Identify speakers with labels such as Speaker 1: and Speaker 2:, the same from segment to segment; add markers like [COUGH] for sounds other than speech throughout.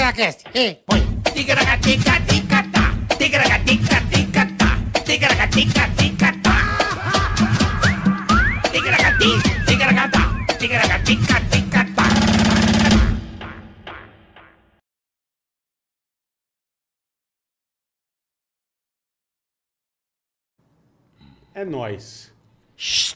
Speaker 1: Ticaracatacast. Ei, põe.
Speaker 2: Ticaracatica-ticatá, ticaracatica-ticatá, ticaracatica-ticatá. Ticaracati, ticaracatá, ticaracatica-ticatá.
Speaker 3: É nóis.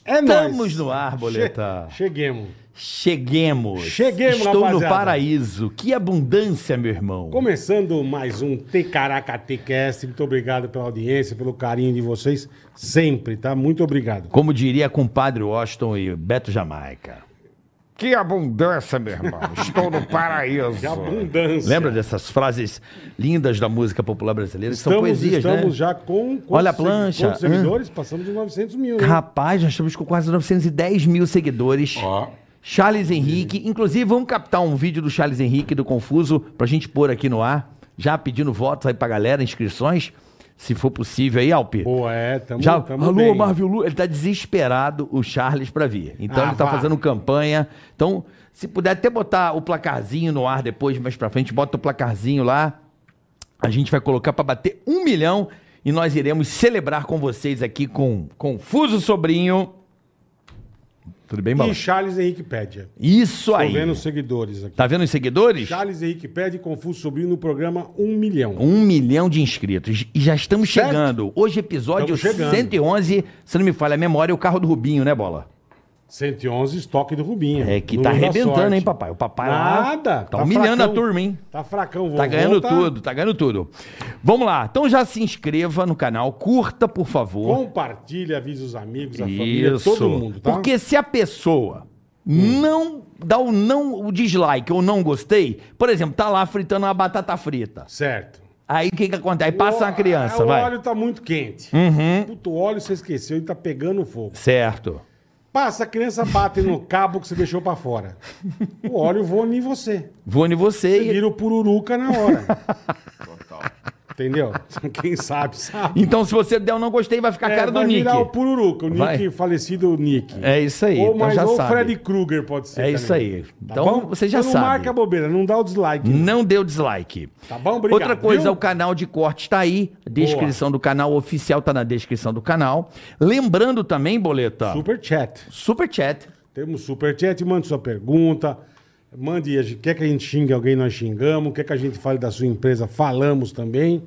Speaker 3: É nóis.
Speaker 4: Estamos no ar, boleta.
Speaker 3: Che- cheguemos.
Speaker 4: Cheguemos.
Speaker 3: Cheguemos,
Speaker 4: Estou
Speaker 3: rapaziada.
Speaker 4: no paraíso. Que abundância, meu irmão.
Speaker 3: Começando mais um Tecaracatecast. Muito obrigado pela audiência, pelo carinho de vocês sempre, tá? Muito obrigado.
Speaker 4: Como diria compadre Washington e Beto Jamaica.
Speaker 5: Que abundância, meu irmão. Estou no paraíso.
Speaker 3: [LAUGHS] Que abundância.
Speaker 4: Lembra dessas frases lindas da música popular brasileira? que
Speaker 3: Estamos,
Speaker 4: São poesias,
Speaker 3: estamos
Speaker 4: né?
Speaker 3: já com... quantos
Speaker 4: Olha a
Speaker 3: segui-
Speaker 4: plancha.
Speaker 3: quantos seguidores? Passamos de 900 mil, né?
Speaker 4: Rapaz, nós estamos com quase 910 mil seguidores. Charles Henrique. Inclusive, vamos captar um vídeo do Charles Henrique do Confuso pra gente pôr aqui no ar. Já pedindo votos aí pra galera, inscrições. Se for possível aí, Alpi.
Speaker 3: Pô, é, tamo,
Speaker 4: Já,
Speaker 3: tamo
Speaker 4: alô,
Speaker 3: bem.
Speaker 4: Marvel Lu, ele tá desesperado, o Charles, pra vir. Então
Speaker 3: Ah,
Speaker 4: ele tá
Speaker 3: vá.
Speaker 4: fazendo campanha. Então, se puder até botar o placarzinho no ar depois, mais pra frente, bota o placarzinho lá. A gente vai colocar pra bater um milhão e nós iremos celebrar com vocês aqui com Confuso Sobrinho. Tudo bem, Bala?
Speaker 3: E Charles Henrique Pédia.
Speaker 4: Isso
Speaker 3: Tô
Speaker 4: aí.
Speaker 3: vendo os seguidores aqui.
Speaker 4: Tá vendo os seguidores?
Speaker 3: Charles Henrique Pédia e Confuso Sobrinho no programa 1 milhão.
Speaker 4: Um milhão de inscritos. E já estamos
Speaker 3: Certo.
Speaker 4: chegando. Hoje, episódio
Speaker 3: Estamos chegando.
Speaker 4: 111. Se não me falha a memória, é o carro do Rubinho, né, Bola?
Speaker 3: 111 estoque do Rubinho.
Speaker 4: É que
Speaker 3: Número
Speaker 4: tá
Speaker 3: da
Speaker 4: arrebentando,
Speaker 3: sorte.
Speaker 4: hein, papai? O papai lá
Speaker 3: Nada.
Speaker 4: tá humilhando a
Speaker 3: fracão.
Speaker 4: turma, hein?
Speaker 3: Tá fracão, vovô.
Speaker 4: Tá ganhando
Speaker 3: tá-
Speaker 4: tudo, tá ganhando tudo. Vamos lá, então já se inscreva no canal, curta, por favor.
Speaker 3: Compartilha, avisa os amigos, a família,
Speaker 4: Isso.
Speaker 3: todo mundo, tá?
Speaker 4: Porque se a pessoa não dá o não o dislike ou não gostei, por exemplo, tá lá fritando uma batata frita.
Speaker 3: Certo.
Speaker 4: Aí o que que acontece? Aí passa uma criança,
Speaker 3: o O
Speaker 4: vai.
Speaker 3: óleo tá muito quente.
Speaker 4: Uhum.
Speaker 3: Puta, o óleo você esqueceu e tá pegando fogo.
Speaker 4: Certo.
Speaker 3: Passa, a criança bate no cabo que você deixou pra fora. O óleo voa em você.
Speaker 4: Vou em
Speaker 3: Você
Speaker 4: você. e-
Speaker 3: vira o pururuca na hora. Entendeu? Quem sabe, sabe.
Speaker 4: Então se você der o não gostei, vai ficar a
Speaker 3: É,
Speaker 4: cara do
Speaker 3: vai
Speaker 4: Nick.
Speaker 3: virar o pururuca, o
Speaker 4: Vai.
Speaker 3: Nick, falecido Nick.
Speaker 4: É isso aí.
Speaker 3: Ou,
Speaker 4: então
Speaker 3: mais,
Speaker 4: já
Speaker 3: ou
Speaker 4: sabe.
Speaker 3: Freddy Krueger pode ser.
Speaker 4: É
Speaker 3: também.
Speaker 4: isso aí.
Speaker 3: Tá
Speaker 4: Então,
Speaker 3: bom?
Speaker 4: você já
Speaker 3: Então
Speaker 4: sabe.
Speaker 3: Não marca bobeira, não dá o dislike.
Speaker 4: Não deu dislike.
Speaker 3: Tá bom? Obrigado,
Speaker 4: Outra coisa,
Speaker 3: viu?
Speaker 4: o canal de corte tá aí. A Descrição do canal, o oficial tá na descrição do canal. Lembrando também, Boleta, super,
Speaker 3: Super chat.
Speaker 4: chat.
Speaker 3: Temos super chat, mande sua pergunta. Mande, a gente- quer que a gente xingue alguém, nós xingamos. Quer que a gente fale da sua empresa, falamos também.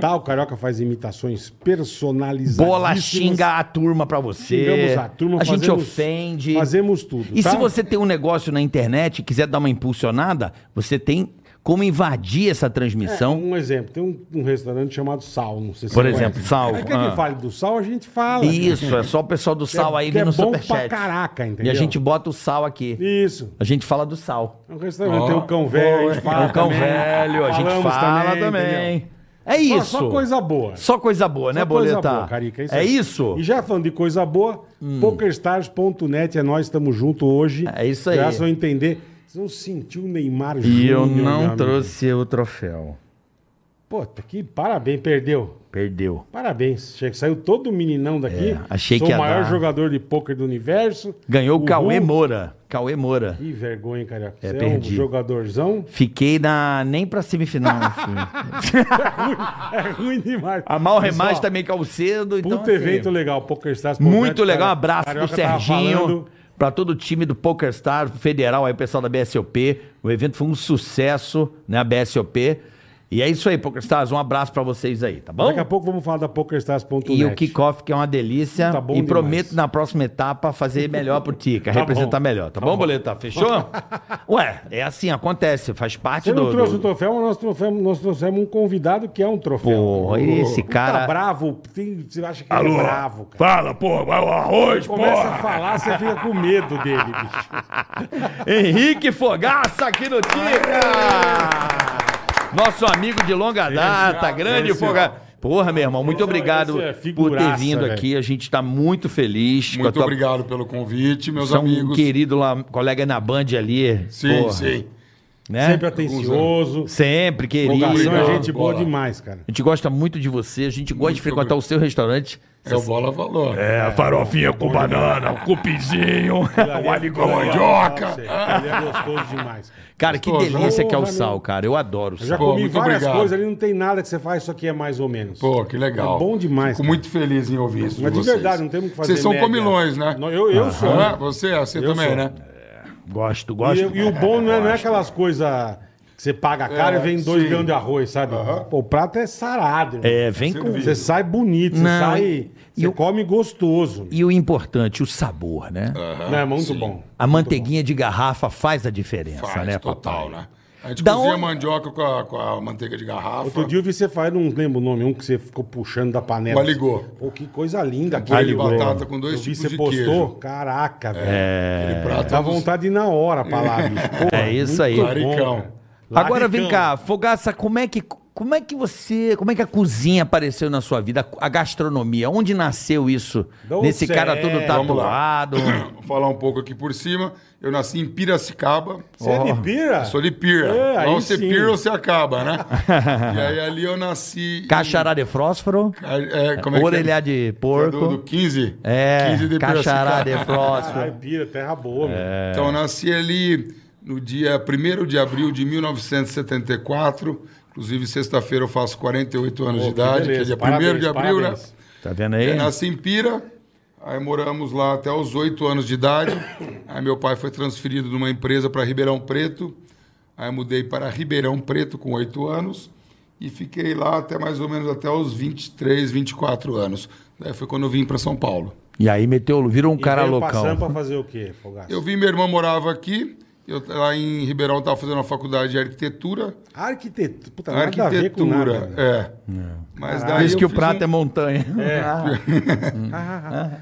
Speaker 3: Tá, o Carioca faz imitações personalizadas.
Speaker 4: Uhum. Bola xinga a turma pra você.
Speaker 3: Xingamos a turma,
Speaker 4: gente
Speaker 3: fazemos-
Speaker 4: ofende.
Speaker 3: fazemos tudo,
Speaker 4: E
Speaker 3: tá?
Speaker 4: se você tem um negócio na internet e quiser dar uma impulsionada, você tem como invadir essa transmissão.
Speaker 3: Um exemplo, tem um, um restaurante chamado Sal, não sei se
Speaker 4: Então- Por
Speaker 3: você
Speaker 4: exemplo,
Speaker 3: conhece.
Speaker 4: Sal,
Speaker 3: Aí quer que
Speaker 4: ah.
Speaker 3: fale do Sal, a gente fala.
Speaker 4: Isso, é só o pessoal do sal aí
Speaker 3: que
Speaker 4: vir
Speaker 3: é
Speaker 4: no
Speaker 3: bom pra
Speaker 4: superchat.
Speaker 3: caraca,
Speaker 4: E
Speaker 3: entendeu?
Speaker 4: a gente bota o sal aqui.
Speaker 3: Isso.
Speaker 4: A gente fala do sal.
Speaker 3: É um restaurante, tem o cão velho, a gente fala
Speaker 4: É o cão
Speaker 3: também.
Speaker 4: velho, a gente
Speaker 3: Falamos
Speaker 4: fala também.
Speaker 3: entendeu?
Speaker 4: É
Speaker 3: Só-
Speaker 4: isso.
Speaker 3: Só, coisa boa.
Speaker 4: Só coisa boa, né,
Speaker 3: Só coisa
Speaker 4: Boleta?
Speaker 3: boa, Carica,
Speaker 4: é
Speaker 3: aí.
Speaker 4: isso? Hum.
Speaker 3: E já falando de coisa boa, pokerstars.net é nós, estamos junto hoje.
Speaker 4: É isso aí.
Speaker 3: Graças a entender. Você não sentiu o Neymar
Speaker 4: E eu
Speaker 3: Júnior, meu
Speaker 4: não
Speaker 3: amigo.
Speaker 4: trouxe o troféu.
Speaker 3: Puta, que parabéns, perdeu.
Speaker 4: Perdeu.
Speaker 3: Parabéns. Che- Saiu todo meninão daqui.
Speaker 4: É, achei
Speaker 3: Sou
Speaker 4: que
Speaker 3: o
Speaker 4: ia
Speaker 3: maior
Speaker 4: dar.
Speaker 3: jogador de pôquer do universo.
Speaker 4: Ganhou o
Speaker 3: Uhul.
Speaker 4: Cauê Moura. Cauê Moura.
Speaker 3: Que vergonha, hein, Carioca.
Speaker 4: É,
Speaker 3: Você
Speaker 4: perdi.
Speaker 3: um
Speaker 4: [LAUGHS]
Speaker 3: jogadorzão.
Speaker 4: Fiquei na nem pra
Speaker 3: [LAUGHS]
Speaker 4: semifinal. assim.
Speaker 3: É ruim demais.
Speaker 4: A mal
Speaker 3: Pessoal,
Speaker 4: remate também caiu cedo. Então,
Speaker 3: Puta
Speaker 4: assim,
Speaker 3: é evento legal, PokerStars.net.
Speaker 4: Muito legal. Um
Speaker 3: cara.
Speaker 4: abraço
Speaker 3: Carioca
Speaker 4: pro
Speaker 3: tava
Speaker 4: Serginho.
Speaker 3: falando.
Speaker 4: Pra todo o time do PokerStar Federal, aí o pessoal da BSOP. O evento foi um sucesso, né? A BSOP. E é isso aí, PokerStars. Um abraço pra vocês aí, tá bom?
Speaker 3: Daqui a pouco vamos falar da PokerStars.net.
Speaker 4: E o kickoff, que é uma delícia.
Speaker 3: Tá bom
Speaker 4: e
Speaker 3: demais.
Speaker 4: prometo na próxima etapa fazer melhor pro Tica,
Speaker 3: Tá
Speaker 4: representar
Speaker 3: bom.
Speaker 4: melhor. Tá, bom,
Speaker 3: [LAUGHS]
Speaker 4: Boleta? Fechou? Ué, é assim, acontece, faz parte
Speaker 3: Você
Speaker 4: do.
Speaker 3: não trouxe
Speaker 4: do-
Speaker 3: o troféu, mas nós trouxemos, nós trouxemos um convidado que é um troféu.
Speaker 4: Porra, esse cara-
Speaker 3: Tá bravo, tem- você acha que ele é bravo, cara.
Speaker 4: Fala, pô, vai o arroz,
Speaker 3: Começa a
Speaker 4: porra!
Speaker 3: falar, você fica com medo dele,
Speaker 4: [LAUGHS]
Speaker 3: bicho.
Speaker 4: Henrique Fogaça aqui no Tica! Nosso amigo de longa data, grande
Speaker 3: é esse, ó.
Speaker 4: Fogaça. Porra, meu irmão, muito
Speaker 3: Esse é-
Speaker 4: obrigado
Speaker 3: esse é
Speaker 4: por ter
Speaker 3: figuraça,
Speaker 4: vindo
Speaker 3: velho.
Speaker 4: aqui. A gente tá muito feliz com a
Speaker 6: Muito
Speaker 4: tua
Speaker 6: obrigado pelo convite, meus
Speaker 4: São um
Speaker 6: amigos.
Speaker 4: querido lá, colega na Band ali.
Speaker 6: Sim,
Speaker 4: Porra.
Speaker 6: sim.
Speaker 4: né?
Speaker 3: Sempre atencioso.
Speaker 4: Sempre, querido.
Speaker 3: Vocação é
Speaker 1: Legal,
Speaker 3: gente boa
Speaker 1: bola.
Speaker 3: demais, cara.
Speaker 4: A gente gosta muito de você, a gente gosta de frequentar o seu restaurante.
Speaker 1: É o bola valor.
Speaker 4: É, a farofinha com banana, o cupinzinho,
Speaker 3: Ali
Speaker 4: o
Speaker 3: é-
Speaker 4: alicó
Speaker 3: ali é-
Speaker 1: mandioca.
Speaker 3: Ele é gostoso demais. cara.
Speaker 4: Cara, que
Speaker 1: Gostoso,
Speaker 4: delícia que é o
Speaker 3: Porra,
Speaker 4: sal,
Speaker 3: meu.
Speaker 4: cara. Eu adoro o
Speaker 3: Eu já
Speaker 4: sal.
Speaker 1: Pô,
Speaker 3: comi
Speaker 1: muito
Speaker 3: várias
Speaker 1: obrigado.
Speaker 3: coisas ali, não tem nada que você faz, isso aqui é mais ou menos.
Speaker 1: Pô, que legal.
Speaker 3: É bom demais,
Speaker 1: Fico
Speaker 3: cara.
Speaker 1: muito feliz em ouvir isso.
Speaker 3: Mas de
Speaker 1: vocês.
Speaker 3: verdade, não temos o que fazer
Speaker 1: Vocês são
Speaker 3: média.
Speaker 1: comilões, né?
Speaker 3: Não, eu- eu sou.
Speaker 1: Hã? Você, você
Speaker 3: Eu
Speaker 1: também,
Speaker 3: sou.
Speaker 1: né?
Speaker 4: Gosto,
Speaker 3: E,
Speaker 4: gosto.
Speaker 3: e o bom não é, não é aquelas coisas que você paga caro
Speaker 1: É,
Speaker 3: e vem dois
Speaker 1: sim.
Speaker 3: grãos de arroz, sabe? Pô, o prato é sarado. irmão.
Speaker 4: É, vem com.
Speaker 1: Serviço.
Speaker 3: Você sai bonito, você
Speaker 4: Não,
Speaker 3: sai.
Speaker 4: e
Speaker 3: Você
Speaker 4: o-
Speaker 3: come gostoso.
Speaker 4: E o importante, o sabor, né?
Speaker 1: Aham,
Speaker 3: Não, é muito
Speaker 1: sim.
Speaker 3: bom.
Speaker 4: A manteiguinha de garrafa faz a diferença,
Speaker 1: Faz,
Speaker 4: né,
Speaker 1: total,
Speaker 4: papai?
Speaker 1: né? A gente
Speaker 4: Da
Speaker 1: cozinha
Speaker 4: onde-
Speaker 1: mandioca com a, com a manteiga de garrafa.
Speaker 3: Outro dia eu vi você faz, não lembro o nome, um que você ficou puxando da panela.
Speaker 1: O aligô.
Speaker 3: Pô, que coisa linda.
Speaker 1: Molho de
Speaker 3: aligô.
Speaker 1: batata com dois
Speaker 3: eu vi
Speaker 1: tipos
Speaker 3: você
Speaker 1: de
Speaker 3: postou.
Speaker 1: queijo. É.
Speaker 3: Caraca, velho.
Speaker 1: Aquele prato
Speaker 3: Dá
Speaker 1: é um dos-
Speaker 3: vontade de ir na hora pra lá, bicho. Pô,
Speaker 4: É isso
Speaker 3: muito
Speaker 4: aí.
Speaker 3: bom,
Speaker 1: Laricão.
Speaker 3: cara.
Speaker 4: Agora
Speaker 3: Laricão.
Speaker 4: vem cá, Fogaça, como é que como é que você, como é que a cozinha apareceu na sua vida? A gastronomia, onde nasceu isso?
Speaker 3: Da onde
Speaker 4: Nesse
Speaker 3: você
Speaker 4: cara
Speaker 3: é?
Speaker 4: todo
Speaker 1: Vamos lá. [COUGHS]
Speaker 4: tatuado.
Speaker 1: Vou falar um pouco aqui por cima. Eu nasci em Piracicaba.
Speaker 3: Você é de pira?
Speaker 1: Sou de pira.
Speaker 3: É, aí
Speaker 1: ou você
Speaker 3: sim.
Speaker 1: pira ou você acaba,
Speaker 4: [LAUGHS]
Speaker 1: né? e aí ali eu nasci. em-
Speaker 4: Caixará de fósforo,
Speaker 1: É, como é que é?
Speaker 4: orelhar de porco.
Speaker 1: Do, do 15?
Speaker 4: É,
Speaker 1: 15 de
Speaker 4: caixará
Speaker 1: Piracicaba.
Speaker 4: de
Speaker 1: [LAUGHS]
Speaker 3: Ah, é
Speaker 4: fósforo.
Speaker 3: pira, terra boa,
Speaker 4: É.
Speaker 3: meu.
Speaker 1: Então, eu nasci ali no dia 1 de abril de 1974. Inclusive, sexta-feira eu faço 48 anos de
Speaker 3: que
Speaker 1: idade,
Speaker 3: beleza.
Speaker 1: que é dia 1
Speaker 3: Parabéns,
Speaker 1: de abril,
Speaker 3: parabéns.
Speaker 1: né?
Speaker 4: Tá vendo aí?
Speaker 1: Eu nasci em Pira, aí moramos lá até os 8 anos de idade. Aí meu pai foi transferido de uma empresa para Ribeirão Preto. Aí eu mudei para Ribeirão Preto com 8 anos e fiquei lá até mais ou menos até os 23, 24 anos. Daí foi quando eu vim para São Paulo.
Speaker 4: E aí meteu, virou um
Speaker 3: E
Speaker 4: cara
Speaker 3: veio pra
Speaker 4: loucão.
Speaker 3: Sampa fazer o quê, Fogaça?
Speaker 1: Eu vi, minha irmã morava aqui. Eu lá em Ribeirão estava fazendo uma faculdade de arquitetura.
Speaker 3: Arquitetura. Puta, nada a ver com nada. né?
Speaker 1: Arquitetura,
Speaker 3: velho.
Speaker 1: é. Mas daí
Speaker 4: Por isso
Speaker 1: eu
Speaker 4: que o
Speaker 1: fiz
Speaker 4: prato
Speaker 1: um- É.
Speaker 4: é montanha.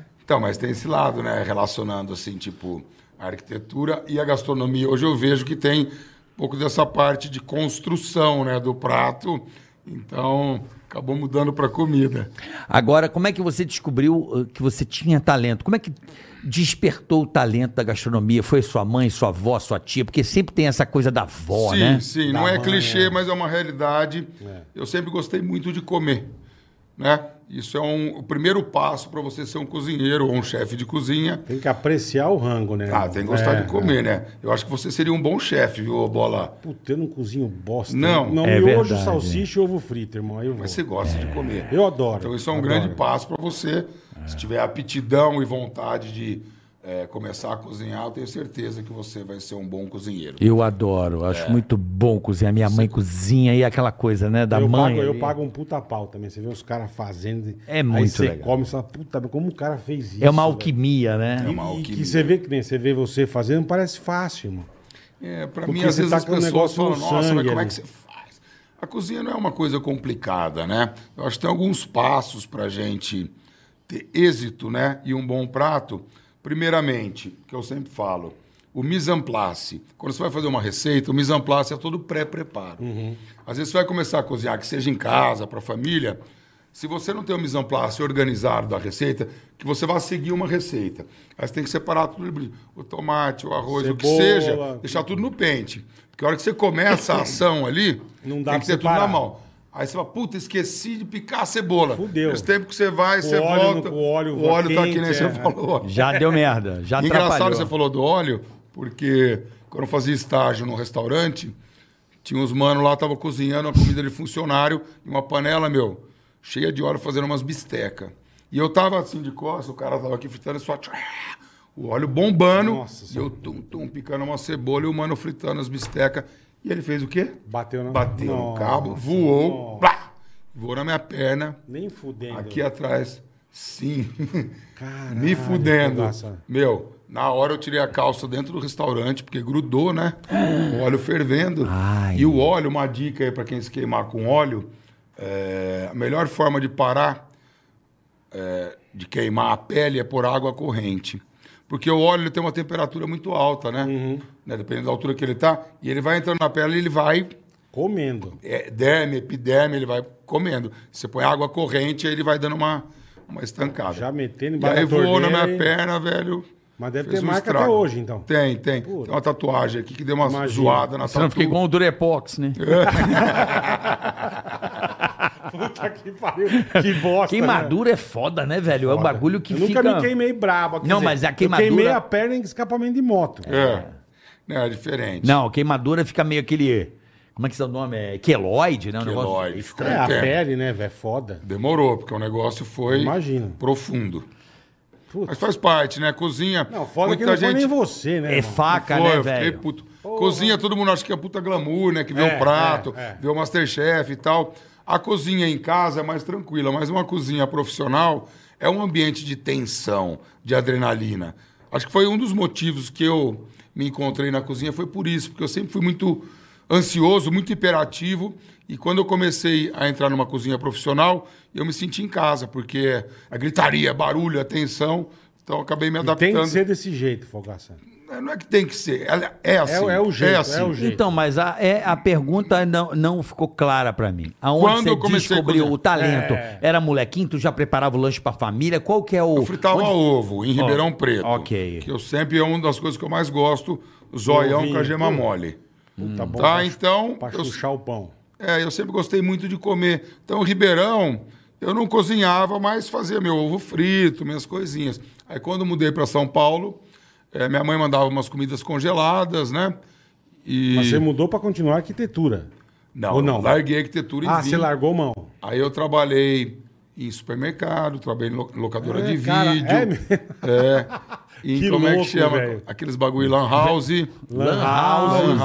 Speaker 4: [LAUGHS]
Speaker 1: Então, mas tem esse lado, né? Relacionando, assim, tipo, a arquitetura e a gastronomia. Hoje eu vejo que tem um pouco dessa parte de construção, né? Do prato. Então, acabou mudando para comida.
Speaker 4: Agora, como é que você descobriu uh, que você tinha talento? Como é que despertou o talento da gastronomia? Foi sua mãe, sua avó, sua tia? Porque sempre tem essa coisa da avó,
Speaker 1: sim,
Speaker 4: né?
Speaker 1: sim.
Speaker 3: Da
Speaker 1: Não é
Speaker 3: mãe,
Speaker 1: clichê, mas é uma realidade. Eu sempre gostei muito de comer, né? Isso é um, o primeiro passo para você ser um cozinheiro ou um chefe de cozinha.
Speaker 3: Tem que apreciar o rango, né?
Speaker 1: Ah, tem que gostar
Speaker 3: É,
Speaker 1: de comer, né? Eu acho que você seria um bom chefe, viu, ô Bola?
Speaker 3: Puta, eu não cozinho bosta.
Speaker 1: Não.
Speaker 3: não
Speaker 4: É
Speaker 3: miojo,
Speaker 4: verdade.
Speaker 3: salsicha e ovo frito, irmão. Aí eu vou.
Speaker 1: Mas você gosta de comer.
Speaker 3: É. Eu adoro.
Speaker 1: Então isso é um
Speaker 3: adoro. É.
Speaker 1: grande passo para você. Se tiver aptidão e vontade de eh, começar a cozinhar, eu tenho certeza que você vai ser um bom cozinheiro.
Speaker 4: Eu adoro, acho
Speaker 3: É.
Speaker 4: muito bom cozinhar. Minha mãe cozinha e aquela coisa, né? Da
Speaker 3: eu
Speaker 4: mãe.
Speaker 3: Pago, eu
Speaker 4: ali.
Speaker 3: pago um puta pau também. Você vê os caras fazendo. e-
Speaker 4: É muito
Speaker 3: Aí você
Speaker 4: legal.
Speaker 3: come e fala, puta, mas como o cara fez isso?
Speaker 4: É uma
Speaker 3: velho?
Speaker 4: alquimia, né?
Speaker 1: É uma
Speaker 3: E- E
Speaker 1: alquimia.
Speaker 3: que você vê que nem você vê você fazendo, parece fácil, irmão.
Speaker 1: É, para
Speaker 3: Porque
Speaker 1: mim, às
Speaker 3: você
Speaker 1: vezes
Speaker 3: tá
Speaker 1: as
Speaker 3: com um
Speaker 1: pessoas
Speaker 3: negócio
Speaker 1: falam,
Speaker 3: no
Speaker 1: nossa, mas
Speaker 3: sangue
Speaker 1: como é
Speaker 3: ali."
Speaker 1: que você faz? A cozinha não é uma coisa complicada, né? Eu acho que tem alguns passos para gente ter êxito, né? E um bom prato. Primeiramente, que eu sempre falo, o mise en place. Quando você vai fazer uma receita, o mise en place é todo pré-preparo.
Speaker 3: Uhum.
Speaker 1: Às vezes você vai começar a cozinhar, que seja em casa, para a família, se você não tem o mise en place organizado da receita, que você vai seguir uma receita. Aí você tem que separar tudo, o tomate, o arroz, o que
Speaker 3: Cebola.
Speaker 1: seja, deixar tudo no pente. Porque a hora que você começa a ação ali,
Speaker 3: Não dá pra
Speaker 1: tem que ter tudo
Speaker 3: separar.
Speaker 1: na mão. Aí você fala, puta, esqueci de picar a cebola.
Speaker 3: Fudeu.
Speaker 1: Esse tempo que você vai, você
Speaker 3: óleo no-
Speaker 1: volta.
Speaker 3: com o óleo
Speaker 1: o óleo tá
Speaker 3: quente,
Speaker 1: aqui, né? Você
Speaker 3: é.
Speaker 1: falou.
Speaker 4: Já deu merda, já
Speaker 1: Engraçado
Speaker 4: atrapalhou.
Speaker 1: você falou do óleo, porque quando eu fazia estágio no restaurante, tinha uns manos lá, tava cozinhando uma comida de funcionário e uma panela, meu, cheia de óleo, fazendo umas bisteca. E eu tava assim de costas, o cara tava aqui fritando só. O óleo bombando.
Speaker 3: Nossa
Speaker 1: e eu tum, tum, picando uma cebola e o mano fritando as bisteca. E ele fez o quê?
Speaker 3: Bateu na-
Speaker 1: Bateu no
Speaker 3: Nossa,
Speaker 1: cabo, voou. plá, voou na minha perna.
Speaker 3: Nem fudendo.
Speaker 1: Aqui é- atrás. Sim. [LAUGHS]
Speaker 3: Caralho,
Speaker 1: Me fudendo.
Speaker 3: pedaça.
Speaker 1: Meu, na hora eu tirei a calça dentro do restaurante, porque grudou, né? O óleo fervendo.
Speaker 4: Ai.
Speaker 1: E o óleo, uma dica aí pra quem se queimar com óleo, é, a melhor forma de parar é, de queimar a pele é por água corrente. Porque o óleo ele tem uma temperatura muito alta, né?
Speaker 3: Uhum.
Speaker 1: Né, Dependendo da altura que ele tá. E ele vai entrando na pele e ele vai
Speaker 3: Comendo.
Speaker 1: é, derme, epiderme, ele vai comendo. Você põe água corrente, aí ele vai dando uma, uma estancada.
Speaker 3: Já metendo
Speaker 1: E
Speaker 3: embaixo
Speaker 1: aí
Speaker 3: da
Speaker 1: voou na
Speaker 3: torneira
Speaker 1: minha
Speaker 3: e-
Speaker 1: perna, velho.
Speaker 3: Mas deve
Speaker 1: Fez
Speaker 3: ter
Speaker 1: um
Speaker 3: marca até
Speaker 1: estrago.
Speaker 3: hoje, então.
Speaker 1: Tem, tem. Tem uma tatuagem aqui que deu uma
Speaker 3: Imagina.
Speaker 1: zoada na
Speaker 6: Você não
Speaker 1: tatu.
Speaker 6: fica igual o Durepox, né?
Speaker 3: [LAUGHS] Puta que pariu.
Speaker 4: [LAUGHS]
Speaker 3: Que bosta. né?
Speaker 4: Queimadura é foda, né, velho? É um
Speaker 3: Foda.
Speaker 4: bagulho que
Speaker 3: eu
Speaker 4: fica...
Speaker 3: Nunca me queimei brabo. quer
Speaker 4: Não, mas a
Speaker 3: eu
Speaker 4: queimadura-
Speaker 3: queimei a perna em escapamento de moto.
Speaker 1: É. Não, é diferente.
Speaker 4: Não, queimadura fica meio aquele... Como é que é o nome? É queloide, né? o negócio?
Speaker 1: Queloide,
Speaker 4: Isso,
Speaker 1: fica-
Speaker 3: É, a
Speaker 1: Tem.
Speaker 3: pele, né, velho? Foda.
Speaker 1: Demorou, porque o negócio foi
Speaker 3: Imagino.
Speaker 1: profundo.
Speaker 3: Putz.
Speaker 1: Mas faz parte, né? Cozinha.
Speaker 3: Não, foda que não foi nem você, né?
Speaker 4: É
Speaker 3: irmão?
Speaker 4: faca,
Speaker 1: Foi,
Speaker 4: né,
Speaker 1: eu fiquei
Speaker 4: velho?
Speaker 1: puto. Cozinha, todo mundo acha que é puta glamour, né? Que vê
Speaker 3: É,
Speaker 1: o prato,
Speaker 3: é, é.
Speaker 1: vê o Masterchef e tal. A cozinha em casa é mais tranquila, mas uma cozinha profissional é um ambiente de tensão, de adrenalina. Acho que foi um dos motivos que eu me encontrei na cozinha, foi por isso, porque eu sempre fui muito ansioso, muito hiperativo, e quando eu comecei a entrar numa cozinha profissional, eu me senti em casa, porque a gritaria, é barulho, é tensão, então eu acabei me adaptando.
Speaker 3: Tem que ser desse jeito, Fogaça.
Speaker 1: Não é que tem que ser. ela- É assim.
Speaker 3: é o jeito,
Speaker 1: assim.
Speaker 3: é o jeito.
Speaker 4: Então, mas a, é- a pergunta não, não ficou clara pra mim. Aonde
Speaker 1: Quando eu
Speaker 4: você
Speaker 1: comecei a
Speaker 4: descobriu
Speaker 1: cozinhar?
Speaker 4: o talento?
Speaker 3: É.
Speaker 4: Era molequinho? Tu já preparava o lanche pra família? Qual que é o...
Speaker 1: Eu fritava ovo em Ribeirão Preto.
Speaker 4: ok.
Speaker 1: Que eu sempre é uma das coisas que eu mais gosto, zoião
Speaker 3: Ovinho.
Speaker 1: com a gema mole.
Speaker 3: Tá
Speaker 4: Hum.
Speaker 3: bom.
Speaker 1: Tá,
Speaker 3: pra-
Speaker 1: então.
Speaker 3: Pra
Speaker 1: eu-
Speaker 3: chuchar o pão.
Speaker 1: É, eu sempre gostei muito de comer. Então, Ribeirão, eu não cozinhava, mas fazia meu ovo frito, minhas coisinhas. Aí, quando eu mudei para São Paulo, eh, minha mãe mandava umas comidas congeladas, né? E...
Speaker 3: Mas você mudou pra continuar a arquitetura.
Speaker 1: Não,
Speaker 3: ou
Speaker 1: eu
Speaker 3: não?
Speaker 1: larguei a arquitetura e
Speaker 3: Ah,
Speaker 1: vim.
Speaker 3: você largou mão.
Speaker 1: Aí eu trabalhei em supermercado, trabalhei em lo- locadora
Speaker 3: É,
Speaker 1: de
Speaker 3: cara,
Speaker 1: vídeo.
Speaker 3: é mesmo?
Speaker 1: É.
Speaker 3: [LAUGHS]
Speaker 1: E
Speaker 3: Que
Speaker 1: como é
Speaker 3: louco,
Speaker 1: que chama?
Speaker 3: velho.
Speaker 1: Aqueles bagulho lan house.
Speaker 3: Lan
Speaker 1: Lan
Speaker 3: House.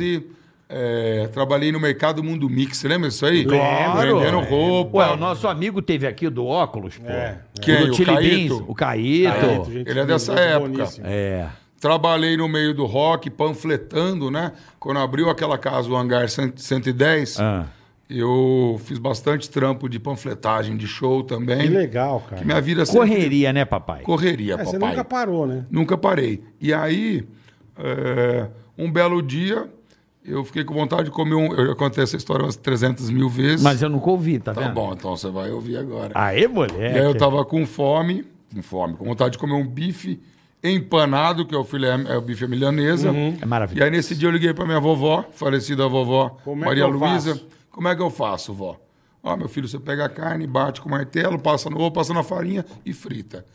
Speaker 1: house. É, trabalhei no mercado Mundo Mix, você lembra isso aí?
Speaker 3: Lembro.
Speaker 1: Vendendo roupa.
Speaker 4: Ué, o nosso amigo teve aqui do óculos, pô.
Speaker 3: É.
Speaker 1: Quem?
Speaker 4: do
Speaker 1: O
Speaker 4: Chili
Speaker 1: Caíto?
Speaker 4: Beans, o Caíto.
Speaker 1: Ele é dessa época.
Speaker 4: É.
Speaker 1: Trabalhei no meio do rock, panfletando, né? Quando abriu aquela casa, o Hangar 100 110,
Speaker 4: Ah.
Speaker 1: eu fiz bastante trampo de panfletagem, de show também.
Speaker 3: Que legal, cara.
Speaker 1: Que minha vida sempre-
Speaker 4: Correria, né, papai?
Speaker 1: Correria,
Speaker 3: É,
Speaker 1: papai.
Speaker 3: você nunca parou, né?
Speaker 1: Nunca parei. E aí, é, um belo dia, eu fiquei com vontade de comer um. Eu já contei essa história umas 300 mil vezes.
Speaker 4: Mas Ah, eu nunca ouvi, tá
Speaker 1: Tá
Speaker 4: vendo?
Speaker 1: bom, então você vai ouvir agora.
Speaker 4: Aê,
Speaker 1: e aí eu
Speaker 4: moleque.
Speaker 1: tava com fome, com fome, com vontade de comer um bife empanado, que é o filé, é o bife à milanesa.
Speaker 4: É
Speaker 1: E
Speaker 4: maravilhoso.
Speaker 1: aí nesse dia eu liguei pra minha vovó, falecida vovó
Speaker 3: Como é
Speaker 1: Maria
Speaker 3: que eu
Speaker 1: Luísa.
Speaker 3: faço?
Speaker 1: Como é que eu faço, vó? Ó, meu filho, você pega a carne, bate com o martelo, passa no ovo, passa na farinha e frita.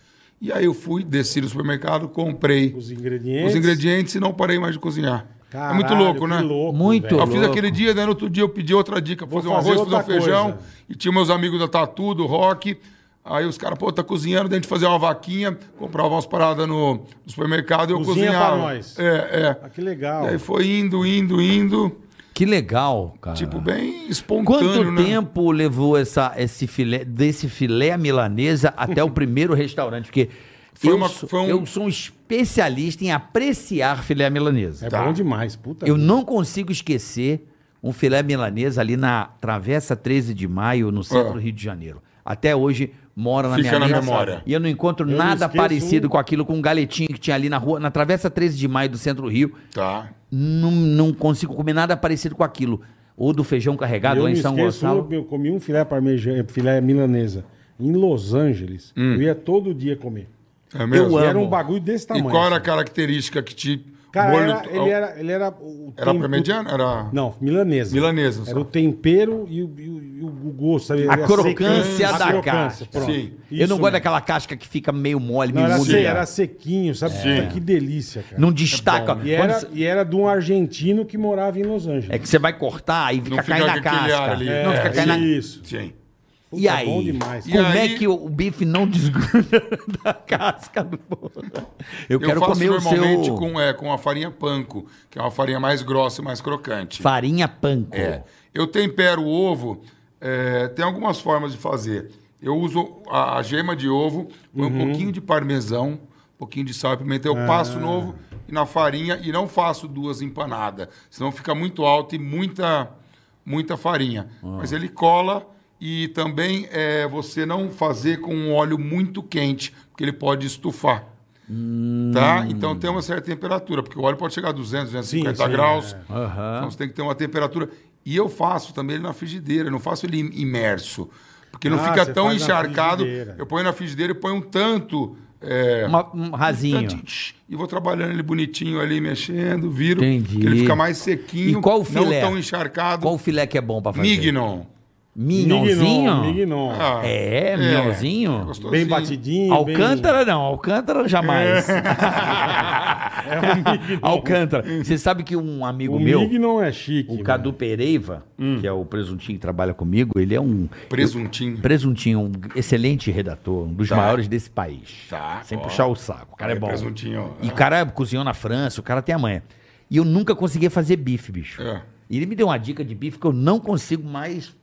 Speaker 1: E aí eu fui, desci no supermercado, comprei
Speaker 3: Os ingredientes.
Speaker 1: os ingredientes e não parei mais de cozinhar. é
Speaker 3: Caralho,
Speaker 1: muito louco,
Speaker 3: que
Speaker 1: né?
Speaker 3: louco,
Speaker 4: Muito.
Speaker 3: velho.
Speaker 1: Eu fiz
Speaker 4: Louco.
Speaker 1: aquele dia, daí no outro dia eu pedi outra dica,
Speaker 3: Vou
Speaker 1: fazer um
Speaker 3: fazer
Speaker 1: arroz, fazer um
Speaker 3: outra
Speaker 1: feijão.
Speaker 3: coisa.
Speaker 1: E tinha meus amigos da Tatu, do Rock. Aí os caras, pô, tá cozinhando, daí a gente fazia uma vaquinha, comprava umas paradas no no supermercado e eu
Speaker 3: Cozinha pra
Speaker 1: cozinhava.
Speaker 3: nós.
Speaker 1: É,
Speaker 3: Ah,
Speaker 1: é.
Speaker 3: que legal.
Speaker 1: E aí foi indo, indo, indo.
Speaker 4: Que legal, cara.
Speaker 1: Tipo, bem espontâneo,
Speaker 4: Ah. Quanto
Speaker 1: né?
Speaker 4: tempo levou essa, esse filé, desse filé à milanesa até o primeiro restaurante? Porque
Speaker 1: Foi
Speaker 4: eu,
Speaker 1: uma-
Speaker 4: sou,
Speaker 1: foi um-
Speaker 4: eu sou um especialista em apreciar filé à milanesa.
Speaker 3: É
Speaker 1: Tá.
Speaker 3: bom demais, puta.
Speaker 4: Eu
Speaker 3: vida.
Speaker 4: não consigo esquecer um filé milanesa ali na Travessa 13 de Maio, no centro
Speaker 1: Ah.
Speaker 4: do Rio de Janeiro. Até hoje mora na
Speaker 1: Fica
Speaker 4: minha
Speaker 1: na
Speaker 4: mente,
Speaker 1: memória.
Speaker 4: E eu não encontro
Speaker 3: Eu não
Speaker 4: nada
Speaker 3: esqueço
Speaker 4: parecido
Speaker 3: um-
Speaker 4: com aquilo, com um galetinho que tinha ali na rua, na Travessa 13 de Maio do centro do Rio.
Speaker 1: Tá.
Speaker 4: Não, não consigo comer nada parecido com aquilo. Ou do feijão carregado lá
Speaker 3: me
Speaker 4: em São
Speaker 3: esqueço,
Speaker 4: Gonçalo.
Speaker 3: Eu comi um filé parmegiana, filé milanesa em Los Angeles. Eu ia todo dia comer.
Speaker 1: É mesmo?
Speaker 4: Eu
Speaker 3: E
Speaker 4: amo.
Speaker 3: era um bagulho desse
Speaker 1: Hum. E
Speaker 3: tamanho.
Speaker 1: qual era a
Speaker 3: assim.
Speaker 1: característica que te.
Speaker 3: Cara,
Speaker 1: molho-
Speaker 3: era- ele era. Ele era o
Speaker 1: Era
Speaker 3: tempo-
Speaker 1: parmegiana? Era.
Speaker 3: Não, milanesa.
Speaker 1: Milanesa,
Speaker 3: Era
Speaker 1: só.
Speaker 3: o tempero e o, e o- e o gosto. Sabe?
Speaker 4: A
Speaker 3: Era
Speaker 4: crocância
Speaker 3: sequinho,
Speaker 4: da
Speaker 3: a crocância,
Speaker 4: casca.
Speaker 3: pronto.
Speaker 1: Sim.
Speaker 4: eu
Speaker 3: Isso
Speaker 4: não gosto
Speaker 3: mesmo.
Speaker 4: daquela casca que fica meio mole,
Speaker 3: Não,
Speaker 4: meio
Speaker 3: era, se-
Speaker 4: molhada.
Speaker 3: era sequinho, sabe? Puta, Que delícia, cara.
Speaker 4: Não destaca.
Speaker 3: E
Speaker 4: Quando
Speaker 3: era,
Speaker 4: cê-
Speaker 3: e era de um argentino que morava em Los Angeles.
Speaker 4: É que você vai cortar e fica
Speaker 1: Não
Speaker 4: caindo
Speaker 1: fica
Speaker 4: na
Speaker 1: com aquele
Speaker 4: casca.
Speaker 1: ar ali.
Speaker 4: Não
Speaker 1: É,
Speaker 4: fica caindo na...
Speaker 3: Isso.
Speaker 1: Sim.
Speaker 3: Puta,
Speaker 4: E aí?
Speaker 3: Bom demais.
Speaker 1: E
Speaker 4: Como
Speaker 1: aí-
Speaker 4: é que o, o bife não desgruda [LAUGHS] da casca do bolo? Eu,
Speaker 1: Eu
Speaker 4: quero
Speaker 1: faço
Speaker 4: comer o
Speaker 1: normalmente
Speaker 4: seu
Speaker 1: com, é, com a farinha panko, que é uma farinha mais grossa e mais crocante.
Speaker 4: farinha panko.
Speaker 1: É. Eu tempero o ovo, é, tem algumas formas de fazer. Eu uso a, a gema de ovo,
Speaker 3: Uhum.
Speaker 1: põe um pouquinho de parmesão, um pouquinho de sal e pimenta. Eu
Speaker 3: Ah.
Speaker 1: passo no ovo e na farinha e não faço duas empanadas, senão fica muito alto e muita, muita farinha.
Speaker 3: Ah.
Speaker 1: Mas ele cola e também é, você não fazer com um óleo muito quente, porque ele pode estufar. Tá? Então tem uma certa temperatura, porque o óleo pode chegar a 200, 250
Speaker 3: Hum. Sim, sim,
Speaker 1: graus.
Speaker 3: é.
Speaker 1: Então você tem que ter uma temperatura. E eu faço também ele na frigideira, eu não faço ele imerso. Porque não
Speaker 3: Ah,
Speaker 1: fica
Speaker 3: você
Speaker 1: tão
Speaker 3: faz na
Speaker 1: encharcado.
Speaker 3: frigideira.
Speaker 1: Eu ponho na frigideira e ponho um tanto É, Então,
Speaker 4: Uma- um rasinho.
Speaker 1: E vou trabalhando ele bonitinho ali, mexendo, viro.
Speaker 4: Entendi.
Speaker 1: que ele fica mais sequinho,
Speaker 4: E qual o filé?
Speaker 1: não tão encharcado.
Speaker 4: Qual o filé que é bom pra fazer?
Speaker 1: Mignon.
Speaker 4: Mignonzinho?
Speaker 3: Mignon.
Speaker 1: Ah,
Speaker 4: É, mignonzinho?
Speaker 1: gostosinho.
Speaker 3: Bem batidinho.
Speaker 4: Alcântara não, Alcântara jamais.
Speaker 3: Bem... [LAUGHS] É um mignon.
Speaker 4: Alcântara. Você sabe que um amigo
Speaker 3: O
Speaker 4: meu,
Speaker 3: Mignon é chique.
Speaker 4: o
Speaker 3: mano.
Speaker 4: Cadu Pereiva, que é o presuntinho que trabalha comigo, ele é um
Speaker 1: Hum. Presuntinho.
Speaker 4: presuntinho, um excelente redator, um dos
Speaker 1: Tá.
Speaker 4: maiores desse país.
Speaker 1: Tá,
Speaker 4: Sem
Speaker 1: ó.
Speaker 4: puxar o saco. O cara é, bom.
Speaker 1: Presuntinho.
Speaker 4: E o cara cozinhou na França, o cara tem a manha. E eu nunca conseguia fazer bife, bicho.
Speaker 1: É.
Speaker 4: E ele me deu uma dica de bife que eu não consigo mais.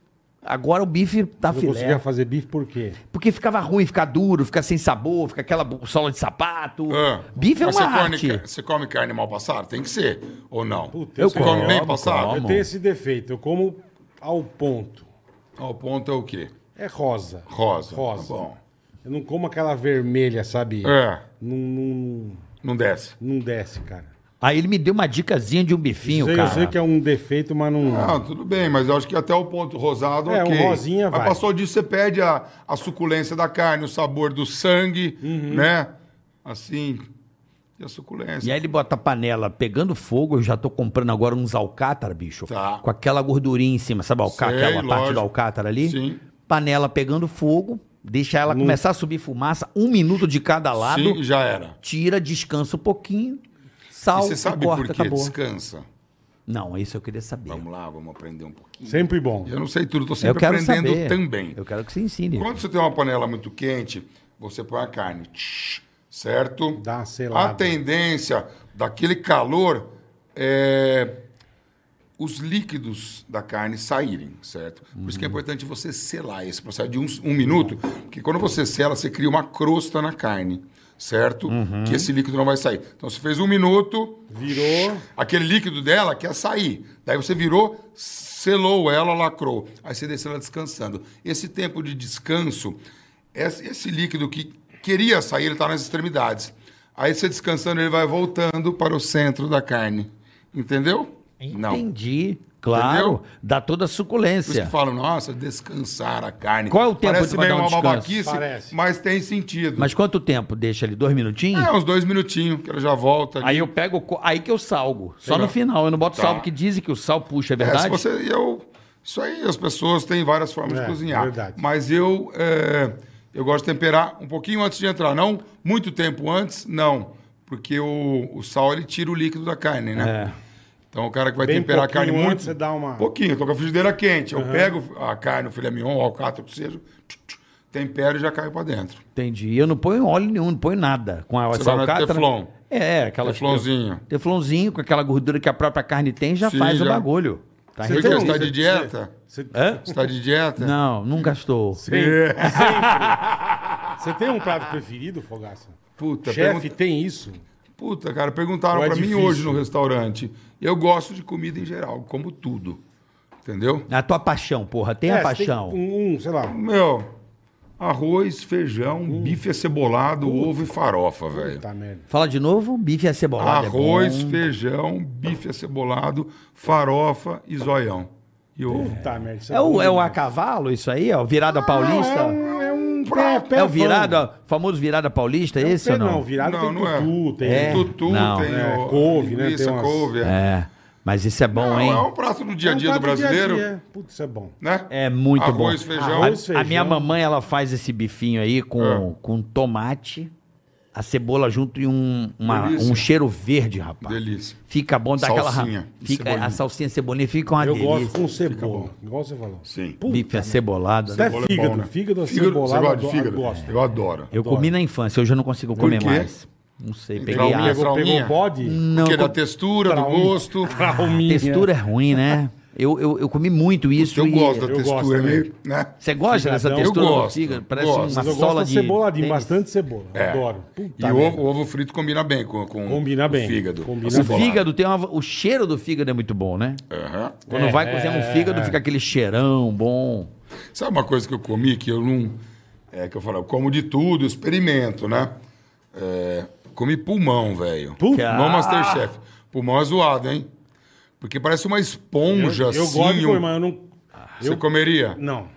Speaker 4: Agora o bife tá
Speaker 3: Não
Speaker 4: filé.
Speaker 3: conseguia fazer bife por quê?
Speaker 4: Porque ficava ruim, fica duro, fica sem sabor, fica aquela bu- sola de sapato.
Speaker 1: Ah,
Speaker 4: Bife é
Speaker 1: mas
Speaker 4: uma
Speaker 1: você come
Speaker 4: arte.
Speaker 1: ca- você come carne mal passada? Tem que ser. Ou não?
Speaker 3: Puta,
Speaker 4: Eu
Speaker 3: eu
Speaker 1: Você come
Speaker 4: como,
Speaker 1: bem passado?
Speaker 4: como.
Speaker 3: Eu tenho esse defeito. Eu como ao ponto.
Speaker 1: Ah, O ponto é o quê?
Speaker 3: É rosa.
Speaker 1: Rosa.
Speaker 3: Rosa.
Speaker 1: Tá bom.
Speaker 3: Eu não como aquela vermelha, sabe?
Speaker 1: É,
Speaker 3: Não, não,
Speaker 1: não desce.
Speaker 3: não desce, cara.
Speaker 4: Aí ele me deu uma dicasinha de um bifinho,
Speaker 3: Eu sei, eu
Speaker 4: cara.
Speaker 3: sei que é um defeito, mas não.
Speaker 1: Ah, tudo bem, mas eu acho que até o ponto rosado,
Speaker 3: É,
Speaker 1: ok.
Speaker 3: um rosinha
Speaker 1: mas
Speaker 3: vai.
Speaker 1: passou disso, você perde a, a suculência da carne, o sabor do sangue,
Speaker 3: Uhum.
Speaker 1: né? Assim, e a
Speaker 4: E
Speaker 1: suculência.
Speaker 4: aí ele bota a panela pegando fogo, eu já tô comprando agora uns alcátara, bicho.
Speaker 1: Tá.
Speaker 4: Com aquela gordurinha em cima, sabe a alcátara,
Speaker 1: Sei,
Speaker 4: aquela parte
Speaker 1: lógico.
Speaker 4: do alcátara ali?
Speaker 1: Sim.
Speaker 4: Panela pegando fogo, deixa ela começar a subir fumaça, um minuto de cada lado,
Speaker 1: Sim, já era.
Speaker 4: tira, descansa um pouquinho,
Speaker 1: E
Speaker 4: sal
Speaker 1: você
Speaker 4: e
Speaker 1: sabe
Speaker 4: corta,
Speaker 1: por quê?
Speaker 4: acabou.
Speaker 1: Descansa.
Speaker 4: Não, é isso eu queria saber.
Speaker 1: Vamos lá, vamos aprender um pouquinho.
Speaker 3: Sempre bom.
Speaker 1: Eu não sei tudo, tô
Speaker 4: eu
Speaker 1: sempre
Speaker 4: quero
Speaker 1: aprendendo
Speaker 4: saber.
Speaker 1: também.
Speaker 4: Eu quero que você ensine.
Speaker 1: Quando você tem uma panela muito quente, você põe a carne, tsh, certo?
Speaker 3: Dá uma selada.
Speaker 1: A tendência daquele calor é os líquidos da carne saírem, certo? Por isso que é importante você selar esse processo de uns- um, minuto, porque quando você sela, você cria uma crosta na carne, certo? Que esse líquido não vai sair. Então, você fez um minuto,
Speaker 3: Virou.
Speaker 1: aquele líquido dela quer sair. Daí você virou, selou ela, lacrou. Aí você desceu ela descansando. Esse tempo de descanso, esse esse líquido que queria sair, ele está nas extremidades. Aí você descansando, ele vai voltando para o centro da carne. Entendeu? Não.
Speaker 4: Entendi. Claro,
Speaker 1: Entendeu?
Speaker 4: dá toda a
Speaker 1: Por isso que
Speaker 4: suculência.
Speaker 1: falam, nossa, descansar a carne.
Speaker 4: Qual é o tempo
Speaker 1: Parece
Speaker 4: pra
Speaker 1: meio
Speaker 4: dar um
Speaker 1: uma
Speaker 4: descanso?
Speaker 1: babaquice,
Speaker 3: Parece.
Speaker 1: mas tem sentido.
Speaker 4: Mas quanto tempo deixa ali? Dois minutinhos?
Speaker 1: É, uns dois minutinhos, que ela já volta. ali.
Speaker 4: Aí eu pego, co- aí que eu salgo. Só
Speaker 1: Legal.
Speaker 4: no final, eu não boto
Speaker 1: Tá.
Speaker 4: sal, porque dizem que o sal puxa, é
Speaker 1: É, se
Speaker 4: verdade?
Speaker 1: você, eu, isso aí, as pessoas têm várias formas
Speaker 3: É,
Speaker 1: de cozinhar.
Speaker 3: verdade.
Speaker 1: Mas eu, é, eu gosto de temperar um pouquinho antes de entrar. Não muito tempo antes, não. Porque o, o sal, ele tira o líquido da carne, né? Então o cara que vai
Speaker 3: É. Bem
Speaker 1: temperar a
Speaker 3: pouquinho
Speaker 1: carne
Speaker 3: antes,
Speaker 1: muito...
Speaker 3: você dá uma-
Speaker 1: Pouquinho, eu tô com a frigideira é quente. Eu pego a carne, o filé mignon, o alcatra, o que seja, tch, tch, tempero e já cai pra dentro.
Speaker 4: Entendi. E Eu não ponho óleo nenhum, não ponho nada. Com a
Speaker 1: Você
Speaker 4: essa
Speaker 1: vai no
Speaker 4: alcatra-
Speaker 1: teflon.
Speaker 4: É, aquela
Speaker 1: Teflonzinho.
Speaker 4: Teflonzinho, com aquela gordura que a própria carne tem, já
Speaker 1: Sim,
Speaker 4: faz o
Speaker 1: já.
Speaker 4: bagulho. Tá
Speaker 1: Você um-
Speaker 4: resolvido.
Speaker 1: está de dieta?
Speaker 3: um Você
Speaker 4: Hã?
Speaker 1: Você tá de dieta?
Speaker 4: Não, nunca estou.
Speaker 3: você tem um prato preferido, Fogaça?
Speaker 1: Puta,
Speaker 3: Chefe,
Speaker 1: pergunta-
Speaker 3: tem isso?
Speaker 1: Puta, cara, perguntaram
Speaker 3: Ou é
Speaker 1: pra mim
Speaker 3: difícil?
Speaker 1: hoje no restaurante. Eu gosto de comida em geral, como tudo. Entendeu?
Speaker 4: A tua paixão, porra, tem
Speaker 3: É,
Speaker 4: a
Speaker 3: você
Speaker 4: paixão.
Speaker 3: tem um, um, sei lá.
Speaker 1: Meu, arroz, feijão, bife acebolado, ovo e farofa, velho.
Speaker 3: Hum. Puta merda.
Speaker 4: Fala de novo, bife acebolado. é
Speaker 1: Arroz,
Speaker 4: bom.
Speaker 1: feijão, bife acebolado, farofa e zoião. E ovo.
Speaker 3: Puta merda. isso
Speaker 4: É o,
Speaker 3: bom
Speaker 4: é o a
Speaker 3: demais.
Speaker 4: cavalo, isso aí? É o virada paulista?
Speaker 3: É um, é um pé, pé É
Speaker 4: É o virada, famoso virada paulista,
Speaker 1: É um
Speaker 4: esse ou
Speaker 3: Não,
Speaker 4: não?
Speaker 3: virado
Speaker 1: Não,
Speaker 3: tem
Speaker 1: não é.
Speaker 3: tutu, tem...
Speaker 4: É.
Speaker 1: Tutu,
Speaker 4: Não.
Speaker 1: tem
Speaker 3: É,
Speaker 1: o,
Speaker 3: couve, né?
Speaker 1: linguiça,
Speaker 3: Tem umas-
Speaker 1: couve. É.
Speaker 4: É, mas isso é bom,
Speaker 1: Não,
Speaker 4: hein?
Speaker 1: é um prato do dia a dia do
Speaker 3: prato dia a
Speaker 1: brasileiro,
Speaker 3: dia. Putz, isso é bom.
Speaker 1: né?
Speaker 4: É muito
Speaker 1: arroz,
Speaker 4: bom.
Speaker 1: Feijão,
Speaker 3: Arroz,
Speaker 4: a, a minha
Speaker 3: feijão.
Speaker 4: mamãe, ela faz esse bifinho aí com,
Speaker 1: Ah.
Speaker 4: com tomate, a cebola junto e um, uma-
Speaker 1: Delícia.
Speaker 4: um cheiro verde, rapaz.
Speaker 1: Delícia.
Speaker 4: Fica bom daquela...
Speaker 1: Salsinha e
Speaker 4: Fica,
Speaker 1: cebolinha.
Speaker 4: a salsinha e cebolinha fica uma
Speaker 3: Eu
Speaker 4: delícia.
Speaker 3: gosto com cebola. Igual você falou.
Speaker 1: Sim.
Speaker 3: Puta,
Speaker 4: Bife acebolado.
Speaker 3: Até
Speaker 1: Cebola é
Speaker 3: fígado.
Speaker 1: bom, né?
Speaker 3: Fígado
Speaker 1: Você
Speaker 3: acebolado.
Speaker 1: gosta
Speaker 3: eu
Speaker 1: de
Speaker 3: adoro-
Speaker 1: fígado?
Speaker 3: Gosto.
Speaker 1: Eu adoro.
Speaker 4: Eu comi na infância, hoje eu não consigo comer
Speaker 1: quê?
Speaker 4: mais. Não sei, peguei
Speaker 1: Trauminha,
Speaker 4: a...
Speaker 1: Trauminha.
Speaker 3: Pegou, pegou bode?
Speaker 4: Não,
Speaker 1: Porque é da
Speaker 4: com-
Speaker 1: textura, do
Speaker 3: Trauminha. [LAUGHS]
Speaker 1: gosto.
Speaker 4: a textura é ruim, né? Eu, eu, eu comi muito isso
Speaker 1: [LAUGHS] Eu
Speaker 4: e-
Speaker 1: gosto da
Speaker 3: um Eu gosto
Speaker 1: textura,
Speaker 3: também. Tá
Speaker 1: meio, né?
Speaker 4: Você gosta dessa
Speaker 3: Cidadão.
Speaker 4: textura
Speaker 1: Eu
Speaker 4: do
Speaker 1: gosto,
Speaker 4: fígado? Parece
Speaker 1: gosto.
Speaker 4: uma
Speaker 3: Mas eu
Speaker 4: sola
Speaker 3: gosto de
Speaker 4: de...
Speaker 3: ceboladinho,
Speaker 4: tênis.
Speaker 3: bastante cebola.
Speaker 1: É.
Speaker 3: Adoro. Puta
Speaker 1: e o um
Speaker 3: merda.
Speaker 1: ovo, o ovo frito combina bem com, com
Speaker 3: Combina
Speaker 1: o
Speaker 3: bem.
Speaker 1: fígado.
Speaker 3: Combina
Speaker 1: Assim,
Speaker 4: O
Speaker 3: Acebolado.
Speaker 4: fígado tem uma... O cheiro do fígado é muito bom, né?
Speaker 1: Aham.
Speaker 4: Quando
Speaker 3: É,
Speaker 4: vai
Speaker 3: é,
Speaker 4: cozinhar
Speaker 3: é,
Speaker 4: um fígado,
Speaker 3: é.
Speaker 4: fica aquele cheirão bom.
Speaker 1: Sabe uma coisa que eu comi que eu não. É que eu falo, eu como de tudo, experimento, né? É, comi pulmão, velho.
Speaker 3: Puta.
Speaker 1: Pulmão Masterchef. Pulmão é zoado, hein? Porque parece uma
Speaker 3: Eu,
Speaker 1: esponja
Speaker 3: eu
Speaker 1: assim.
Speaker 3: gosto de
Speaker 1: um-
Speaker 3: comer, mas eu não...
Speaker 1: Você
Speaker 3: eu-
Speaker 1: comeria?
Speaker 3: Não.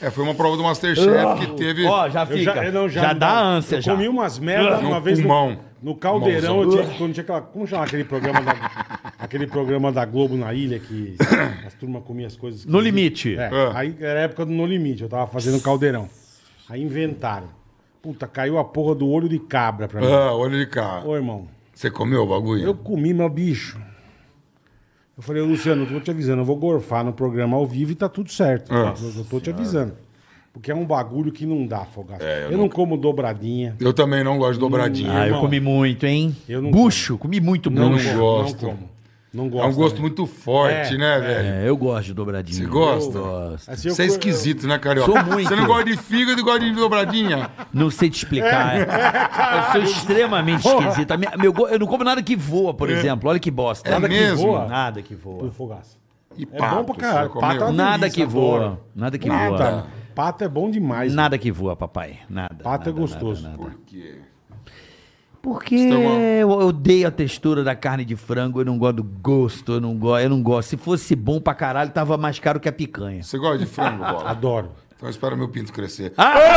Speaker 1: É, foi uma prova do Masterchef que teve.
Speaker 4: Ó, já
Speaker 3: Eu
Speaker 4: fica. Já,
Speaker 3: eu
Speaker 4: dá ânsia
Speaker 3: eu
Speaker 4: já.
Speaker 3: comi um umas merda
Speaker 1: No
Speaker 3: uma vez no,
Speaker 1: pulmão.
Speaker 3: no caldeirão, eu
Speaker 1: Pulmãozão.
Speaker 3: tinha, quando tinha aquela, como chama aquele programa
Speaker 1: [LAUGHS]
Speaker 3: da aquele programa da Globo na ilha que as turmas comiam as coisas
Speaker 4: No
Speaker 3: esquisitas.
Speaker 4: limite.
Speaker 3: É,
Speaker 1: Ah.
Speaker 3: aí era a época do No Limite, eu tava fazendo caldeirão. Aí inventaram. Puta, caiu a porra do olho de cabra pra mim.
Speaker 1: Ah, olha de cá.
Speaker 3: Ô, irmão,
Speaker 1: Você comeu o bagulho?
Speaker 3: eu comi meu bicho. Eu falei, Luciano, eu tô te avisando, eu vou gorfar no programa ao vivo e tá tudo certo.
Speaker 1: Ah.
Speaker 3: eu, eu tô te avisando. Porque é um bagulho que não dá, Fogaça.
Speaker 1: É,
Speaker 3: eu
Speaker 1: eu
Speaker 3: não como dobradinha.
Speaker 1: Eu também não gosto de dobradinha.
Speaker 4: Ah, eu
Speaker 3: Irmão,
Speaker 4: comi muito, hein?
Speaker 3: eu não
Speaker 4: bucho, comi muito
Speaker 1: não
Speaker 4: bucho.
Speaker 1: gosto.
Speaker 3: Não como. Não
Speaker 1: é
Speaker 3: gosto.
Speaker 1: um gosto
Speaker 3: também.
Speaker 1: muito forte,
Speaker 3: né? É,
Speaker 1: né, velho?
Speaker 4: É, eu gosto de dobradinho.
Speaker 1: Você gosta?
Speaker 4: Eu gosto.
Speaker 3: Assim, eu
Speaker 1: Você é
Speaker 3: co-
Speaker 1: esquisito, né, Carioca?
Speaker 4: Sou muito.
Speaker 1: Você não gosta de fígado e gosta de dobradinha?
Speaker 4: Não sei te
Speaker 3: É.
Speaker 4: explicar. [LAUGHS] Eu sou extremamente esquisito. A minha- meu go- eu não como nada que voa, por exemplo. Olha que bosta.
Speaker 1: É
Speaker 4: nada
Speaker 1: mesmo?
Speaker 4: que voa. Nada que
Speaker 3: Eu...
Speaker 4: voa.
Speaker 3: Fogaça.
Speaker 1: E
Speaker 3: É
Speaker 1: pato,
Speaker 3: bom pra caralho.
Speaker 1: você
Speaker 3: Pato é
Speaker 1: comeu?
Speaker 3: uma
Speaker 4: Nada
Speaker 3: delícia,
Speaker 4: que voa.
Speaker 3: adoro.
Speaker 4: Nada que
Speaker 3: Nada.
Speaker 4: voa.
Speaker 3: Pato é bom demais.
Speaker 4: Nada que voa, papai. Nada.
Speaker 3: Pato é
Speaker 4: nada,
Speaker 3: gostoso.
Speaker 4: nada, nada.
Speaker 1: Por quê?
Speaker 4: Porque
Speaker 1: tem uma-
Speaker 4: eu eu odeio a textura da carne de frango, eu não gosto do gosto, eu não gosto, eu não gosto. Se fosse bom pra caralho, tava mais caro que a picanha.
Speaker 1: Você gosta de frango, Bola?
Speaker 3: Adoro.
Speaker 1: Então espera meu pinto crescer.
Speaker 3: Ah,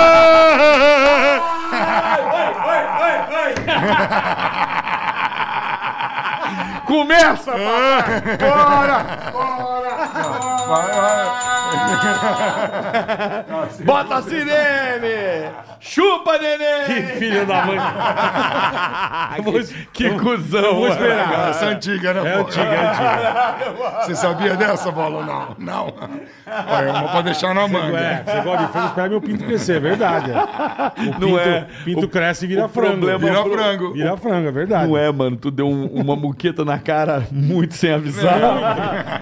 Speaker 5: Começa, papai! Bora!
Speaker 4: Bota a sirene! Chupa, neném!
Speaker 3: Filho da mãe. Eu vou-
Speaker 4: Que cuzão!
Speaker 3: vou esperar.
Speaker 1: Ah, essa é antiga, né,
Speaker 3: É
Speaker 1: Bola?
Speaker 3: antiga, é antiga.
Speaker 1: [LAUGHS] Você sabia dessa, Bola? Não, não. Olha, é uma pra deixar na manga.
Speaker 3: É, você gosta de frango, espera meu pinto crescer, é verdade. é. O pinto,
Speaker 4: é.
Speaker 3: pinto cresce e vira frango.
Speaker 1: Vira frango.
Speaker 3: Vira frango, é verdade.
Speaker 4: Não é, mano, tu deu um- uma muqueta na cara muito sem avisar.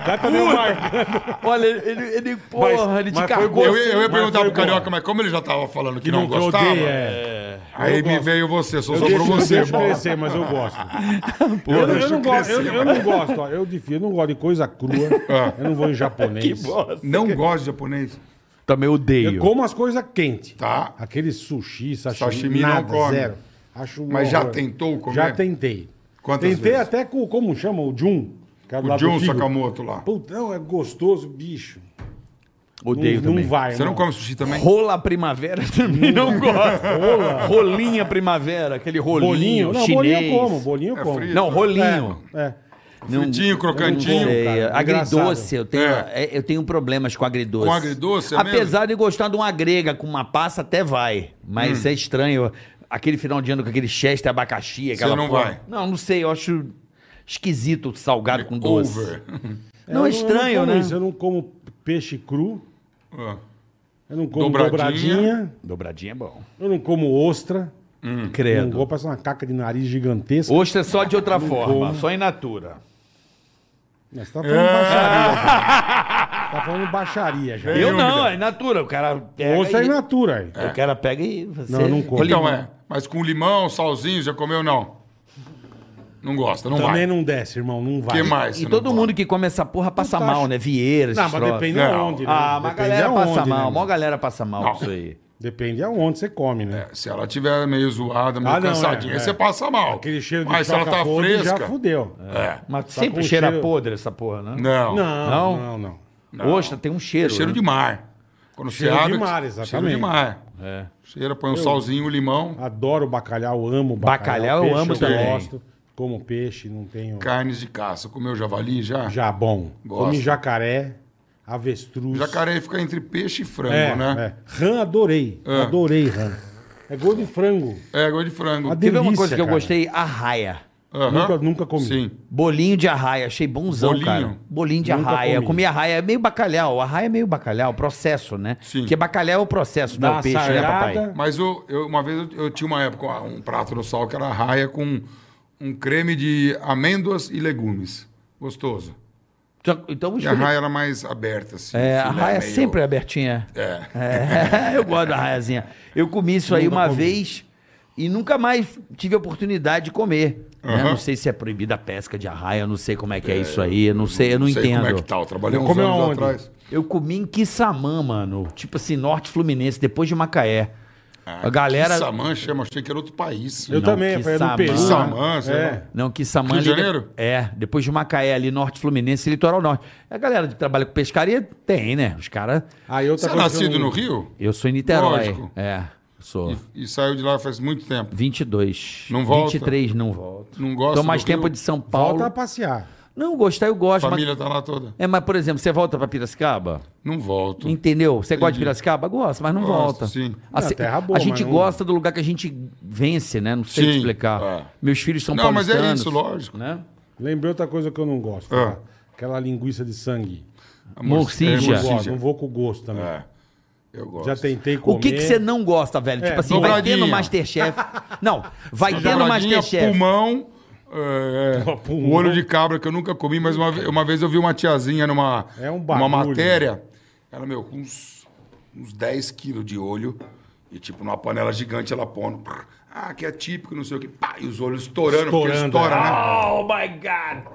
Speaker 3: Já tá meio marcando.
Speaker 4: Olha, ele, ele porra,
Speaker 3: Mas-
Speaker 4: ele te
Speaker 3: mas foi
Speaker 4: cargou.
Speaker 3: bom.
Speaker 1: Eu, ia- eu ia
Speaker 3: Mas
Speaker 1: perguntar
Speaker 3: foi
Speaker 1: pro Carioca,
Speaker 3: boa.
Speaker 1: mas como ele já tava falando que,
Speaker 3: Que
Speaker 1: não
Speaker 3: é não que eu
Speaker 1: gostava,
Speaker 3: odeio, é.
Speaker 1: aí
Speaker 3: Eu
Speaker 1: me
Speaker 3: gosto.
Speaker 1: veio você, só
Speaker 3: Eu
Speaker 1: sobrou
Speaker 3: deixo, eu
Speaker 1: você,
Speaker 3: deixo
Speaker 1: Bola.
Speaker 3: crescer, mas eu
Speaker 1: [LAUGHS]
Speaker 3: gosto.
Speaker 4: Porra,
Speaker 3: eu, não- eu
Speaker 1: deixa
Speaker 3: não gosto, eu,
Speaker 1: crescer, Ah.
Speaker 3: eu não gosto, ó, eu, defino, eu não gosto de coisa crua, eu não
Speaker 1: [LAUGHS]
Speaker 3: vou em japonês.
Speaker 1: Não gosta de japonês?
Speaker 4: Também
Speaker 3: Eu
Speaker 4: odeio.
Speaker 3: como as coisas quentes.
Speaker 1: Tá.
Speaker 3: Aquele sushi, sashimi,
Speaker 1: Sashimi não
Speaker 3: nada,
Speaker 1: come.
Speaker 3: zero. Acho um
Speaker 1: Mas já
Speaker 3: horror.
Speaker 1: tentou comer?
Speaker 3: Já tentei.
Speaker 1: Quantas
Speaker 3: tentei
Speaker 1: vezes?
Speaker 3: até com, como chama? O Jun. que é do
Speaker 1: O
Speaker 3: lado do
Speaker 1: John
Speaker 3: figo.
Speaker 1: Sakamoto lá.
Speaker 3: Putão, é gostoso, bicho.
Speaker 4: Odeio
Speaker 3: não,
Speaker 4: também.
Speaker 3: não vai, né?
Speaker 1: Você não
Speaker 3: irmão.
Speaker 1: come sushi também?
Speaker 4: Rola primavera também não gosto. Rolinha primavera, aquele rolinho,
Speaker 3: bolinho. Não,
Speaker 4: chinês.
Speaker 3: bolinho eu como, bolinho eu
Speaker 1: É
Speaker 3: como.
Speaker 1: frito.
Speaker 4: Não, rolinho.
Speaker 3: É.
Speaker 4: Não-
Speaker 1: Fritinho, crocantinho.
Speaker 4: não sei,
Speaker 3: cara,
Speaker 4: agridoce,
Speaker 3: engraçado.
Speaker 4: eu tenho,
Speaker 1: É.
Speaker 4: é, eu tenho problemas com agridoce.
Speaker 1: Com agridoce, é
Speaker 4: Apesar de gostar de uma grega com uma passa, até vai.
Speaker 1: Hum.
Speaker 4: Mas é estranho. Aquele final de ano com aquele chester abacaxi, aquela
Speaker 1: não
Speaker 4: porra.
Speaker 1: vai?
Speaker 4: Não, não sei, eu acho esquisito o salgado com doce.
Speaker 1: Over.
Speaker 4: Não é
Speaker 3: Eu eu
Speaker 4: estranho,
Speaker 3: como
Speaker 4: né?
Speaker 3: isso, eu não como peixe cru,
Speaker 1: Ah.
Speaker 3: eu não como dobradinha,
Speaker 1: Dobradinha.
Speaker 4: Dobradinha é bom.
Speaker 3: eu não como ostra.
Speaker 1: Hum.
Speaker 3: Não
Speaker 4: Credo.
Speaker 3: vou passar uma caca de nariz gigantesca.
Speaker 4: Ostra é só de outra
Speaker 1: Hum.
Speaker 4: forma,
Speaker 3: como.
Speaker 4: só in natura.
Speaker 3: Mas tá falando
Speaker 1: [LAUGHS]
Speaker 3: baixaria. cara. tá falando baixaria já.
Speaker 4: Eu
Speaker 1: Sem
Speaker 4: não,
Speaker 1: dúvida.
Speaker 4: é in natura. O cara pega.
Speaker 3: Ostra é
Speaker 4: e-
Speaker 3: in natura aí.
Speaker 4: O cara pega e você.
Speaker 3: Não, eu não como.
Speaker 1: Então é, mas com limão, salzinho, já comeu não? Não gosta, não
Speaker 3: Também
Speaker 1: vai.
Speaker 3: não desce, irmão, não vai.
Speaker 1: que mais?
Speaker 4: E
Speaker 1: você
Speaker 4: todo
Speaker 1: ah, não
Speaker 4: mundo
Speaker 1: come?
Speaker 4: que come essa porra passa
Speaker 3: Não tá
Speaker 4: mal,
Speaker 3: ach-
Speaker 4: né? Vieira,
Speaker 3: Não,
Speaker 4: esses
Speaker 3: mas
Speaker 4: troços.
Speaker 3: depende
Speaker 1: Não.
Speaker 3: aonde, né?
Speaker 4: Ah, mas a
Speaker 3: Depende
Speaker 4: galera
Speaker 3: aonde,
Speaker 4: passa
Speaker 3: né,
Speaker 4: mal,
Speaker 3: irmão?
Speaker 4: a maior galera passa mal com isso aí.
Speaker 3: Depende aonde você come, né?
Speaker 1: Se ela tiver meio zoada, meio
Speaker 3: Ah, não,
Speaker 1: cansadinha,
Speaker 3: é, é.
Speaker 1: você passa mal.
Speaker 3: Aquele cheiro de
Speaker 1: Mas se ela
Speaker 3: choca
Speaker 1: tá
Speaker 3: podre
Speaker 1: fresca.
Speaker 3: já fudeu.
Speaker 1: É.
Speaker 4: Mas
Speaker 3: Tá
Speaker 4: sempre
Speaker 3: com
Speaker 4: cheira
Speaker 3: cheiro-
Speaker 4: podre essa porra, né?
Speaker 1: Não.
Speaker 3: Não,
Speaker 4: Não?
Speaker 3: não, não.
Speaker 4: Ostra tem um cheiro.
Speaker 1: Cheiro
Speaker 4: né?
Speaker 1: de mar. Quando
Speaker 3: Cheiro
Speaker 1: você
Speaker 3: de
Speaker 1: abre.
Speaker 3: mar,
Speaker 1: Cheiro
Speaker 3: exatamente.
Speaker 1: de mar.
Speaker 4: É.
Speaker 1: Cheira, põe um salzinho, limão,
Speaker 3: Adoro bacalhau, amo bacalhau.
Speaker 4: Bacalhau eu
Speaker 3: Peixe
Speaker 4: amo também.
Speaker 3: Gosto, como peixe, não tenho.
Speaker 1: carnes de caça. Comeu javali já?
Speaker 3: Já bom.
Speaker 1: Gosto.
Speaker 3: Come jacaré, avestruz.
Speaker 1: Jacaré fica entre peixe e frango,
Speaker 3: é,
Speaker 1: né?
Speaker 3: é. Rã adorei.
Speaker 1: É.
Speaker 3: Adorei rã. É gordo de frango.
Speaker 1: É, gosto de frango.
Speaker 3: Uma
Speaker 4: Teve uma
Speaker 3: delícia,
Speaker 4: coisa que eu
Speaker 3: cara.
Speaker 4: gostei, arraia.
Speaker 1: Aham.
Speaker 3: Nunca- nunca comi.
Speaker 1: Sim.
Speaker 4: Bolinho de arraia, achei bonzão,
Speaker 1: Bolinho?
Speaker 4: cara. Bolinho de
Speaker 3: Nunca
Speaker 4: arraia.
Speaker 3: comi.
Speaker 4: Comi. arraia, é meio bacalhau. Arraia é meio bacalhau, processo, né?
Speaker 1: Sim.
Speaker 4: Porque bacalhau é o processo, não é
Speaker 3: Dá
Speaker 4: o peixe, né, papai?
Speaker 3: sarada.
Speaker 1: Mas eu, eu- uma vez eu, eu tinha uma época, um prato no sal que era raia com um creme de amêndoas e legumes. Gostoso.
Speaker 4: Então, então
Speaker 1: E a raia era mais aberta, assim.
Speaker 4: É, a
Speaker 1: filé
Speaker 4: raia
Speaker 1: meio-
Speaker 4: sempre é abertinha.
Speaker 1: É.
Speaker 4: É, [LAUGHS] eu gosto da raiazinha. Eu comi isso aí uma vez e nunca mais tive a oportunidade de comer. né?
Speaker 1: Aham.
Speaker 4: Não sei se é proibida a pesca de arraia, eu não sei como é que é, isso aí, eu não sei, eu não,
Speaker 1: sei
Speaker 4: entendo.
Speaker 1: como é que tá. Eu trabalhei uns
Speaker 3: Comeu
Speaker 1: anos
Speaker 3: aonde?
Speaker 1: atrás.
Speaker 4: Eu comi em Quissamã, mano. Tipo assim, norte fluminense, depois de Macaé.
Speaker 1: Ah,
Speaker 4: a galera.
Speaker 1: Kissamã chama, achei que era outro país.
Speaker 3: Eu
Speaker 4: Não,
Speaker 3: também,
Speaker 4: que
Speaker 3: foi do
Speaker 4: samã.
Speaker 3: Peru. né?
Speaker 1: Samã, sei
Speaker 3: é.
Speaker 1: lá.
Speaker 4: Não, que Samã.
Speaker 1: Rio de
Speaker 4: ali-
Speaker 1: Janeiro?
Speaker 4: É, depois de Macaé, ali, norte fluminense, litoral norte. A galera que trabalha com pescaria tem, né? Os caras.
Speaker 3: Aí outra
Speaker 1: Você é
Speaker 3: coisa que eu
Speaker 1: nascido
Speaker 3: não-
Speaker 1: no Rio?
Speaker 4: Eu sou em Niterói.
Speaker 1: Lógico.
Speaker 4: É, sou.
Speaker 1: E saiu de lá faz muito tempo.
Speaker 4: 22.
Speaker 1: Não volta?
Speaker 4: 23, não volto.
Speaker 1: Não gosta
Speaker 4: Tô mais
Speaker 1: do
Speaker 4: tempo
Speaker 1: Rio?
Speaker 4: de São Paulo.
Speaker 3: Volta a passear.
Speaker 4: Não, gostar eu gosto.
Speaker 1: A
Speaker 4: mas-
Speaker 1: família tá lá toda.
Speaker 4: É, mas, por exemplo, você volta pra Piracicaba?
Speaker 1: Não volto.
Speaker 4: Entendeu? Você gosta de
Speaker 1: Entendi.
Speaker 4: Piracicaba? Gosto, mas não
Speaker 1: Gosto,
Speaker 4: volta.
Speaker 1: sim.
Speaker 4: A,
Speaker 3: Não,
Speaker 4: se-
Speaker 3: Ah, terra boa,
Speaker 4: a gente
Speaker 3: mas não-
Speaker 4: gosta do lugar que a gente vence, né? Não sei
Speaker 1: Sim,
Speaker 4: te explicar.
Speaker 1: é.
Speaker 4: Meus filhos são
Speaker 1: Não, mas é
Speaker 4: paulistanos,
Speaker 1: isso, lógico.
Speaker 4: Né?
Speaker 3: Lembrei outra coisa que eu não gosto.
Speaker 1: Ah.
Speaker 3: tá? Aquela linguiça de sangue.
Speaker 1: Amor-
Speaker 4: Morcija.
Speaker 1: é,
Speaker 3: Não gosto,
Speaker 1: morcija.
Speaker 3: não vou com gosto também.
Speaker 1: É, eu gosto.
Speaker 3: Já tentei comer.
Speaker 4: O que que você não gosta, velho?
Speaker 3: É,
Speaker 4: tipo assim, vai ter no
Speaker 1: dobradinha.
Speaker 4: Masterchef. Não, vai ter no
Speaker 1: Dobradinha,
Speaker 4: Masterchef.
Speaker 1: pulmão, é, é,
Speaker 3: Pulmão.
Speaker 1: o olho de cabra que eu nunca comi, mas uma, ve- uma vez eu vi uma tiazinha numa
Speaker 3: É um bagulho.
Speaker 1: uma matéria, ela, meu, com uns, uns 10 quilos de olho, e tipo, numa panela gigante ela pondo, prr, ah, que é típico, não sei o que, pá, e os olhos estourando,
Speaker 3: Estourando,
Speaker 1: porque estoura,
Speaker 3: é.
Speaker 1: né?
Speaker 4: Oh my God!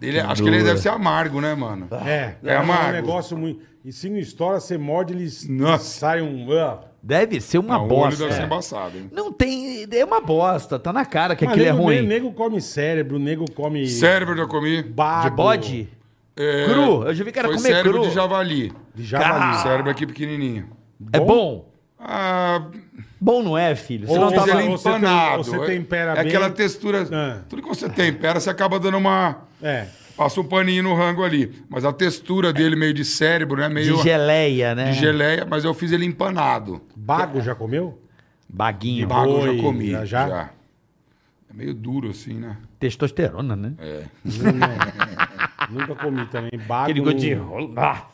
Speaker 1: Ele, acho que ele deve ser amargo, né, mano?
Speaker 3: É,
Speaker 1: É amargo.
Speaker 3: um negócio muito. E se não estoura, você morde, eles
Speaker 1: Nossa.
Speaker 3: sai um. Ah,
Speaker 4: Deve ser uma
Speaker 1: Ah, o olho
Speaker 4: bosta.
Speaker 1: deve ser
Speaker 4: É.
Speaker 1: embaçado, hein?
Speaker 4: Não tem. É uma bosta. Tá na cara que
Speaker 3: mas
Speaker 4: aquilo é
Speaker 3: nego-
Speaker 4: ruim.
Speaker 3: Nego come cérebro, nego come.
Speaker 1: Cérebro eu já comi.
Speaker 3: bago,
Speaker 4: De bode?
Speaker 1: É,
Speaker 4: Cru? Eu já vi cara
Speaker 1: foi
Speaker 4: comer
Speaker 1: cérebro
Speaker 4: cru.
Speaker 1: de javali.
Speaker 3: De javali.
Speaker 1: Cérebro aqui pequenininho.
Speaker 4: É bom?
Speaker 1: Ah,
Speaker 4: Bom não é, filho. Você
Speaker 3: Ou
Speaker 4: não
Speaker 1: Mas
Speaker 3: você
Speaker 4: tava...
Speaker 1: ele é
Speaker 3: ou você tem-
Speaker 1: empanado.
Speaker 3: ou você tempera
Speaker 1: é
Speaker 3: bem.
Speaker 1: aquela textura.
Speaker 3: Ah.
Speaker 1: Tudo que você tempera, você acaba dando uma.
Speaker 3: É.
Speaker 1: Passa um paninho no rango ali. Mas a textura dele, meio de cérebro, né? Meio
Speaker 4: De geleia, né?
Speaker 1: de geleia, mas eu fiz ele empanado.
Speaker 3: Bago já comeu?
Speaker 4: [LAUGHS] Baguinho.
Speaker 3: Ba-
Speaker 1: Bago eu
Speaker 3: Oi,
Speaker 1: já comi.
Speaker 3: já,
Speaker 1: Já,
Speaker 3: já?
Speaker 1: É meio duro assim, né?
Speaker 4: Testosterona, né?
Speaker 1: É.
Speaker 3: Nunca comi também. Bago.
Speaker 4: Aquele
Speaker 3: não-
Speaker 4: gosto de rolo. Ah,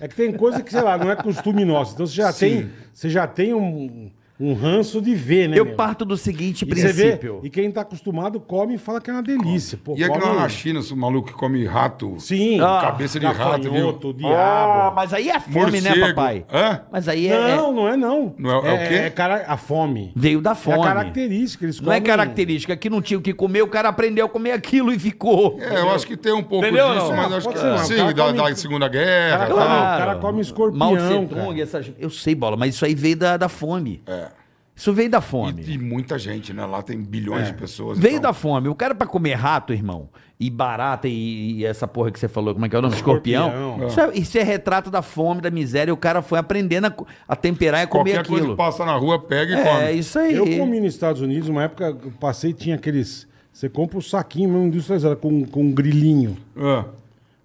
Speaker 3: É que tem coisa que, sei lá, não é costume nosso. Então você já
Speaker 1: Sim.
Speaker 3: tem, você já tem um, um ranço de ver, né?
Speaker 4: Eu
Speaker 3: meu?
Speaker 4: parto do seguinte
Speaker 3: e você vê,
Speaker 4: princípio.
Speaker 3: E quem tá acostumado come e fala que é uma delícia. Pô,
Speaker 1: E aquela
Speaker 3: come-
Speaker 1: na China, esse maluco que come rato.
Speaker 3: Sim.
Speaker 4: Ah,
Speaker 1: cabeça de rato,
Speaker 3: gafanhoto,
Speaker 1: viu?
Speaker 4: Ah,
Speaker 3: diabo.
Speaker 4: mas aí é fome,
Speaker 1: Morcego.
Speaker 4: né, papai?
Speaker 1: Hã?
Speaker 4: Mas aí é. é-
Speaker 3: Não, não é não.
Speaker 1: Não é- é o quê?
Speaker 3: cara- a fome.
Speaker 4: Veio da fome.
Speaker 3: É a característica. Eles
Speaker 4: Não é
Speaker 3: comem-
Speaker 4: característica. Aqui não tinha o que comer, o cara aprendeu a comer aquilo e ficou.
Speaker 1: É, eu acho que tem um pouco
Speaker 4: Entendeu,
Speaker 1: disso,
Speaker 4: não?
Speaker 1: mas
Speaker 3: Não,
Speaker 1: acho que.
Speaker 3: pode ser, não. O cara
Speaker 1: Sim, da,
Speaker 3: come-
Speaker 1: da Segunda Guerra.
Speaker 3: Cara,
Speaker 1: tal.
Speaker 3: come- o cara come escorpião,
Speaker 4: Mao Tse Tung,
Speaker 3: cara.
Speaker 4: essas- Eu sei, bola, mas isso aí veio da, da fome.
Speaker 1: É.
Speaker 4: Isso veio da fome.
Speaker 1: E, e muita gente, né? Lá tem bilhões
Speaker 3: É.
Speaker 1: de pessoas.
Speaker 4: Veio
Speaker 1: então-
Speaker 4: da fome. O cara pra comer rato, irmão, e barata e, e essa porra que você falou, como é que é o nome? Escorpião.
Speaker 3: Escorpião.
Speaker 4: Isso, é, isso é retrato da fome, da miséria. E o cara foi aprendendo a, co- a temperar e a comer
Speaker 1: Qualquer coisa
Speaker 4: aquilo.
Speaker 1: que passa na rua, pega e come.
Speaker 4: é, isso aí.
Speaker 3: Eu comi nos Estados Unidos, uma época eu passei tinha aqueles... Você compra um saquinho mesmo industrializado com, com um grilhinho.
Speaker 1: Ah.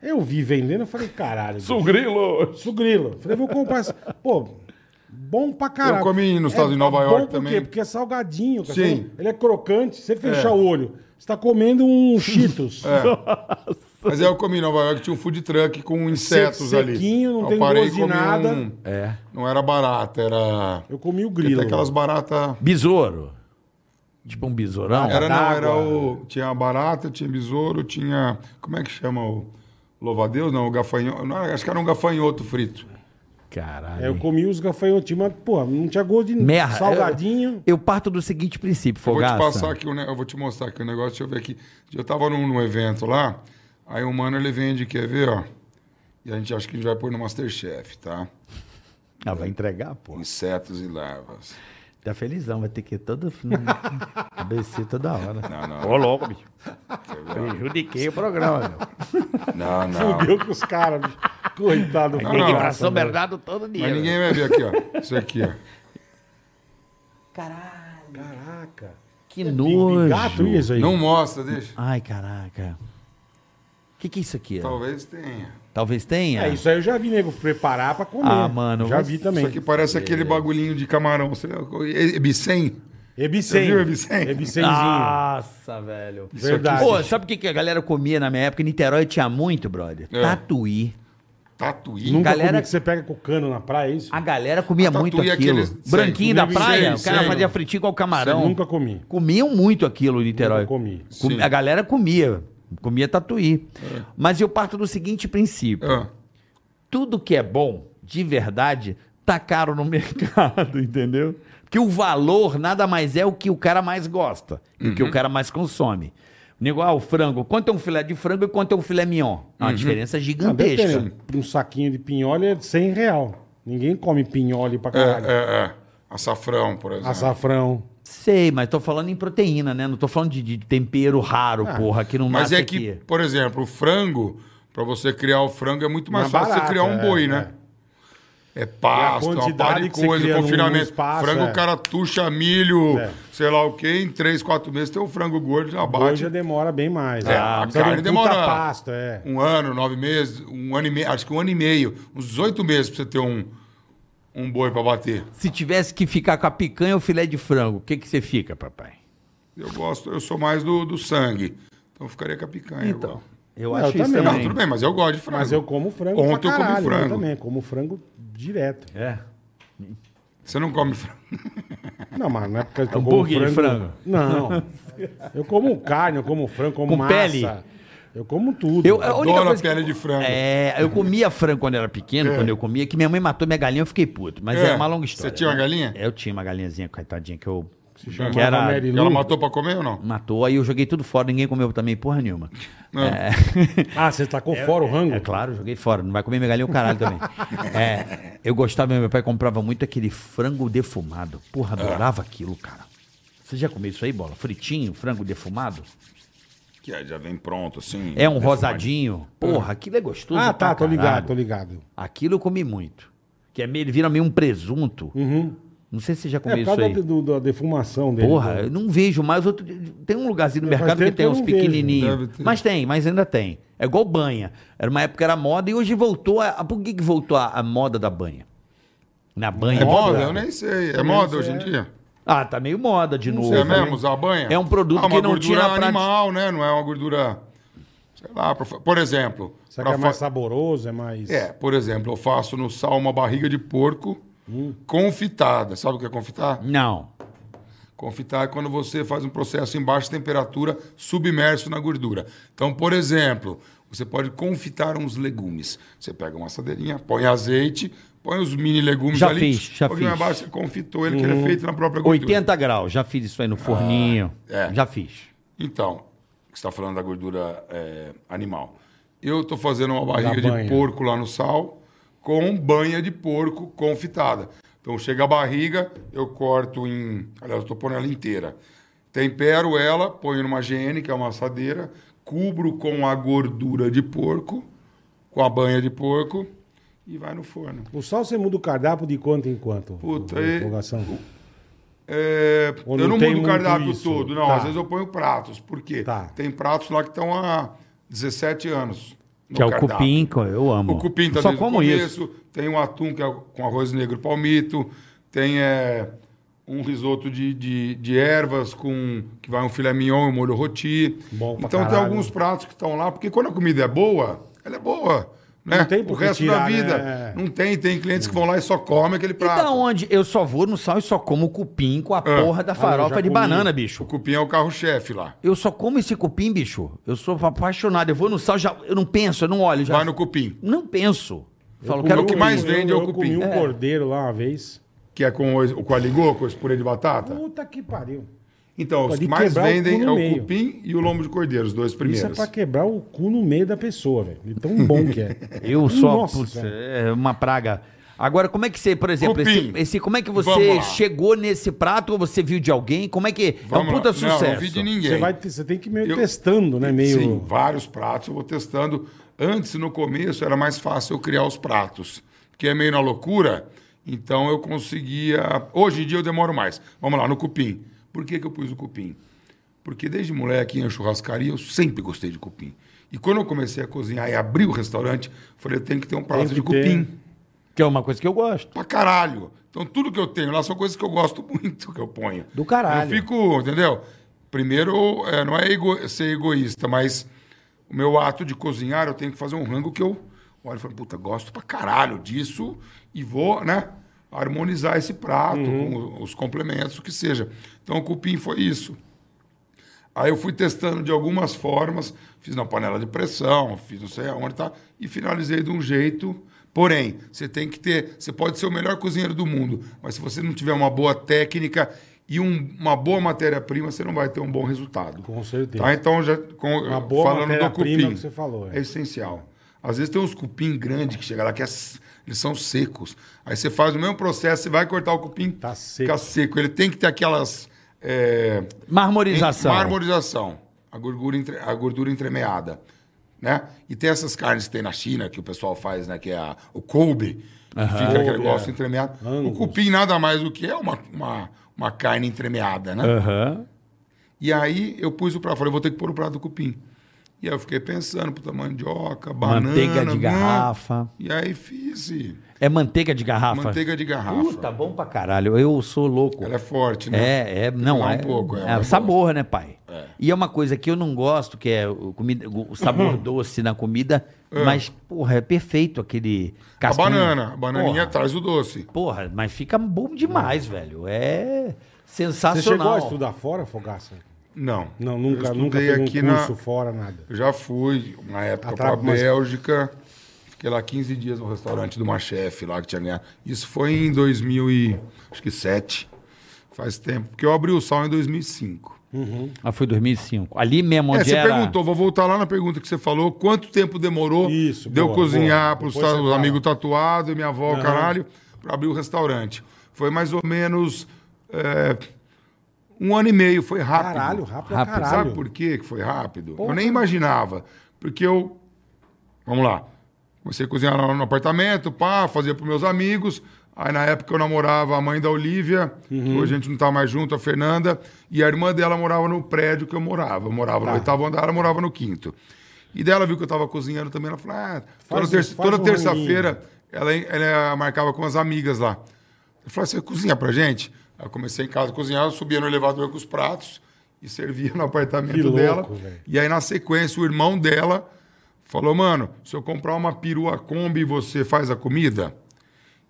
Speaker 3: Eu vi vendendo, eu falei, caralho. bicho.
Speaker 4: Sugrilo!
Speaker 3: Sugrilo. Falei, vou comprar essa. Pô, bom pra caralho.
Speaker 1: Eu comi nos Estados Unidos, em Nova
Speaker 3: bom
Speaker 1: York
Speaker 3: por
Speaker 1: também.
Speaker 3: Quê? Porque é salgadinho. cara.
Speaker 1: Sim. É.
Speaker 3: Ele é crocante. Você fecha o olho. Você tá comendo um Cheetos.
Speaker 1: Mas aí eu comi em Nova York, tinha um food truck com insetos
Speaker 3: Se-
Speaker 1: ali.
Speaker 3: sequinho, não
Speaker 1: Eu
Speaker 3: tem
Speaker 1: parei e
Speaker 3: gosto de
Speaker 1: comi um-
Speaker 3: nada.
Speaker 4: É.
Speaker 1: Não era barata, era...
Speaker 3: Eu comi o
Speaker 1: Porque
Speaker 3: grilo.
Speaker 1: Tem aquelas baratas...
Speaker 4: Besouro. Tipo um besourão.
Speaker 1: Era não,
Speaker 3: d'água.
Speaker 1: era o... Tinha a barata, tinha besouro, tinha... Como é que chama o... Louva-a-Deus? Não, o gafanhoto... Não, acho que era um gafanhoto frito.
Speaker 4: Caralho.
Speaker 1: Hum.
Speaker 3: É, eu comi os gafanhotinhos, mas, pô, não tinha gosto de
Speaker 4: Merda.
Speaker 3: salgadinho.
Speaker 4: Eu, eu parto do seguinte princípio,
Speaker 1: Eu vou
Speaker 4: Fogaça.
Speaker 1: te passar aqui, um ne- eu vou te mostrar aqui o negócio, deixa eu ver aqui. Eu tava num, num evento lá, aí o mano, ele vende, quer ver, ó? E a gente acha que a gente vai pôr no Masterchef, tá?
Speaker 4: Ah, vai entregar, pô.
Speaker 1: Insetos e larvas.
Speaker 4: Tá felizão, vai ter que ir todo...
Speaker 1: [LAUGHS]
Speaker 4: ABC toda hora.
Speaker 1: Não, não.
Speaker 4: Ô, louco, bicho. Prejudiquei o programa, meu.
Speaker 3: [LAUGHS]
Speaker 1: Não, não.
Speaker 3: Fudeu com os caras, bicho. Coitado.
Speaker 1: Ah, Não,
Speaker 4: Tem que ir pra
Speaker 1: não.
Speaker 4: São Bernardo todo dia. velho.
Speaker 1: Mas
Speaker 3: né?
Speaker 1: ninguém vai ver aqui, ó. Isso aqui, ó.
Speaker 3: Caraca.
Speaker 4: Que
Speaker 3: Que
Speaker 4: nojo.
Speaker 3: é gato isso aí.
Speaker 1: Não mostra, deixa.
Speaker 4: Ai, caraca. O que, que é isso aqui? ó?
Speaker 1: Talvez tenha.
Speaker 4: Talvez tenha.
Speaker 3: É, isso aí eu já vi nego preparar pra comer.
Speaker 4: Ah, mano,
Speaker 3: Já
Speaker 4: mas
Speaker 3: vi
Speaker 1: Isso
Speaker 3: também. é.
Speaker 1: aqui parece aquele bagulhinho de camarão. Você lembra? Ebicem?
Speaker 3: Ebicem.
Speaker 1: Você viu Ebicem?
Speaker 3: Ebicenzinho.
Speaker 4: Ah, Nossa, velho.
Speaker 3: Verdade.
Speaker 4: Pô, sabe o que, que a galera comia na minha época? Em Niterói tinha muito, brother.
Speaker 1: É.
Speaker 4: Tatuí.
Speaker 1: Tatuí?
Speaker 3: Nunca
Speaker 4: galera- Ah,
Speaker 3: comi que você pega com cano na praia, é isso?
Speaker 4: A galera comia
Speaker 1: tatuí
Speaker 4: muito
Speaker 1: é
Speaker 4: aquilo.
Speaker 1: aquele- sei,
Speaker 4: Branquinho da
Speaker 1: comigo
Speaker 4: praia,
Speaker 1: sei,
Speaker 4: o cara
Speaker 1: sei.
Speaker 4: fazia fritinho igual camarão.
Speaker 3: Eu Nunca comi.
Speaker 4: Comiam muito aquilo em Niterói.
Speaker 3: Nunca comi.
Speaker 4: Com-
Speaker 1: Sim. É.
Speaker 4: A galera comia. Comia tatuí. Mas eu parto do seguinte princípio.
Speaker 1: Ah,
Speaker 4: tudo que é bom, de verdade, tá caro no [LAUGHS] mercado, entendeu? Porque o valor nada mais é o que o cara mais gosta e
Speaker 1: Uhum.
Speaker 4: o que o cara mais consome. Igual o frango, quanto é um filé de frango e quanto é um filé mignon? É
Speaker 1: Uhum.
Speaker 4: uma diferença
Speaker 3: Ah,
Speaker 4: gigantesca.
Speaker 3: depende. Um saquinho de pinhole é 100 real. Ninguém come pinhole pra
Speaker 1: é,
Speaker 3: caralho.
Speaker 1: é, é. Açafrão, por exemplo.
Speaker 3: Açafrão.
Speaker 4: Sei, mas tô falando em proteína, né? Não tô falando de, de tempero raro, porra, que não
Speaker 1: Mas
Speaker 4: nasce
Speaker 1: é
Speaker 4: aqui.
Speaker 1: que, por exemplo, o frango, para você criar o frango é muito
Speaker 3: Mais
Speaker 1: mais, fácil
Speaker 3: barato,
Speaker 1: você criar um
Speaker 3: é,
Speaker 1: boi,
Speaker 3: é.
Speaker 1: né? É pasto,
Speaker 3: E a
Speaker 1: uma par de
Speaker 3: quantidade que você
Speaker 1: coisa,
Speaker 3: cria num-
Speaker 1: confinamento.
Speaker 3: num espaço,
Speaker 1: frango,
Speaker 3: é.
Speaker 1: o cara tuxa milho,
Speaker 3: É.
Speaker 1: sei lá o quê, em três, quatro meses tem o frango gordo, já
Speaker 3: Hoje
Speaker 1: bate.
Speaker 3: já demora bem mais.
Speaker 1: É,
Speaker 3: né?
Speaker 1: a
Speaker 3: Precisa de um
Speaker 1: carne
Speaker 3: puta
Speaker 1: demora.
Speaker 3: pasto, é.
Speaker 1: Um ano, nove meses, um ano e meio, acho que um ano e meio, uns 18 meses pra você ter um, um boi pra bater.
Speaker 4: Se tivesse que ficar com a picanha ou filé de frango, o que que você fica, papai?
Speaker 1: Eu gosto, eu sou mais do, do sangue. Então eu ficaria com a picanha.
Speaker 4: Então,
Speaker 1: agora.
Speaker 4: eu
Speaker 3: Não,
Speaker 4: acho
Speaker 3: eu
Speaker 4: isso
Speaker 3: também.
Speaker 4: também.
Speaker 1: Não, tudo bem, mas eu gosto de frango.
Speaker 3: Mas eu como frango
Speaker 1: Ontem
Speaker 3: pra
Speaker 1: eu comi
Speaker 3: caralho.
Speaker 1: frango.
Speaker 3: também, como frango direto.
Speaker 4: É.
Speaker 1: Você não come frango.
Speaker 3: Não, mas não é
Speaker 4: [LAUGHS]
Speaker 3: porque eu como
Speaker 4: Hambúrguer um de frango? [LAUGHS]
Speaker 3: Não. Eu como carne, eu como frango, como
Speaker 4: Com
Speaker 3: massa.
Speaker 4: pele?
Speaker 3: Eu como tudo.
Speaker 4: Eu, a única
Speaker 1: Adoro
Speaker 4: coisa
Speaker 1: a pele de frango.
Speaker 4: É, eu comia frango quando era pequeno, quando eu comia, que minha mãe matou minha galinha, eu fiquei puto. Mas é,
Speaker 1: É.
Speaker 4: uma longa história. É,
Speaker 1: Você tinha uma galinha?
Speaker 4: Eu tinha uma galinhazinha, coitadinha, que eu.
Speaker 3: chamava
Speaker 4: que era.
Speaker 3: Mary
Speaker 1: Ela
Speaker 3: Lu.
Speaker 1: matou pra comer ou não?
Speaker 4: Matou, aí eu joguei tudo fora, ninguém comeu também, porra nenhuma. É.
Speaker 3: Ah, você tacou fora o rango?
Speaker 4: É claro, joguei fora. Não vai comer minha galinha o caralho também. É, eu gostava, meu pai comprava muito aquele frango defumado. Porra,
Speaker 1: É.
Speaker 4: adorava aquilo, cara. Você já comeu isso aí, bola? Fritinho, frango defumado?
Speaker 1: Que aí já vem pronto, assim.
Speaker 4: É um rosadinho. Porra, aquilo é gostoso.
Speaker 3: Ah,
Speaker 4: pra
Speaker 3: tá, tô ligado,
Speaker 4: caralho.
Speaker 3: tô ligado.
Speaker 4: Aquilo eu comi muito. Que é meio, ele vira meio um presunto. Não sei se você já
Speaker 3: É
Speaker 4: comeu
Speaker 3: por
Speaker 4: isso
Speaker 3: causa
Speaker 4: aí.
Speaker 3: da, do- da defumação dele. né?
Speaker 4: Porra, eu não vejo mais outro. Tem um lugarzinho no
Speaker 3: É, faz
Speaker 4: mercado que
Speaker 3: tempo que
Speaker 4: tem
Speaker 3: eu
Speaker 4: uns
Speaker 3: não vejo.
Speaker 1: Deve
Speaker 4: pequenininhos.
Speaker 1: ter.
Speaker 4: Mas tem, mas ainda tem. É igual banha. Era uma época que era moda e hoje voltou. A... Por que, que voltou a, a moda da banha? Na banha.
Speaker 1: É moda?
Speaker 4: popular.
Speaker 1: Eu nem sei. É moda hoje em dia?
Speaker 4: Ah, tá meio moda de novo.
Speaker 1: É
Speaker 4: né?
Speaker 1: mesmo? Usar a banha?
Speaker 4: É um produto
Speaker 1: ah, uma
Speaker 4: que não
Speaker 1: gordura
Speaker 4: tinha na prática.
Speaker 1: animal, né? Não é uma gordura... Sei lá, pra fa- por exemplo...
Speaker 3: Será
Speaker 1: pra
Speaker 3: que é mais
Speaker 1: fa-
Speaker 3: saboroso, é mais...
Speaker 1: É, por exemplo, eu faço no sal uma barriga de porco
Speaker 4: Hum.
Speaker 1: confitada. Sabe o que é confitar?
Speaker 4: Não.
Speaker 1: Confitar é quando você faz um processo em baixa temperatura, submerso na gordura. Então, por exemplo, você pode confitar uns legumes. Você pega uma assadeirinha, põe azeite, põe os mini legumes
Speaker 4: Já
Speaker 1: ali.
Speaker 4: fiz, já
Speaker 1: põe lá
Speaker 4: fiz. Uhum.
Speaker 1: Abaixo, você confitou ele, que ele é feito na própria gordura.
Speaker 4: 80 graus. Já fiz isso aí no forninho.
Speaker 1: é.
Speaker 4: Já fiz.
Speaker 1: Então, você está falando da gordura é, animal. Eu estou fazendo uma barriga
Speaker 3: Da banha.
Speaker 1: de porco lá no sal com banha de porco confitada. Então, chega a barriga, eu corto em... Aliás, eu estou pondo ela inteira. Tempero ela, ponho numa GN, que é uma assadeira, cubro com a gordura de porco, com a banha de porco e vai no forno.
Speaker 3: O sal você muda o cardápio de quanto em quanto?
Speaker 1: Puta,
Speaker 3: O-
Speaker 1: e-
Speaker 3: Divulgação.
Speaker 1: É,
Speaker 3: Ou
Speaker 1: eu
Speaker 3: não
Speaker 1: não
Speaker 3: tem
Speaker 1: mudo o
Speaker 3: muito
Speaker 1: cardápio
Speaker 3: isso?
Speaker 1: todo, não.
Speaker 3: Tá.
Speaker 1: Às vezes eu ponho pratos, porque
Speaker 3: Tá.
Speaker 1: tem pratos lá que estão há 17 anos. no
Speaker 4: Que é o
Speaker 1: cardápio.
Speaker 4: cupim, que eu amo.
Speaker 1: O cupim tá
Speaker 4: Só
Speaker 1: desde o
Speaker 4: como
Speaker 1: começo.
Speaker 4: isso.
Speaker 1: Tem um atum que é com arroz negro e palmito. Tem é, um risoto de, de, de ervas com que vai um filé mignon e um molho roti.
Speaker 3: Bom pra
Speaker 1: então tem
Speaker 3: caralho.
Speaker 1: alguns pratos que estão lá, porque quando a comida é boa, ela é boa. Né?
Speaker 3: Não tem
Speaker 1: o
Speaker 3: por que
Speaker 1: resto
Speaker 3: tirar,
Speaker 1: da vida.
Speaker 3: né?
Speaker 1: Não tem. Tem clientes que vão lá e só comem aquele
Speaker 4: E
Speaker 1: prato. Ah.
Speaker 4: da onde? Eu só vou no sal e só como cupim com a porra da farofa
Speaker 3: já
Speaker 4: de
Speaker 3: comi.
Speaker 4: banana,
Speaker 1: O
Speaker 4: bicho.
Speaker 1: cupim é o carro-chefe lá.
Speaker 4: Eu só como esse cupim, bicho. Eu sou apaixonado. Eu vou no sal, já, eu não penso, eu não olho. Já,
Speaker 1: Vai no cupim,
Speaker 4: Não penso. Eu falo,
Speaker 3: comi
Speaker 4: quero
Speaker 1: o que
Speaker 4: cupim.
Speaker 1: mais
Speaker 3: eu-
Speaker 1: vende é o
Speaker 3: eu
Speaker 1: cupim.
Speaker 3: comi um
Speaker 1: É.
Speaker 3: cordeiro lá uma vez.
Speaker 1: que é com o com a ligô, com esse purê de batata.
Speaker 3: Puta que pariu.
Speaker 1: Então, os
Speaker 3: Pode
Speaker 1: que mais
Speaker 3: quebrar o cu
Speaker 1: vendem
Speaker 3: no
Speaker 1: é o
Speaker 3: meio.
Speaker 1: cupim e o lombo de cordeiro, os dois
Speaker 3: Isso é
Speaker 1: primeiros.
Speaker 3: pra quebrar o cu no meio da pessoa, velho. De tão bom que é.
Speaker 4: [LAUGHS] Eu sou
Speaker 3: Nossa,
Speaker 4: putz,
Speaker 3: velho.
Speaker 4: é uma praga. Agora, como é que você, por exemplo, esse,
Speaker 1: Cupim.
Speaker 4: esse- como é que
Speaker 1: Vamos
Speaker 4: você
Speaker 1: lá.
Speaker 4: chegou nesse prato ou você viu de alguém? Como é que é um puta
Speaker 1: lá.
Speaker 4: sucesso?
Speaker 1: Não, não vi de ninguém.
Speaker 3: Você, vai, te- você tem que ir meio
Speaker 1: Eu-
Speaker 3: testando, né? Meio.
Speaker 1: Sim, vários pratos eu vou testando. Antes, no começo, era mais fácil eu criar os pratos, porque é meio na loucura. Então, eu conseguia... Hoje em dia eu demoro mais. Vamos lá, no cupim. Por que, que eu pus o cupim? Porque desde moleque, em churrascaria, eu sempre gostei de cupim. E quando eu comecei a cozinhar e abri o restaurante, eu falei, eu tenho que ter um prato
Speaker 3: que
Speaker 1: de
Speaker 3: ter.
Speaker 1: cupim.
Speaker 4: Que é uma coisa que eu gosto.
Speaker 1: pra caralho. Então tudo que eu tenho lá são coisas que eu gosto [LAUGHS] muito que eu ponho.
Speaker 4: Do caralho.
Speaker 1: Eu fico, entendeu? Primeiro, é, não é ego- ser egoísta, mas o meu ato de cozinhar, eu tenho que fazer um rango que eu olho e falo, puta, gosto pra caralho disso e vou, né? Harmonizar esse prato
Speaker 4: Uhum.
Speaker 1: com os complementos, o que seja. Então o cupim foi isso. Aí eu fui testando de algumas formas, fiz na panela de pressão, fiz não sei aonde tá, e finalizei de um jeito. Porém, você tem que ter, você pode ser o melhor cozinheiro do mundo, mas se você não tiver uma boa técnica e um- uma boa matéria-prima, você não vai ter um bom resultado.
Speaker 3: Com certeza.
Speaker 1: Tá? Então, já com-
Speaker 3: Uma boa
Speaker 1: falando do
Speaker 3: matéria-prima
Speaker 1: cupim,
Speaker 3: que você falou, é.
Speaker 1: é essencial. Às vezes tem uns cupim grande que chega lá que é, s- eles são secos. Aí você faz o mesmo processo, você vai cortar o cupim,
Speaker 3: Tá seco.
Speaker 1: fica seco. Ele tem que ter aquelas... é,
Speaker 4: Marmorização.
Speaker 1: Marmorização. A gordura, entre- a gordura entremeada. Né? E tem essas carnes que tem na China, que o pessoal faz, né? Que é a- o Kobe, que fica aquele
Speaker 3: Kobe,
Speaker 1: negócio
Speaker 3: é.
Speaker 1: entremeado. O
Speaker 3: Angus.
Speaker 1: cupim nada mais do que é uma, uma, uma carne entremeada, né?
Speaker 4: É. Aham.
Speaker 1: E aí eu pus o prato, falei, vou ter que pôr o prato do cupim. E aí eu fiquei pensando, puta, mandioca, banana...
Speaker 4: Manteiga de
Speaker 1: hum.
Speaker 4: garrafa.
Speaker 1: E aí fiz e-
Speaker 4: É manteiga de garrafa.
Speaker 1: manteiga de garrafa.
Speaker 4: Puta, bom pra caralho. Eu sou louco.
Speaker 1: Ela é forte, né?
Speaker 4: É, é, não,
Speaker 1: Lá um
Speaker 4: é,
Speaker 1: pouco, é,
Speaker 4: é
Speaker 1: mas bom.
Speaker 4: sabor, né, pai? E é uma coisa que eu não gosto, que é o, comida- o sabor
Speaker 1: [COUGHS]
Speaker 4: doce na comida, mas, porra, é perfeito aquele
Speaker 1: A
Speaker 4: casquinho.
Speaker 1: banana, a bananinha
Speaker 4: Porra,
Speaker 1: tá traz o doce.
Speaker 4: porra, mas fica bom demais, velho. É
Speaker 3: Você chegou
Speaker 4: sensacional.
Speaker 3: a estudar fora, Fogaça?
Speaker 1: Não.
Speaker 3: Não,
Speaker 1: Eu
Speaker 3: nunca, nunca
Speaker 1: estudei
Speaker 3: fez um
Speaker 1: aqui na-
Speaker 3: curso fora, nada.
Speaker 1: Eu já fui, na época,
Speaker 3: Atra-
Speaker 1: pra
Speaker 3: mas-
Speaker 1: Bélgica. Fiquei lá 15 dias no restaurante de uma chefe lá que tinha ganhado. Isso foi em 2007. Faz tempo. Porque eu abri o sal em 2005.
Speaker 4: Ah, foi 2005. Ali mesmo,
Speaker 1: É,
Speaker 4: onde
Speaker 1: você
Speaker 4: era...
Speaker 1: perguntou, vou voltar lá na pergunta que você falou. Quanto tempo demorou
Speaker 3: Isso,
Speaker 1: de eu
Speaker 3: boa, boa.
Speaker 1: cozinhar para os
Speaker 3: Depois você fala.
Speaker 1: amigos tatuados e minha avó, caralho, para abrir o restaurante? Foi mais ou menos é, um ano e meio. Foi rápido.
Speaker 3: Caralho, rápido, pra
Speaker 4: Rápido,
Speaker 3: caralho.
Speaker 1: Sabe por quê que foi rápido? Eu nem imaginava. Porque eu. Vamos lá. Comecei a cozinhar lá no apartamento, pá, fazia para meus amigos. Aí na época eu namorava a mãe da Olivia, que
Speaker 3: Uhum.
Speaker 1: hoje a gente não tá mais junto, a Fernanda, e a irmã dela morava no prédio que eu morava. Eu morava
Speaker 3: Tá.
Speaker 1: no oitavo andar, ela morava no quinto. E dela viu que eu tava cozinhando também, ela falou: ah, toda
Speaker 3: Faz um-
Speaker 1: terça-
Speaker 3: faz
Speaker 1: toda
Speaker 3: um
Speaker 1: terça-feira ela, ela marcava com as amigas lá. Eu falei, "Ah, você cozinha pra gente? Aí eu comecei em casa a cozinhar, eu subia no elevador com os pratos e servia [LAUGHS] no apartamento
Speaker 3: Que louco,
Speaker 1: dela.
Speaker 3: velho.
Speaker 1: E aí, na sequência, o irmão dela falou, mano, se eu comprar uma perua Kombi, você faz a comida?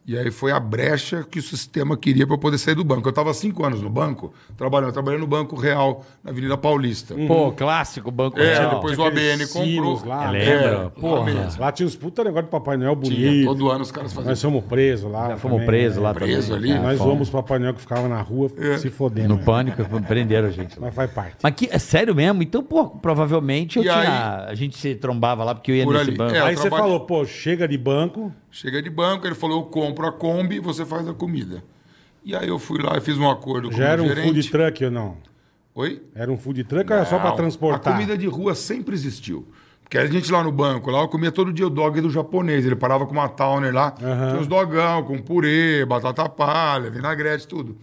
Speaker 1: E aí foi a brecha que o sistema queria para eu poder sair do banco. Eu estava cinco anos no banco, trabalhando. Eu trabalhei no Banco Real, na Avenida Paulista.
Speaker 4: Pô, clássico, Banco
Speaker 1: É,
Speaker 4: Real.
Speaker 1: depois o ABN
Speaker 3: Silos
Speaker 1: comprou.
Speaker 3: lá,
Speaker 1: é,
Speaker 4: lembra?
Speaker 1: lá
Speaker 4: Porra.
Speaker 1: mesmo.
Speaker 3: Lá tinha uns puta negócio de Papai Noel
Speaker 1: Tinha,
Speaker 3: bonito.
Speaker 1: todo ano os caras faziam
Speaker 3: Nós fomos presos lá.
Speaker 4: Já fomos
Speaker 3: também,
Speaker 4: presos
Speaker 3: né?
Speaker 4: lá
Speaker 1: É, Preso
Speaker 4: também.
Speaker 1: ali?
Speaker 4: cara,
Speaker 3: Nós
Speaker 4: fomos.
Speaker 3: fomos pro Papai Noel que ficava na rua
Speaker 1: É.
Speaker 3: se fodendo.
Speaker 4: Ah, No pânico, prenderam a gente. lá.
Speaker 3: Mas faz parte.
Speaker 4: Mas que, é sério mesmo? Então, pô, provavelmente eu
Speaker 1: E
Speaker 4: tinha.
Speaker 1: aí-
Speaker 4: a gente se trombava lá porque eu ia
Speaker 1: Por
Speaker 4: nesse
Speaker 1: ali.
Speaker 4: banco.
Speaker 1: É,
Speaker 3: Aí
Speaker 1: eu
Speaker 3: você
Speaker 1: trabalho-
Speaker 3: falou, pô, chega de banco.
Speaker 1: Cheguei de banco, ele falou: eu compro a Kombi, você faz a comida. E aí eu fui lá e fiz um acordo com
Speaker 3: Já era
Speaker 1: o
Speaker 3: um
Speaker 1: gerente.
Speaker 3: food truck ou não?
Speaker 1: Oi?
Speaker 3: Era um food truck ou era só pra
Speaker 1: Não,
Speaker 3: transportar?
Speaker 1: A comida de rua sempre existiu. Porque a gente lá no banco, lá eu comia todo dia o dog do japonês. Ele parava com uma towner lá,
Speaker 3: Aham.
Speaker 1: tinha uns dogão com purê, batata palha, vinagrete, tudo.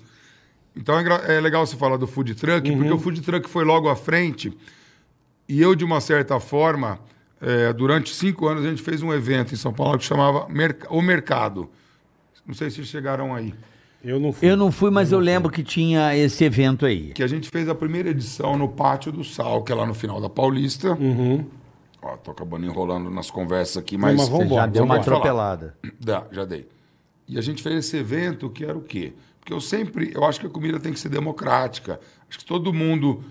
Speaker 1: Então é, gra- é legal você falar do food truck,
Speaker 3: Uhum.
Speaker 1: porque o food truck foi logo à frente. E eu, de uma certa forma, eh, durante cinco anos, a gente fez um evento em São Paulo que chamava Merc- O Mercado. Não sei se chegaram aí.
Speaker 3: Eu não fui.
Speaker 4: Eu não fui, mas eu lembro que tinha esse evento aí.
Speaker 1: que a gente fez a primeira edição no Pátio do Sal, que é lá no final da Paulista. Ó, tô acabando enrolando nas conversas aqui, mas.
Speaker 3: mas vamos
Speaker 4: Você já
Speaker 3: Vambora,
Speaker 4: deu uma
Speaker 1: vambora.
Speaker 4: atropelada.
Speaker 1: Dá, já dei. E a gente fez esse evento que era o quê? Porque eu sempre. Eu acho que a comida tem que ser democrática. Acho que todo mundo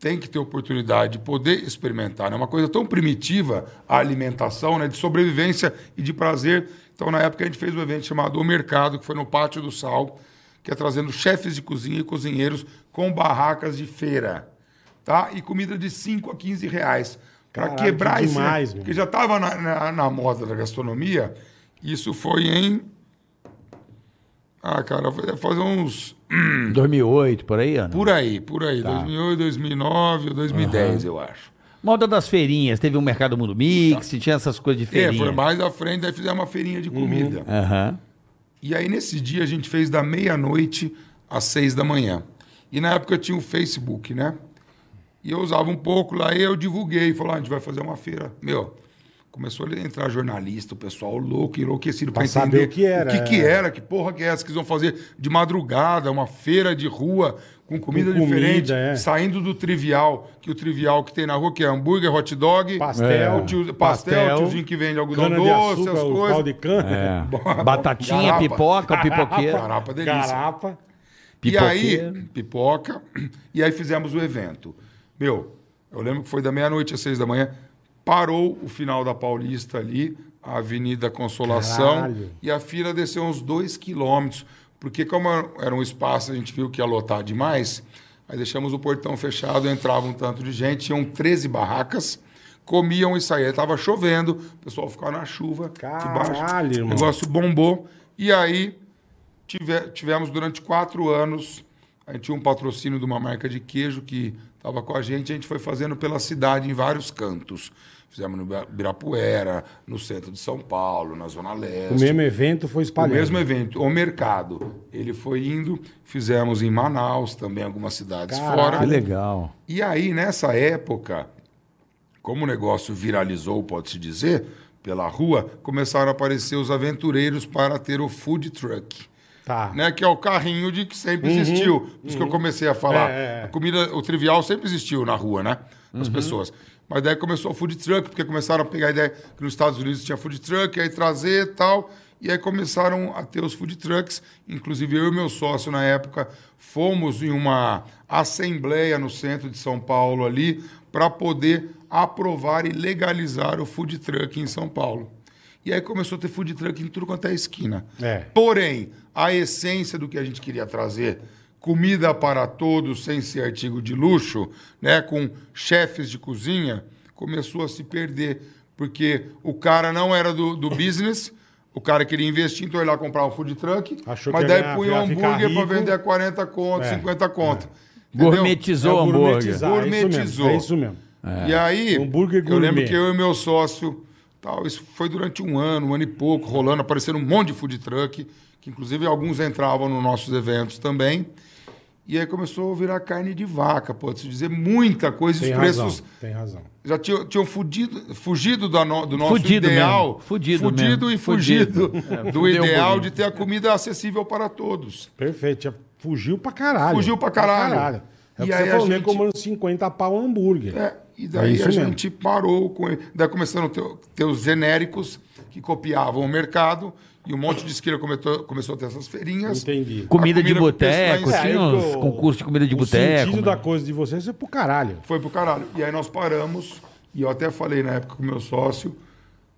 Speaker 1: tem que ter oportunidade de poder experimentar. É né? uma coisa tão primitiva a alimentação, né? de sobrevivência e de prazer. Então, na época, a gente fez um evento chamado O Mercado, que foi no Pátio do Sal, que é trazendo chefes de cozinha e cozinheiros com barracas de feira. Tá? E comida de 5 a 15 reais. Para
Speaker 3: Caralho,
Speaker 1: quebrar
Speaker 3: que
Speaker 1: esse. né?
Speaker 3: demais, meu.
Speaker 1: porque já estava na, na- na moda da gastronomia. Isso foi em. Ah, cara, vai fazer uns.
Speaker 4: 2008, por aí, Ana?
Speaker 1: Hum. Por aí, por aí. 2008, 2009, 2010, eu acho.
Speaker 4: Moda das feirinhas. Teve um Mercado Mundo Mix, tinha essas coisas de
Speaker 1: É,
Speaker 4: feirinha.
Speaker 1: foi mais à frente, aí fizemos uma feirinha de comida.
Speaker 4: Aham.
Speaker 1: E aí, nesse dia, a gente fez da meia-noite às seis da manhã. E na época eu tinha o Facebook, né? E eu usava um pouco lá, e eu divulguei, falei, ah, a gente vai fazer uma feira. Meu, começou a entrar jornalista, o pessoal louco, enlouquecido, pra,
Speaker 3: Pra saber
Speaker 1: entender
Speaker 3: o que era,
Speaker 1: O que, que
Speaker 3: é.
Speaker 1: era, que porra que é essa que eles vão fazer de madrugada, uma feira de rua, com comida,
Speaker 3: comida,
Speaker 1: diferente,
Speaker 3: é.
Speaker 1: saindo do trivial, que o trivial que tem na rua, que é hambúrguer, hot dog, É.
Speaker 3: Pastel.
Speaker 1: o tio- pastel,
Speaker 4: Pastel.
Speaker 1: o tiozinho que vende algodão
Speaker 3: Cana de
Speaker 1: doce,
Speaker 3: açúcar,
Speaker 1: as
Speaker 3: o
Speaker 1: coisas.
Speaker 3: pau de
Speaker 1: É. [LAUGHS]
Speaker 3: cana,
Speaker 4: É. Batatinha,
Speaker 1: Garapa.
Speaker 4: pipoca, o pipoqueiro.
Speaker 1: Garapa, delícia.
Speaker 3: garapa.
Speaker 1: E
Speaker 4: Pipoqueiro.
Speaker 1: aí, pipoca, e aí fizemos o evento. Meu, eu lembro que foi da meia-noite às seis da manhã, parou o final da Paulista ali, a Avenida Consolação,
Speaker 3: Caralho.
Speaker 1: e a fila desceu uns dois quilômetros, porque como era um espaço, a gente viu que ia lotar demais, aí deixamos o portão fechado, entrava um tanto de gente, tinham 13 barracas, comiam e saíam. Aí Tava chovendo, o pessoal ficava na chuva. aqui
Speaker 3: Caralho, irmão.
Speaker 1: O negócio bombou. E aí tive- tivemos durante quatro anos, a gente tinha um patrocínio de uma marca de queijo que estava com a gente, a gente foi fazendo pela cidade em vários cantos. Fizemos no Ibira- Ibirapuera, no centro de São Paulo, na Zona Leste.
Speaker 3: O mesmo evento foi
Speaker 1: É O
Speaker 3: espalhado.
Speaker 1: mesmo evento, o mercado. Ele foi indo, fizemos em Manaus, também algumas cidades
Speaker 3: Caralho.
Speaker 1: fora.
Speaker 4: Que legal.
Speaker 1: E aí, nessa época, como o negócio viralizou, pode-se dizer, pela rua, começaram a aparecer os aventureiros para ter o food truck.
Speaker 3: Tá.
Speaker 1: Né, que é o carrinho de que sempre existiu. Por isso que eu comecei a falar.
Speaker 3: Uhum, É, Uhum. é, é.
Speaker 1: A comida, o trivial sempre existiu na rua, né? As pessoas. Mas daí começou o food truck, porque começaram a pegar a ideia que nos Estados Unidos tinha food truck, aí trazer e tal. E aí começaram a ter os food trucks. Inclusive eu e meu sócio na época fomos em uma assembleia no centro de São Paulo ali para poder aprovar e legalizar o food truck em São Paulo. E aí começou a ter food truck em tudo quanto é esquina.
Speaker 3: É.
Speaker 1: Porém, a essência do que a gente queria trazer, comida para todos sem ser artigo de luxo, né, com chefes de cozinha, começou a se perder, porque o cara não era do, do business, o cara queria investir, então ele lá comprar um food truck,
Speaker 3: Achou
Speaker 1: mas
Speaker 3: que ia
Speaker 1: daí
Speaker 3: ganhar,
Speaker 1: punha um
Speaker 3: ia ficar
Speaker 1: hambúrguer para
Speaker 3: rico.
Speaker 1: vender a 40 conto,
Speaker 3: É,
Speaker 1: 50 conto. entendeu?
Speaker 4: Gourmetizou
Speaker 3: É
Speaker 4: o hambúrguer.
Speaker 3: gourmetizar, é isso mesmo,
Speaker 1: Gourmetizou.
Speaker 3: É isso mesmo.
Speaker 1: E aí,
Speaker 3: Hambúrguer
Speaker 1: eu lembro
Speaker 3: gourmet.
Speaker 1: que eu e meu sócio, tal, isso foi durante um ano, um ano e pouco, rolando, aparecendo um monte de food truck, que inclusive alguns entravam nos nossos eventos também. E aí começou a virar carne de vaca, pode-se dizer, muita coisa,
Speaker 3: Tem
Speaker 1: os
Speaker 3: razão,
Speaker 1: preços
Speaker 3: tem razão.
Speaker 1: já tinham, tinham fudido, fugido da no- do nosso
Speaker 4: Fudido
Speaker 1: ideal.
Speaker 4: mesmo, fudido mesmo,
Speaker 1: e fugido,
Speaker 4: fudido. É,
Speaker 1: [LAUGHS] do
Speaker 4: fudeu
Speaker 1: ideal
Speaker 4: bonito.
Speaker 1: de ter a comida acessível para todos.
Speaker 3: Perfeito. já Fugiu pra caralho.
Speaker 1: Fugiu pra caralho.
Speaker 3: É o
Speaker 1: E
Speaker 3: que
Speaker 1: aí
Speaker 3: você
Speaker 1: a
Speaker 3: falou, gente...
Speaker 1: gente-
Speaker 3: comando 50 pau hambúrguer.
Speaker 1: É, e
Speaker 3: É
Speaker 1: daí
Speaker 3: isso
Speaker 1: a
Speaker 3: mesmo.
Speaker 1: gente parou com ele. Daí começaram a ter, ter os genéricos que copiavam o mercado e um monte de esquina começou, começou a ter essas feirinhas.
Speaker 3: Entendi.
Speaker 4: Comida,
Speaker 1: A
Speaker 4: de
Speaker 1: comida que
Speaker 4: boteco,
Speaker 1: pensa lá em
Speaker 4: assim,
Speaker 3: cima.
Speaker 4: uns concursos de comida de
Speaker 3: o
Speaker 4: boteco.
Speaker 3: sentido
Speaker 4: mano.
Speaker 3: da coisa de vocês é pro caralho.
Speaker 1: Foi pro caralho. E aí nós paramos, e eu até falei na época com o meu sócio,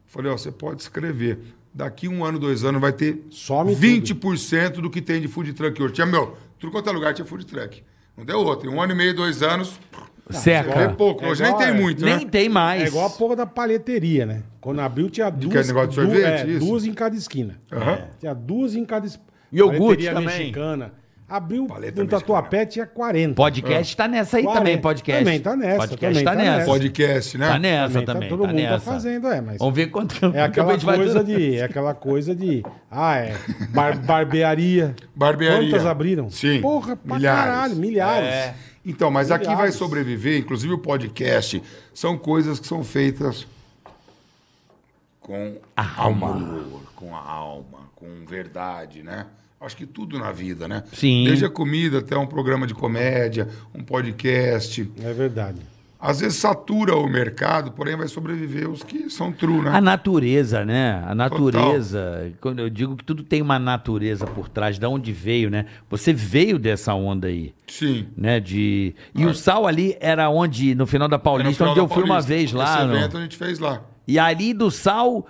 Speaker 1: falei, ó, você pode escrever. Daqui um ano, dois anos, vai ter
Speaker 3: Some
Speaker 1: 20% do que tem de food truck hoje. Tinha, meu, tudo quanto é lugar tinha food truck. Não deu outro. Em um ano e meio, dois anos,
Speaker 4: Seca.
Speaker 1: é pouco.
Speaker 3: É
Speaker 1: Hoje
Speaker 3: igual,
Speaker 1: nem tem
Speaker 3: é.
Speaker 1: muito, né?
Speaker 4: Nem tem mais.
Speaker 3: É igual a porra da palheteria, né? Quando abriu tinha duas.
Speaker 1: que é negócio de
Speaker 3: du-
Speaker 1: sorvete,
Speaker 3: é,
Speaker 1: isso?
Speaker 3: duas em cada esquina.
Speaker 1: Aham.
Speaker 3: É, tinha duas em cada esquina.
Speaker 4: Iogurte também.
Speaker 3: mexicana. Abriu
Speaker 1: Paleta
Speaker 3: um
Speaker 1: mexicana.
Speaker 3: tatuapé, tinha 40.
Speaker 4: Podcast tá nessa aí
Speaker 3: Ah. Quarenta.
Speaker 4: também, podcast.
Speaker 3: Também tá nessa,
Speaker 4: Podcast
Speaker 3: também
Speaker 4: tá,
Speaker 3: tá
Speaker 4: nessa.
Speaker 3: nessa.
Speaker 1: Podcast, né?
Speaker 4: Tá nessa
Speaker 3: Também, tá-
Speaker 4: também,
Speaker 3: todo
Speaker 4: tá
Speaker 3: mundo tá
Speaker 4: nessa.
Speaker 3: fazendo, é, mas-
Speaker 4: Vamos ver quanto que
Speaker 3: É aquela
Speaker 4: a gente vai
Speaker 3: coisa
Speaker 4: tudo-
Speaker 3: de. É aquela coisa de. Ah, é. bar- barbearia.
Speaker 1: Barbearia.
Speaker 3: Quantas abriram?
Speaker 1: Sim.
Speaker 3: Porra, pra
Speaker 1: Milhares.
Speaker 3: caralho, milhares.
Speaker 4: É.
Speaker 1: Então, mas aqui vai
Speaker 3: Milhares.
Speaker 1: sobreviver, inclusive o podcast, são coisas que são feitas com amor, com a alma, com verdade, né? Acho que tudo na vida, né?
Speaker 4: Sim.
Speaker 1: Desde a comida até um programa de comédia, um podcast.
Speaker 3: É verdade.
Speaker 1: Às vezes satura o mercado, porém vai sobreviver os que são true, né?
Speaker 4: A natureza, né? A natureza. Quando eu digo que tudo tem uma natureza por trás, de onde veio, né? Você veio dessa onda aí,
Speaker 1: Sim.
Speaker 4: né? De... E o sal ali era onde, no final da
Speaker 1: Ah. Era no
Speaker 4: Paulista,
Speaker 1: final
Speaker 4: onde
Speaker 1: da
Speaker 4: eu fui uma
Speaker 1: Paulista.
Speaker 4: vez lá.
Speaker 1: Esse
Speaker 4: no-
Speaker 1: evento a gente fez lá.
Speaker 4: E ali do sal,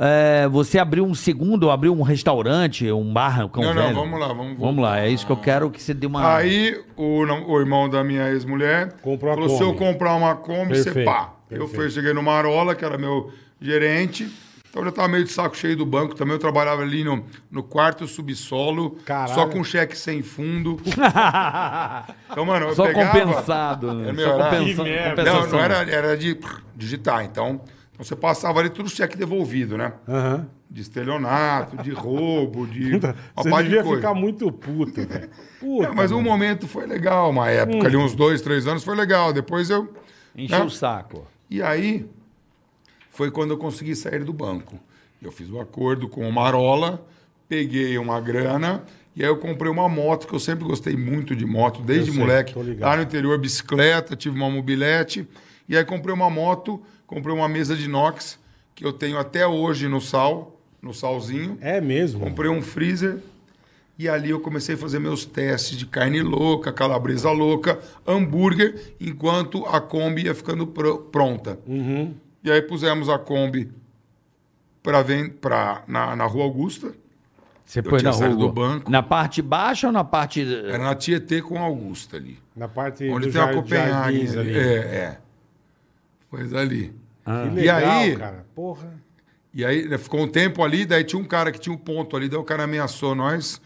Speaker 4: é, você abriu um segundo, abriu um restaurante, um bar, um cão
Speaker 1: Não, não,
Speaker 4: velho.
Speaker 1: vamos lá, vamos
Speaker 4: Vamos lá, é isso que eu quero que você dê uma...
Speaker 1: Aí o, nam- o irmão da minha ex-mulher
Speaker 3: Comprou a
Speaker 1: falou: se eu
Speaker 3: Kombi.
Speaker 1: comprar uma Kombi, você
Speaker 3: Perfeito,
Speaker 1: pá. Eu
Speaker 3: perfeito.
Speaker 1: fui, cheguei no Marola, que era meu gerente. Então eu já estava meio de saco cheio do banco também. Eu trabalhava ali no, no quarto subsolo,
Speaker 3: Caralho.
Speaker 1: só com cheque sem fundo. Então, mano,
Speaker 4: [LAUGHS]
Speaker 1: eu
Speaker 4: Só
Speaker 1: pegava.
Speaker 4: compensado, né?
Speaker 1: É, meu,
Speaker 4: Só
Speaker 1: era-
Speaker 4: compensa-
Speaker 3: Que merda.
Speaker 1: Não,
Speaker 4: compensação.
Speaker 1: não era, era de digitar. Então, você passava ali tudo cheque devolvido, né?
Speaker 3: Aham.
Speaker 1: De estelionato, de
Speaker 3: [LAUGHS]
Speaker 1: roubo, de. uma
Speaker 3: Você
Speaker 1: pá de
Speaker 3: devia
Speaker 1: coisa.
Speaker 3: ficar né? muito puto, velho. Puta.
Speaker 1: [LAUGHS] É, mas um momento foi legal, uma época
Speaker 3: Hum.
Speaker 1: ali, uns dois, três anos foi legal. Depois eu.
Speaker 4: Encheu
Speaker 1: né?
Speaker 4: o saco.
Speaker 1: E aí foi quando eu consegui sair do banco. Eu fiz o acordo com o Marola, peguei uma grana e aí eu comprei uma moto, que eu sempre gostei muito de moto, desde
Speaker 3: Eu sei,
Speaker 1: moleque.
Speaker 3: tô ligado.
Speaker 1: Lá no interior, bicicleta, tive uma mobilete. E aí comprei uma moto, comprei uma mesa de inox, que eu tenho até hoje no sal, no salzinho.
Speaker 3: É mesmo.
Speaker 1: Comprei um freezer e ali eu comecei a fazer meus testes de carne louca, calabresa louca, hambúrguer, enquanto a Kombi ia ficando pro- pronta.
Speaker 3: Uhum.
Speaker 1: E aí pusemos a Kombi pra ven- pra- na, na Rua Augusta.
Speaker 4: Você
Speaker 1: Eu tinha saído do banco.
Speaker 4: Na parte baixa ou na parte... eh,
Speaker 1: Era na Tietê com Augusta ali.
Speaker 3: Na parte
Speaker 1: Onde
Speaker 3: É. do
Speaker 1: tem a
Speaker 3: jar-
Speaker 1: Copenhague.
Speaker 3: jardins
Speaker 1: ali. É, é. Pois ali.
Speaker 3: Que
Speaker 1: E
Speaker 3: legal,
Speaker 1: aí-
Speaker 3: cara. Porra.
Speaker 1: E aí né, ficou um tempo ali, daí tinha um cara que tinha um ponto ali, daí o cara ameaçou nós.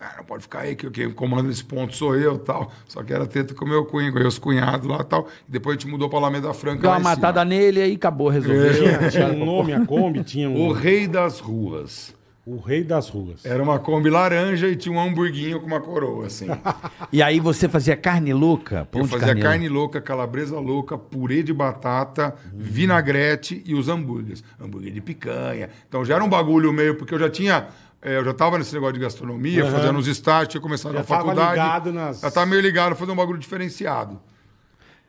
Speaker 1: Ah, não pode ficar aí, que quem comanda esse ponto sou eu tal. Só que era treta com o meu cunhado, os cunhados lá tal. E depois a gente mudou pra Alameda Franca.
Speaker 4: Deu
Speaker 1: lá
Speaker 4: uma
Speaker 1: em cima. É.
Speaker 4: matada nele e acabou, resolveu.
Speaker 1: [LAUGHS]
Speaker 3: Tinha um nome, a Kombi tinha um.
Speaker 1: O Rei das Ruas.
Speaker 3: O rei das ruas.
Speaker 1: Era uma Kombi laranja e tinha um hamburguinho com uma coroa, [LAUGHS] assim.
Speaker 4: E aí você fazia carne louca? Pão
Speaker 1: Eu
Speaker 4: de
Speaker 1: fazia
Speaker 4: carne,
Speaker 1: carne louca, calabresa louca, purê de batata, vinagrete e os hambúrgueres. Hambúrguer de picanha. Então já era um bagulho meio, porque eu já tinha. eh, eu já estava nesse negócio de gastronomia,
Speaker 3: Aham.
Speaker 1: fazendo os estágios, tinha começado
Speaker 3: Já
Speaker 1: na
Speaker 3: tava
Speaker 1: faculdade.
Speaker 3: ligado nas-
Speaker 1: Já estava meio ligado, fazer um bagulho diferenciado.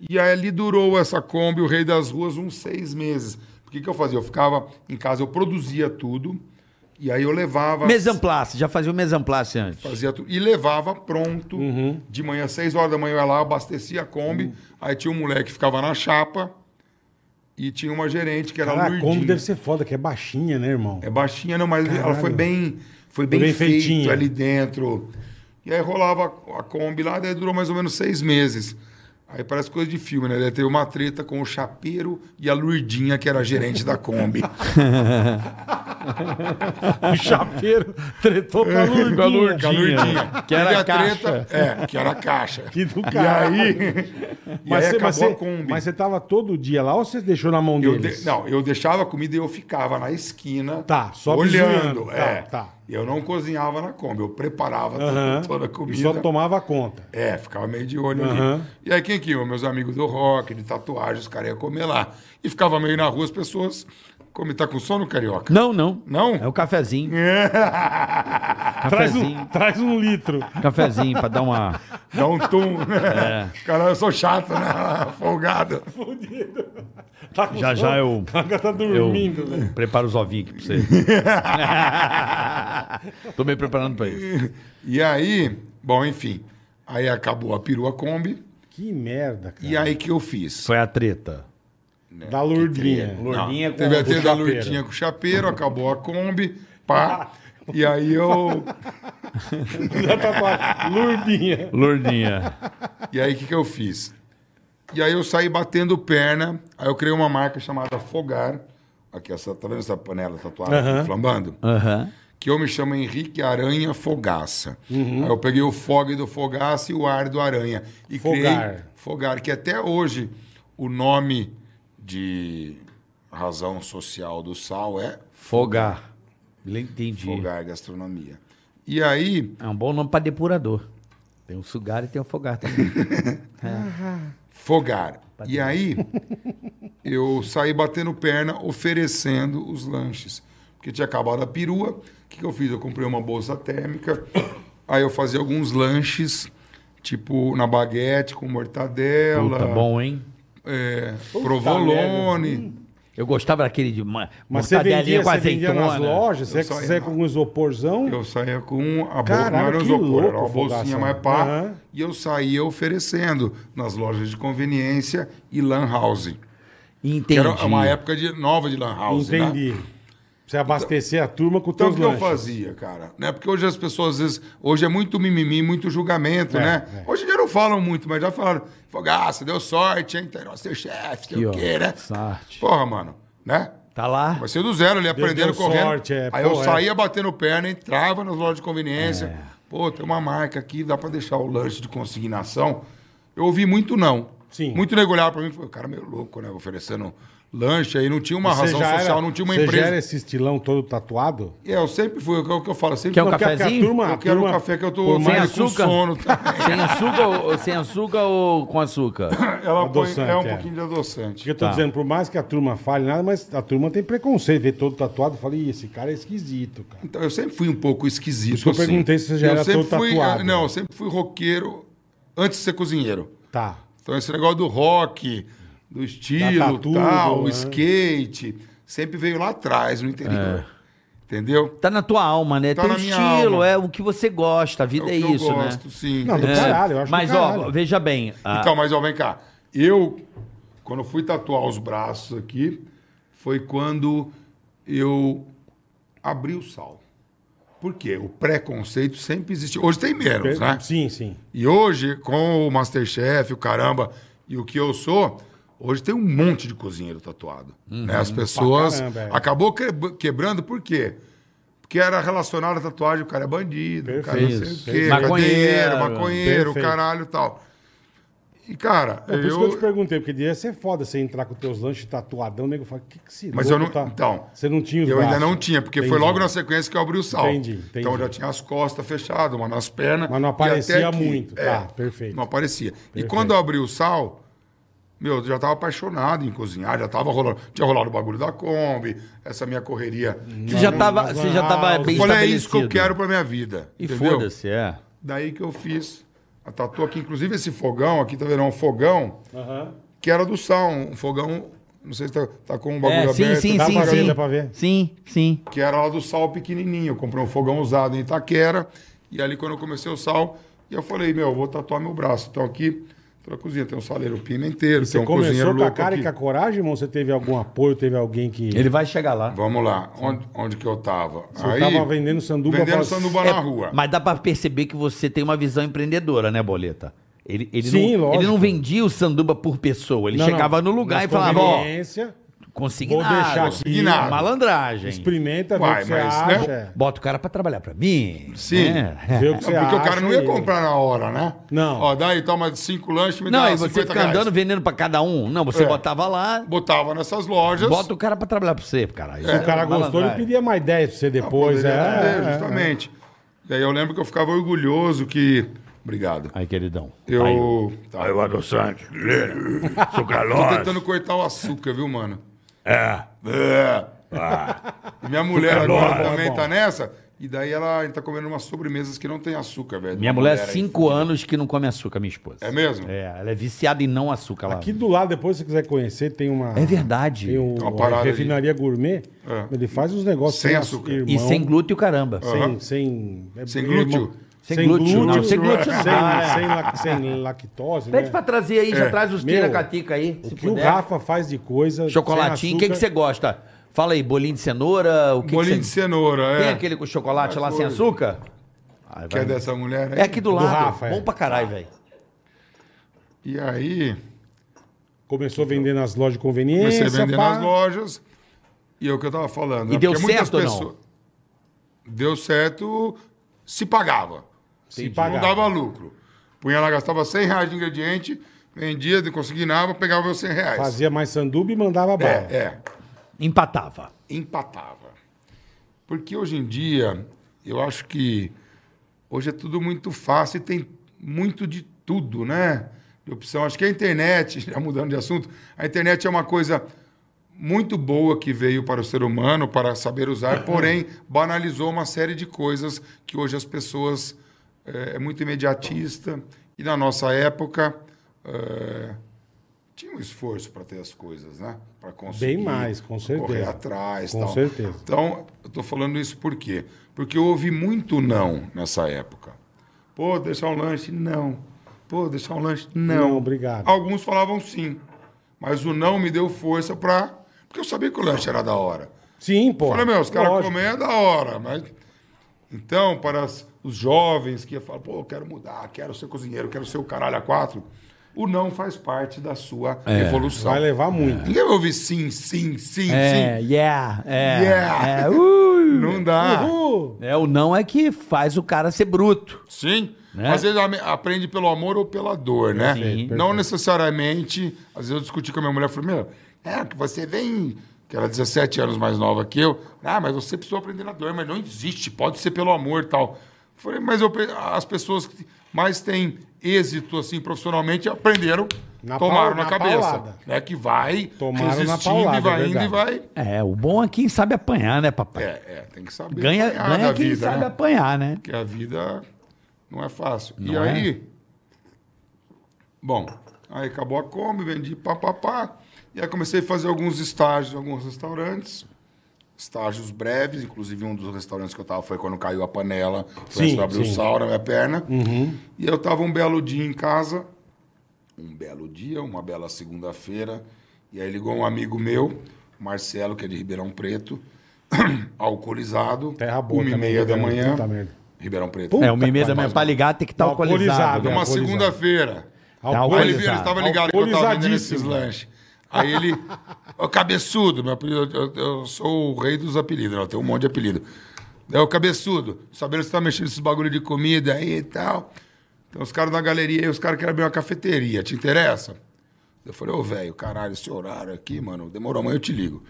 Speaker 1: E aí ali durou essa Kombi, o Rei das Ruas, uns seis meses. O que, que eu fazia? Eu ficava em casa, eu produzia tudo, e aí eu levava.
Speaker 4: Mesamplace, já fazia o mesamplace antes.
Speaker 1: Fazia tudo. E levava pronto. De manhã, seis horas da manhã, eu ia lá, abastecia a Kombi. Aí tinha um moleque que ficava na chapa. E tinha uma gerente que era
Speaker 3: Cara, a
Speaker 1: Lourdinha.
Speaker 3: Kombi deve ser foda, que é baixinha, né, irmão?
Speaker 1: É baixinha, não, mas ela foi bem, foi bem,
Speaker 3: bem
Speaker 1: feito
Speaker 3: feitinha.
Speaker 1: ali dentro. E aí rolava a Kombi lá, daí durou mais ou menos seis meses. Aí parece coisa de filme, né? Daí teve uma treta com o Chapeiro e a Lourdinha, que era a gerente da Kombi.
Speaker 3: [LAUGHS] O chapeiro tretou com a Lourdinha.
Speaker 4: Com a Lourdinha.
Speaker 1: É, Com a Lourdinha.
Speaker 4: Que era
Speaker 1: Teve
Speaker 4: a caixa.
Speaker 1: É, que era a caixa.
Speaker 3: Que do
Speaker 1: e
Speaker 3: [LAUGHS]
Speaker 1: aí, e
Speaker 3: Mas
Speaker 1: aí
Speaker 3: você,
Speaker 1: acabou
Speaker 3: mas, você,
Speaker 1: a Kombi.
Speaker 3: mas você tava todo dia lá ou você deixou na mão
Speaker 1: Eu
Speaker 3: deles?
Speaker 1: de- Não, eu deixava a comida e eu ficava na esquina.
Speaker 3: Tá, só
Speaker 1: olhando.
Speaker 3: vigiando.
Speaker 1: é.
Speaker 3: Tá, tá.
Speaker 1: Eu não cozinhava na Kombi, eu preparava
Speaker 3: Aham.
Speaker 1: toda, toda a comida.
Speaker 3: E só tomava conta.
Speaker 1: É, ficava meio de olho ali.
Speaker 3: Aham.
Speaker 1: E aí quem que ia? Meus amigos do rock, de tatuagem, os caras iam comer lá. E ficava meio na rua, as pessoas. Como tá com sono, carioca?
Speaker 4: Não, não.
Speaker 1: Não?
Speaker 4: É o
Speaker 1: [LAUGHS]
Speaker 4: cafezinho.
Speaker 3: Traz
Speaker 4: Cafezinho.
Speaker 3: um, traz um litro.
Speaker 4: Cafezinho pra dar
Speaker 1: [LAUGHS]
Speaker 4: uma.
Speaker 1: Dá um tum.
Speaker 3: [LAUGHS]
Speaker 1: né?
Speaker 3: É.
Speaker 1: Cara, eu sou chato, né? [LAUGHS] Folgado.
Speaker 3: Tá com
Speaker 4: Já,
Speaker 3: sono?
Speaker 4: já eu-
Speaker 3: O cara tá dormindo,
Speaker 1: né?
Speaker 3: velho.
Speaker 4: Preparo os ovinhos aqui pra você.
Speaker 1: [LAUGHS]
Speaker 4: Tô me preparando pra isso.
Speaker 1: E aí, bom, enfim. Aí acabou a perua Kombi.
Speaker 3: Que merda, cara.
Speaker 1: E é aí que eu fiz?
Speaker 4: Foi é a treta.
Speaker 3: da Lourdinha. [LAUGHS]
Speaker 4: Lourdinha
Speaker 1: Não, Teve a treta da
Speaker 3: chapeiro.
Speaker 1: Lourdinha com o chapeiro, acabou a Kombi, pá. E aí eu.
Speaker 3: Da tatuagem. Lourdinha.
Speaker 4: Lourdinha.
Speaker 1: E aí o que, que eu fiz? E aí eu saí batendo perna, aí eu criei uma marca chamada Fogar. Aqui, essa, tá vendo essa panela tatuada aqui, flambando?
Speaker 4: Aham.
Speaker 1: Que eu me chamo Henrique Aranha Fogaça. Aí eu peguei o fog do Fogaça e o ar do Aranha. E
Speaker 3: Fogar.
Speaker 1: criei Fogar, que até hoje o nome de razão social do sal é
Speaker 4: Fogar. Entendi.
Speaker 1: Fogar Gastronomia. E aí,
Speaker 4: É um bom nome pra depurador. Tem o sugar e tem o fogar
Speaker 1: [LAUGHS]
Speaker 4: também.
Speaker 1: Fogar. E aí, eu saí batendo perna, oferecendo os lanches. Porque tinha acabado a perua. O que, que eu fiz? Eu comprei uma bolsa térmica. [COUGHS] Aí eu fazia alguns lanches, tipo na baguete com mortadela,
Speaker 4: Puta, bom, hein?
Speaker 1: é, provolone.
Speaker 4: Eu gostava daquele de ma-
Speaker 3: Mas você vendia,
Speaker 4: mortadelinha com
Speaker 3: você vendia nas
Speaker 4: azeitona.
Speaker 3: lojas? Você,
Speaker 1: Eu saía
Speaker 3: você é
Speaker 1: na-
Speaker 3: com um isoporzão?
Speaker 1: Eu saía com a bolsa,
Speaker 3: Caralho,
Speaker 1: não era um
Speaker 3: que
Speaker 1: isopor,
Speaker 3: louco,
Speaker 1: era uma bolsinha
Speaker 3: Fogaça.
Speaker 1: mais pá.
Speaker 3: Aham.
Speaker 1: E eu saía oferecendo nas lojas de conveniência e lan house. Que
Speaker 4: Entendi.
Speaker 1: era uma época de- nova de lan house, né?
Speaker 3: Entendi. Você abastecer a turma com
Speaker 1: Então, o
Speaker 3: teus
Speaker 1: que eu
Speaker 3: lanches.
Speaker 1: fazia, cara? Né? Porque hoje as pessoas, às vezes, hoje é muito mimimi, muito julgamento,
Speaker 3: É,
Speaker 1: né? Hoje em dia não falam muito, mas já falaram. Fogaça, deu sorte, hein? Tá ser chefe, sei
Speaker 4: Aqui,
Speaker 1: o
Speaker 4: ó,
Speaker 1: quê, né?
Speaker 4: sorte.
Speaker 1: Porra, mano, né?
Speaker 4: Tá lá.
Speaker 1: Comecei do zero ali, aprendendo,
Speaker 3: deu
Speaker 1: correndo.
Speaker 3: sorte, é,
Speaker 1: Aí eu
Speaker 3: porra, é.
Speaker 1: saía batendo perna, entrava nas lojas de conveniência. Pô, tem uma marca aqui, dá pra deixar o lanche de consignação. Eu ouvi muito não.
Speaker 3: Sim.
Speaker 1: Muito negolhar pra mim, falei, o cara é meio louco, né? Oferecendo lanche aí, não tinha uma
Speaker 3: Você
Speaker 1: razão
Speaker 3: já
Speaker 1: social,
Speaker 3: era-
Speaker 1: não tinha uma
Speaker 3: você
Speaker 1: empresa.
Speaker 3: já era esse estilão todo tatuado?
Speaker 1: É, eu sempre fui, é o que eu falo, sempre
Speaker 4: Quer um
Speaker 1: fui-
Speaker 3: Porque a- que
Speaker 4: cafezinho?
Speaker 3: A turma,
Speaker 1: eu
Speaker 3: a
Speaker 1: quero
Speaker 3: turma,
Speaker 1: um café que eu tô
Speaker 3: por
Speaker 1: com
Speaker 3: mais-
Speaker 1: com
Speaker 4: açúcar?
Speaker 1: sono. tá?
Speaker 3: [LAUGHS]
Speaker 1: também.
Speaker 4: Sem açúcar ou, sem açúcar ou com açúcar?
Speaker 1: Ela põe,
Speaker 3: Adoçante,
Speaker 1: é um
Speaker 3: é.
Speaker 1: pouquinho de adoçante.
Speaker 3: Eu
Speaker 4: Tá.
Speaker 3: tô dizendo, por mais que a turma fale nada, mas a turma tem preconceito. Vê todo tatuado e fala, "Ih, esse cara é esquisito, cara.
Speaker 1: Então, eu sempre fui um pouco esquisito.
Speaker 3: Isso que eu
Speaker 1: assim.
Speaker 3: perguntei se você já
Speaker 1: eu
Speaker 3: era
Speaker 1: sempre
Speaker 3: todo
Speaker 1: fui,
Speaker 3: tatuado.
Speaker 1: ah, Não, eu sempre fui roqueiro antes de ser cozinheiro.
Speaker 3: Tá.
Speaker 1: Então, esse negócio do rock, do
Speaker 3: Da
Speaker 1: estilo,
Speaker 3: tatu,
Speaker 1: tal,
Speaker 3: né?
Speaker 1: skate, sempre veio lá atrás, no
Speaker 4: É.
Speaker 1: interior. Entendeu?
Speaker 4: Tá na tua alma, né?
Speaker 1: Tá
Speaker 4: Teu
Speaker 1: na minha
Speaker 4: estilo,
Speaker 1: alma.
Speaker 4: é o que você gosta. A
Speaker 1: o
Speaker 4: vida
Speaker 1: que
Speaker 4: é,
Speaker 1: eu
Speaker 4: isso,
Speaker 1: gosto,
Speaker 4: né?
Speaker 1: sim.
Speaker 3: Não, do
Speaker 1: entendeu?
Speaker 3: caralho, eu acho
Speaker 4: Mas,
Speaker 3: do caralho.
Speaker 4: ó, veja bem. a-
Speaker 1: Então, mas ó, vem cá. Eu, quando eu fui tatuar os braços aqui, foi quando eu abri o sal. Por quê? O preconceito sempre existe. Hoje tem menos, né?
Speaker 3: Sim, sim.
Speaker 1: E hoje, com o Masterchef, o caramba, e o que eu sou, Hoje tem um monte de cozinheiro tatuado.
Speaker 3: Uhum.
Speaker 1: né? As pessoas.
Speaker 3: caramba, é.
Speaker 1: acabou queb- quebrando por quê? Porque era relacionado à tatuagem, o cara é bandido, o cara não sei o
Speaker 3: Perfeito.
Speaker 1: quê,
Speaker 4: Maconheiro,
Speaker 1: maconheiro, maconheiro,
Speaker 3: perfeito.
Speaker 1: caralho e tal. E, cara,
Speaker 3: É por isso que eu te
Speaker 1: eu.
Speaker 3: perguntei, porque devia ser foda você entrar com teus lanches tatuadão, o nego fala, que que se
Speaker 1: Mas eu não- então,
Speaker 3: você não tinha os
Speaker 1: Eu ainda
Speaker 3: braços.
Speaker 1: não tinha, porque foi
Speaker 3: Entendi.
Speaker 1: logo na sequência que eu abri o sal.
Speaker 3: Entendi, entendi.
Speaker 1: Então eu já tinha as costas fechadas, uma nas pernas.
Speaker 3: Mas não
Speaker 1: e até
Speaker 3: aparecia
Speaker 1: aqui.
Speaker 3: muito.
Speaker 1: É,
Speaker 3: Tá, perfeito.
Speaker 1: Não aparecia. E quando eu abri o sal, meu, eu já estava apaixonado em cozinhar, já estava rolando. Tinha rolado o bagulho da Kombi, essa minha correria.
Speaker 4: Você já tava,
Speaker 3: mas
Speaker 4: você já tava
Speaker 3: não,
Speaker 4: bem
Speaker 1: Olha,
Speaker 4: Hum.
Speaker 1: é
Speaker 4: estabelecido.
Speaker 1: isso que eu quero pra minha vida.
Speaker 4: E
Speaker 1: entendeu?
Speaker 4: foda-se, é.
Speaker 1: Daí que eu fiz a tatu aqui. Inclusive esse fogão, aqui tá vendo? É um fogão
Speaker 3: Aham.
Speaker 1: que era do sal. Um fogão, não sei se tá, tá com um bagulho
Speaker 4: É, sim,
Speaker 1: aberto.
Speaker 4: sim,
Speaker 3: Dá
Speaker 4: sim,
Speaker 3: pra ver,
Speaker 4: sim.
Speaker 3: dá pra ver.
Speaker 4: Sim, sim.
Speaker 1: que era lá do sal pequenininho. Eu comprei um fogão usado em Itaquera. E ali, quando eu comecei o sal, e eu falei, meu, eu vou tatuar meu braço. Então, aqui, tô na cozinha, tem um saleiro pimenteiro,
Speaker 3: Você
Speaker 1: tem um cozinheiro
Speaker 3: começou com a
Speaker 1: louco
Speaker 3: cara e
Speaker 1: aqui.
Speaker 3: com a coragem, irmão? Você teve algum apoio, teve alguém que...
Speaker 4: Ele vai chegar lá.
Speaker 1: Vamos lá, onde, onde que eu tava?
Speaker 3: Você tava vendendo sanduba...
Speaker 1: vendendo
Speaker 3: pra-
Speaker 1: sanduba na rua.
Speaker 4: É, Mas dá pra perceber que você tem uma visão empreendedora, né, Boleta? Ele, ele,
Speaker 3: Sim,
Speaker 4: não,
Speaker 3: lógico.
Speaker 4: ele não vendia o sanduba por pessoa. Ele
Speaker 3: Não, não.
Speaker 4: chegava no lugar
Speaker 3: Na
Speaker 4: e falava, ó,
Speaker 3: conveniência,
Speaker 4: consegui
Speaker 3: Vou deixar aqui.
Speaker 1: Consignado.
Speaker 4: Malandragem.
Speaker 3: Experimenta, vê o
Speaker 1: Uai,
Speaker 3: que você
Speaker 1: mas, né?
Speaker 3: acha.
Speaker 4: Bota o cara pra trabalhar pra mim.
Speaker 1: Sim.
Speaker 4: É.
Speaker 3: Vê o que você
Speaker 1: Porque o
Speaker 3: acha
Speaker 1: cara não ia
Speaker 3: e-
Speaker 1: comprar na hora, né?
Speaker 3: Não.
Speaker 1: Ó, daí toma cinco lanches, me
Speaker 4: Não,
Speaker 1: dá
Speaker 4: e você
Speaker 1: 50
Speaker 4: fica
Speaker 1: reais.
Speaker 4: andando vendendo pra cada um. Não, você
Speaker 1: É.
Speaker 4: botava lá,
Speaker 1: Botava nessas lojas.
Speaker 4: bota o cara pra trabalhar pra você, cara. é
Speaker 3: Se o cara gostou, ele pedia mais 10 pra você depois.
Speaker 1: Ah, Poderia
Speaker 3: é,
Speaker 1: vender,
Speaker 3: é,
Speaker 1: justamente. E aí eu lembro que eu ficava orgulhoso que... Obrigado.
Speaker 4: Aí, queridão.
Speaker 1: Eu... Tá,
Speaker 6: Aí
Speaker 1: [LAUGHS]
Speaker 6: o adoçante. Sou
Speaker 1: Tô
Speaker 6: calor.
Speaker 1: tentando cortar o açúcar, viu, mano?
Speaker 6: É.
Speaker 1: É.
Speaker 4: Ah.
Speaker 1: E minha mulher
Speaker 6: Fica
Speaker 1: agora
Speaker 6: louco,
Speaker 1: também tá nessa. E daí ela tá comendo umas sobremesas que não tem açúcar, velho.
Speaker 4: Minha
Speaker 1: Uma
Speaker 4: mulher, é
Speaker 1: aí.
Speaker 4: cinco anos que não come açúcar, minha esposa.
Speaker 1: É mesmo?
Speaker 4: É, ela é viciada em não açúcar lá.
Speaker 3: Aqui do lado, depois, se você quiser conhecer, tem uma.
Speaker 4: É verdade.
Speaker 3: Tem o,
Speaker 1: Tem uma
Speaker 3: a
Speaker 1: parada
Speaker 3: refinaria gourmet.
Speaker 1: É.
Speaker 3: Ele faz uns negócios
Speaker 1: Sem
Speaker 3: sem
Speaker 1: açúcar.
Speaker 3: irmão,
Speaker 4: E sem glúteo, caramba.
Speaker 3: Sem, sem, é,
Speaker 1: Sem
Speaker 3: irmão-
Speaker 1: glúteo?
Speaker 4: Sem glúteo, não, sem glúteo não.
Speaker 3: Sem,
Speaker 4: Ah, é.
Speaker 3: sem lac- sem lactose.
Speaker 4: Pede
Speaker 3: né?
Speaker 4: pra trazer aí, já traz os
Speaker 3: Meu,
Speaker 4: tiracatica aí,
Speaker 3: O
Speaker 4: se
Speaker 3: que o
Speaker 4: puder.
Speaker 3: Rafa faz de coisa. sem
Speaker 4: Chocolatinho, o que, que você
Speaker 3: açúcar,
Speaker 4: gosta? Fala aí, bolinho de cenoura, o que
Speaker 1: Um Bolinho
Speaker 4: que
Speaker 1: de
Speaker 4: você...
Speaker 1: cenoura, é.
Speaker 4: Tem aquele com chocolate
Speaker 1: Vai
Speaker 4: lá sem
Speaker 1: por-
Speaker 4: açúcar? Aí
Speaker 1: Que
Speaker 4: vai-
Speaker 1: é dessa mulher aí.
Speaker 4: É aqui do lado.
Speaker 3: Rafa, é.
Speaker 4: Bom pra caralho, velho.
Speaker 1: E aí,
Speaker 3: Começou vendendo nas lojas de conveniência.
Speaker 1: comecei a vender
Speaker 3: pá.
Speaker 1: nas lojas. E é o que eu tava falando.
Speaker 4: E deu
Speaker 1: Porque muitas
Speaker 4: certo ou não?
Speaker 1: Deu certo, se pagava.
Speaker 3: Se
Speaker 1: Não
Speaker 3: pagar.
Speaker 1: dava lucro. Punha lá, gastava 100 reais de ingrediente, vendia, consignava, pegava meus 100 reais.
Speaker 3: Fazia mais sanduba e mandava
Speaker 1: É,
Speaker 3: bala.
Speaker 1: é.
Speaker 4: Empatava.
Speaker 1: empatava. Porque hoje em dia, eu acho que hoje é tudo muito fácil e tem muito de tudo, né? De opção. Acho que a internet, [LAUGHS] já mudando de assunto, a internet é uma coisa muito boa que veio para o ser humano, para saber
Speaker 3: Uhum.
Speaker 1: usar, porém banalizou uma série de coisas que hoje as pessoas eh, é, muito imediatista e na nossa época eh, tinha um esforço para ter as coisas, né? Para conseguir
Speaker 3: mais, com certeza.
Speaker 1: correr atrás,
Speaker 3: Com
Speaker 1: tal.
Speaker 3: certeza.
Speaker 1: Então, eu estou falando isso por quê? Porque eu ouvi muito não nessa época. Pô, deixar um lanche? Não. Pô, deixar um lanche? Não.
Speaker 3: Não, obrigado.
Speaker 1: Alguns falavam sim. Mas o não me deu força para. Porque eu sabia que o lanche era da hora.
Speaker 3: Sim, pô.
Speaker 1: Eu falei, meu, os caras
Speaker 3: Lógico.
Speaker 1: comem é da hora. Mas... Então, para as- os jovens que falam, pô, eu quero mudar, quero ser cozinheiro, quero ser o caralho a quatro, o não faz parte da sua evolução.
Speaker 3: É, Vai levar É, muito.
Speaker 1: Ninguém vai ouvir sim, sim, sim, sim.
Speaker 4: yeah, é.
Speaker 1: Yeah.
Speaker 4: É, ui.
Speaker 1: Não dá.
Speaker 3: Uhul.
Speaker 4: É, o não é que faz o cara ser bruto.
Speaker 1: Sim.
Speaker 4: Né?
Speaker 1: Às vezes ame- aprende pelo amor ou pela dor, né?
Speaker 4: Perfeito,
Speaker 1: Não necessariamente. Às vezes eu discuti com a minha mulher, falei, meu, é que você vem, que era 17 anos mais nova que eu. Ah, mas você precisou aprender na dor, mas não existe, pode ser pelo amor e tal. Falei, mas eu, pe- as pessoas que mais têm êxito, assim, profissionalmente, aprenderam,
Speaker 3: Na pau-
Speaker 1: tomaram na,
Speaker 3: na
Speaker 1: cabeça.
Speaker 3: paulada.
Speaker 1: Né? Que vai
Speaker 3: Tomaram na
Speaker 1: resistindo
Speaker 3: paulada,
Speaker 1: e vai
Speaker 3: é
Speaker 1: indo e vai.
Speaker 4: É, o bom é quem sabe apanhar, né, papai?
Speaker 1: É, é, tem que saber.
Speaker 4: Ganha,
Speaker 1: apanhar
Speaker 4: ganha
Speaker 1: da
Speaker 4: quem
Speaker 1: vida,
Speaker 4: sabe
Speaker 1: né?
Speaker 4: apanhar, né?
Speaker 1: Porque a vida não é fácil. e
Speaker 4: Não é?
Speaker 1: aí. Bom, aí acabou a Kombi, vendi papapá. E aí comecei a fazer alguns estágios em alguns restaurantes. Estágios breves, inclusive um dos restaurantes que eu tava foi quando caiu a panela. Foi
Speaker 3: Sim,
Speaker 1: sim, abriu
Speaker 3: sim. Uhum.
Speaker 1: o sal na minha perna. E eu tava um belo dia em casa. Um belo dia, uma bela segunda-feira. E aí ligou um amigo meu, Marcelo, que é de Ribeirão Preto, [CLEARS THROAT] alcoolizado.
Speaker 3: Terra boa.
Speaker 1: Uma e
Speaker 3: também,
Speaker 1: meia da
Speaker 3: Ribeirão.
Speaker 1: manhã.
Speaker 3: Puta merda.
Speaker 1: Ribeirão Preto.
Speaker 4: É, o mimê da
Speaker 1: que
Speaker 4: minha
Speaker 1: mais
Speaker 4: pra ligar tem que estar
Speaker 3: Tá
Speaker 4: alcoolizado.
Speaker 3: alcoolizado,
Speaker 4: né?
Speaker 1: Uma
Speaker 3: Alcoolizado.
Speaker 1: segunda-feira.
Speaker 4: Alcoolizado.
Speaker 1: O Oliveira estava ligado que eu estava vendendo esses
Speaker 3: Alcoolizadíssimo.
Speaker 1: lanches. né? Aí ele, ô cabeçudo, meu apelido, eu, eu sou o rei dos apelidos, né? eu tenho um monte de apelido. É o cabeçudo, sabendo que você tá mexendo nesses bagulho de comida aí e tal. Então os caras da galeria e os caras querem abrir uma cafeteria, te interessa? Eu falei, ô velho, caralho, esse horário aqui, mano, demorou, amanhã eu te ligo.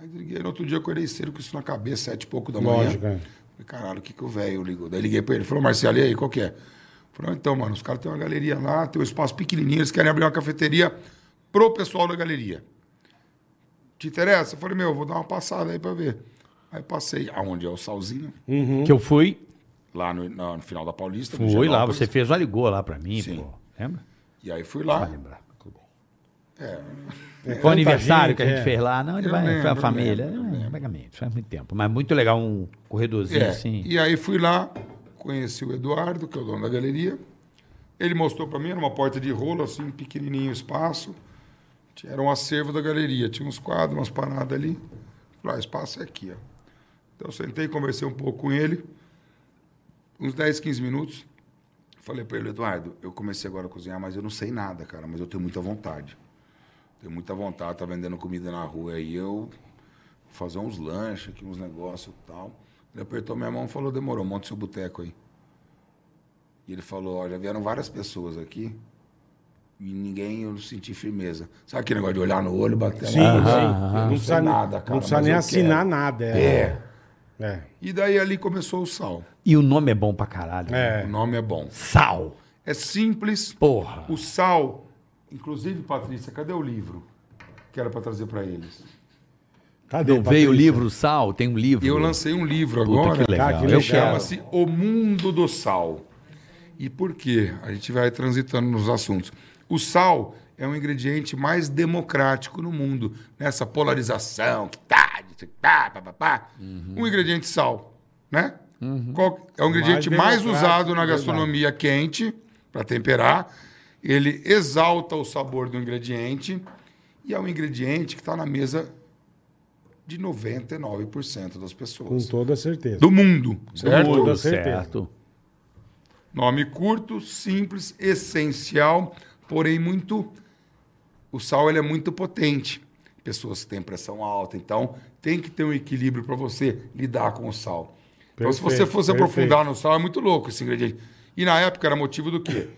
Speaker 1: Aí liguei no outro dia, eu acordei cedo com isso na cabeça, sete e pouco da manhã.
Speaker 3: Lógico, é.
Speaker 1: Falei, caralho, o que, que o velho ligou? Daí liguei pra ele. Falou, Marcelo, e aí, qual que é? Falei, "Ah, então, mano, os caras têm uma galeria lá, tem um espaço pequenininho, eles querem abrir uma cafeteria pro pessoal da galeria. Te interessa? Eu falei, meu, vou dar uma passada aí pra ver. Aí passei, aonde é o Salzinho?
Speaker 3: né?
Speaker 7: Que eu fui.
Speaker 1: Lá no, na- no final da Paulista. no
Speaker 7: Fui lá,
Speaker 1: Higienópolis.
Speaker 7: você fez uma ligou lá pra mim,
Speaker 1: Uhum. Sim.
Speaker 7: pô. Lembra?
Speaker 1: E aí fui lá.
Speaker 7: Lembra.
Speaker 1: É,
Speaker 7: Foi o aniversário
Speaker 3: gente,
Speaker 7: que a gente
Speaker 3: é.
Speaker 7: fez lá. Não, ele
Speaker 1: Eu
Speaker 7: vai, foi a
Speaker 1: lembro, eu
Speaker 7: família.
Speaker 1: lembro, eu
Speaker 7: É,
Speaker 1: lembro.
Speaker 7: vagamente, faz muito tempo. Mas muito legal, um corredorzinho
Speaker 1: É,
Speaker 7: assim.
Speaker 1: E aí fui lá, conheci o Eduardo, que é o dono da galeria. Ele mostrou para mim, era uma porta de rolo, assim, pequenininho espaço. Tinha- Era um acervo da galeria, tinha uns quadros, umas paradas ali. Falei, ah, espaço é aqui, ó. Então eu sentei, conversei um pouco com ele, uns 10, 15 minutos. Falei para ele, Eduardo, eu comecei agora a cozinhar, mas eu não sei nada, cara, mas eu tenho muita vontade. Tenho muita vontade, tá vendendo comida na rua aí, eu fazer uns lanches aqui, uns negócios e tal. Ele apertou minha mão e falou, demorou, monta seu boteco aí. E ele falou, ó, já vieram várias pessoas aqui e ninguém, eu não senti firmeza. Sabe aquele negócio de olhar no olho, bater
Speaker 3: Sim,
Speaker 1: lá?
Speaker 3: sim.
Speaker 1: Eu
Speaker 3: Não precisa, nem-
Speaker 1: nada, cara,
Speaker 3: não precisa
Speaker 1: mas
Speaker 3: nem
Speaker 1: eu
Speaker 3: assinar
Speaker 1: quero.
Speaker 3: nada. É.
Speaker 1: É.
Speaker 3: É.
Speaker 1: E daí ali começou o sal.
Speaker 7: E o nome é bom pra caralho. né?
Speaker 3: É.
Speaker 1: O nome é bom.
Speaker 7: Sal.
Speaker 1: É simples.
Speaker 7: Porra.
Speaker 1: O sal, inclusive, Patrícia, cadê o livro que era para trazer para eles?
Speaker 3: Cadê
Speaker 7: Não veio o
Speaker 3: né?
Speaker 7: livro Sal? Tem um livro.
Speaker 1: E é eu lancei um livro
Speaker 7: Puta,
Speaker 1: agora.
Speaker 7: que legal.
Speaker 4: Ah,
Speaker 3: Cara, que
Speaker 7: eu
Speaker 3: legal.
Speaker 7: quero.
Speaker 1: Chama-se O Mundo do Sal. E por quê? A gente vai transitando nos assuntos. O sal é um ingrediente mais democrático no mundo, nessa polarização que tá, de- pá, pá, pá, pá. Um ingrediente sal, né? Qual- é o ingrediente mais,
Speaker 3: democrático,
Speaker 1: usado na
Speaker 3: verdade.
Speaker 1: gastronomia quente para temperar. Ele exalta o sabor do ingrediente e é um ingrediente que está na mesa de 99% das
Speaker 3: Com
Speaker 1: pessoas.
Speaker 3: toda certeza.
Speaker 1: Do mundo, certo?
Speaker 3: mundo,
Speaker 7: Tudo
Speaker 3: Com certeza.
Speaker 7: certo.
Speaker 1: Nome curto, simples, essencial, porém muito. O sal ele é muito potente. Pessoas que têm pressão alta, então tem que ter um equilíbrio para você lidar com o sal. então, se você
Speaker 3: Perfeito,
Speaker 1: fosse
Speaker 3: perfeito.
Speaker 1: aprofundar no sal, é muito louco esse ingrediente. E na época era motivo do quê?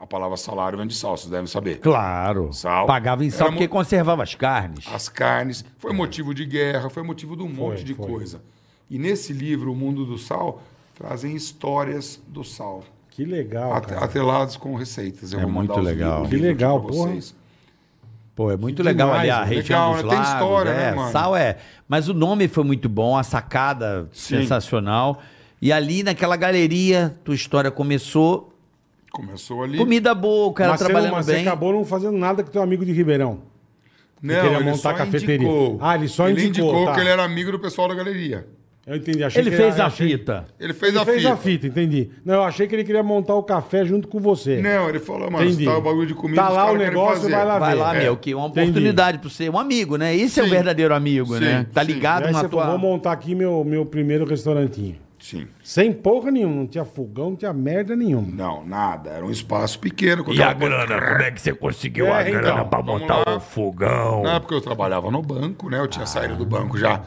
Speaker 1: A palavra salário vem de sal, vocês devem saber.
Speaker 7: Claro.
Speaker 1: Sal.
Speaker 7: Pagava em sal
Speaker 1: Era
Speaker 7: porque
Speaker 1: mu-
Speaker 7: conservava as carnes.
Speaker 1: As carnes, foi motivo de guerra, foi motivo de um monte de
Speaker 3: foi.
Speaker 1: coisa. E nesse livro, O Mundo do Sal, trazem histórias do sal.
Speaker 3: Que legal,
Speaker 1: At-
Speaker 3: cara.
Speaker 1: atrelados com receitas. Eu
Speaker 7: É
Speaker 1: vou mandar
Speaker 7: muito
Speaker 1: os
Speaker 7: legal.
Speaker 1: livros
Speaker 3: Que
Speaker 1: aqui
Speaker 3: legal,
Speaker 1: pra
Speaker 3: porra.
Speaker 1: vocês.
Speaker 7: Pô, é muito legal ali
Speaker 3: demais,
Speaker 7: a
Speaker 3: né?
Speaker 7: região
Speaker 1: Legal,
Speaker 7: dos
Speaker 1: né? Tem
Speaker 7: lagos,
Speaker 1: história,
Speaker 7: é,
Speaker 1: né, mano?
Speaker 7: Sal é. Mas o nome foi muito bom, a sacada
Speaker 1: Sim.
Speaker 7: sensacional. E ali naquela galeria, tua história começou.
Speaker 1: Começou ali.
Speaker 7: Comida boa, o cara
Speaker 3: Mas você não-
Speaker 7: trabalhando
Speaker 3: mas
Speaker 7: bem.
Speaker 3: você acabou não fazendo nada com teu amigo de Ribeirão. queria montar a cafeteria.
Speaker 1: indicou.
Speaker 3: Ah, ele só
Speaker 1: Ele
Speaker 3: indicou,
Speaker 1: indicou
Speaker 3: tá.
Speaker 1: que ele era amigo do pessoal da galeria.
Speaker 3: Eu entendi. Achei
Speaker 7: Ele
Speaker 3: que
Speaker 7: fez a
Speaker 3: achei-
Speaker 7: fita.
Speaker 1: Ele fez, a,
Speaker 3: Ele fez
Speaker 1: fita.
Speaker 3: a fita, entendi. Não, eu achei que ele queria montar o café junto com você.
Speaker 1: Não, ele falou, mano,
Speaker 3: Entendi.
Speaker 1: se tá o bagulho de comida,
Speaker 3: Tá
Speaker 1: os
Speaker 3: lá
Speaker 1: caras
Speaker 3: o
Speaker 1: querem
Speaker 3: negócio,
Speaker 1: fazer.
Speaker 3: vai lá
Speaker 7: Vai
Speaker 3: ver.
Speaker 7: lá,
Speaker 1: É.
Speaker 7: meu, que é uma
Speaker 3: Entendi.
Speaker 7: oportunidade pra você. Um amigo, né? Esse é o
Speaker 1: Sim.
Speaker 7: verdadeiro amigo,
Speaker 1: Sim,
Speaker 7: né? Tá
Speaker 1: sim.
Speaker 7: ligado
Speaker 3: Aí
Speaker 7: na
Speaker 3: você
Speaker 7: tua.
Speaker 3: falou, vou montar aqui meu, meu primeiro restaurantinho.
Speaker 1: Sim.
Speaker 3: Sem porra nenhuma, não tinha fogão, não tinha merda nenhuma.
Speaker 1: Não, nada. Era um espaço pequeno.
Speaker 6: E a
Speaker 1: qualquer-
Speaker 6: grana? Como é que você conseguiu
Speaker 3: É,
Speaker 6: a
Speaker 3: então,
Speaker 6: grana pra
Speaker 1: vamos
Speaker 6: montar
Speaker 1: lá.
Speaker 6: o fogão?
Speaker 1: Na época eu trabalhava no banco, né? Eu
Speaker 3: Ah.
Speaker 1: tinha saído do banco já.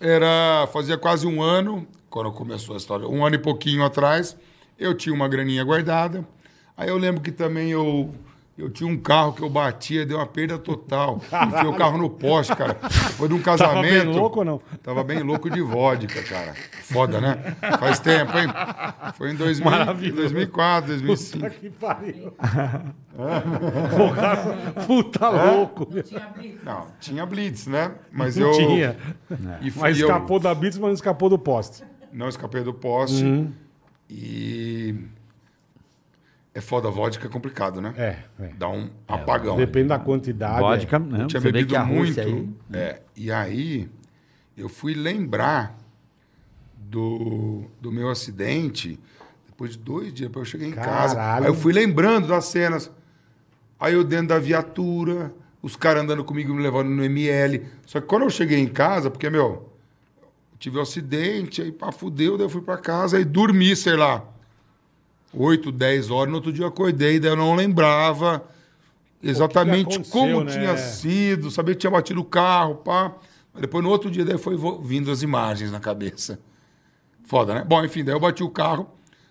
Speaker 1: Era. Fazia quase um ano, quando começou a história, um ano e pouquinho atrás, eu tinha uma graninha guardada. Aí eu lembro que também eu. Eu tinha um carro que eu batia, deu uma perda total. Enfiei o carro no poste, cara. Foi de
Speaker 3: [LAUGHS]
Speaker 1: um
Speaker 3: Tava
Speaker 1: casamento.
Speaker 3: bem louco ou não?
Speaker 1: Tava bem louco de vodka, cara. Foda, né? Faz tempo, hein? Foi em 2000, 2004, 2005.
Speaker 3: Que pariu. [LAUGHS] Fogaça- Puta
Speaker 1: É?
Speaker 3: louco. meu.
Speaker 1: Não, tinha blitz, né? Mas
Speaker 3: Não
Speaker 1: eu...
Speaker 3: tinha.
Speaker 1: É. E fui
Speaker 3: Mas
Speaker 1: eu-
Speaker 3: escapou da Blitz, mas não escapou do poste.
Speaker 1: Não escapei do poste.
Speaker 7: Uhum.
Speaker 1: E. É foda, vodka é complicado, né?
Speaker 3: É, é.
Speaker 1: Dá um apagão.
Speaker 3: Depende da quantidade.
Speaker 7: Vodka, né?
Speaker 1: Eu tinha
Speaker 7: Você vê que
Speaker 1: bebido
Speaker 7: a
Speaker 1: muito.
Speaker 7: Rússia aí.
Speaker 1: É, e aí, eu fui lembrar do, do meu acidente. Depois de dois dias, depois eu cheguei em casa.
Speaker 3: Caralho.
Speaker 1: Aí eu fui lembrando das cenas. Aí eu dentro da viatura, os caras andando comigo, me levando no ML. Só que quando eu cheguei em casa, porque, meu, tive um acidente, aí pá, fudeu, daí eu fui pra casa e dormi, sei lá, 8, 10 horas. No outro dia eu acordei, daí eu não lembrava. Exatamente
Speaker 3: aconteceu,
Speaker 1: como
Speaker 3: né?
Speaker 1: tinha sido, sabia que tinha batido o carro, pá. Mas depois, no outro dia, daí foi vo- vindo as imagens na cabeça. Foda, né? Bom, enfim, daí eu bati o carro,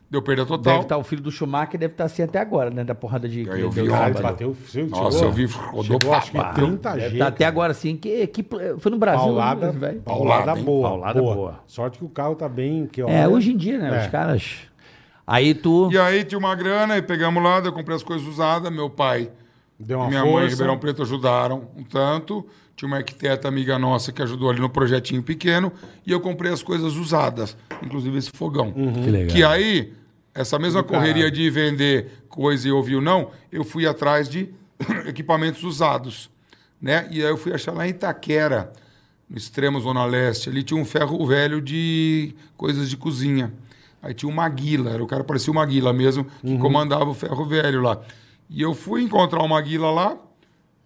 Speaker 1: deu perda
Speaker 4: Deve
Speaker 1: total.
Speaker 3: tá
Speaker 7: tá
Speaker 4: estar o filho do Schumacher, deve estar assim até agora, né? Da porrada de.
Speaker 1: Aí eu
Speaker 4: que
Speaker 1: vi
Speaker 4: deu
Speaker 1: ontem.
Speaker 4: sábado.
Speaker 3: Ele bateu o fio,
Speaker 1: Nossa,
Speaker 3: tirou-
Speaker 1: eu vi, rodou
Speaker 3: chegou,
Speaker 1: pra
Speaker 3: acho que
Speaker 1: pá.
Speaker 3: 30
Speaker 4: Deve
Speaker 3: G.
Speaker 7: tá
Speaker 4: estar até
Speaker 3: cara.
Speaker 4: agora assim, que, que foi no Brasil.
Speaker 7: né,
Speaker 3: Paulada,
Speaker 4: velho.
Speaker 1: Paulada,
Speaker 3: paulada
Speaker 1: hein?
Speaker 3: boa.
Speaker 7: Paulada boa.
Speaker 3: Sorte que o carro tá bem. Que,
Speaker 4: É,
Speaker 3: olha-
Speaker 4: hoje em dia, né?
Speaker 3: É.
Speaker 4: Os caras.
Speaker 7: Aí tu.
Speaker 1: E aí tinha uma grana, e pegamos lá, daí eu comprei as coisas usadas, meu pai
Speaker 3: Deu uma
Speaker 1: minha
Speaker 3: força.
Speaker 1: mãe e Ribeirão Preto ajudaram um tanto. Tinha uma arquiteta amiga nossa que ajudou ali no projetinho pequeno. E eu comprei as coisas usadas, inclusive esse fogão.
Speaker 3: Uhum.
Speaker 1: Que
Speaker 4: legal.
Speaker 1: aí, essa mesma correria de vender coisa e ouvir o não, eu fui atrás de [COUGHS] equipamentos usados. Né? E aí eu fui achar lá em Itaquera, no extremo Zona Leste, ali tinha um ferro velho de coisas de cozinha. Aí tinha o Maguila, era o cara parecia o Maguila mesmo, que comandava o ferro velho lá. E eu fui encontrar o Maguila lá,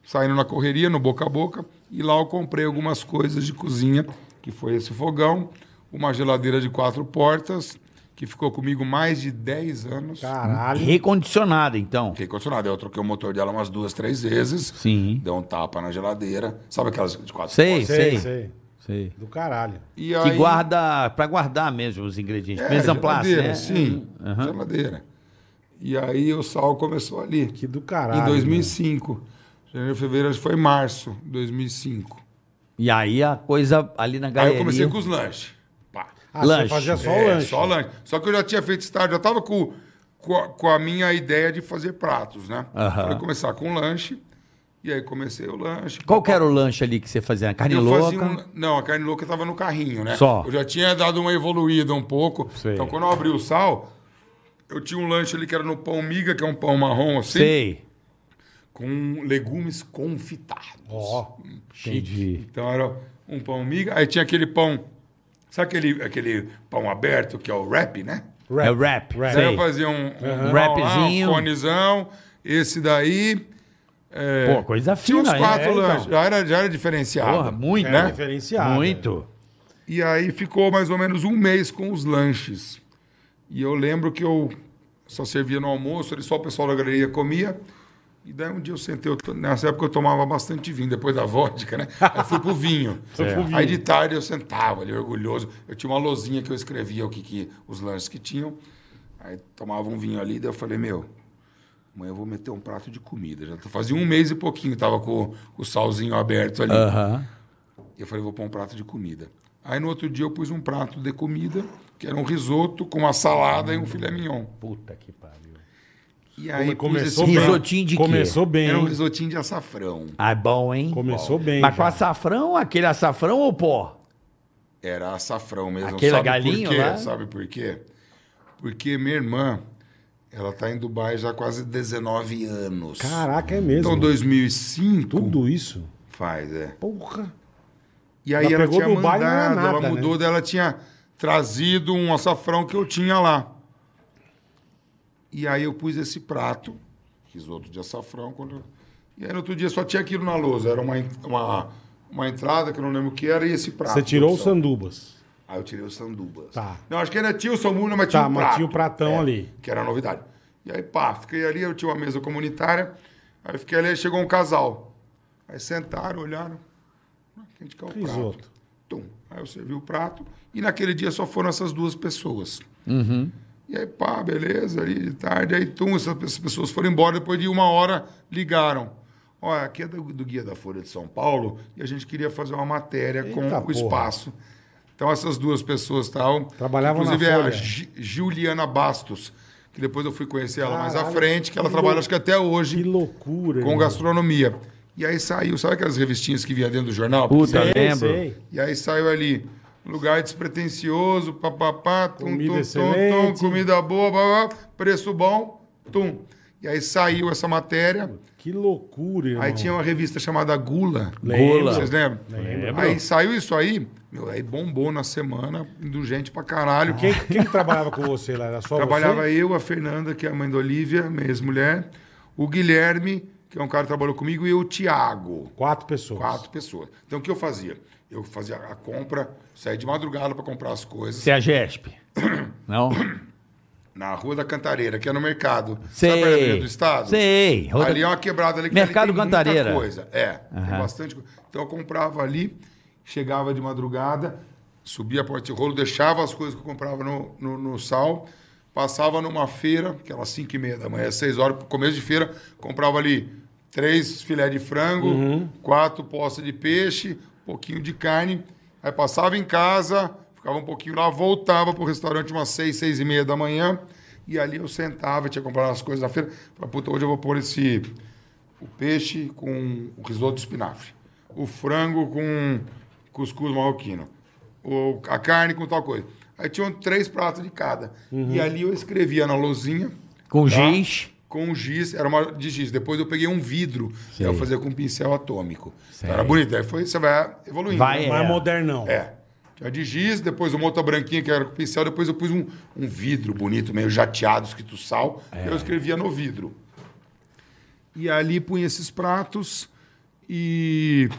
Speaker 1: saindo na correria, no boca a boca, e lá eu comprei algumas coisas de cozinha, que foi esse fogão, uma geladeira de quatro portas, que ficou comigo mais de 10 anos.
Speaker 7: Tá.
Speaker 3: Caralho.
Speaker 7: Recondicionada, então.
Speaker 1: Fiquei condicionado. Eu troquei o motor dela umas duas, três vezes.
Speaker 7: Sim.
Speaker 1: Deu um tapa na geladeira. Sabe aquelas de quatro
Speaker 7: Sei,
Speaker 1: portas?
Speaker 7: sei.
Speaker 3: Sei, sei.
Speaker 7: sei.
Speaker 3: Do caralho.
Speaker 1: E
Speaker 7: Que guarda. Pra guardar mesmo os ingredientes.
Speaker 1: É,
Speaker 7: Mesa place,
Speaker 1: geladeira,
Speaker 7: né?
Speaker 1: Sim, geladeira. E aí o sal começou ali.
Speaker 3: Que do caralho.
Speaker 1: em 2005. Janeiro, fevereiro, acho que foi março de 2005.
Speaker 7: E aí a coisa ali na
Speaker 1: Aí
Speaker 7: galeria.
Speaker 1: eu comecei com os lanches. Pá.
Speaker 3: Ah,
Speaker 7: Lanche.
Speaker 3: você fazia só o
Speaker 1: É,
Speaker 3: lanche.
Speaker 1: Só lanche. Só que eu já tinha feito estágio, já tava com, com, a, com a minha ideia de fazer pratos, né?
Speaker 7: Aham.
Speaker 1: Falei, começar com lanche. E aí comecei o lanche.
Speaker 7: Qual que era o lanche ali que você fazia? Carne
Speaker 1: Eu
Speaker 7: louca?
Speaker 1: fazia um- Não, a carne louca tava no carrinho, né?
Speaker 7: Só.
Speaker 1: Eu já tinha dado uma evoluída um pouco. Então, quando eu abri o sal, eu tinha um lanche ali que era no pão miga, que é um pão marrom assim,
Speaker 7: Sei.
Speaker 1: com legumes confitados.
Speaker 3: Ó,
Speaker 7: Entendi.
Speaker 1: Então, era um pão miga. Aí tinha aquele pão... Sabe aquele, aquele pão aberto que é o wrap, né?
Speaker 7: É rap.
Speaker 3: Wrap.
Speaker 1: Daí eu
Speaker 7: Sei.
Speaker 1: fazia um, um,
Speaker 7: Wrapzinho.
Speaker 1: rapzinho, um conezão, esse daí... é,
Speaker 7: Pô, coisa
Speaker 1: Tinha
Speaker 7: fina.
Speaker 1: uns
Speaker 7: hein?
Speaker 1: quatro
Speaker 3: é, então.
Speaker 1: lanches. Já era, já era diferenciado.
Speaker 7: Porra, muito.
Speaker 1: Né?
Speaker 3: diferenciado.
Speaker 7: Muito.
Speaker 1: E aí ficou mais ou menos um mês com os lanches. E eu lembro que eu só servia no almoço, ele só o pessoal da galeria comia. E daí um dia eu sentei, eu to- nessa época eu tomava bastante vinho, depois da vodka, né? Aí fui pro [LAUGHS] vinho. É. Aí de tarde eu sentava ali, orgulhoso. Eu tinha uma lozinha que eu escrevia o que, que os lanches que tinham. Aí tomava um vinho ali, daí eu falei, meu, amanhã eu vou meter um prato de comida. Já tô- fazia um mês e pouquinho, tava com, com o salzinho aberto ali.
Speaker 7: Aham.
Speaker 1: E eu falei, vou pôr um prato de comida. Aí no outro dia eu pus um prato de comida, que era um risoto com uma salada e um filé mignon.
Speaker 7: Puta que pariu.
Speaker 1: E aí pus esse
Speaker 3: começou bem.
Speaker 1: prato.
Speaker 7: Risotinho de quê?
Speaker 3: Começou bem.
Speaker 1: Era um
Speaker 3: hein?
Speaker 1: risotinho de açafrão.
Speaker 7: Ah, é bom, hein?
Speaker 3: Começou bem.
Speaker 7: Mas Tá com
Speaker 3: já.
Speaker 7: açafrão, aquele açafrão ou pó?
Speaker 1: Era açafrão mesmo.
Speaker 7: Aquele
Speaker 1: Sabe
Speaker 7: galinho
Speaker 1: por quê?
Speaker 7: lá?
Speaker 1: Sabe por quê? Porque minha irmã, ela tá em Dubai já há quase 19 anos.
Speaker 3: Caraca, é mesmo.
Speaker 1: Então 2005
Speaker 3: Tudo isso.
Speaker 1: faz, é.
Speaker 3: Porra.
Speaker 1: E aí
Speaker 3: Ela
Speaker 1: ela
Speaker 3: pegou
Speaker 1: tinha
Speaker 3: do bar e não era
Speaker 1: mandado,
Speaker 3: nada, né?
Speaker 1: ela mudou, daí ela tinha trazido um açafrão que eu tinha lá. E aí eu pus esse prato, risoto de açafrão. Quando eu- E aí no outro dia só tinha aquilo na lousa, era uma, en- uma, uma entrada que eu não lembro o que era e esse prato.
Speaker 3: Você tirou o
Speaker 1: Opção.
Speaker 3: sandubas.
Speaker 1: Aí eu tirei o sandubas.
Speaker 3: Tá.
Speaker 1: Não, acho que ainda tinha o sambuna, mas tinha
Speaker 3: Tá,
Speaker 1: o
Speaker 3: mas
Speaker 1: prato.
Speaker 3: tinha o pratão
Speaker 1: É,
Speaker 3: ali.
Speaker 1: Que era a novidade. E aí, pá, fiquei ali, eu tinha uma mesa comunitária. Aí eu fiquei ali, aí chegou um casal. Aí sentaram, olharam. Ah, Quem te quer o prato?
Speaker 3: Risoto.
Speaker 1: Tum. Aí eu servi o prato. E naquele dia só foram essas duas pessoas.
Speaker 3: Uhum.
Speaker 1: E aí, pá, beleza, ali de tarde. Aí, tum, essas pe- pessoas foram embora. Depois de uma hora, ligaram. Olha, aqui é do, do Guia da Folha de São Paulo e a gente queria fazer uma matéria com
Speaker 3: Eita
Speaker 1: o
Speaker 3: porra.
Speaker 1: espaço. Então, essas duas pessoas estavam.
Speaker 3: Trabalhavam na
Speaker 1: Inclusive, é
Speaker 3: Folha.
Speaker 1: a Gi- Juliana Bastos, que depois eu fui conhecer ela mais à
Speaker 3: Caralho,
Speaker 1: frente, que ela
Speaker 3: que
Speaker 1: trabalha,
Speaker 3: lou-
Speaker 1: acho que até
Speaker 3: Que
Speaker 1: hoje,
Speaker 3: loucura.
Speaker 1: com
Speaker 3: irmão.
Speaker 1: gastronomia. E aí saiu, sabe aquelas revistinhas que vinha dentro do jornal?
Speaker 7: Puta,
Speaker 3: Sei,
Speaker 7: lembro.
Speaker 3: sei.
Speaker 1: E aí saiu ali, lugar despretensioso, papapá, tum,
Speaker 3: Comida
Speaker 1: tum, tum,
Speaker 3: excelente.
Speaker 1: tum, comida boa, babá, preço bom, tum. E aí saiu essa matéria.
Speaker 3: Que loucura, irmão.
Speaker 1: Aí tinha uma revista chamada Gula.
Speaker 3: Lembro.
Speaker 1: Gula. Vocês lembram?
Speaker 3: Lembro.
Speaker 1: Aí saiu isso aí, meu, aí bombou na semana, indulgente pra caralho.
Speaker 3: Ah. Quem, quem que trabalhava com você lá? Era só
Speaker 1: um- Trabalhava
Speaker 3: você?
Speaker 1: eu, a Fernanda, que é a mãe da Olivia, minha ex-mulher, o Guilherme, que é um cara que trabalhou comigo, e o Tiago.
Speaker 3: Quatro pessoas.
Speaker 1: Quatro pessoas. Então o que eu fazia? Eu fazia a
Speaker 7: é
Speaker 1: [COUGHS] compra, saía de madrugada para comprar as coisas.
Speaker 7: Você é a GESP? Não?
Speaker 1: na Rua da Cantareira, que é no mercado.
Speaker 7: Sei.
Speaker 1: Sabe é a Avenida do Estado?
Speaker 7: Sei. Rua da-
Speaker 1: Ali é uma quebrada ali que
Speaker 7: Mercado
Speaker 1: ali tem
Speaker 7: Cantareira.
Speaker 1: muita coisa. É, tem bastante coisa. Então eu comprava ali, chegava de madrugada, subia a porta de rolo, deixava as coisas que eu comprava no, no, no sal, passava numa feira, aquelas 5 e meia da manhã, 6 horas, começo de feira, comprava ali três filé de frango,
Speaker 7: Uhum.
Speaker 1: quatro poças de peixe, pouquinho de carne. Aí passava em casa, ficava um pouquinho lá, voltava pro restaurante umas seis, seis e meia da manhã. E ali eu sentava, tinha comprado as coisas na feira. Falei, puta, hoje eu vou pôr esse o peixe com o risoto de espinafre, o frango com cuscuz marroquino, o- a carne com tal coisa. Aí tinham três pratos de cada. E ali eu escrevia na lousinha, Tá.
Speaker 7: Com giz.
Speaker 1: com giz, era uma de giz. Depois eu peguei um vidro, que eu fazia com pincel atômico. Então era bonito. Aí foi, você vai evoluindo.
Speaker 7: Vai,
Speaker 1: né?
Speaker 3: Mas
Speaker 7: É.
Speaker 3: modernão.
Speaker 1: É. Tinha de giz, depois uma outra branquinha que era com pincel, depois eu pus um, um vidro bonito, meio jateado, escrito sal, eu escrevia no vidro. E ali punha esses pratos e,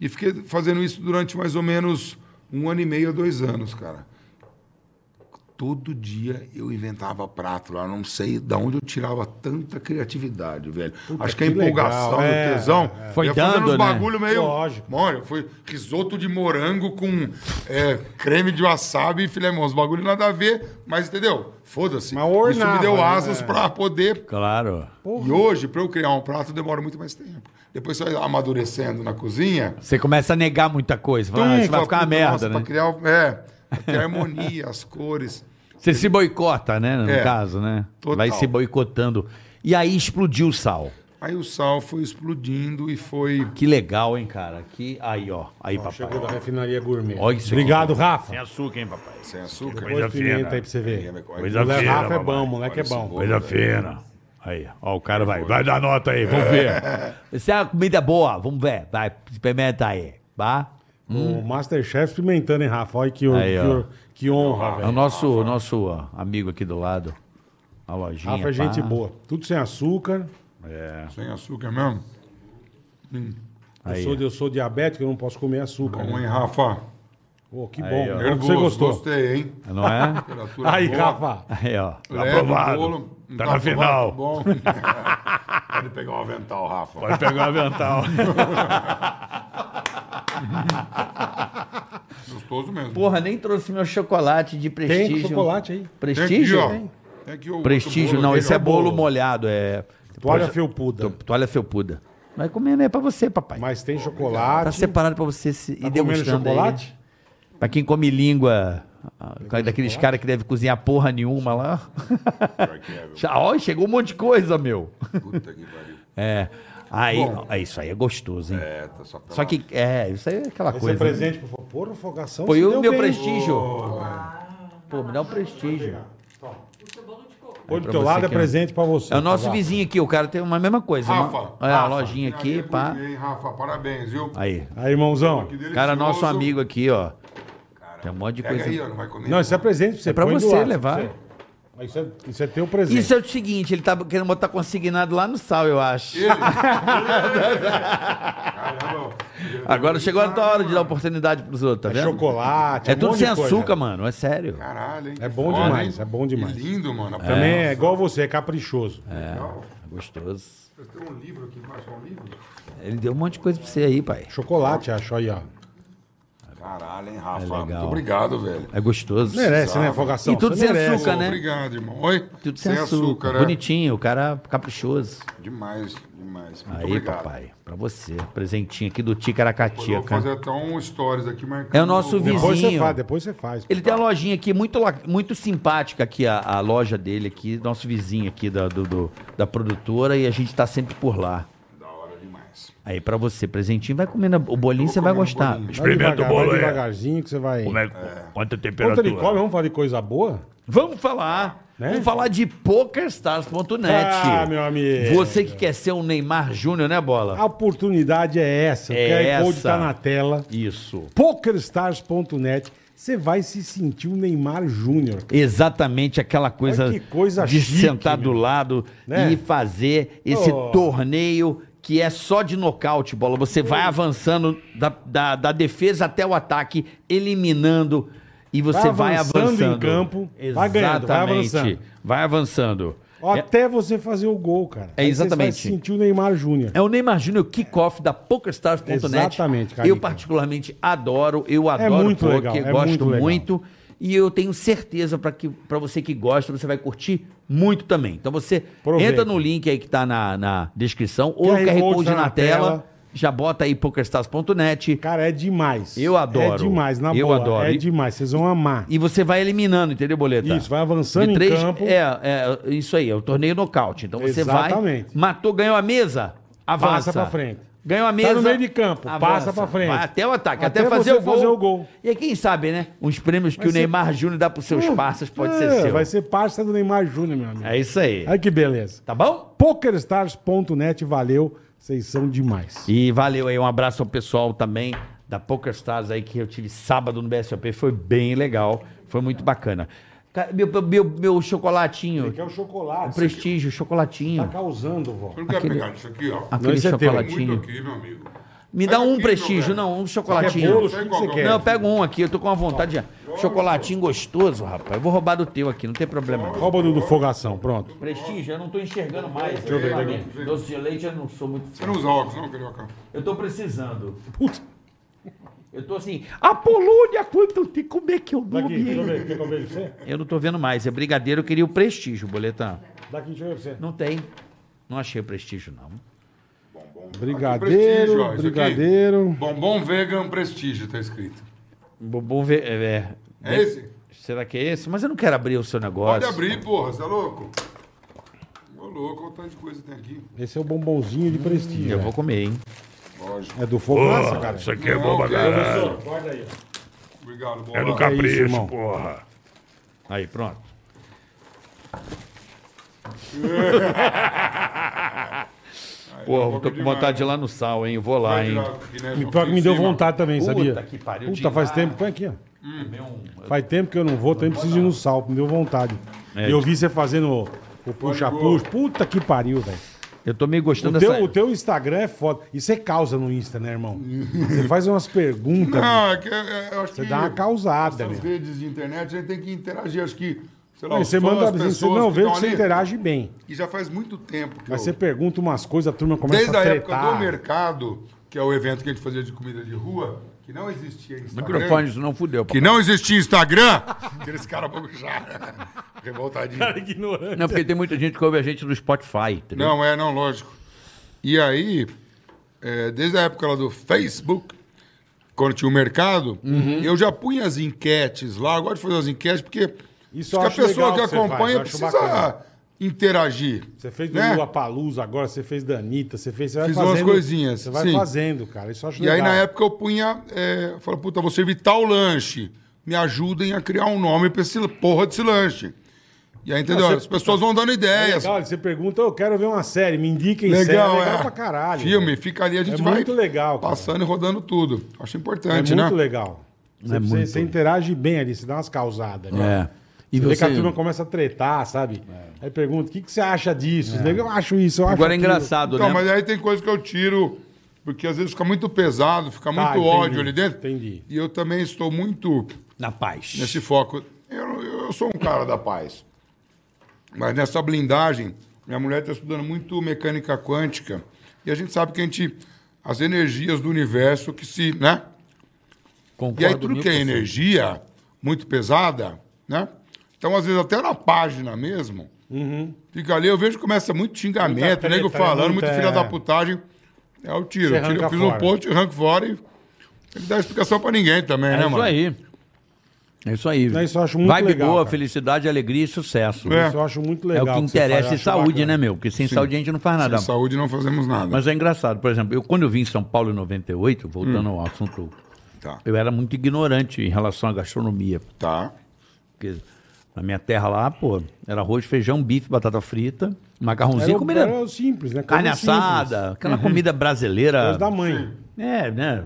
Speaker 1: e fiquei fazendo isso durante mais ou menos um ano e meio a dois anos, cara. Todo dia eu inventava prato lá, não sei de onde eu tirava tanta criatividade, velho. Acho que a
Speaker 3: que legal,
Speaker 1: empolgação,
Speaker 3: é,
Speaker 1: o tesão.
Speaker 7: Foi
Speaker 1: eu ia fazendo
Speaker 7: dando, né?
Speaker 1: uns bagulho meio.
Speaker 3: Lógico.
Speaker 1: Olha, foi risoto de morango com é, creme de wasabi e filé mignon. Os bagulho nada a ver, mas entendeu? Foda-se.
Speaker 3: Mas ornava,
Speaker 1: Isso me deu
Speaker 3: né?
Speaker 1: asas pra poder.
Speaker 7: Claro.
Speaker 1: E hoje, pra eu criar um prato, demora muito mais tempo. Depois você vai amadurecendo na cozinha.
Speaker 7: Você começa a negar muita coisa. Fala, ah,
Speaker 1: tum,
Speaker 7: isso vai
Speaker 1: fala,
Speaker 7: ficar uma
Speaker 1: "Puta,
Speaker 7: merda,
Speaker 1: nossa,
Speaker 7: né?
Speaker 1: Pra criar, o- é, pra criar harmonia, as cores.
Speaker 7: Você se boicota, né? No
Speaker 1: É,
Speaker 7: caso, né?
Speaker 1: total.
Speaker 7: Vai se boicotando. E aí explodiu o sal.
Speaker 1: Aí o sal foi explodindo e foi.
Speaker 7: Que legal, hein, cara? Que... Aí, ó. Aí,
Speaker 3: Chegou
Speaker 7: papai.
Speaker 3: da refinaria gourmet.
Speaker 7: Olha isso aqui.
Speaker 3: Obrigado, Rafa.
Speaker 6: Sem açúcar, hein, papai?
Speaker 1: Sem açúcar.
Speaker 3: Põe
Speaker 6: Coisa
Speaker 3: pimenta
Speaker 7: né?
Speaker 6: fina.
Speaker 3: aí pra você ver.
Speaker 6: Coisa
Speaker 3: O
Speaker 6: fina,
Speaker 3: Rafa é
Speaker 6: papai.
Speaker 3: bom, moleque é bom.
Speaker 6: Coisa fina. Aí, ó, o cara vai. Vai dar nota aí, vamos ver.
Speaker 7: [LAUGHS] Isso é uma comida boa. Vamos ver. Vai, experimenta aí. Vá.
Speaker 3: O Masterchef experimentando, hein, Rafa? Olha que,
Speaker 7: Aí,
Speaker 3: que-
Speaker 7: ó.
Speaker 3: que honra,
Speaker 7: É o
Speaker 3: velho.
Speaker 7: nosso, nosso ó, amigo aqui do lado. A lojinha.
Speaker 3: Rafa é
Speaker 7: pá.
Speaker 3: gente boa. Tudo sem açúcar.
Speaker 6: É.
Speaker 1: Sem açúcar mesmo?
Speaker 3: Eu sou, eu sou diabético, eu não posso comer açúcar.
Speaker 1: Bom,
Speaker 3: né?
Speaker 1: hein, Rafa?
Speaker 3: Pô, que bom.
Speaker 7: Aí, ó.
Speaker 3: É Bom que
Speaker 1: Nervoso,
Speaker 3: você gostou.
Speaker 1: Gostei, hein?
Speaker 7: Não
Speaker 3: [LAUGHS]
Speaker 7: é?
Speaker 1: Temperatura
Speaker 3: Aí,
Speaker 1: boa.
Speaker 3: Rafa.
Speaker 7: Aí, ó.
Speaker 3: É, um
Speaker 6: Tá
Speaker 1: Leve o
Speaker 6: aprovado.
Speaker 1: um bolo. Não
Speaker 6: Tá na final.
Speaker 3: [LAUGHS]
Speaker 1: aprovado, Bom. Pode pegar o avental, Rafa.
Speaker 6: Pode pegar o
Speaker 7: [LAUGHS]
Speaker 6: avental.
Speaker 1: Gostoso mesmo.
Speaker 4: Porra, nem trouxe meu chocolate de
Speaker 3: Tem
Speaker 4: prestígio.
Speaker 3: chocolate aí.
Speaker 1: Tem aqui,
Speaker 4: Prestígio?
Speaker 1: ó. Tem aqui o
Speaker 4: Prestígio,
Speaker 1: outro bolo
Speaker 4: não,
Speaker 1: aqui,
Speaker 4: esse
Speaker 1: ó.
Speaker 4: é bolo molhado, é.
Speaker 3: Toalha
Speaker 4: Poxa,
Speaker 3: felpuda.
Speaker 4: to- Toalha felpuda. Vai comendo
Speaker 7: é
Speaker 4: aí pra você, papai.
Speaker 3: Mas tem
Speaker 4: Tá
Speaker 3: chocolate.
Speaker 4: separado pra você se
Speaker 3: Tá
Speaker 4: ir
Speaker 3: comendo
Speaker 4: degustando aí, né?
Speaker 3: chocolate?
Speaker 4: Pra quem come língua, ah, daqueles caras que deve cozinhar porra nenhuma lá. Já- [LAUGHS] Ó, chegou um monte de coisa, meu.
Speaker 1: Puta que pariu.
Speaker 4: É. Aí, ó, isso aí é gostoso, hein?
Speaker 1: É, tá só pra
Speaker 4: Só que, é, isso aí é aquela
Speaker 3: Esse é
Speaker 4: coisa. né?
Speaker 3: presente, por favor. Porra, fogação.
Speaker 4: Foi
Speaker 3: se
Speaker 4: o
Speaker 3: deu
Speaker 4: meu
Speaker 3: bem. Tá
Speaker 4: prestígio. Pô, me dá um prestígio.
Speaker 3: Põe do
Speaker 4: pra
Speaker 3: teu
Speaker 4: você
Speaker 3: lado, é
Speaker 4: que é-
Speaker 3: presente pra você.
Speaker 4: É o nosso
Speaker 3: Rafa.
Speaker 4: vizinho aqui, o cara tem uma mesma coisa.
Speaker 1: Rafa,
Speaker 4: uma- é, a
Speaker 1: Rafa,
Speaker 4: lojinha aqui,
Speaker 1: Finalzinha
Speaker 4: pá.
Speaker 1: bonita, hein, Rafa, parabéns, viu?
Speaker 4: Aí.
Speaker 3: Aí, irmãozão.
Speaker 1: Que
Speaker 4: Cara,
Speaker 1: delicioso.
Speaker 4: nosso amigo aqui, ó. Tem um monte de
Speaker 1: é Pega
Speaker 4: coisa.
Speaker 1: aí, ó, não vai comer.
Speaker 3: Não, isso é presente pra você.
Speaker 4: É pra
Speaker 3: põe do
Speaker 4: você
Speaker 3: lado,
Speaker 4: levar.
Speaker 3: pra você. Mas Isso é, isso é teu presente.
Speaker 4: Isso é o seguinte, ele tá querendo botar consignado lá no sal, eu acho.
Speaker 1: Caramba.
Speaker 4: Agora chegou a tua hora de dar oportunidade pros outros, tá
Speaker 3: É
Speaker 4: vendo?
Speaker 3: chocolate.
Speaker 4: É
Speaker 3: um
Speaker 4: tudo
Speaker 3: monte
Speaker 4: sem
Speaker 3: de coisa.
Speaker 4: açúcar, mano, é sério.
Speaker 1: Caralho, hein?
Speaker 3: É bom
Speaker 1: Foda,
Speaker 3: demais,
Speaker 1: hein?
Speaker 3: é bom demais.
Speaker 1: Que lindo, mano.
Speaker 3: Também é igual você, é caprichoso.
Speaker 1: Legal.
Speaker 4: É Gostoso.
Speaker 1: Vocês têm um livro aqui embaixo, um livro?
Speaker 4: Ele deu um monte de coisa pra você aí, pai.
Speaker 3: Chocolate, acho aí, ó.
Speaker 1: Caralho, hein, Rafa?
Speaker 4: É. legal.
Speaker 1: Muito obrigado, velho.
Speaker 4: É gostoso.
Speaker 3: Merece, né, Fogação?
Speaker 4: E tudo
Speaker 3: Você
Speaker 4: sem
Speaker 3: merece.
Speaker 4: açúcar, né?
Speaker 1: Obrigado, irmão. Oi?
Speaker 4: Tudo sem, açúcar. é
Speaker 1: né?
Speaker 4: Bonitinho, o cara caprichoso.
Speaker 1: Demais, demais. Muito
Speaker 4: Aí,
Speaker 1: obrigado.
Speaker 4: papai, pra você. Presentinho aqui do
Speaker 1: Depois
Speaker 4: Ticaracatica.
Speaker 1: eu vou fazer até um stories aqui marcando.
Speaker 4: É o nosso vizinho.
Speaker 3: Depois você
Speaker 4: Vizinho.
Speaker 3: faz, depois você faz.
Speaker 4: Ele tem uma lojinha aqui muito, la- muito simpática aqui, a, a loja dele aqui, nosso vizinho aqui da, do- do- da produtora, e a gente tá sempre por lá.
Speaker 1: Da hora demais.
Speaker 4: Aí pra você, presentinho, vai comendo o bolinho, você vai
Speaker 1: comendo o
Speaker 3: um
Speaker 4: gostar.
Speaker 1: bolinho.
Speaker 3: Vai
Speaker 6: Experimenta o
Speaker 3: devagar,
Speaker 6: bolo
Speaker 3: vai
Speaker 6: aí.
Speaker 3: devagarzinho que você vai...
Speaker 6: Como é que. Quanto a
Speaker 3: Enquanto
Speaker 6: temperatura?
Speaker 3: ele come, vamos é um falar de coisa boa?
Speaker 4: Vamos falar,
Speaker 3: Né?
Speaker 4: vamos falar de PokerStars.net.
Speaker 3: Ah, meu amigo.
Speaker 4: Você que quer ser um Neymar Júnior, né, Bola?
Speaker 3: A oportunidade é essa.
Speaker 4: É
Speaker 3: o QR Code
Speaker 4: essa.
Speaker 3: tá na tela.
Speaker 4: Isso.
Speaker 3: Pokerstars.net. Você vai se sentir o Neymar Júnior.
Speaker 4: Exatamente aquela coisa,
Speaker 3: Olha que coisa
Speaker 4: de
Speaker 3: chique,
Speaker 4: sentar
Speaker 3: meu.
Speaker 4: do lado
Speaker 3: Né?
Speaker 4: e fazer esse
Speaker 3: Oh.
Speaker 4: torneio que é só de nocaute, bola. Você vai avançando da, da, da defesa até o ataque, eliminando.
Speaker 8: e você vai avançando.
Speaker 3: avançando em campo, vai ganhando, vai avançando.
Speaker 4: Vai avançando.
Speaker 3: Ó,
Speaker 4: É,
Speaker 3: Até você fazer o gol, cara.
Speaker 4: É,
Speaker 3: Aí
Speaker 4: exatamente.
Speaker 3: Você vai sentir o Neymar Júnior.
Speaker 4: é o Neymar Júnior Kickoff da PokerStars.net.
Speaker 3: Exatamente, Carica.
Speaker 4: Eu particularmente adoro, eu adoro
Speaker 3: muito
Speaker 4: poker,
Speaker 3: legal, é
Speaker 4: gosto
Speaker 3: muito
Speaker 4: muito.
Speaker 3: legal.
Speaker 4: E eu tenho certeza para que para você que gosta, você vai curtir muito também. Então você
Speaker 3: Aproveita.
Speaker 4: entra no link aí que tá na, na descrição ou
Speaker 3: QR
Speaker 4: o
Speaker 3: Code
Speaker 4: QR Code
Speaker 3: tá
Speaker 4: na,
Speaker 3: na
Speaker 4: tela,
Speaker 3: tela.
Speaker 4: já bota aí pokerstars.net.
Speaker 3: Cara, é demais.
Speaker 4: um Eu adoro.
Speaker 3: É demais, na
Speaker 4: Eu
Speaker 3: boa.
Speaker 4: adoro.
Speaker 3: É
Speaker 4: E-
Speaker 3: demais, vocês vão amar.
Speaker 4: E você vai eliminando, entendeu, Boleta?
Speaker 3: Isso, vai avançando em campo.
Speaker 4: É, é, isso aí, é o torneio nocaute. Então você
Speaker 3: Exatamente.
Speaker 4: vai, matou, ganhou a mesa, avança.
Speaker 3: Passa pra frente. Tá
Speaker 4: Ganhou a mesa.
Speaker 3: no meio de campo, passa pra frente.
Speaker 4: Vai até o ataque, até,
Speaker 3: Até
Speaker 4: fazer,
Speaker 3: você
Speaker 4: o gol.
Speaker 3: fazer o gol.
Speaker 4: E aí, quem sabe, né? Uns prêmios que
Speaker 3: Vai
Speaker 4: o
Speaker 3: ser-
Speaker 4: Neymar Júnior dá pros seus
Speaker 3: Hum,
Speaker 4: parceiros pode
Speaker 3: é,
Speaker 4: ser seu.
Speaker 3: Vai ser parça do Neymar Júnior, meu amigo.
Speaker 4: É isso aí.
Speaker 3: Olha que beleza.
Speaker 4: Tá bom?
Speaker 3: PokerStars.net, valeu. Vocês são demais.
Speaker 4: E valeu aí, um abraço ao pessoal também da PokerStars aí que eu tive sábado no BSOP. Foi bem legal, foi muito bacana. Ca- Meu, meu, meu chocolatinho,
Speaker 3: Aqui é o chocolate.
Speaker 4: Um prestígio, chocolatinho.
Speaker 3: Tá causando, vó.
Speaker 1: Eu não quero pegar é isso aqui, ó.
Speaker 4: Aquele
Speaker 3: Esse é teu.
Speaker 1: Tem muito
Speaker 4: chocolatinho.
Speaker 1: aqui, meu amigo.
Speaker 4: Me dá
Speaker 1: Pega
Speaker 4: um
Speaker 1: aqui,
Speaker 4: prestígio,
Speaker 1: meu velho.
Speaker 4: não, um
Speaker 3: Quer bolo?
Speaker 4: chocolatinho.
Speaker 3: O que que você quer?
Speaker 4: Não, eu pego um aqui, eu tô com uma vontade de. Chocolatinho gostoso, rapaz. Eu vou roubar do teu aqui, não tem problema. não.
Speaker 3: Rouba do, do fogação, pronto.
Speaker 4: Prestígio, eu não tô enxergando mais.
Speaker 3: eu ver,
Speaker 4: sinceramente.
Speaker 1: pega aí.
Speaker 4: Doce de leite eu não sou muito.
Speaker 1: Você não usa óculos, não, Carioca?
Speaker 4: Eu tô precisando.
Speaker 3: Puta.
Speaker 4: Eu tô assim. A Polônia, quanto tem? Como é que eu
Speaker 3: Daqui,
Speaker 4: nome?
Speaker 3: deixa eu ver. Quer que eu veja pra você?
Speaker 4: Eu não tô vendo mais. É brigadeiro, eu queria o prestígio, boletão.
Speaker 3: Daqui, deixa eu ver pra você.
Speaker 4: Não tem. Não achei o prestígio, não.
Speaker 3: Brigadeiro,
Speaker 1: Aqui, é prestígio, ó, isso aqui.
Speaker 3: brigadeiro.
Speaker 1: Bombom vegan prestígio, tá escrito.
Speaker 4: Vou ver. é, é.
Speaker 1: É esse?
Speaker 4: Será que é esse? Mas eu não quero abrir o seu negócio.
Speaker 1: Pode abrir, porra, você é louco? Ô, louco, olha o tanto de coisa que tem aqui.
Speaker 3: Esse é o bombonzinho de prestígio. né?
Speaker 4: Eu vou comer, hein?
Speaker 1: Lógico.
Speaker 3: É do fogaça, cara.
Speaker 6: Isso aqui é bom pra
Speaker 1: ok.
Speaker 6: caralho.
Speaker 3: Guarda aí.
Speaker 1: Obrigado, bola.
Speaker 6: É
Speaker 3: É
Speaker 6: do
Speaker 3: isso,
Speaker 6: capricho,
Speaker 3: irmão.
Speaker 6: porra.
Speaker 4: Aí, pronto. Porra, eu tô com vontade de ir lá no sal, hein? Eu vou lá, hein?
Speaker 1: né,
Speaker 3: E pior que me deu vontade também,
Speaker 4: Puta
Speaker 3: sabia?
Speaker 4: que pariu,
Speaker 3: Puta,
Speaker 4: de
Speaker 3: faz
Speaker 4: lá.
Speaker 3: tempo. Põe aqui, ó. Faz tempo que eu não vou, também preciso ir no salto, me deu vontade.
Speaker 4: É.
Speaker 3: E eu vi você fazendo o- o puxa-puxa. Puta que pariu, velho.
Speaker 4: Eu tô meio gostando
Speaker 3: O teu,
Speaker 4: dessa...
Speaker 3: o teu Instagram é foda. E você causa no Insta, né, irmão? Você faz umas perguntas.
Speaker 1: Não, é que eu, eu acho
Speaker 3: Você
Speaker 1: que
Speaker 3: dá uma causada,
Speaker 1: essas
Speaker 3: meu.
Speaker 1: redes de internet a gente tem que interagir. Acho que, sei lá,
Speaker 3: Aí
Speaker 1: os
Speaker 3: você
Speaker 1: fãs,
Speaker 3: manda assim,
Speaker 1: as
Speaker 3: você,
Speaker 1: pessoas
Speaker 3: não,
Speaker 1: que
Speaker 3: vê que
Speaker 1: estão
Speaker 3: você
Speaker 1: ali,
Speaker 3: interage bem.
Speaker 1: E já faz muito tempo que
Speaker 3: Mas
Speaker 1: eu...
Speaker 3: você pergunta umas coisas, a turma começa
Speaker 1: Desde a
Speaker 3: a
Speaker 1: época do
Speaker 3: tretar.
Speaker 1: mercado, que é o evento que a gente fazia de comida de rua, que não existia Instagram.
Speaker 4: Microfone, isso não fudeu.
Speaker 1: é Que não existia Instagram. [LAUGHS] Aqueles caras vão já. [LAUGHS] Revoltadinho.
Speaker 4: papai. Não, porque tem muita gente que ouve a gente no Spotify, entendeu?
Speaker 1: Não, é, não, lógico. E aí, é, desde a época lá do Facebook, quando tinha o mercado,
Speaker 3: Uhum.
Speaker 1: eu já punha as enquetes lá. Eu gosto de fazer as enquetes, porque
Speaker 3: Isso eu
Speaker 1: acho que
Speaker 3: acho
Speaker 1: a pessoa
Speaker 3: legal
Speaker 1: que
Speaker 3: que você faz, eu
Speaker 1: acompanha
Speaker 3: acho
Speaker 1: precisa
Speaker 3: bacana.
Speaker 1: interagir.
Speaker 3: Você fez do
Speaker 1: né?
Speaker 3: Lula Palusa agora, você fez da Anitta, você fez. Você vai
Speaker 1: Fiz umas
Speaker 3: fazendo,
Speaker 1: coisinhas,
Speaker 3: Você vai
Speaker 1: sim.
Speaker 3: fazendo, cara. Isso eu acho
Speaker 1: E aí,
Speaker 3: legal.
Speaker 1: na época, eu punha. É, eu falava, puta, vou servir tal lanche. Me ajudem a criar um nome pra esse porra desse lanche. E aí, entendeu?
Speaker 3: Não, Ah, você-
Speaker 1: As pessoas vão dando
Speaker 3: É
Speaker 1: ideias.
Speaker 3: legal, você pergunta, eu quero ver uma série, me indiquem série. é
Speaker 1: Legal, é.
Speaker 3: legal pra caralho.
Speaker 1: Filme,
Speaker 3: velho.
Speaker 1: fica ali, a gente
Speaker 3: É
Speaker 1: vai
Speaker 3: muito legal, cara.
Speaker 1: passando e rodando tudo. Acho
Speaker 3: É
Speaker 1: importante,
Speaker 3: muito
Speaker 1: né?
Speaker 3: legal. Você, você- você interage bem ali, você dá umas causadas. né?
Speaker 4: É. E
Speaker 3: Você vê que a
Speaker 4: você... É.
Speaker 3: turma começa a tretar, sabe? Aí pergunta, o que, que você acha disso? Os negros, Eu acho isso, eu acho
Speaker 4: Agora é
Speaker 3: aquilo."
Speaker 4: engraçado,
Speaker 1: Então,
Speaker 4: né?
Speaker 1: mas aí tem coisa que eu tiro, porque às vezes fica muito pesado, fica muito
Speaker 3: Ah, entendi,
Speaker 1: ódio ali dentro.
Speaker 3: entendi.
Speaker 1: E eu também estou muito
Speaker 4: Na paz.
Speaker 1: nesse foco. Eu, eu sou um cara da paz. Mas nessa blindagem, minha mulher está estudando muito mecânica quântica. E a gente sabe que a gente. As energias do universo que se. né?
Speaker 4: Concordo
Speaker 1: E aí tudo
Speaker 4: mil
Speaker 1: que é
Speaker 4: por cento.
Speaker 1: energia muito pesada, né? Então, às vezes, até na página mesmo, fica ali, eu vejo que começa muito xingamento,
Speaker 3: Uhum. Muita
Speaker 1: nego
Speaker 3: treta,
Speaker 1: falando,
Speaker 3: muita-
Speaker 1: muito filha da putagem. É o tiro.
Speaker 3: Você
Speaker 1: Eu, tiro,
Speaker 3: arranca
Speaker 1: eu fiz
Speaker 3: fora.
Speaker 1: um post, arranco fora e tem que dar explicação pra ninguém também,
Speaker 4: É
Speaker 1: né,
Speaker 4: isso
Speaker 1: mano?
Speaker 4: aí. É isso aí.
Speaker 3: Não, isso eu acho muito
Speaker 4: Vibe
Speaker 3: legal,
Speaker 4: boa,
Speaker 3: cara.
Speaker 4: felicidade, alegria e sucesso.
Speaker 1: É.
Speaker 3: Isso eu acho muito
Speaker 4: É
Speaker 3: legal.
Speaker 4: o que
Speaker 3: você faz,
Speaker 4: interessa
Speaker 3: eu
Speaker 4: e
Speaker 3: acho
Speaker 4: saúde,
Speaker 3: bacana.
Speaker 4: né, meu? Porque sem saúde a gente não faz nada.
Speaker 1: Sem saúde não fazemos nada.
Speaker 4: Mas é engraçado, por exemplo, eu quando eu vim em São Paulo em 98, voltando
Speaker 1: Hum.
Speaker 4: ao assunto,
Speaker 1: Tá.
Speaker 4: eu era muito ignorante em relação à gastronomia.
Speaker 1: Tá.
Speaker 4: Porque na minha terra lá, pô, era arroz, feijão, bife, batata frita, macarrãozinho,
Speaker 3: Era, É um o-
Speaker 4: comida,
Speaker 3: era o simples, né? Coisa
Speaker 4: carne
Speaker 3: simples.
Speaker 4: assada, aquela comida brasileira.
Speaker 3: Coisa da mãe.
Speaker 4: É, né?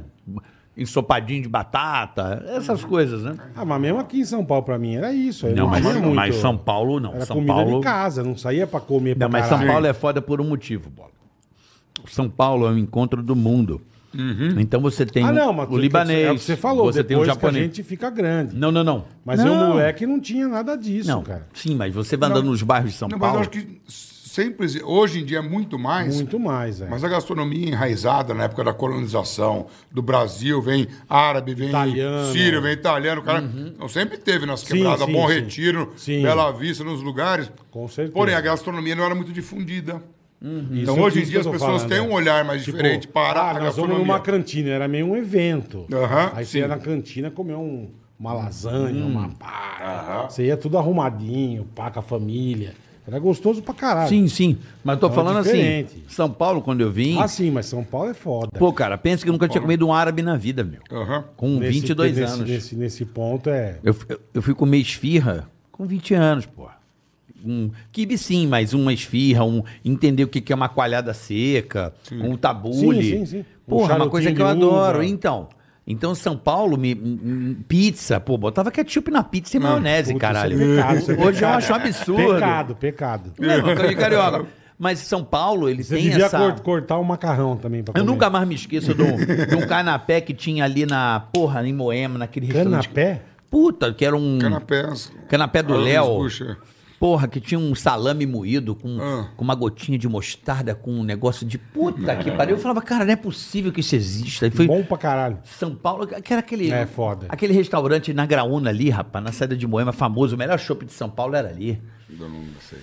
Speaker 4: Ensopadinho de batata, essas coisas, né?
Speaker 3: Ah, mas mesmo aqui em São Paulo, pra mim, era isso. Eu
Speaker 4: Não, mas,
Speaker 3: tinha muito-
Speaker 4: mas São Paulo não.
Speaker 3: Era
Speaker 4: São
Speaker 3: comida
Speaker 4: Paulo.
Speaker 3: de casa, não saía pra comer pra
Speaker 4: Não, mas São é
Speaker 3: caralho.
Speaker 4: Paulo é foda por um motivo, bola. São Paulo é o encontro do mundo. Então você tem
Speaker 3: Ah,
Speaker 4: o-
Speaker 3: não, mas
Speaker 4: o libanês,
Speaker 3: é o que você falou,
Speaker 4: você tem o
Speaker 3: depois que
Speaker 4: japonês.
Speaker 3: a gente fica grande.
Speaker 4: Não, não, não.
Speaker 3: Mas eu, moleque, não tinha nada disso,
Speaker 4: Não,
Speaker 3: cara.
Speaker 4: sim, mas você vai andando nos bairros de São
Speaker 1: Não, mas eu
Speaker 4: Paulo.
Speaker 1: acho que sempre. exi- Hoje em dia é muito mais.
Speaker 3: Muito mais, é. velho.
Speaker 1: É. Mas a gastronomia enraizada na época da colonização do Brasil, vem árabe, vem
Speaker 3: Italiano. Uhum.
Speaker 1: sírio, vem italiano, cara. Então, sempre teve nas
Speaker 3: Sim,
Speaker 1: quebradas,
Speaker 3: sim,
Speaker 1: Bom
Speaker 3: sim.
Speaker 1: Retiro,
Speaker 3: Sim.
Speaker 1: Bela Vista, nos lugares.
Speaker 3: Com certeza.
Speaker 1: Porém, a gastronomia não era muito difundida.
Speaker 3: Isso
Speaker 1: Então, hoje em
Speaker 3: isso
Speaker 1: dia,
Speaker 3: que eu
Speaker 1: as
Speaker 3: tô
Speaker 1: pessoas
Speaker 3: falando,
Speaker 1: têm
Speaker 3: é.
Speaker 1: um olhar mais
Speaker 3: Tipo,
Speaker 1: diferente para
Speaker 3: ah,
Speaker 1: a
Speaker 3: nós vamos
Speaker 1: gastronomia.
Speaker 3: numa cantina, era meio um evento.
Speaker 1: Aham,
Speaker 3: Aí você
Speaker 1: sim.
Speaker 3: ia na cantina comer um, uma lasanha,
Speaker 4: Hum.
Speaker 3: uma pá. Você ia tudo arrumadinho, pá com a família. Era gostoso pra caralho.
Speaker 4: Sim, sim. Mas eu tô
Speaker 3: Então é
Speaker 4: falando assim,
Speaker 3: diferente.
Speaker 4: São Paulo, quando eu vim.
Speaker 3: Ah, sim, mas São Paulo é foda.
Speaker 4: pô, cara, pensa que eu nunca tinha comido um árabe na vida, meu.
Speaker 1: Aham.
Speaker 4: Com
Speaker 3: Nesse-
Speaker 4: 22
Speaker 3: nesse-
Speaker 4: anos.
Speaker 3: Nesse, nesse ponto é.
Speaker 4: Eu, eu, eu fui comer esfirra com 20 anos, pô. Um quibe sim, mas uma esfirra, um entender o que que é uma coalhada seca, um tabule.
Speaker 3: Sim, sim, sim. Um
Speaker 4: Porra, uma
Speaker 3: charutinho
Speaker 4: coisa que
Speaker 3: de
Speaker 4: eu
Speaker 3: uva.
Speaker 4: adoro. Então, então São Paulo me m- m- pizza, pô, botava ketchup na pizza e maionese,
Speaker 3: Puta,
Speaker 4: caralho.
Speaker 3: isso é pecado, isso é
Speaker 4: Hoje eu
Speaker 3: pecado.
Speaker 4: acho um absurdo.
Speaker 3: Pecado, pecado.
Speaker 4: Não,
Speaker 3: [LAUGHS]
Speaker 4: não, de carioca. Mas São Paulo, ele
Speaker 3: Você
Speaker 4: tem
Speaker 3: devia
Speaker 4: essa
Speaker 3: cor- cortar o macarrão também pra
Speaker 4: eu
Speaker 3: comer.
Speaker 4: nunca mais me esqueço de um, de um canapé que tinha ali na, porra, em Moema, naquele restaurante.
Speaker 3: Canapé?
Speaker 4: Puta, que era um
Speaker 1: Canapés.
Speaker 4: canapé do
Speaker 1: Ah,
Speaker 4: Léo.
Speaker 1: puxa.
Speaker 4: Porra, que tinha um salame moído com,
Speaker 1: Ah.
Speaker 4: com uma gotinha de mostarda, com um negócio de puta que pariu. Eu falava, cara, não é possível que isso exista. E foi
Speaker 3: Bom pra caralho.
Speaker 4: São Paulo, que era aquele.
Speaker 3: É, foda.
Speaker 4: Aquele restaurante na Graúna ali, rapaz, na saída de Moema, famoso. O melhor shopping de São Paulo era ali.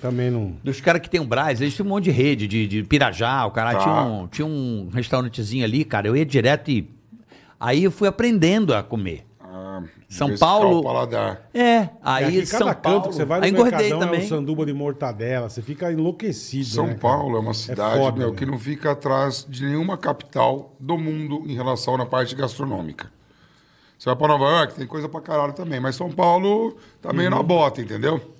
Speaker 3: Também não.
Speaker 4: Dos caras que tem o Brás, eles tinham um monte de rede, de, de Pirajá, o cara
Speaker 1: Tá.
Speaker 4: tinha, um, tinha um restaurantezinho ali, cara. Eu ia direto e. Aí eu fui aprendendo a comer.
Speaker 1: Ah,
Speaker 4: São
Speaker 1: pescar
Speaker 4: Paulo-
Speaker 1: O paladar.
Speaker 4: É, aí
Speaker 3: aqui,
Speaker 4: São
Speaker 3: cada
Speaker 4: Paulo.
Speaker 3: canto que você vai no
Speaker 4: aí engordei
Speaker 3: mercadão é
Speaker 4: também.
Speaker 3: um sanduba de mortadela. Você fica enlouquecido.
Speaker 1: São
Speaker 3: né, cara?
Speaker 1: Paulo é uma cidade
Speaker 3: foda,
Speaker 1: meu,
Speaker 3: né?
Speaker 1: que não fica atrás de nenhuma capital do mundo em relação na parte gastronômica. Você vai para Nova York, tem coisa pra caralho também, mas São Paulo tá meio
Speaker 3: Uhum.
Speaker 1: na bota, entendeu?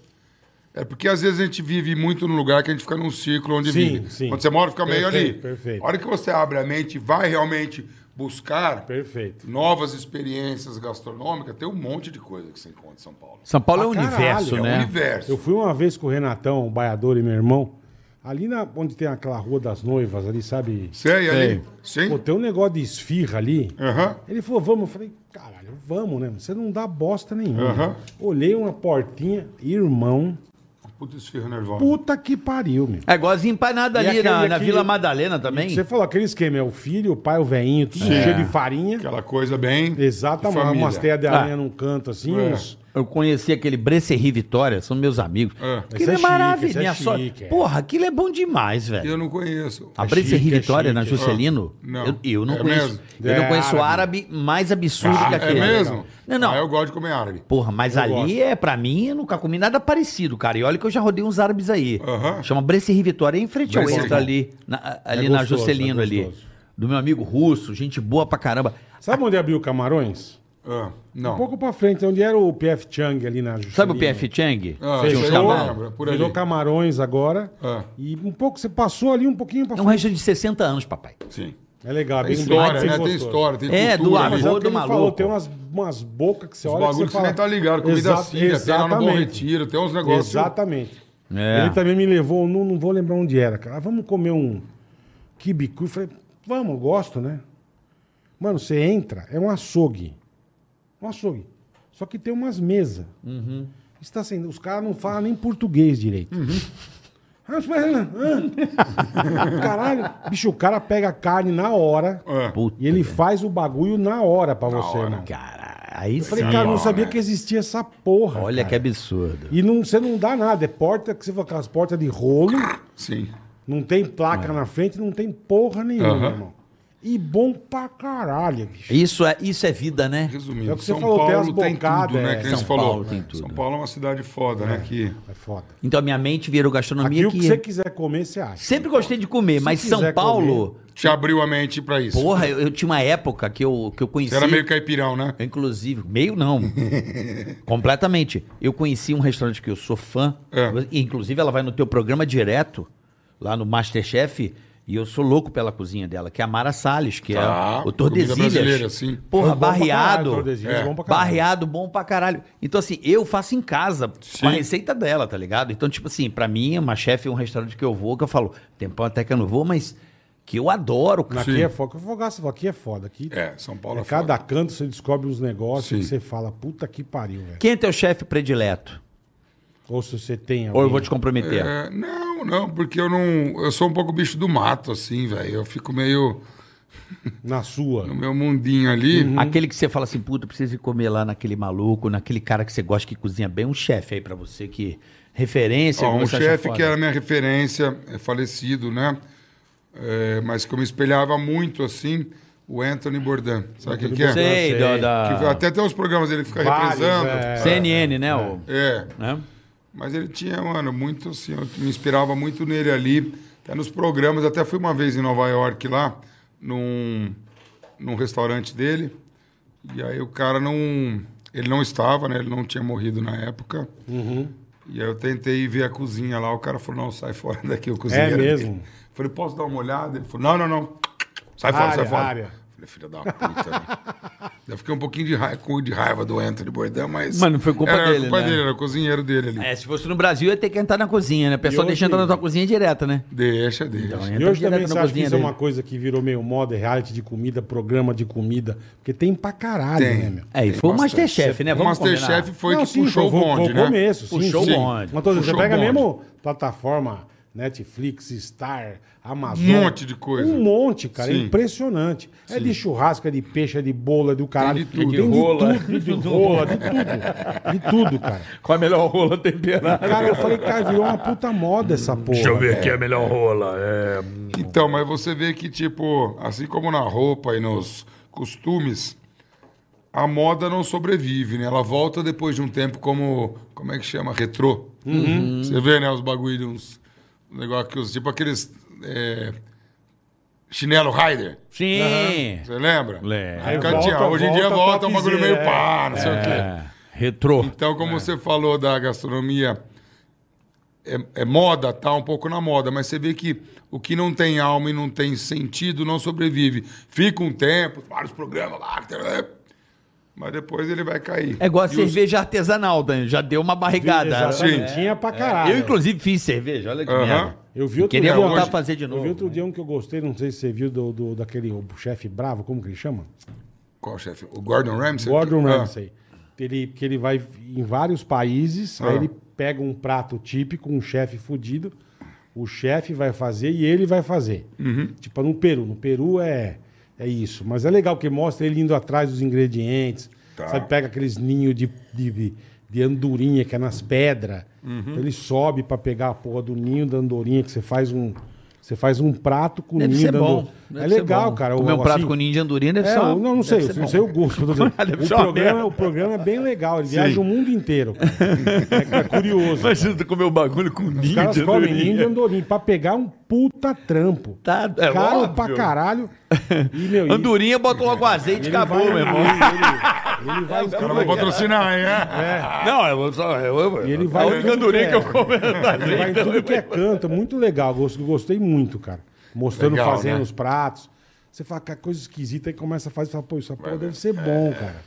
Speaker 1: É porque às vezes a gente vive muito num lugar que a gente fica num ciclo onde
Speaker 3: Sim,
Speaker 1: vive.
Speaker 3: sim.
Speaker 1: Quando você mora, fica meio ali.
Speaker 3: Perfeito, perfeito.
Speaker 1: A hora que você abre a mente e vai realmente buscar
Speaker 3: Perfeito.
Speaker 1: novas experiências gastronômicas, tem um monte de coisa que você encontra em São Paulo.
Speaker 4: São Paulo é um
Speaker 3: Ah, caralho, é
Speaker 4: universo,
Speaker 3: um
Speaker 1: É um
Speaker 4: né?
Speaker 1: universo.
Speaker 3: Eu fui uma vez com o Renatão, o Baiador e meu irmão, ali na, onde tem aquela Rua das Noivas, ali, sabe?
Speaker 1: Sei, ali. Sim.
Speaker 3: Pô, tem um negócio de esfirra ali.
Speaker 1: Aham.
Speaker 3: Ele falou, vamos. Eu falei, caralho, vamos, né? Você não dá bosta nenhuma.
Speaker 1: Aham.
Speaker 3: Olhei uma portinha, irmão.
Speaker 1: Puta esfirra nervosa.
Speaker 3: Puta que pariu, meu.
Speaker 4: É igualzinho empanada
Speaker 3: E
Speaker 4: ali
Speaker 3: aquele-
Speaker 4: na, na
Speaker 3: aquele-
Speaker 4: Vila Madalena também.
Speaker 3: Você falou aquele esquema, é o filho, o pai, o veinho, tudo cheio de farinha.
Speaker 1: Aquela coisa bem.
Speaker 3: Exato,
Speaker 1: de É. família.
Speaker 3: umas teias de aranha
Speaker 4: Ah.
Speaker 3: num canto assim.
Speaker 1: É.
Speaker 3: Uns...
Speaker 4: Eu conheci aquele Bresserri Vitória, são meus amigos.
Speaker 1: É.
Speaker 3: Esse
Speaker 4: Aquilo
Speaker 3: é
Speaker 4: é,
Speaker 3: chique,
Speaker 4: maravilhoso.
Speaker 3: esse é
Speaker 4: Minha sogra-
Speaker 3: chique, é.
Speaker 4: Porra, aquilo é bom demais, velho.
Speaker 1: Eu não conheço.
Speaker 4: A Bresser
Speaker 3: chique, é
Speaker 4: Vitória na
Speaker 3: chique.
Speaker 4: Juscelino?
Speaker 1: Ah, não.
Speaker 4: Eu, eu não
Speaker 1: É
Speaker 4: conheço.
Speaker 1: mesmo?
Speaker 4: Eu não
Speaker 3: É
Speaker 4: conheço
Speaker 3: árabe.
Speaker 4: árabe, mais absurdo que
Speaker 1: Ah, é
Speaker 4: aquele.
Speaker 1: mesmo?
Speaker 4: Não, não.
Speaker 1: Ah, eu gosto de comer árabe.
Speaker 4: Porra, mas
Speaker 3: Eu
Speaker 4: ali
Speaker 3: gosto.
Speaker 4: é, pra mim, eu nunca comi nada parecido, cara. E olha que eu já rodei uns árabes aí.
Speaker 1: Aham.
Speaker 4: Chama Bresser Vitória, é em frente ao
Speaker 1: Bresser.
Speaker 4: extra ali, na, ali
Speaker 3: É
Speaker 4: na
Speaker 3: gostoso,
Speaker 4: Juscelino
Speaker 3: é
Speaker 4: ali.
Speaker 3: gostoso.
Speaker 4: Do meu amigo russo, gente boa pra caramba.
Speaker 3: Sabe onde abriu o Camarões?
Speaker 1: Ah,
Speaker 3: Um
Speaker 1: não.
Speaker 3: pouco pra frente, onde era o PF Chang ali na Juscelino.
Speaker 4: Sabe o PF Chang?
Speaker 1: Ah,
Speaker 4: Tinha uns
Speaker 1: isso aí eu
Speaker 4: cavalos.
Speaker 1: lembro, por ali.
Speaker 3: Virou Camarões agora.
Speaker 1: É.
Speaker 3: E um pouco, você passou ali um pouquinho pra
Speaker 4: É um
Speaker 3: frente.
Speaker 4: resto de 60 anos, papai.
Speaker 1: Sim.
Speaker 3: É legal,
Speaker 1: Tem
Speaker 3: bem-
Speaker 1: história,
Speaker 3: bem
Speaker 1: né? Tem
Speaker 3: gostoso.
Speaker 1: história, tem
Speaker 4: É, do
Speaker 1: cultura. ali.
Speaker 3: Mas é o
Speaker 4: Avô
Speaker 3: que
Speaker 4: do
Speaker 3: ele
Speaker 4: maluco.
Speaker 3: falou, tem umas, umas bocas que você
Speaker 1: Os
Speaker 3: olha
Speaker 1: bagulhos que você nem tá ligado. Comida
Speaker 3: Exa-
Speaker 1: síria, tem lá no Bom
Speaker 3: exatamente.
Speaker 1: Retiro, tem uns negócios.
Speaker 3: Exatamente.
Speaker 4: É.
Speaker 3: Ele também me levou, não, não vou lembrar onde era, cara. Ah, Vamos comer um kibicu. Eu falei, vamos, eu gosto, né? Mano, você entra, é um açougue. Um açougue. Só que tem umas mesas.
Speaker 1: Uhum.
Speaker 3: Está sendo, os caras não falam nem português direito. Ah, mas- ah. [LAUGHS] Caralho, bicho, o cara pega a carne na hora
Speaker 1: É.
Speaker 4: Puta.
Speaker 3: e ele faz o bagulho na hora pra você,
Speaker 1: hora.
Speaker 3: mano.
Speaker 4: Cara, aí
Speaker 3: Eu falei,
Speaker 4: sim.
Speaker 3: cara, eu não
Speaker 1: bom,
Speaker 3: sabia
Speaker 1: né?
Speaker 3: que existia essa porra.
Speaker 4: Olha que
Speaker 1: é
Speaker 3: cara.
Speaker 4: absurdo.
Speaker 3: E não, você não dá nada, é porta que você vai com as portas de rolo,
Speaker 1: Sim.
Speaker 3: não tem placa na frente, não tem porra nenhuma,
Speaker 1: É. Aham.
Speaker 3: irmão. E bom pra caralho, bicho.
Speaker 4: Isso é, isso é vida, né?
Speaker 1: Resumindo,
Speaker 3: É o que você
Speaker 1: São
Speaker 3: falou, tem
Speaker 1: Paulo
Speaker 3: as
Speaker 1: tem,
Speaker 3: bocadas,
Speaker 1: tudo, né?
Speaker 3: é.
Speaker 1: Que nem
Speaker 4: São
Speaker 1: você falou.
Speaker 4: Paulo tem tudo.
Speaker 1: São Paulo é uma cidade foda, né? Que...
Speaker 3: É foda.
Speaker 4: Então a minha mente virou
Speaker 3: Aqui o
Speaker 4: gastronomia é que...
Speaker 3: que você quiser comer, você acha.
Speaker 4: Sempre gostei de comer, mas São
Speaker 3: quiser
Speaker 4: Paulo...
Speaker 1: Te abriu a mente pra isso.
Speaker 4: Porra, eu, eu tinha uma época que eu, que eu conheci...
Speaker 1: Você era meio caipirão, né?
Speaker 4: [LAUGHS] Eu, Inclusive, meio não. completamente. Eu conheci um restaurante que eu sou fã.
Speaker 1: É.
Speaker 4: e, Inclusive, ela vai no teu programa direto, lá no Masterchef. E eu sou louco pela cozinha dela, que é a Mara Salles, que
Speaker 1: Tá,
Speaker 4: é o
Speaker 1: comida brasileira,
Speaker 4: Tordesilhas.
Speaker 1: sim.
Speaker 4: Porra,
Speaker 3: É Bom pra caralho,
Speaker 4: barreado.
Speaker 3: Tordesilhas,
Speaker 1: É.
Speaker 3: bom pra caralho.
Speaker 4: Barreado bom pra caralho. Então, assim, eu faço em casa com a
Speaker 1: Sim.
Speaker 4: receita dela, é tá ligado? Então, tipo assim, pra mim, uma chefe, um restaurante que eu vou, que eu falo, tempão até que eu não vou, mas
Speaker 7: que eu adoro, cara.
Speaker 3: Aqui é foda. Fogaça, aqui é foda. Aqui
Speaker 1: É, São Paulo
Speaker 3: é
Speaker 1: é
Speaker 3: cada
Speaker 1: foda.
Speaker 3: canto você descobre uns negócios
Speaker 1: Sim.
Speaker 3: que você fala, puta que pariu, velho.
Speaker 7: Quem é teu chefe predileto?
Speaker 3: Ou se você tem
Speaker 7: Ou eu
Speaker 3: alguém-
Speaker 7: vou te comprometer?
Speaker 1: É, não, não, porque eu não. Eu sou um pouco bicho do mato, assim, velho. Eu fico meio.
Speaker 3: na sua.
Speaker 1: no meu mundinho ali.
Speaker 4: Uhum.
Speaker 3: Uhum.
Speaker 7: Aquele que você fala assim, puta, preciso ir comer lá naquele maluco, naquele cara que você gosta que cozinha bem, um chefe aí pra você que referência.
Speaker 1: Ó,
Speaker 7: que
Speaker 1: um
Speaker 7: você acha
Speaker 1: chefe
Speaker 7: foda.
Speaker 1: que era minha referência, é falecido, né? É, mas que eu me espelhava muito, assim, o Anthony Bourdain. Sabe quem que é?
Speaker 7: Sei,
Speaker 3: Sei.
Speaker 7: da, da-
Speaker 1: Que até tem uns programas ele fica
Speaker 3: Vários,
Speaker 1: reprisando.
Speaker 3: é.
Speaker 7: CNN, né? o-
Speaker 1: É.
Speaker 7: né?
Speaker 1: Mas ele tinha, mano, muito assim, eu me inspirava muito nele ali, até nos programas. Até fui uma vez em Nova York lá, num, num restaurante dele. E aí o cara não. Ele não estava, né? Ele não tinha morrido na época.
Speaker 3: Uhum.
Speaker 1: E aí eu tentei ver a cozinha lá. O cara falou: não, sai fora [LAUGHS] daqui, o cozinheiro.
Speaker 3: É mesmo?
Speaker 1: dele. Falei: posso dar uma olhada? Ele falou: não, não, não. Sai fora,
Speaker 3: Área,
Speaker 1: sai fora.
Speaker 3: área.
Speaker 1: Falei: filha da puta, né? Eu fiquei um pouquinho de raiva, de raiva do Anthony Bourdain, mas.
Speaker 7: Mas não foi culpa
Speaker 1: era,
Speaker 7: dele,
Speaker 1: culpa
Speaker 7: né?
Speaker 1: dele, era o cozinheiro dele ali.
Speaker 7: É, se fosse no Brasil, ia ter que entrar na cozinha, né? O pessoal
Speaker 3: E hoje-
Speaker 7: deixa entrar na tua cozinha direto, né?
Speaker 1: Deixa, deixa.
Speaker 7: Então,
Speaker 3: E
Speaker 7: entra
Speaker 3: hoje também
Speaker 7: direto
Speaker 3: você
Speaker 7: na
Speaker 3: acha que
Speaker 7: cozinha
Speaker 3: isso é
Speaker 7: dele.
Speaker 3: uma coisa que virou meio moda, é reality de comida, programa de comida. Porque tem pra caralho,
Speaker 1: Tem.
Speaker 3: né, meu?
Speaker 7: É, e foi o
Speaker 1: bastante.
Speaker 7: Masterchef, né?
Speaker 1: o
Speaker 7: Vamos
Speaker 1: Masterchef
Speaker 7: combinar.
Speaker 1: foi
Speaker 3: Não,
Speaker 1: que
Speaker 3: sim,
Speaker 1: puxou
Speaker 3: foi-
Speaker 1: o
Speaker 3: foi-
Speaker 1: bonde,
Speaker 3: foi
Speaker 1: né?
Speaker 3: o começo, sim,
Speaker 7: Puxou o
Speaker 3: sim.
Speaker 7: bonde.
Speaker 3: Mas tô dizendo,
Speaker 1: Puxou
Speaker 3: você pega
Speaker 1: o bonde.
Speaker 3: mesmo plataforma Netflix, Star, Amazon.
Speaker 1: Um monte de coisa.
Speaker 3: Um monte, cara. É
Speaker 1: Sim.
Speaker 3: impressionante. É de churrasco, é de peixe, é de bolo, é do caralho.
Speaker 1: de tudo.
Speaker 3: Tem
Speaker 1: De
Speaker 7: rola.
Speaker 3: tudo, de rola, de tudo. De tudo,
Speaker 1: [LAUGHS]
Speaker 3: cara.
Speaker 7: Com a melhor rola temperada.
Speaker 3: Cara, eu falei, cara, virou uma puta moda essa porra.
Speaker 6: Deixa eu ver aqui a melhor rola. É.
Speaker 1: Então, mas você vê que, tipo, assim como na roupa e nos costumes, a moda não sobrevive, né? Ela volta depois de um tempo como, como é que chama? Retrô.
Speaker 3: Uhum.
Speaker 1: Você vê, né, os bagulhos, uns negócio que os, tipo aqueles é, chinelo rider.
Speaker 7: Sim.
Speaker 1: Você lembra?
Speaker 7: Lembro.
Speaker 1: Na época
Speaker 3: Aí
Speaker 1: tinha.
Speaker 3: volta-
Speaker 1: Hoje em dia
Speaker 3: volta
Speaker 1: volta um bagulho
Speaker 3: topzera,
Speaker 1: meio
Speaker 3: é.
Speaker 1: pá, não sei o quê.
Speaker 7: É, retrô.
Speaker 1: Então, como você falou da gastronomia, é, é moda, tá um pouco na moda, mas você vê que o que não tem alma e não tem sentido não sobrevive. Fica um tempo, vários programas lá, né? mas depois ele vai cair.
Speaker 7: É igual a
Speaker 1: E os-
Speaker 7: cerveja artesanal, Dan. Já deu uma barrigada.
Speaker 3: Exatamente.
Speaker 1: Sim.
Speaker 3: Tinha pra
Speaker 7: É.
Speaker 3: caralho.
Speaker 7: Eu, inclusive, fiz cerveja. Olha que
Speaker 1: Aham.
Speaker 7: merda.
Speaker 3: Eu vi outro
Speaker 7: Queria
Speaker 3: dia
Speaker 7: voltar
Speaker 1: hoje-
Speaker 7: a fazer de
Speaker 3: Eu vi
Speaker 7: novo. né?
Speaker 3: outro dia um que eu gostei, não sei se você viu, do, do- daquele o chefe bravo, como que ele chama?
Speaker 1: Qual chefe? O Gordon Ramsay?
Speaker 3: Gordon
Speaker 1: Ah,
Speaker 3: Ramsay. Ele, que ele vai em vários países, aí
Speaker 1: Ah.
Speaker 3: ele pega um prato típico, um chefe fudido, o chefe vai fazer e ele vai fazer.
Speaker 1: Uhum.
Speaker 3: Tipo, no Peru. No Peru é, é isso. Mas é legal que mostra ele indo atrás dos ingredientes.
Speaker 1: Tá.
Speaker 3: Sabe, pega aqueles ninhos de, de, de- de andorinha que é nas pedras.
Speaker 1: Uhum.
Speaker 3: Então ele sobe pra pegar a porra do ninho da andorinha, que você faz um... Você faz um prato com
Speaker 7: Deve
Speaker 3: ninho
Speaker 7: ser
Speaker 3: da
Speaker 7: bom.
Speaker 3: andor-
Speaker 7: Deve
Speaker 3: É
Speaker 7: ser
Speaker 3: legal,
Speaker 7: bom.
Speaker 3: cara.
Speaker 7: Comer um
Speaker 3: o-
Speaker 7: prato
Speaker 3: assim,
Speaker 7: com ninja andorinha deve
Speaker 3: é,
Speaker 7: ser uma-
Speaker 3: eu não, não sei,
Speaker 7: deve ser
Speaker 3: não
Speaker 7: bom.
Speaker 3: sei o
Speaker 7: [LAUGHS]
Speaker 3: gosto. eu tô dizendo.
Speaker 7: Deve
Speaker 3: o,
Speaker 7: ser uma
Speaker 3: programa,
Speaker 7: merda.
Speaker 3: o programa é bem legal, ele viaja o mundo
Speaker 7: [LAUGHS]
Speaker 3: inteiro. cara. É, é curioso.
Speaker 7: Imagina tu comer um bagulho com
Speaker 3: Os
Speaker 7: ninja.
Speaker 3: caras comem ninho de andorinha pra pegar um puta trampo.
Speaker 7: Tá, é
Speaker 3: Caro
Speaker 7: óbvio. [LAUGHS]
Speaker 3: pra caralho. E, meu, e-
Speaker 7: Andorinha, bota logo azeite,
Speaker 3: ele
Speaker 7: acabou,
Speaker 3: vai-
Speaker 7: meu irmão.
Speaker 3: Ele, ele vai em
Speaker 1: O cara
Speaker 3: tudo, É.
Speaker 1: vai patrocinar, hein?
Speaker 7: Não, eu vou só. Eu, eu,
Speaker 3: E ele vai
Speaker 7: a
Speaker 3: em
Speaker 7: única
Speaker 3: tudo
Speaker 7: andorinha
Speaker 3: que
Speaker 7: que
Speaker 3: é.
Speaker 7: eu como é
Speaker 3: [LAUGHS] ele vai em tudo que é canto, é muito legal. Gosto- Gostei muito, cara. Mostrando,
Speaker 1: Legal,
Speaker 3: fazendo
Speaker 1: né?
Speaker 3: os pratos. Você fala que coisa esquisita e começa a fazer e fala, pô, isso
Speaker 7: É,
Speaker 3: porra deve ser bom, cara.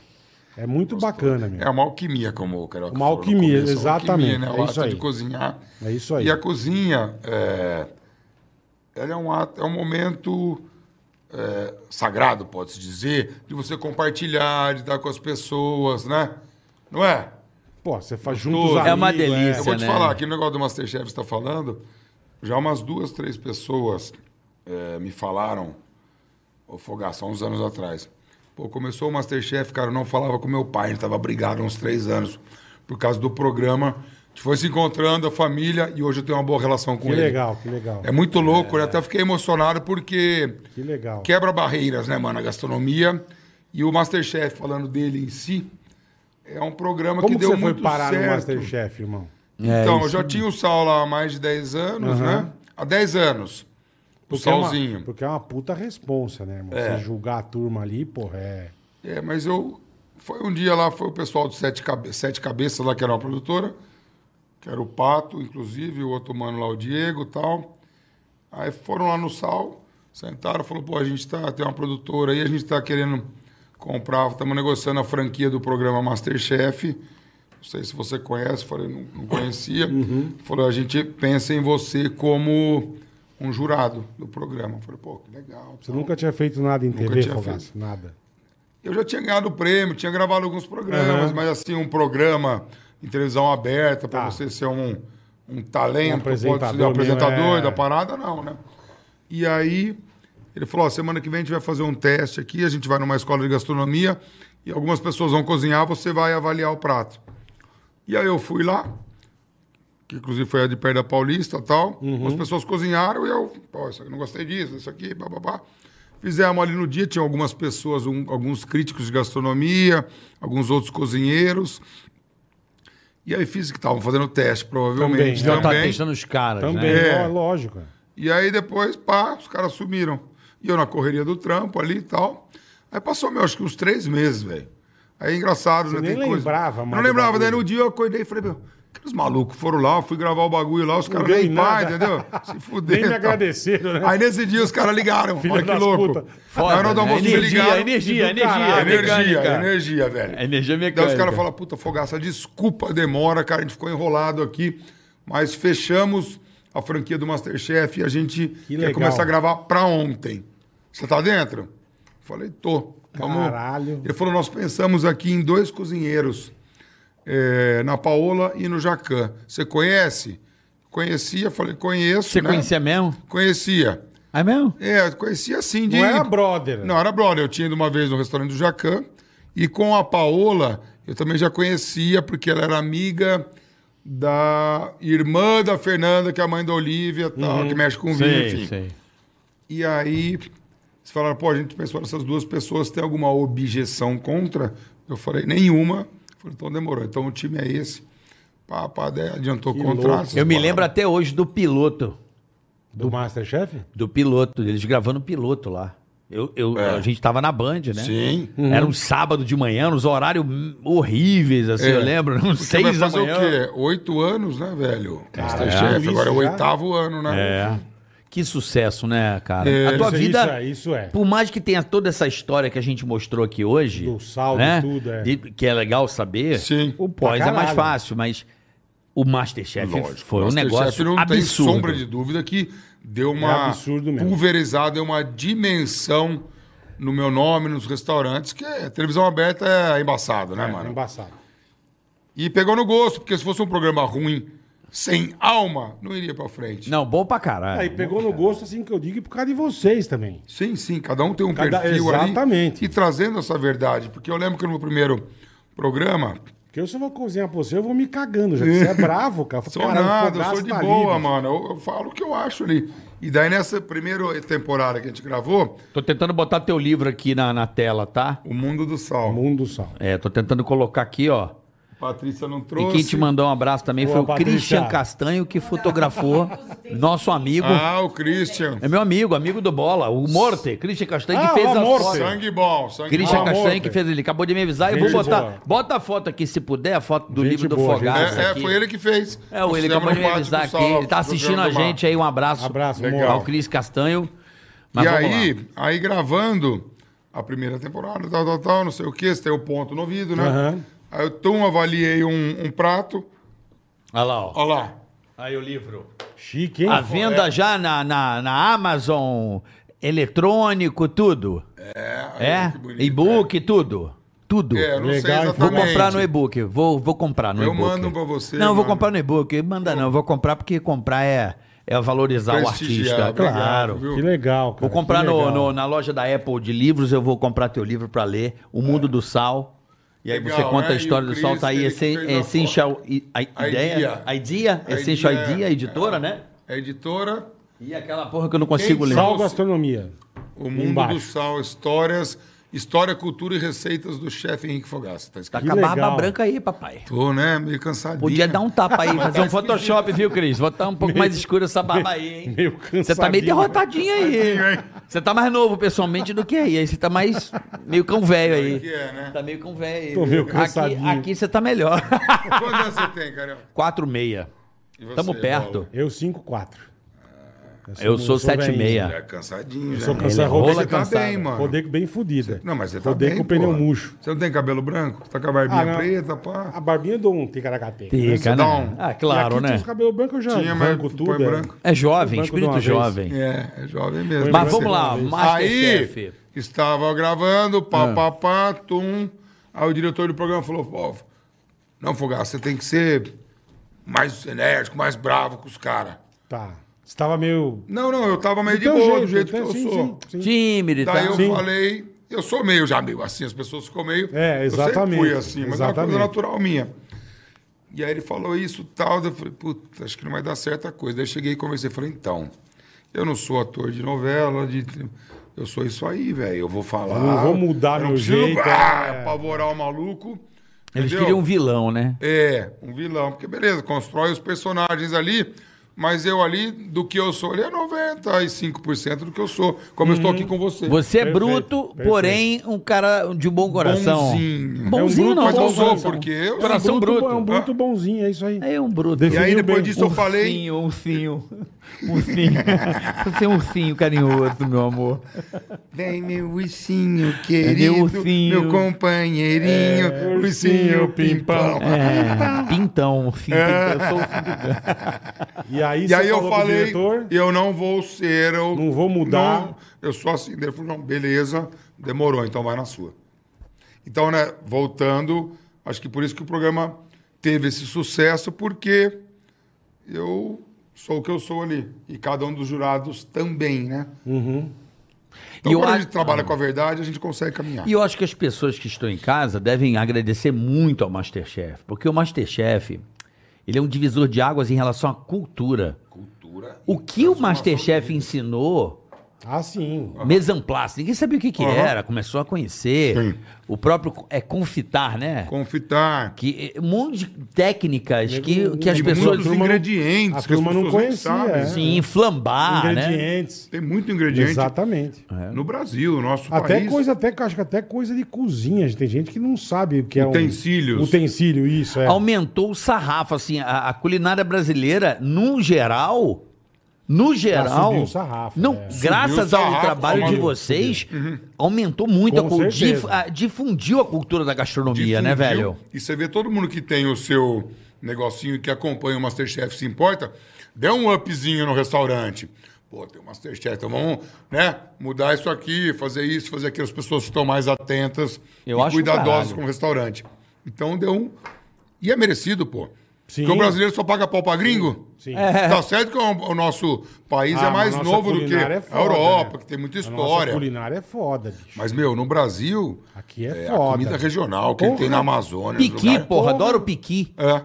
Speaker 3: É muito bacana, meu.
Speaker 1: É
Speaker 7: um
Speaker 1: uma alquimia, como o Carioca
Speaker 3: Uma
Speaker 1: falou no
Speaker 3: alquimia,
Speaker 1: começo. Uma
Speaker 3: exatamente,
Speaker 1: né?
Speaker 3: é
Speaker 1: O
Speaker 3: isso
Speaker 1: ato
Speaker 3: aí.
Speaker 1: de cozinhar.
Speaker 3: É isso aí.
Speaker 1: E a cozinha, é, ela é um, ato, é um momento é, sagrado, pode-se dizer, de você compartilhar, de estar com as pessoas, né? Não é?
Speaker 3: Pô, você faz juntos amigos.
Speaker 7: É uma delícia.
Speaker 1: Eu vou te
Speaker 7: né?
Speaker 1: falar, aquele negócio do Masterchef que você está falando, já umas duas, três pessoas é, me falaram, ô Fogaça, há uns anos atrás. Pô, começou o Masterchef, cara, eu não falava com meu pai, a gente tava brigado há uns três anos por causa do programa. A gente foi se encontrando, a família, e hoje eu tenho uma boa relação com
Speaker 3: Que
Speaker 1: ele.
Speaker 3: legal, que legal.
Speaker 1: É muito louco, eu até fiquei emocionado porque
Speaker 3: Que legal.
Speaker 1: quebra barreiras, né, mano, a gastronomia. E o Masterchef, falando dele em si, é um programa
Speaker 3: Como
Speaker 1: que
Speaker 3: que
Speaker 1: deu
Speaker 3: você foi
Speaker 1: muito
Speaker 3: parar
Speaker 1: certo.
Speaker 3: no Masterchef, irmão?
Speaker 4: É
Speaker 1: Então, eu já tinha o sal lá há mais de 10 anos, né? Há 10 anos.
Speaker 3: É
Speaker 1: O
Speaker 3: uma,
Speaker 1: salzinho.
Speaker 3: porque é uma puta responsa, né, irmão? Você julgar a turma ali, porra, é...
Speaker 1: É, mas eu. Foi um dia lá, foi o pessoal do Sete, Cabe- Sete Cabeças lá, que era uma produtora, que era o Pato, inclusive, o outro mano lá, o Diego e tal. Aí foram lá no sal, sentaram, falou, pô, a gente tá, tem uma produtora aí, a gente tá querendo comprar, estamos negociando a franquia do programa Masterchef. Não sei se você conhece, falei, não, não conhecia. Falou, a gente pensa em você como um jurado do programa. Eu falei, pô, que legal.
Speaker 3: Você
Speaker 1: tal.
Speaker 3: nunca tinha feito nada em TV,
Speaker 1: tinha
Speaker 3: Fogaça? Nada.
Speaker 1: Eu já tinha ganhado prêmio, tinha gravado alguns programas, mas assim, um programa em televisão aberta, para
Speaker 3: Tá.
Speaker 1: você ser um, um talento,
Speaker 3: Um apresentador
Speaker 1: pode ser um apresentador
Speaker 3: mesmo, é.
Speaker 1: da parada, não, né? E aí, ele falou, ó, semana que vem a gente vai fazer um teste aqui, a gente vai numa escola de gastronomia e algumas pessoas vão cozinhar, você vai avaliar o prato. E aí eu fui lá, que inclusive foi a de perto da Paulista e tal. As pessoas cozinharam e eu, pô, isso aqui não gostei disso, isso aqui, bababá. Fizemos ali no dia, tinha algumas pessoas, um- alguns críticos de gastronomia, alguns outros cozinheiros. E aí fiz que estavam fazendo teste, provavelmente.
Speaker 3: Também, né?
Speaker 1: Também,
Speaker 4: Tá testando os caras,
Speaker 3: Também,
Speaker 4: né?
Speaker 1: É.
Speaker 3: ó, lógico.
Speaker 1: E aí depois, pá, os caras sumiram. E eu na correria do trampo ali e tal. Aí passou, meu, acho que uns três meses, velho. Aí é engraçado, né?
Speaker 3: nem
Speaker 1: Tem coisa-
Speaker 3: lembrava mais
Speaker 1: Não
Speaker 3: do
Speaker 1: lembrava. Daí
Speaker 3: bagulho.
Speaker 1: no dia eu acordei e falei, meu, aqueles malucos foram lá, eu fui gravar o bagulho lá, os caras
Speaker 3: deu em
Speaker 1: nem pá,
Speaker 3: nada. [LAUGHS]
Speaker 1: entendeu? Se fuderam.
Speaker 3: Nem me
Speaker 1: tal.
Speaker 3: agradeceram, né?
Speaker 1: Aí nesse dia os caras ligaram.
Speaker 3: Filha
Speaker 1: Olha que
Speaker 3: das
Speaker 1: louco.
Speaker 3: puta.
Speaker 1: Aí na hora do
Speaker 4: né?
Speaker 1: almoço me
Speaker 4: energia,
Speaker 1: ligaram.
Speaker 4: energia,
Speaker 3: do caralho.
Speaker 4: energia,
Speaker 1: Energia,
Speaker 4: Ah, mecânica. É
Speaker 1: energia, velho.
Speaker 4: Energia
Speaker 1: Daí os
Speaker 4: mecânica.
Speaker 1: caras falam, puta, Fogaça, desculpa a demora, cara, a gente ficou enrolado aqui, mas fechamos a franquia do Masterchef e a gente
Speaker 3: legal.
Speaker 1: quer começar a gravar pra ontem. Você tá dentro? Falei, tô. Vamos.
Speaker 3: Caralho.
Speaker 1: Ele falou, nós pensamos aqui em dois cozinheiros, eh, na Paola e no Jacan. Você conhece? Conhecia, falei, conheço,
Speaker 4: Você
Speaker 1: né?
Speaker 4: conhecia mesmo?
Speaker 1: Conhecia.
Speaker 4: É mesmo?
Speaker 1: É, conhecia assim de...
Speaker 3: Não era brother.
Speaker 1: Não, era brother. Eu tinha ido uma vez no restaurante do Jacan. E com a Paola, eu também já conhecia, porque ela era amiga da irmã da Fernanda, que é a mãe da Olivia, e tal,
Speaker 4: Uhum.
Speaker 1: que mexe com vinho, enfim.
Speaker 4: sei.
Speaker 1: E aí, eles falaram, pô, a gente pensou nessas duas pessoas, tem alguma objeção contra? Eu falei, nenhuma. Eu falei, então demorou. Então o time é esse. Pá, pá, daí adiantou o contrato.
Speaker 4: Eu me lembro até hoje do piloto.
Speaker 3: Do Masterchef?
Speaker 4: Do piloto, eles gravando o piloto lá. Eu, eu,
Speaker 3: É.
Speaker 4: A gente tava na Band, né?
Speaker 1: Sim.
Speaker 4: Era um sábado de manhã, nos horários horríveis, assim,
Speaker 1: É.
Speaker 4: eu lembro. [LAUGHS] Uns
Speaker 1: Porque vai
Speaker 4: seis da
Speaker 1: fazer
Speaker 4: manhã.
Speaker 1: é o quê? Oito anos, né, velho?
Speaker 3: é
Speaker 1: Masterchef,
Speaker 3: isso
Speaker 1: agora é o
Speaker 3: já?
Speaker 1: oitavo ano, né?
Speaker 4: É. Que sucesso, né, cara?
Speaker 1: É,
Speaker 4: a tua
Speaker 3: isso,
Speaker 4: vida.
Speaker 3: isso é, isso é.
Speaker 4: Por mais que tenha toda essa história que a gente mostrou aqui hoje. né,
Speaker 3: Do sal, de tudo, é.
Speaker 4: de- que é legal saber.
Speaker 1: Sim.
Speaker 4: O pós é mais
Speaker 3: caralho.
Speaker 4: fácil, mas o Masterchef foi um
Speaker 1: Masterchef
Speaker 4: negócio
Speaker 1: não tem
Speaker 4: absurdo.
Speaker 1: sombra de dúvida que deu uma
Speaker 3: É absurdo mesmo.
Speaker 1: pulverizada, deu uma dimensão no meu nome, nos restaurantes, que é, televisão aberta é embaçado, né, mano?
Speaker 3: Embaçado.
Speaker 1: E pegou no gosto, porque se fosse um programa ruim, sem alma, não iria pra frente.
Speaker 4: Não, bom pra caralho.
Speaker 3: Aí pegou no gosto, assim que eu digo, e por causa de vocês também.
Speaker 1: Sim, sim, cada um tem um
Speaker 3: Cada-
Speaker 1: perfil
Speaker 3: exatamente.
Speaker 1: ali. E trazendo essa verdade, porque eu lembro que no meu primeiro programa,
Speaker 3: Porque eu, se eu vou cozinhar pra você, eu vou me cagando. Já que você é bravo, cara.
Speaker 1: Sou
Speaker 3: Caralho,
Speaker 1: nada, eu
Speaker 3: Fogaça
Speaker 1: sou de
Speaker 3: tá
Speaker 1: boa,
Speaker 3: livre.
Speaker 1: mano. Eu, eu falo o que eu acho ali. E daí, nessa primeira temporada que a gente gravou,
Speaker 4: Tô tentando botar teu livro aqui na, na tela, tá?
Speaker 1: O Mundo do Sal.
Speaker 3: Mundo sal.
Speaker 4: É, tô tentando colocar aqui, ó.
Speaker 1: Patrícia não
Speaker 4: E
Speaker 1: trouxe.
Speaker 4: quem te mandou um abraço também
Speaker 3: Boa,
Speaker 4: foi o
Speaker 3: Patrícia.
Speaker 4: Christian Castanho, que fotografou nosso amigo.
Speaker 1: Ah, o Christian.
Speaker 4: É meu amigo, amigo do Bola, o Morte. Christian Castanho, que
Speaker 3: Ah,
Speaker 4: fez
Speaker 3: o
Speaker 4: a
Speaker 3: Morte.
Speaker 4: foto.
Speaker 1: Sangue bom, sangue
Speaker 4: Christian
Speaker 1: bom.
Speaker 3: Amor,
Speaker 4: Castanho que
Speaker 3: velho.
Speaker 4: fez ele. Acabou de me avisar. Eu vou
Speaker 3: Gente
Speaker 4: botar.
Speaker 3: boa.
Speaker 4: Bota a foto aqui, se puder, a foto do
Speaker 3: Gente
Speaker 4: livro do
Speaker 3: boa, gente
Speaker 4: Fogaça.
Speaker 1: É, é,
Speaker 4: aqui.
Speaker 1: foi ele que fez.
Speaker 4: É, o
Speaker 1: Nós
Speaker 4: ele
Speaker 1: fizemos
Speaker 4: acabou de
Speaker 1: no
Speaker 4: me
Speaker 1: Pátio
Speaker 4: avisar
Speaker 1: do
Speaker 4: aqui.
Speaker 1: Sal,
Speaker 4: Ele tá
Speaker 1: no
Speaker 4: assistindo
Speaker 1: Jornal
Speaker 4: a
Speaker 1: do Mar.
Speaker 4: gente aí. Um abraço.
Speaker 3: Abraço,
Speaker 1: Legal.
Speaker 3: moral.
Speaker 4: Ao Cris Castanho. Mas
Speaker 1: E
Speaker 4: vamos
Speaker 1: aí,
Speaker 4: lá.
Speaker 1: aí gravando a primeira temporada, tal, tal, tal, não sei o que, você tem o ponto no ouvido, né?
Speaker 3: Aham.
Speaker 1: Aí eu tum, avaliei um, um prato.
Speaker 4: Olha lá, ó.
Speaker 1: Olha lá.
Speaker 4: Aí o livro.
Speaker 3: Chique, hein?
Speaker 4: A venda
Speaker 1: É.
Speaker 4: já na, na, na Amazon, eletrônico, tudo. É?
Speaker 1: que bonito,
Speaker 4: E-book, tudo. Tudo.
Speaker 1: É, eu não
Speaker 3: Legal,
Speaker 1: sei
Speaker 3: hein?
Speaker 1: exatamente. É
Speaker 4: Vou comprar no e-book. Vou, vou comprar no
Speaker 1: Eu
Speaker 4: e-book.
Speaker 1: mando pra você,
Speaker 4: Não, eu vou
Speaker 1: mano.
Speaker 4: comprar no e-book. Manda não, eu vou comprar porque comprar é, é valorizar o
Speaker 1: Prestigiar,
Speaker 4: artista.
Speaker 1: obrigado,
Speaker 4: Claro.
Speaker 1: viu?
Speaker 3: Que legal, cara.
Speaker 4: Vou comprar
Speaker 3: que
Speaker 4: no,
Speaker 3: legal.
Speaker 4: no- na loja da Apple de livros, eu vou comprar teu livro pra ler, O Mundo do Sal. E aí
Speaker 1: É. Legal,
Speaker 4: você conta
Speaker 1: né?
Speaker 4: a história
Speaker 1: E
Speaker 4: do
Speaker 1: o
Speaker 4: sal, tá aí,
Speaker 1: Chris, ele que
Speaker 4: Essen-
Speaker 1: fez a
Speaker 4: Essential I- a Ideia,
Speaker 1: Idea.
Speaker 4: Idea, Essential
Speaker 1: Idea, É.
Speaker 4: Idea, editora, né?
Speaker 1: A editora,
Speaker 4: E aquela porra que eu não consigo
Speaker 1: Quem
Speaker 4: ler.
Speaker 3: Sal gastronomia.
Speaker 1: O Mundo
Speaker 3: Embaixo.
Speaker 1: do Sal, histórias, história, cultura e receitas do chefe Henrique Fogaça. Tá
Speaker 4: Tá
Speaker 1: escrito.
Speaker 4: com a barba
Speaker 3: legal.
Speaker 4: branca aí, papai.
Speaker 1: Tô, né? Meio cansadinho.
Speaker 4: Podia dar um tapa aí, fazer um
Speaker 1: tá
Speaker 4: Photoshop, viu, Cris? Botar um pouco mais escuro essa barba aí, hein?
Speaker 3: meio cansadinho,
Speaker 4: Você tá meio derrotadinho aí.
Speaker 1: hein?
Speaker 4: Você tá mais novo pessoalmente do que aí. Aí você tá mais meio cão velho aí.
Speaker 1: que é, né?
Speaker 4: Tá meio cão velho aí.
Speaker 3: Tô meio
Speaker 4: Aqui-
Speaker 3: cansadinho.
Speaker 4: Aqui você
Speaker 3: [LAUGHS]
Speaker 4: tá melhor.
Speaker 1: Quantos anos você tem, Carioca?
Speaker 4: 4,6.
Speaker 1: E você,
Speaker 4: Tamo
Speaker 1: Paulo?
Speaker 4: perto.
Speaker 3: Eu um- 5-4.
Speaker 4: Eu sou
Speaker 1: Já
Speaker 4: 76.
Speaker 1: é cansadinho,
Speaker 3: Eu
Speaker 1: já.
Speaker 3: sou cansado.
Speaker 4: Ele rola
Speaker 1: Você tá
Speaker 4: cansado.
Speaker 1: bem, mano.
Speaker 3: Rodeio bem fudido. é.
Speaker 1: Não, mas você tá
Speaker 3: Rodei
Speaker 1: bem,
Speaker 3: com o pneu
Speaker 1: porra.
Speaker 3: murcho.
Speaker 1: Você não tem cabelo branco? Você tá com a barbinha
Speaker 3: Ah, não.
Speaker 1: preta, pá?
Speaker 3: A barbinha eu dou um ticaracateca. né?
Speaker 4: Fica, né?
Speaker 1: dá um-
Speaker 4: Ah, claro,
Speaker 3: E aqui,
Speaker 4: né?
Speaker 3: Os cabelos brancos eu já
Speaker 1: Tinha, mas
Speaker 3: arranco tudo.
Speaker 1: põe
Speaker 3: é.
Speaker 1: branco.
Speaker 4: É jovem,
Speaker 3: Banco de
Speaker 4: espírito
Speaker 3: uma vez.
Speaker 4: jovem.
Speaker 1: É, é jovem mesmo.
Speaker 4: Mas
Speaker 1: Você-
Speaker 4: vamos lá,
Speaker 1: Aí,
Speaker 4: Masterchef.
Speaker 1: estava gravando,
Speaker 3: Ah.
Speaker 1: pá, pá, pá, tum. Aí o diretor do programa falou, pô, não, Fogaça, você tem que ser mais enérgico, mais bravo com os caras.
Speaker 3: Tá. Você tava meio.
Speaker 1: Não, não, eu tava meio de
Speaker 3: Teu
Speaker 1: boa, do jeito que
Speaker 3: então,
Speaker 1: eu
Speaker 3: sim,
Speaker 1: sou.
Speaker 3: sim, sim.
Speaker 4: Tímido e
Speaker 1: Daí
Speaker 4: tal.
Speaker 1: eu
Speaker 3: Tá, Sim.
Speaker 1: falei, eu sou meio já meio assim, as pessoas ficam meio.
Speaker 3: É,
Speaker 1: Eu sempre
Speaker 3: exatamente,
Speaker 1: fui assim, mas é uma
Speaker 3: exatamente.
Speaker 1: coisa natural minha. E aí ele falou isso tal, daí eu falei, puta, acho que não vai dar certa coisa. Daí eu cheguei e conversei, falei, então, eu não sou ator de novela, de. Eu sou isso aí, velho. Eu vou falar.
Speaker 3: Eu não vou mudar
Speaker 1: eu não
Speaker 3: meu
Speaker 1: preciso,
Speaker 3: jeito,
Speaker 1: [LAUGHS] Ah,
Speaker 3: é.
Speaker 1: apavorar o maluco.
Speaker 4: Eles
Speaker 1: entendeu?
Speaker 4: queriam um vilão, né?
Speaker 1: É, um vilão. Porque beleza, constrói os personagens ali, mas eu ali, do que eu sou ali, é 95% do que eu sou. Como eu
Speaker 3: Uhum.
Speaker 1: estou aqui com você.
Speaker 4: Você é
Speaker 3: Perfeito,
Speaker 4: bruto,
Speaker 3: perfeito.
Speaker 4: porém um cara de bom coração.
Speaker 1: Bonzinho.
Speaker 4: Bonzinho
Speaker 3: É um bruto,
Speaker 4: não,
Speaker 1: mas
Speaker 4: bom
Speaker 1: eu sou,
Speaker 4: coração.
Speaker 1: porque eu
Speaker 4: Coração
Speaker 1: sou
Speaker 3: Um
Speaker 4: bruto.
Speaker 3: É um bruto bonzinho, é isso aí.
Speaker 4: É um bruto.
Speaker 1: E aí
Speaker 3: Definiu
Speaker 1: depois
Speaker 3: bem.
Speaker 1: disso eu falei,
Speaker 4: Ursinho, ursinho. Ursinho. Você é um ursinho carinhoso, meu amor.
Speaker 1: vem meu
Speaker 3: É
Speaker 1: ursinho
Speaker 4: Meu
Speaker 1: querido,
Speaker 4: ursinho.
Speaker 1: meu companheirinho,
Speaker 3: É,
Speaker 1: ursinho pimpão.
Speaker 4: É, pintão, ursinho. pintão.
Speaker 1: É.
Speaker 4: Eu sou um ursinho pintão.
Speaker 3: E aí,
Speaker 1: E
Speaker 3: você
Speaker 1: aí eu
Speaker 3: falou pro
Speaker 1: falei,
Speaker 3: diretor,
Speaker 1: eu não vou ser, eu
Speaker 3: Não vou mudar.
Speaker 1: não- eu sou assim, ele falou, não, beleza, demorou, então vai na sua. Então, né, voltando, acho que por isso que o programa teve esse sucesso, porque eu sou o que eu sou ali. E cada um dos jurados também, né? Então,
Speaker 4: E eu
Speaker 1: quando a
Speaker 4: acho-
Speaker 1: gente trabalha com a verdade, a gente consegue caminhar.
Speaker 4: E eu acho que as pessoas que estão em casa devem agradecer muito ao Masterchef, porque o Masterchef, ele é um divisor de águas em relação à cultura.
Speaker 1: Cultura.
Speaker 4: O que o Masterchef ensinou,
Speaker 3: Ah, sim.
Speaker 4: mise en place, ninguém sabia o que, que
Speaker 1: Aham.
Speaker 4: era, começou a conhecer.
Speaker 1: Sim.
Speaker 4: O próprio é confitar, né?
Speaker 1: Confitar.
Speaker 4: Que, é um monte de técnicas que, que as
Speaker 1: Tem
Speaker 4: pessoas
Speaker 1: muitos
Speaker 3: turma não-
Speaker 1: ingredientes
Speaker 3: a
Speaker 1: que as
Speaker 3: turma não
Speaker 1: pessoas nem
Speaker 3: conhecia,
Speaker 1: sabem.
Speaker 3: é.
Speaker 4: se inflambar, né? É.
Speaker 3: Ingredientes.
Speaker 1: Tem muito ingrediente
Speaker 3: Exatamente.
Speaker 1: no Brasil, no nosso
Speaker 3: Até
Speaker 1: país.
Speaker 3: coisa, até, acho que até coisa de cozinha. Tem gente que não sabe o que é um-
Speaker 1: Utensílios.
Speaker 3: Utensílio, isso, é.
Speaker 4: Aumentou o sarrafo, assim, a, a culinária brasileira, num geral, no geral,
Speaker 3: subiu o sarrafo,
Speaker 4: não,
Speaker 3: é.
Speaker 1: Subiu o
Speaker 4: graças ao
Speaker 1: sarrafo,
Speaker 4: trabalho de
Speaker 1: subiu, Uhum.
Speaker 4: vocês, aumentou muito,
Speaker 3: Com
Speaker 4: a, cul-
Speaker 3: certeza.
Speaker 4: dif- a- difundiu a cultura da gastronomia,
Speaker 1: difundiu.
Speaker 4: né, velho?
Speaker 1: E você vê todo mundo que tem o seu negocinho e que acompanha o Masterchef se importa, dê um upzinho no restaurante. Pô, tem o Masterchef, então vamos né, mudar isso aqui, fazer isso, fazer aquilo. As pessoas estão mais atentas
Speaker 4: Eu
Speaker 1: e
Speaker 4: acho do
Speaker 1: cuidadosas
Speaker 4: caralho.
Speaker 1: com o restaurante. Então deu um... E é merecido, pô.
Speaker 3: Sim.
Speaker 1: Porque o brasileiro só paga pau pra gringo.
Speaker 3: Sim.
Speaker 4: É.
Speaker 1: Tá certo que o o nosso país
Speaker 3: É. Ah,
Speaker 1: é mais
Speaker 3: mas nossa
Speaker 1: novo do que
Speaker 3: culinária é
Speaker 1: a
Speaker 3: foda,
Speaker 1: Europa,
Speaker 3: né?
Speaker 1: que tem muita
Speaker 3: A nossa
Speaker 1: história.
Speaker 3: culinária é foda, bicho.
Speaker 1: Mas, meu, no Brasil,
Speaker 3: Aqui é
Speaker 1: é, a
Speaker 3: foda.
Speaker 1: comida regional, que
Speaker 3: Porra.
Speaker 1: tem na Amazônia. nos
Speaker 4: Piqui,
Speaker 1: lugares.
Speaker 4: porra, adoro piqui.
Speaker 1: É.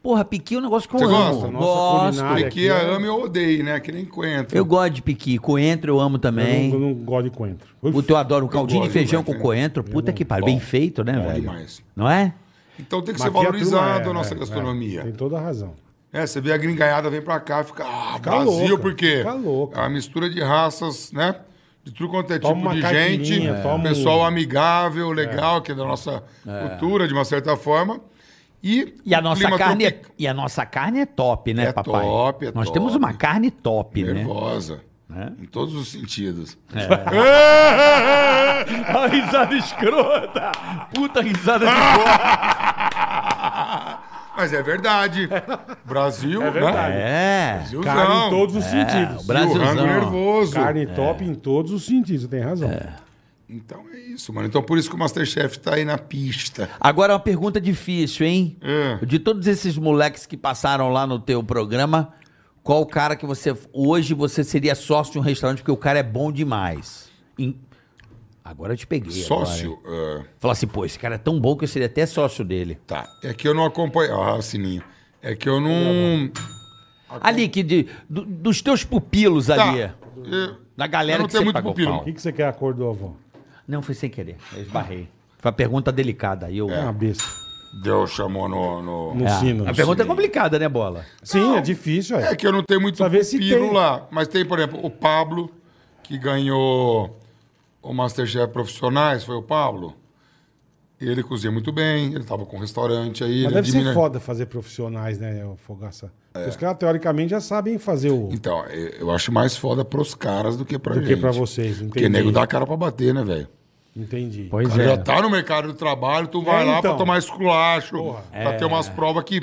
Speaker 4: Porra, piqui é um negócio que eu
Speaker 1: Você
Speaker 4: amo.
Speaker 1: gosta?
Speaker 3: Nossa
Speaker 4: Gosto.
Speaker 3: culinária. Cara,
Speaker 1: Piqui,
Speaker 3: aqui é-
Speaker 1: ame ou odeio, né? Que nem coentro.
Speaker 4: Eu gosto de piqui. Coentro eu amo também.
Speaker 3: Eu não, eu não gosto de coentro.
Speaker 4: O teu adoro um caldinho de
Speaker 1: gosto,
Speaker 4: feijão
Speaker 1: né,
Speaker 4: com
Speaker 1: cara?
Speaker 4: coentro. Puta que pariu. Bem feito, né, velho?
Speaker 1: demais.
Speaker 4: Não é?
Speaker 1: Então tem que
Speaker 3: Mas
Speaker 1: ser
Speaker 3: aqui a turma
Speaker 1: valorizado
Speaker 3: é,
Speaker 1: a nossa
Speaker 3: é, é, Tem
Speaker 1: gastronomia.
Speaker 3: toda a razão.
Speaker 1: É, você vê a gringaiada vem pra cá e fica, ah,
Speaker 3: Fica
Speaker 1: Brasil,
Speaker 3: louca,
Speaker 1: porque
Speaker 3: fica louca.
Speaker 1: é uma mistura de raças, né? De tudo quanto é
Speaker 3: Toma
Speaker 1: tipo
Speaker 3: uma
Speaker 1: de
Speaker 3: caipirinha,
Speaker 1: gente.
Speaker 3: toma um-
Speaker 1: Pessoal amigável, legal, que é da nossa cultura, de uma certa forma. E,
Speaker 4: E a
Speaker 1: o
Speaker 4: nossa,
Speaker 1: clima
Speaker 4: carne é,
Speaker 1: tropical-
Speaker 4: e a nossa carne é top, né,
Speaker 1: É
Speaker 4: papai?
Speaker 1: top, é
Speaker 4: Nós
Speaker 1: top.
Speaker 4: temos uma carne top, né?
Speaker 1: Nervosa.
Speaker 3: É.
Speaker 1: Em todos os sentidos.
Speaker 4: [LAUGHS] A risada escrota! Puta risada
Speaker 1: Ah!
Speaker 4: escrota!
Speaker 1: [LAUGHS] Mas é verdade. Brasil, é
Speaker 3: verdade.
Speaker 1: né?
Speaker 4: É,
Speaker 1: Brasilzão.
Speaker 3: Carne em todos os
Speaker 4: o é.
Speaker 3: sentidos.
Speaker 1: E o rango
Speaker 4: Brasilzão.
Speaker 1: nervoso.
Speaker 3: Carne top em todos os sentidos, tem razão.
Speaker 1: Então é isso, mano. Então por isso que o Masterchef tá aí na pista.
Speaker 4: Agora uma pergunta difícil, hein?
Speaker 1: É.
Speaker 4: De todos esses moleques que passaram lá no teu programa, qual o cara que você. Hoje você seria sócio de um restaurante, porque o cara é bom demais. Em- Agora eu te peguei. Agora.
Speaker 1: Sócio, ah,
Speaker 4: Falar assim, pô, esse cara é tão bom que eu seria até sócio dele.
Speaker 1: tá. É que eu não acompanho. Ah, sininho. É que eu não.
Speaker 3: Tá.
Speaker 4: Ali, que de, do- dos teus pupilos
Speaker 1: Tá.
Speaker 4: ali.
Speaker 1: Eu-
Speaker 4: Da galera
Speaker 1: Eu não
Speaker 4: que
Speaker 1: tenho
Speaker 4: você
Speaker 1: muito
Speaker 4: pagou
Speaker 1: pupilo.
Speaker 4: pau.
Speaker 3: O que, que você quer acordou, avó?
Speaker 4: Não, foi sem querer. Eu esbarrei. Foi uma pergunta delicada. aí
Speaker 1: É.
Speaker 4: Eu...
Speaker 3: Na Ah, besta.
Speaker 1: Deus chamou no. no-
Speaker 3: No sino.
Speaker 4: A pergunta é complicada, né, Bola?
Speaker 3: Sim, é difícil, é.
Speaker 1: É que eu não tenho muito
Speaker 3: Pra ver se tem.
Speaker 1: pupilo lá. Mas tem, por exemplo, o Pablo, que ganhou o Masterchef Profissionais, foi o Pablo? Ele cozinha muito bem, ele estava com um restaurante aí.
Speaker 3: Mas
Speaker 1: ele
Speaker 3: deve ser
Speaker 1: admira- É.
Speaker 3: foda fazer profissionais, né, o Fogaça? Porque Os caras, teoricamente, já sabem fazer o.
Speaker 1: Então, eu eu acho mais foda pros caras do que pra
Speaker 3: Do
Speaker 1: gente.
Speaker 3: que pra vocês,
Speaker 1: Porque
Speaker 3: entendi.
Speaker 1: nego dá a cara pra bater, né, velho?
Speaker 3: Entendi.
Speaker 1: O
Speaker 4: Pois
Speaker 1: cara
Speaker 4: é.
Speaker 1: já tá no mercado do trabalho, tu vai
Speaker 3: É,
Speaker 1: lá
Speaker 3: então. É.
Speaker 1: pra tomar esculacho, pra ter umas provas que...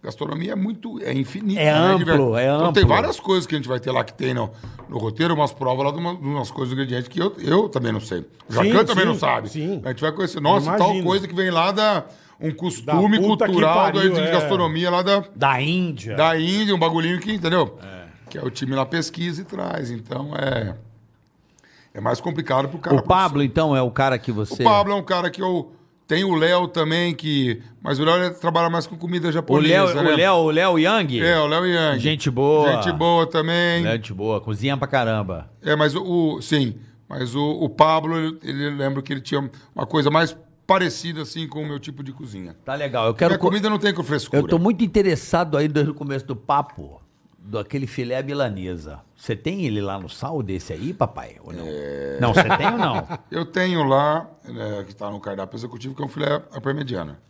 Speaker 1: Gastronomia é muito... É infinita,
Speaker 4: É
Speaker 1: né,
Speaker 4: amplo,
Speaker 1: Guilherme?
Speaker 4: é
Speaker 1: Então tem
Speaker 4: amplo.
Speaker 1: várias coisas que a gente vai ter lá que tem no, no roteiro, umas provas lá de, uma- de umas coisas do ingrediente que eu, eu também não sei. O
Speaker 3: Sim,
Speaker 1: Jacan também
Speaker 3: sim,
Speaker 1: não sabe.
Speaker 3: sim.
Speaker 1: A gente vai conhecer. Nossa,
Speaker 3: Eu
Speaker 1: tal
Speaker 3: imagino.
Speaker 1: coisa que vem lá da... Um costume
Speaker 3: puta que
Speaker 1: cultural da-
Speaker 3: pariu,
Speaker 1: de
Speaker 3: é.
Speaker 1: gastronomia lá da,
Speaker 4: Da Índia.
Speaker 1: da Índia, um bagulhinho que, entendeu? Que é o time lá pesquisa e traz. Então é. É mais complicado pro cara.
Speaker 4: O Pablo, então, é o cara que você.
Speaker 1: O Pablo é um cara que eu. Tem o Léo também, que. Mas o Léo ele trabalha mais com comida
Speaker 4: O Léo,
Speaker 1: japonesa. né?
Speaker 4: o Léo, o Léo Yang?
Speaker 1: É, o Léo Yang.
Speaker 4: Gente boa.
Speaker 1: Gente boa também.
Speaker 4: Gente boa, cozinha pra caramba.
Speaker 1: É, mas o. o- Sim. Mas o, o Pablo, ele, ele lembra que ele tinha uma coisa mais parecida assim com o meu tipo de cozinha.
Speaker 4: Tá legal. Eu
Speaker 1: Minha
Speaker 4: quero. co-
Speaker 1: comida não tem com frescura.
Speaker 4: Eu tô muito interessado aí desde o começo do papo, do aquele filé à milanesa. Você tem ele lá no sal desse aí, papai? Ou não?
Speaker 1: É.
Speaker 4: Não, você tem ou não?
Speaker 1: Eu tenho lá, né, que tá no cardápio executivo, que é um filé à parmegiana.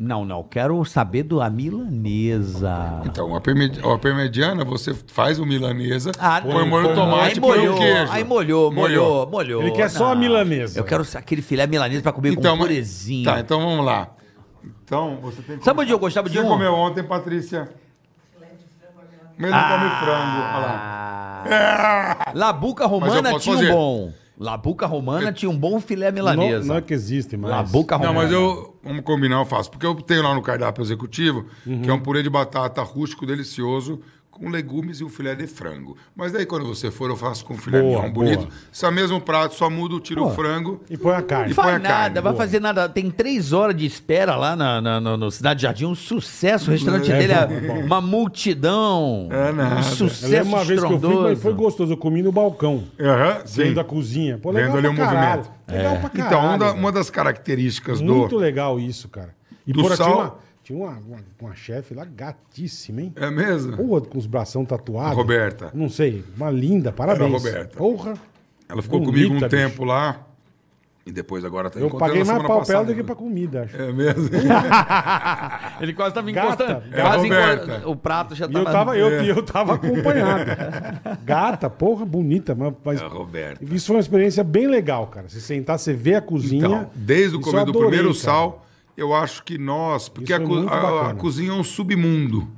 Speaker 4: Não, não. Quero saber do a milanesa.
Speaker 1: Então, a, perme- a parmegiana, você faz o milanesa,
Speaker 4: Ah,
Speaker 1: põe
Speaker 4: não.
Speaker 1: molho de tomate,
Speaker 4: aí
Speaker 1: põe
Speaker 4: molhou,
Speaker 1: o queijo.
Speaker 4: Aí molhou, molhou, molhou.
Speaker 3: Ele quer só a milanesa.
Speaker 4: Eu quero aquele filé milanesa pra comer
Speaker 1: Então,
Speaker 4: com
Speaker 1: mas-
Speaker 4: um purezinho.
Speaker 1: Tá, então vamos lá. Então, você tem que...
Speaker 4: Sabe onde eu gostava de
Speaker 1: Você
Speaker 4: um?
Speaker 1: comeu ontem, Patrícia? Mas
Speaker 4: Ah.
Speaker 1: não come frango, olha lá.
Speaker 4: Labuca
Speaker 1: Mas eu
Speaker 4: Romana
Speaker 1: posso
Speaker 4: tinha
Speaker 1: fazer.
Speaker 4: um bom. Labuca Romana tinha um bom filé
Speaker 3: Não,
Speaker 4: milanesa.
Speaker 3: não é que existe, mas.
Speaker 4: Labuca Romana.
Speaker 1: Não, mas eu... Vamos combinar, eu faço. Porque eu tenho lá no cardápio executivo,
Speaker 4: Uhum.
Speaker 1: que é um purê de batata rústico, delicioso, com legumes e um filé de frango. Mas daí, quando você for, eu faço com filé
Speaker 3: Boa,
Speaker 1: mignon bonito.
Speaker 3: boa.
Speaker 1: Isso é o mesmo prato, só mudo, tiro o frango.
Speaker 3: E põe a carne.
Speaker 1: E
Speaker 4: Não faz
Speaker 1: põe a
Speaker 4: nada,
Speaker 1: carne,
Speaker 4: vai
Speaker 1: boa.
Speaker 4: fazer nada. Tem três horas de espera lá na, na- na- no Cidade Jardim, um sucesso. O restaurante
Speaker 3: É
Speaker 4: dele
Speaker 3: bom, é
Speaker 4: é
Speaker 3: bom.
Speaker 4: uma multidão.
Speaker 1: É nada.
Speaker 4: Um
Speaker 3: Eu lembro
Speaker 4: sucesso
Speaker 3: uma vez que eu fui, mas
Speaker 4: estrondoso.
Speaker 3: foi gostoso. Eu comi no balcão.
Speaker 1: Aham,
Speaker 3: Dentro
Speaker 1: sim.
Speaker 3: da cozinha. Pô, legal
Speaker 1: Vendo ali
Speaker 3: pra
Speaker 1: o
Speaker 3: caralho.
Speaker 1: movimento.
Speaker 3: Legal pra caralho.
Speaker 1: Então, uma, da-
Speaker 3: velho.
Speaker 1: uma das características
Speaker 3: Muito
Speaker 1: do.
Speaker 3: legal isso, cara. E
Speaker 1: do
Speaker 3: por aqui
Speaker 1: sal-
Speaker 3: uma, tinha uma, uma, uma chefe lá gatíssima, hein?
Speaker 1: É mesmo?
Speaker 3: Porra, com os bração tatuados.
Speaker 1: Roberta.
Speaker 3: Não sei, uma linda, parabéns.
Speaker 1: Roberta.
Speaker 3: Porra.
Speaker 1: Ela ficou
Speaker 3: Bonita,
Speaker 1: comigo um
Speaker 3: bicho.
Speaker 1: tempo lá. E depois agora tá
Speaker 3: Eu
Speaker 1: encontrei
Speaker 3: paguei
Speaker 1: ela
Speaker 3: mais
Speaker 1: semana
Speaker 3: papel
Speaker 1: passada. né?
Speaker 3: do que pra comida, acho.
Speaker 1: [LAUGHS] É mesmo?
Speaker 4: Ele quase tava
Speaker 3: Gata.
Speaker 4: encostando.
Speaker 1: É a
Speaker 4: quase
Speaker 1: Roberta.
Speaker 4: encosta- O prato já
Speaker 3: E
Speaker 4: tava.
Speaker 3: eu tava, eu,
Speaker 1: É.
Speaker 3: e eu tava acompanhado. Gata, porra, bonita, mas, mas
Speaker 1: É a Roberta.
Speaker 3: isso foi uma experiência bem legal, cara. Você sentar, você vê a cozinha.
Speaker 1: Então, desde o
Speaker 3: Isso eu
Speaker 1: começo do
Speaker 3: adorei,
Speaker 1: primeiro
Speaker 3: cara.
Speaker 1: sal, eu acho que nós. Porque
Speaker 3: Isso
Speaker 1: a,
Speaker 3: é
Speaker 1: co-
Speaker 3: muito
Speaker 1: a- a
Speaker 3: bacana.
Speaker 1: cozinha é um submundo.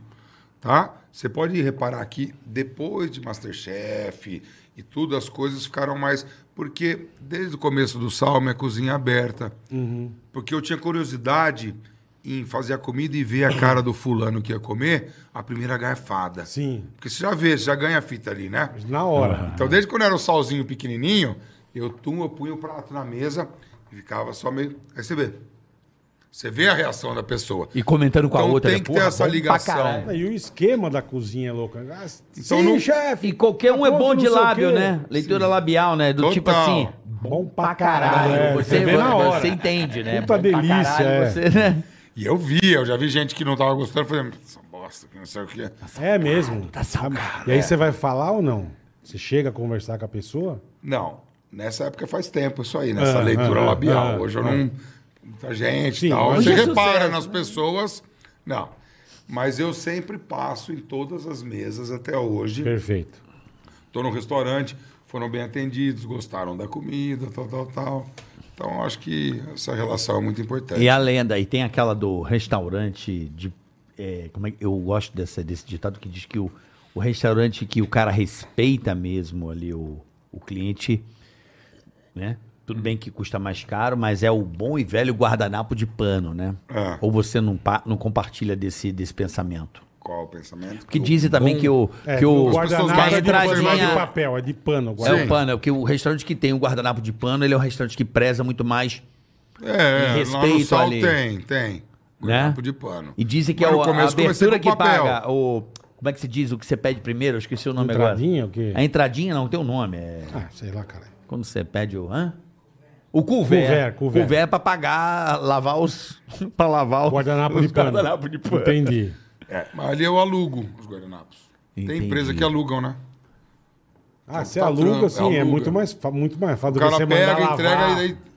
Speaker 1: Tá? Você pode reparar que depois de Masterchef e tudo, as coisas ficaram mais. Porque desde o começo do sal, minha cozinha é aberta.
Speaker 3: Uhum.
Speaker 1: Porque eu tinha curiosidade em fazer a comida e ver a cara do fulano que ia comer a primeira garfada.
Speaker 3: Sim.
Speaker 1: Porque você já vê, você já ganha a fita ali, né?
Speaker 3: Na hora.
Speaker 1: Então, desde quando era o salzinho pequenininho, eu, tum, eu punha o prato na mesa e ficava só meio. Aí você vê. Você vê a reação da pessoa.
Speaker 4: E comentando com a
Speaker 1: Então
Speaker 4: outra.
Speaker 1: tem
Speaker 4: né?
Speaker 1: que ter
Speaker 4: Porra,
Speaker 1: essa
Speaker 4: bom pra
Speaker 1: ligação.
Speaker 4: caralho.
Speaker 3: É, E o esquema da cozinha é louco. Ah,
Speaker 1: Então
Speaker 3: sim,
Speaker 1: não-
Speaker 3: chefe.
Speaker 4: E qualquer um é
Speaker 3: tá
Speaker 4: bom de
Speaker 3: não sei o quê.
Speaker 4: lábio, né? Leitura labial, né? Do tipo
Speaker 1: Total.
Speaker 4: assim.
Speaker 3: Bom
Speaker 4: Pra caralho.
Speaker 3: É,
Speaker 4: você,
Speaker 3: vê na hora.
Speaker 4: você entende, né?
Speaker 3: Puta
Speaker 4: Bom pra
Speaker 3: delícia, é.
Speaker 4: Você, né?
Speaker 1: E eu vi, eu já vi gente que não tava gostando, falando, essa bosta, que não sei o quê.
Speaker 3: É mesmo. E
Speaker 4: é.
Speaker 3: aí você vai falar ou não? Você chega a conversar com a pessoa?
Speaker 1: Não, nessa época faz tempo isso aí, nessa
Speaker 3: Ah,
Speaker 1: leitura
Speaker 3: ah,
Speaker 1: labial.
Speaker 3: ah,
Speaker 1: Hoje eu não. Muita gente
Speaker 3: Sim,
Speaker 1: e tal.
Speaker 3: hoje
Speaker 1: Você
Speaker 3: é
Speaker 1: repara nas pessoas. Não. Mas eu sempre passo em todas as mesas até hoje.
Speaker 3: Perfeito.
Speaker 1: Estou no restaurante, foram bem atendidos, gostaram da comida, tal, tal, tal. Então, acho que essa relação é muito importante.
Speaker 4: E a lenda, e tem aquela do restaurante de. é, como é, que- eu gosto dessa, desse ditado que diz que o, o restaurante que o cara respeita mesmo ali o, o cliente, né? Tudo bem que custa mais caro, mas é o bom e velho guardanapo de pano, né?
Speaker 1: É.
Speaker 4: Ou você não, pa- não compartilha desse, desse pensamento.
Speaker 1: Qual o pensamento?
Speaker 4: Porque dizem também que o.
Speaker 3: É,
Speaker 4: que o,
Speaker 1: guardanapo
Speaker 4: que a
Speaker 1: é de-
Speaker 4: entradinha-
Speaker 3: não é de papel, é de pano
Speaker 4: É
Speaker 3: agora.
Speaker 4: o pano, é porque o restaurante que tem o guardanapo de pano, ele é um restaurante que preza muito mais.
Speaker 1: É,
Speaker 4: E
Speaker 1: lá no
Speaker 4: respeito
Speaker 1: sal
Speaker 4: ali.
Speaker 1: tem, tem.
Speaker 4: Né?
Speaker 1: Grupo de pano.
Speaker 4: E dizem que
Speaker 1: Mas
Speaker 4: é
Speaker 1: no
Speaker 4: o, a
Speaker 1: começo comecei
Speaker 4: abertura
Speaker 1: com
Speaker 4: que
Speaker 1: papel.
Speaker 4: paga o... Como é que se diz o que você pede primeiro? Eu esqueci o nome
Speaker 3: Entradinha,
Speaker 4: agora.
Speaker 3: o quê?
Speaker 4: A entradinha não tem o nome. É...
Speaker 3: Ah, sei lá, cara.
Speaker 4: Quando você pede o... Hã? O couvert.
Speaker 3: Couvert, couvert.
Speaker 4: Couvert é pra pagar, lavar os... [LAUGHS] pra lavar os...
Speaker 3: Guardanapo
Speaker 4: [LAUGHS] os
Speaker 3: de pano.
Speaker 4: guardanapo de pano.
Speaker 3: Entendi.
Speaker 1: É, mas ali eu alugo os guardanapos.
Speaker 4: Entendi.
Speaker 1: Tem empresa que alugam, né?
Speaker 3: Ah, você
Speaker 1: Tá
Speaker 3: aluga,
Speaker 1: trampo,
Speaker 3: assim, é
Speaker 1: aluga.
Speaker 3: muito mais, fa- muito mais fácil
Speaker 1: O
Speaker 3: do que
Speaker 1: cara
Speaker 3: você mandar
Speaker 1: pega,
Speaker 3: lavar.
Speaker 1: entrega e daí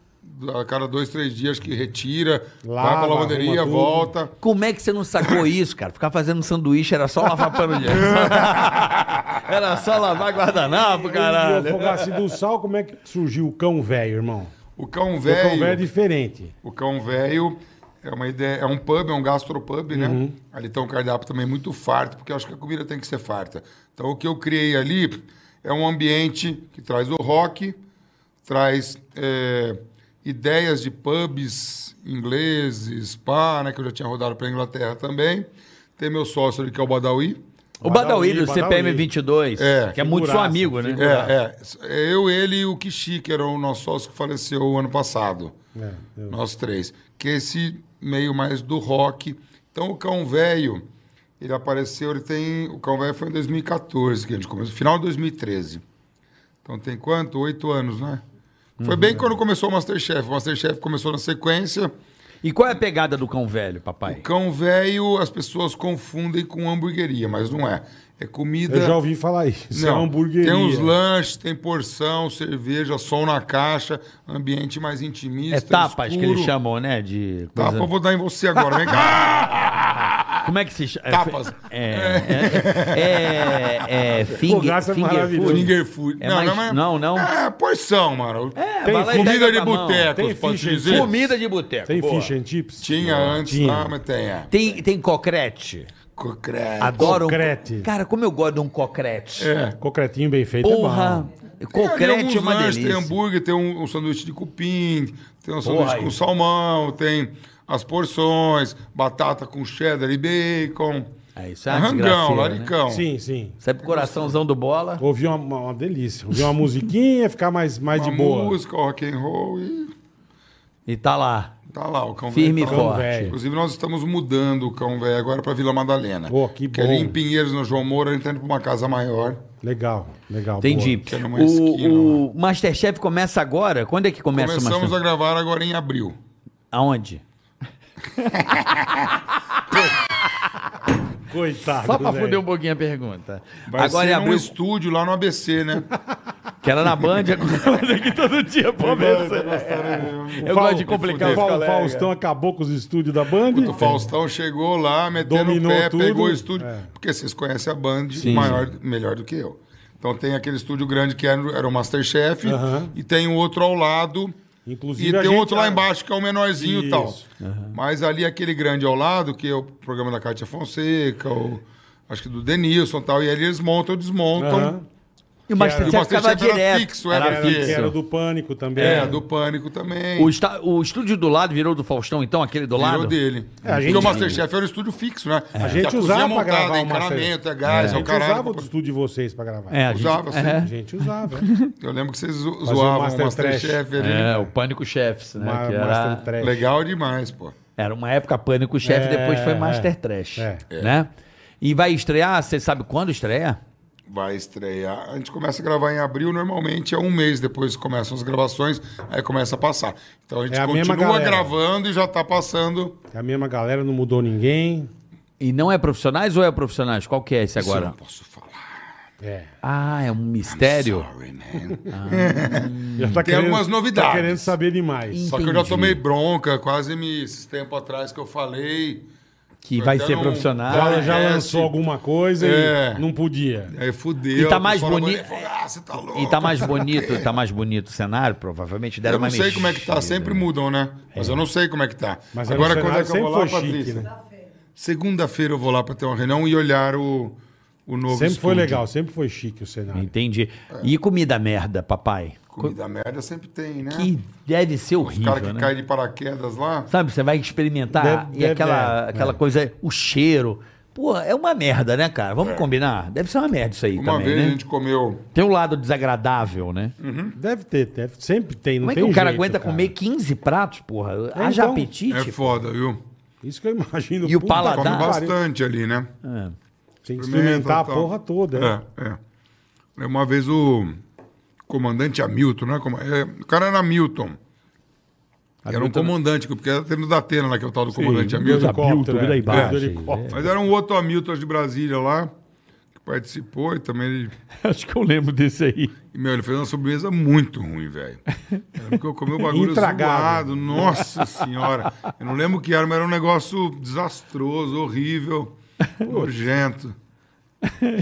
Speaker 1: a cada dois, três dias que retira, vai
Speaker 3: Lava,
Speaker 1: pra lavanderia,
Speaker 3: arruma tudo.
Speaker 1: volta.
Speaker 4: Como é que você não sacou isso, cara? Ficar fazendo sanduíche era só lavar
Speaker 3: [LAUGHS]
Speaker 4: pano de [LAUGHS] Era só lavar guardanapo,
Speaker 3: Caralho.
Speaker 4: caralho.
Speaker 3: do sal, como é que surgiu o cão velho, irmão?
Speaker 1: O cão
Speaker 3: O cão velho é
Speaker 1: velho.
Speaker 3: diferente.
Speaker 1: O cão velho é uma ideia, é um pub, é um gastropub, né? Ali tem um cardápio também muito farto, porque eu acho que a comida tem que ser farta. Então o que eu criei ali é um ambiente que traz o rock, traz é, ideias de pubs ingleses, pá, né? Que eu já tinha rodado para Inglaterra também. Tem meu sócio ali que é o Badawi.
Speaker 4: O Badawi do
Speaker 3: Badawi,
Speaker 4: CPM
Speaker 3: Badawi.
Speaker 4: 22,
Speaker 1: É.
Speaker 4: que é muito seu
Speaker 3: Figuraça,
Speaker 4: amigo, né?
Speaker 3: figuraça.
Speaker 1: É, é. Eu, ele e o Kishi, que era o nosso sócio que faleceu o ano passado.
Speaker 3: É, eu-
Speaker 1: Nós três. Que é esse meio mais do rock. Então o Cão Velho, ele apareceu, ele tem. O Cão Velho foi em 2014 que a gente começou, final de 2013. Então tem quanto? Oito anos, né?
Speaker 3: Uhum.
Speaker 1: Foi bem quando começou o Masterchef. O Masterchef começou na sequência.
Speaker 4: E qual é a pegada do cão velho, papai?
Speaker 1: Cão Velho, as pessoas confundem com hamburgueria, mas não é. É comida.
Speaker 3: Eu já ouvi falar isso. é uma hamburgueria.
Speaker 1: Tem uns lanches, tem porção, cerveja, som na caixa, ambiente mais intimista.
Speaker 4: É tapas que
Speaker 1: escuro. Tá,
Speaker 4: eles chamam, né? De coisa-
Speaker 1: Tapa, eu vou dar em você agora,
Speaker 3: [LAUGHS]
Speaker 1: vem cá.
Speaker 4: Como é que se chama?
Speaker 1: Tapas.
Speaker 4: É, é, é,
Speaker 1: [LAUGHS]
Speaker 4: é finger,
Speaker 3: Fogaça é
Speaker 4: finger
Speaker 3: maravilhoso.
Speaker 4: food.
Speaker 1: Finger food.
Speaker 4: É mais- não, não. É,
Speaker 1: É porção, mano.
Speaker 4: Tem vai Ah, lá e
Speaker 1: comida
Speaker 4: pega
Speaker 1: de
Speaker 4: com a mão.
Speaker 1: boteco,
Speaker 3: Tem
Speaker 1: pode
Speaker 3: fish and
Speaker 1: dizer.
Speaker 4: um. Comida de boteco.
Speaker 3: Tem
Speaker 4: boa.
Speaker 3: fish and chips?
Speaker 1: Tinha antes,
Speaker 3: Tinha.
Speaker 1: ah, mas tem. É.
Speaker 4: Tem, tem cocrete.
Speaker 1: Cocrete.
Speaker 4: Adoro
Speaker 3: Cocrete.
Speaker 4: Um... Cara, como eu gosto de um cocrete.
Speaker 1: É.
Speaker 3: Concretinho bem feito
Speaker 4: Porra.
Speaker 3: é
Speaker 1: Tem ali
Speaker 4: Cocrete
Speaker 1: alguns
Speaker 4: é uma
Speaker 1: lanches,
Speaker 4: delícia.
Speaker 1: Tem hambúrguer, tem um, um sanduíche de cupim, tem um
Speaker 4: Porra,
Speaker 1: sanduíche
Speaker 4: aí.
Speaker 1: com salmão, tem as porções, batata com cheddar e bacon.
Speaker 4: É, isso é uma
Speaker 1: Rangão,
Speaker 4: desgraceira,
Speaker 1: laricão.
Speaker 3: bom. Sim, sim.
Speaker 4: Sabe o coraçãozão do bola?
Speaker 3: Ouvir uma, uma- uma delícia. Ouvir uma musiquinha, ficar mais,
Speaker 4: é
Speaker 3: mais
Speaker 1: Uma
Speaker 3: de boa.
Speaker 1: música, o rock and roll e
Speaker 4: E tá lá.
Speaker 1: tá lá o cão
Speaker 4: Firme e
Speaker 1: velho. tá lá.
Speaker 4: forte.
Speaker 3: velho.
Speaker 1: Inclusive, nós estamos mudando o cão velho agora para Vila Madalena.
Speaker 3: Pô, que
Speaker 1: Porque ali
Speaker 3: bom.
Speaker 1: em Pinheiros, no João Moura, ele tá indo para uma casa maior.
Speaker 3: Legal, legal.
Speaker 4: Entendi.
Speaker 1: Boa, que é numa esquina
Speaker 4: O, o Masterchef começa agora? Quando é que começa o
Speaker 1: Começamos a
Speaker 4: Masterchef?
Speaker 1: gravar agora em abril.
Speaker 4: Aonde?
Speaker 3: Boa. Coitado.
Speaker 4: Só pra
Speaker 3: velho.
Speaker 4: foder um pouquinho a pergunta.
Speaker 1: é. Vai
Speaker 4: agora
Speaker 1: ser
Speaker 4: é
Speaker 1: num
Speaker 4: abril,
Speaker 1: Um estúdio lá no
Speaker 3: [LAUGHS]
Speaker 1: ABC, né?
Speaker 4: que era na
Speaker 1: [LAUGHS]
Speaker 4: Band, agora vai ter que ir todo dia começa. Eu gosto de complicar
Speaker 3: O
Speaker 4: os
Speaker 1: Fudeu.
Speaker 3: Fausto-
Speaker 4: colegas.
Speaker 3: Faustão acabou com os estúdios da Band.
Speaker 1: É. O Faustão chegou lá, metendo
Speaker 3: Dominou
Speaker 1: o pé,
Speaker 3: tudo.
Speaker 1: pegou o estúdio.
Speaker 3: É.
Speaker 1: Porque vocês conhecem a Band maior, melhor do que eu. Então tem aquele estúdio grande que era, era o Masterchef,
Speaker 3: Aham.
Speaker 1: e tem o outro ao lado.
Speaker 3: Inclusive,
Speaker 1: e
Speaker 3: a
Speaker 1: tem
Speaker 3: gente- tá-
Speaker 1: outro lá embaixo, que é o menorzinho e tal.
Speaker 3: Isso.
Speaker 1: Mas ali aquele grande ao lado, que é o programa da Cátia Fonseca, o, acho que do Denilson e tal. E ali eles montam e desmontam.
Speaker 3: Aham.
Speaker 4: E o
Speaker 1: E o
Speaker 4: Masterchef ficava
Speaker 1: Masterchef era
Speaker 4: direto.
Speaker 1: fixo,
Speaker 4: Era
Speaker 1: era,
Speaker 3: Era,
Speaker 1: fixo.
Speaker 3: que era do Pânico também.
Speaker 1: É, do Pânico também.
Speaker 4: O, esta- o estúdio do lado virou do Faustão, então, aquele do
Speaker 1: Virou
Speaker 4: lado?
Speaker 1: dele.
Speaker 3: É, a gente-
Speaker 1: Porque o Masterchef era um estúdio fixo, né?
Speaker 3: A gente
Speaker 1: cozinha
Speaker 3: usava
Speaker 1: é
Speaker 3: pra gravar
Speaker 1: é
Speaker 3: o Masterchef.
Speaker 1: encanamento, é gás, é,
Speaker 3: A
Speaker 1: o
Speaker 3: gente
Speaker 1: caralho.
Speaker 3: usava o estúdio de vocês pra gravar.
Speaker 4: É, a gente...
Speaker 1: Usava, assim.
Speaker 3: A gente usava.
Speaker 1: Eu lembro que vocês zo-
Speaker 3: Fazia o
Speaker 1: zoavam o
Speaker 3: Master
Speaker 1: Masterchef ali.
Speaker 4: é, o Pânico Chefs, né?
Speaker 3: Ma- Master
Speaker 4: que era...
Speaker 3: É, Trash.
Speaker 1: Legal demais, pô.
Speaker 4: era uma época Pânico Chef,
Speaker 3: É,
Speaker 4: depois foi
Speaker 3: é.
Speaker 4: Master Trash,
Speaker 3: É.
Speaker 4: né? E vai estrear, você sabe quando estreia?
Speaker 1: Vai estrear. A gente começa a gravar em abril, normalmente é um mês depois que começam as gravações, aí começa a passar. Então a gente
Speaker 3: É a mesma
Speaker 1: continua
Speaker 3: galera.
Speaker 1: gravando e já tá passando.
Speaker 3: A mesma galera não mudou ninguém.
Speaker 4: E não é profissionais ou é profissionais? Qual que é esse
Speaker 1: Isso eu
Speaker 4: agora?
Speaker 1: não posso falar.
Speaker 3: É.
Speaker 4: Ah, é um mistério.
Speaker 1: Sorry, man.
Speaker 4: Ah,
Speaker 3: Já tá
Speaker 1: Tem algumas novidades.
Speaker 3: Tá querendo saber demais.
Speaker 1: Só que eu já
Speaker 4: Entendi.
Speaker 1: tomei bronca, quase me. Esse tempo atrás que eu falei.
Speaker 4: Que vai
Speaker 1: Então,
Speaker 4: ser profissional.
Speaker 1: tá-
Speaker 3: Ela já
Speaker 1: É,
Speaker 3: lançou
Speaker 1: sim.
Speaker 3: alguma coisa e
Speaker 1: É.
Speaker 3: não podia.
Speaker 1: Aí
Speaker 4: E
Speaker 1: fudeu.
Speaker 4: tá
Speaker 1: o
Speaker 4: mais
Speaker 1: pessoal na
Speaker 4: boni-
Speaker 1: banheira falou, Ah, você tá louco.
Speaker 4: E tá mais bonito, tá mais bonito o cenário, provavelmente. Deram
Speaker 1: Eu não
Speaker 4: uma
Speaker 1: sei como é que tá,
Speaker 4: mexida.
Speaker 1: sempre mudam, né? Mas eu não sei como é que tá.
Speaker 3: Mas
Speaker 1: Agora,
Speaker 3: era um
Speaker 1: quando é que eu
Speaker 3: cenário
Speaker 1: vou lá,
Speaker 3: sempre foi chique,
Speaker 1: Patrícia?
Speaker 3: né?
Speaker 1: Segunda-feira eu vou lá pra ter uma reunião e olhar o, o
Speaker 3: Sempre
Speaker 1: novo
Speaker 3: foi
Speaker 1: estúdio.
Speaker 3: legal, sempre foi chique o cenário.
Speaker 4: Entendi.
Speaker 1: É.
Speaker 4: E comida merda, papai?
Speaker 1: Comida merda sempre tem, né?
Speaker 4: Que deve ser
Speaker 1: Os caras
Speaker 4: horrível,
Speaker 1: que
Speaker 4: né?
Speaker 1: caem de paraquedas lá.
Speaker 4: Sabe, você vai experimentar
Speaker 3: Deve-
Speaker 4: e
Speaker 3: deve-
Speaker 4: aquela,
Speaker 3: é,
Speaker 4: aquela
Speaker 3: é.
Speaker 4: coisa, o cheiro. Pô, é uma merda, né, cara? Vamos combinar? Deve ser uma merda isso aí
Speaker 1: É. Uma
Speaker 4: também,
Speaker 1: vez
Speaker 4: né?
Speaker 1: a gente comeu
Speaker 4: Tem um lado desagradável, né?
Speaker 3: Deve ter, deve- sempre tem, não
Speaker 4: Como é que
Speaker 3: tem
Speaker 4: o cara
Speaker 3: jeito,
Speaker 4: aguenta comer 15 pratos, porra? Haja
Speaker 3: então,
Speaker 4: apetite.
Speaker 1: é foda, viu?
Speaker 3: Isso que eu imagino.
Speaker 4: E o
Speaker 3: Puta
Speaker 4: paladar?
Speaker 3: que
Speaker 1: Come
Speaker 4: dá.
Speaker 3: pariu.
Speaker 1: bastante ali, né?
Speaker 3: Tem que experimentar a
Speaker 1: tal.
Speaker 3: porra toda. né?
Speaker 1: É, é. Aí Uma vez o comandante Hamilton, né? Como- é, O cara era Hamilton. Era um comandante, porque era tendo da Atena lá, que é o tal do comandante
Speaker 3: Do
Speaker 1: Hamilton.
Speaker 3: helicóptero,
Speaker 4: Abilton,
Speaker 3: é.
Speaker 4: vira aí
Speaker 3: Do
Speaker 4: embaixo,
Speaker 3: helicóptero.
Speaker 1: Mas era um outro Hamilton de Brasília lá, que participou e também ele.
Speaker 6: [LAUGHS] Acho que eu lembro desse aí.
Speaker 1: e, Meu, ele fez uma sobremesa muito ruim, velho. Eu lembro que eu comi o bagulho
Speaker 3: Intragável.
Speaker 1: zoado. Nossa senhora. Eu não lembro o que era, mas era um negócio desastroso, horrível, nojento.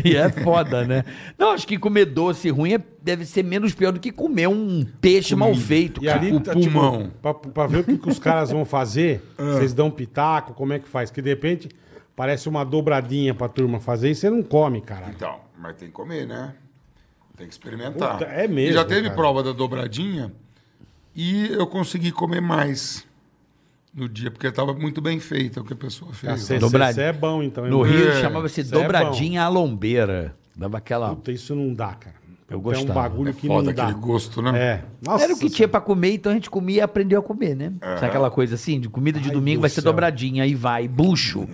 Speaker 4: E é foda, né? Não, acho que comer doce ruim é- deve ser menos pior do que comer um peixe mal feito.
Speaker 3: E
Speaker 4: cara.
Speaker 3: ali,
Speaker 1: o
Speaker 3: tá,
Speaker 1: pulmão.
Speaker 3: tipo, pra, pra ver o que, que os caras vão [LAUGHS] fazer, vocês dão pitaco, como é que faz? Que de repente parece uma dobradinha pra turma fazer e você não come, caralho.
Speaker 1: Então, mas tem que comer, né? Tem que experimentar.
Speaker 3: Puta, é mesmo,
Speaker 1: E já teve
Speaker 3: cara.
Speaker 1: prova da dobradinha e eu consegui comer mais no dia, porque estava muito bem feita é o que a pessoa
Speaker 3: Ah,
Speaker 1: fez. né?
Speaker 3: Cê,
Speaker 7: Dobrad-
Speaker 3: cê- cê é bom, então.
Speaker 7: No
Speaker 3: Eu-
Speaker 7: Rio
Speaker 1: É.
Speaker 7: chamava-se
Speaker 3: Isso é bom.
Speaker 7: dobradinha à lombeira. Dava aquela.
Speaker 3: Puta, isso não dá, cara.
Speaker 7: Eu
Speaker 3: Puta, É um
Speaker 7: gostava.
Speaker 3: bagulho
Speaker 1: É
Speaker 3: que
Speaker 1: foda
Speaker 3: não dá.
Speaker 1: aquele gosto, né?
Speaker 3: É. Nossa,
Speaker 4: Era o que tinha pra comer, então a gente comia e aprendeu a comer, né? Sabe aquela coisa assim, de comida de
Speaker 3: Ai,
Speaker 4: domingo
Speaker 3: do
Speaker 4: vai ser
Speaker 3: céu.
Speaker 4: dobradinha, aí vai, bucho.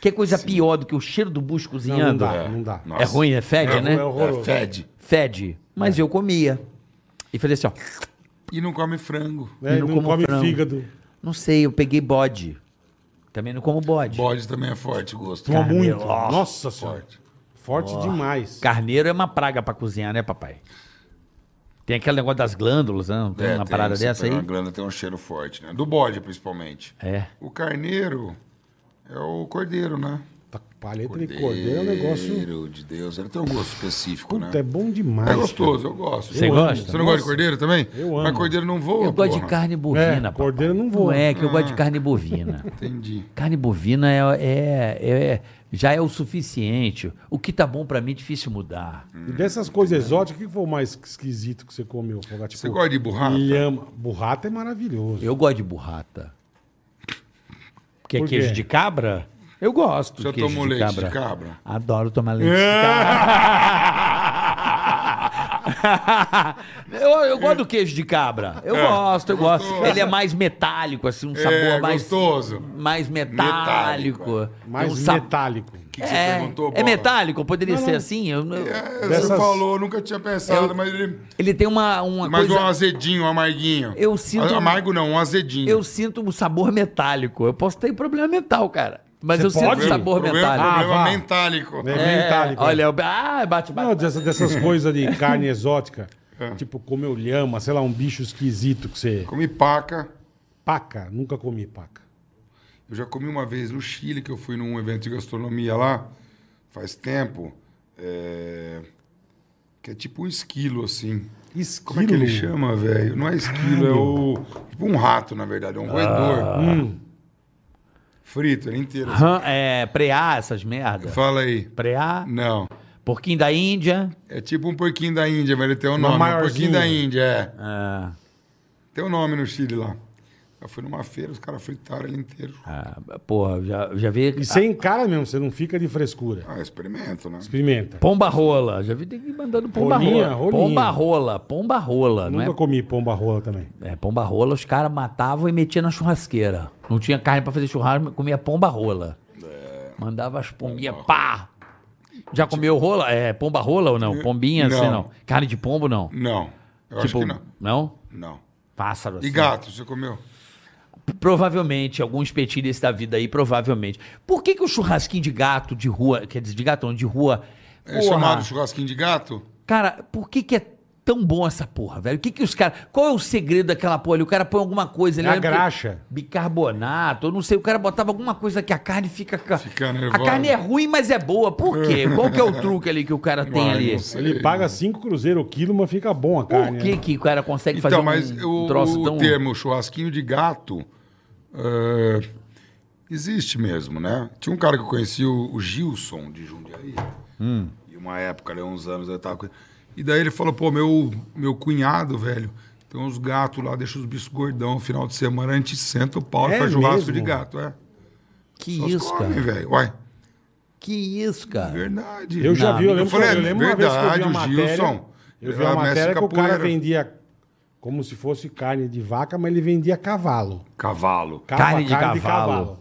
Speaker 4: Que coisa pior do que o cheiro do bucho
Speaker 3: não, não
Speaker 4: cozinhando.
Speaker 3: dá, não dá.
Speaker 4: É ruim, é fede,
Speaker 1: É,
Speaker 4: né?
Speaker 3: é horroroso.
Speaker 1: É, fede.
Speaker 4: Fede. Mas eu comia. E falei assim, ó,
Speaker 1: E não come frango.
Speaker 3: É,
Speaker 4: E
Speaker 3: não
Speaker 4: não como
Speaker 3: come
Speaker 4: frango.
Speaker 3: fígado.
Speaker 4: não sei, eu peguei bode. Também não como bode.
Speaker 1: Bode também é forte o gosto.
Speaker 3: Toma
Speaker 1: Cara,
Speaker 3: muito. Nossa senhora.
Speaker 1: Forte.
Speaker 3: Forte demais.
Speaker 4: Carneiro é uma praga pra cozinhar, né, papai? Tem aquele negócio das glândulas, né? Não Tem
Speaker 1: É,
Speaker 4: uma
Speaker 1: tem,
Speaker 4: parada
Speaker 1: você
Speaker 4: dessa
Speaker 1: pega
Speaker 4: aí?
Speaker 1: Uma glândula tem um cheiro forte, né? Do bode, principalmente.
Speaker 4: É.
Speaker 1: O carneiro é o cordeiro, né?
Speaker 3: Tá, Paleta de cordeiro é um negócio...
Speaker 1: Cordeiro de Deus. Ele tem um gosto específico,
Speaker 3: Puta, é
Speaker 1: né?
Speaker 3: bom demais.
Speaker 1: É gostoso, eu gosto.
Speaker 4: Você
Speaker 1: Eu amo.
Speaker 4: gosta?
Speaker 1: Você não gosta de cordeiro também?
Speaker 3: Eu amo.
Speaker 1: Mas cordeiro não voa,
Speaker 4: Eu gosto de
Speaker 1: porra.
Speaker 4: carne
Speaker 3: É,
Speaker 4: bovina, papai.
Speaker 3: cordeiro não
Speaker 4: Não
Speaker 3: voa.
Speaker 4: é que eu
Speaker 1: Ah.
Speaker 4: gosto de carne
Speaker 1: [LAUGHS]
Speaker 4: bovina.
Speaker 1: Entendi.
Speaker 4: Carne bovina é, é- é- já é o suficiente. O que tá bom pra mim é difícil mudar.
Speaker 3: E dessas coisas exóticas, o que foi o mais esquisito que você comeu? Fogar? Tipo,
Speaker 1: Você gosta de burrata?
Speaker 3: Lhama. Burrata é maravilhoso.
Speaker 4: Eu gosto de burrata.
Speaker 7: Que é
Speaker 3: Por quê?
Speaker 7: queijo de cabra? Eu gosto. de
Speaker 1: Já
Speaker 7: queijo
Speaker 1: tomou
Speaker 7: de
Speaker 1: leite
Speaker 7: cabra.
Speaker 1: de cabra?
Speaker 7: Adoro tomar leite de cabra.
Speaker 4: [LAUGHS] Eu, eu gosto do queijo de cabra. Eu
Speaker 1: É,
Speaker 4: gosto, eu
Speaker 1: gostoso.
Speaker 4: gosto. Ele é mais metálico, assim, um sabor
Speaker 1: é,
Speaker 4: mais.
Speaker 1: gostoso.
Speaker 4: Mais metálico.
Speaker 1: Metálico,
Speaker 3: Mais
Speaker 4: Tem um sa-
Speaker 3: metálico.
Speaker 1: O que, que você
Speaker 4: É,
Speaker 1: perguntou,
Speaker 4: é
Speaker 1: Bola?
Speaker 4: metálico? Poderia ser assim? Eu- eu-
Speaker 1: É, Você
Speaker 3: Dessas-
Speaker 1: falou, eu nunca tinha pensado, mas ele...
Speaker 4: Ele tem uma, uma
Speaker 1: Mais
Speaker 4: coisa.
Speaker 1: um azedinho, um amarguinho.
Speaker 4: Eu sinto-
Speaker 1: Amargo não, um azedinho.
Speaker 4: Eu sinto um sabor metálico. Eu posso ter problema mental, cara. Mas eu sinto
Speaker 3: pode?
Speaker 4: um sabor
Speaker 1: problema,
Speaker 4: metálico.
Speaker 1: Problema
Speaker 3: Ah, vá.
Speaker 1: mentálico.
Speaker 3: É,
Speaker 4: É,
Speaker 3: metálico.
Speaker 4: Olha, eu- ah, bate, bate.
Speaker 3: Não, dessa-
Speaker 1: [LAUGHS]
Speaker 3: dessas coisas de carne exótica.
Speaker 1: É.
Speaker 3: Tipo, comeu lhama, sei lá, um bicho esquisito que você.
Speaker 1: Comi paca.
Speaker 3: Paca, nunca comi paca.
Speaker 1: Eu já comi uma vez no Chile, que eu fui num evento de gastronomia lá, faz tempo. é, Que é tipo um esquilo, assim.
Speaker 3: Esquilo.
Speaker 1: Como é que ele chama, velho? Não é esquilo, é o. Tipo um rato, na verdade, é um roedor.
Speaker 3: Hum,
Speaker 1: Frito, ele inteiro. assim.
Speaker 4: Hã, é, preá, essas merdas.
Speaker 1: Fala aí.
Speaker 4: Preá,
Speaker 1: Não.
Speaker 4: porquinho da Índia.
Speaker 1: É tipo um porquinho da Índia, mas ele tem um nome. Um
Speaker 3: maiorzinha.
Speaker 1: porquinho da Índia, é.
Speaker 4: Ah,
Speaker 1: Tem um nome no Chile lá. Eu fui numa feira, os caras fritaram ele inteiro.
Speaker 4: ah, porra, já, já vi.
Speaker 3: E você encara mesmo, você não fica de frescura.
Speaker 1: Ah, experimento, né?
Speaker 3: Experimenta.
Speaker 4: Pomba rola. Já vi tem que ir mandando pomba
Speaker 3: Rolinha,
Speaker 4: rola.
Speaker 3: rolinha.
Speaker 4: Pomba rola, pomba rola, não
Speaker 3: Nunca
Speaker 4: é?
Speaker 3: comi pomba rola também.
Speaker 4: É, pomba rola, os caras matavam e metiam na churrasqueira. Não tinha carne pra fazer churrasco, mas comia pomba rola. Mandava as pombinhas, pá! Já comeu rola? É, pomba rola ou não? Pombinha,
Speaker 1: Não.
Speaker 4: assim, não. Carne de pombo, não. Tipo,
Speaker 1: Não. Eu acho que não.
Speaker 4: não?
Speaker 1: Não.
Speaker 4: Pássaro,
Speaker 1: E
Speaker 4: assim.
Speaker 1: gato, você comeu?
Speaker 4: Provavelmente, alguns petis desse da vida aí, provavelmente. Por que que o churrasquinho de gato de rua, quer dizer, de gato não, de rua...
Speaker 1: É
Speaker 4: porra,
Speaker 1: chamado churrasquinho de gato?
Speaker 4: Cara, por que que é tão bom essa porra, velho? O que que os caras... Qual é o segredo daquela porra ali? O cara põe alguma coisa ali...
Speaker 3: É a
Speaker 4: eu lembro que-
Speaker 3: graxa.
Speaker 4: Bicarbonato, eu não sei. O cara botava alguma coisa que a carne fica... ca-
Speaker 1: Fica
Speaker 4: a
Speaker 1: nervosa.
Speaker 4: carne é ruim, mas é boa. Por
Speaker 1: [LAUGHS]
Speaker 4: quê? Qual que é o truque ali que o cara tem
Speaker 1: Ah,
Speaker 4: ali?
Speaker 1: não sei.
Speaker 3: Ele paga 5 cruzeiro o quilo, mas fica bom a
Speaker 4: Por
Speaker 3: carne.
Speaker 4: que
Speaker 3: né?
Speaker 4: que o cara consegue fazer
Speaker 1: Então, mas
Speaker 4: um
Speaker 1: o,
Speaker 4: troço
Speaker 1: o
Speaker 4: tão...
Speaker 1: termo churrasquinho de gato eh, existe mesmo, né? Tinha um cara que eu conheci, o, o Gilson de Jundiaí.
Speaker 4: Hum.
Speaker 1: E uma época, ali, uns anos, eu tava com ele. E daí ele falou, pô, meu, meu cunhado, velho, tem uns gatos lá, deixa os bichos gordão, final de semana a gente senta o pau
Speaker 3: É
Speaker 1: e faz churrasco
Speaker 3: mesmo?
Speaker 1: de gato, é.
Speaker 4: Que
Speaker 1: Só
Speaker 4: isso,
Speaker 1: come,
Speaker 4: cara?
Speaker 1: velho. Uai,
Speaker 4: Que isso, cara?
Speaker 1: verdade.
Speaker 3: Eu já vi, eu lembro,
Speaker 1: eu falei, é
Speaker 3: que, eu lembro uma vez que eu vi
Speaker 1: verdade,
Speaker 3: uma
Speaker 1: o
Speaker 3: matéria.
Speaker 1: Gilson.
Speaker 3: eu vi
Speaker 1: era
Speaker 3: uma matéria
Speaker 1: mestre
Speaker 3: que o cara
Speaker 1: capoeira.
Speaker 3: vendia como se fosse carne de vaca, mas ele vendia cavalo.
Speaker 1: Cavalo.
Speaker 3: Cava-
Speaker 4: Carne de cavalo.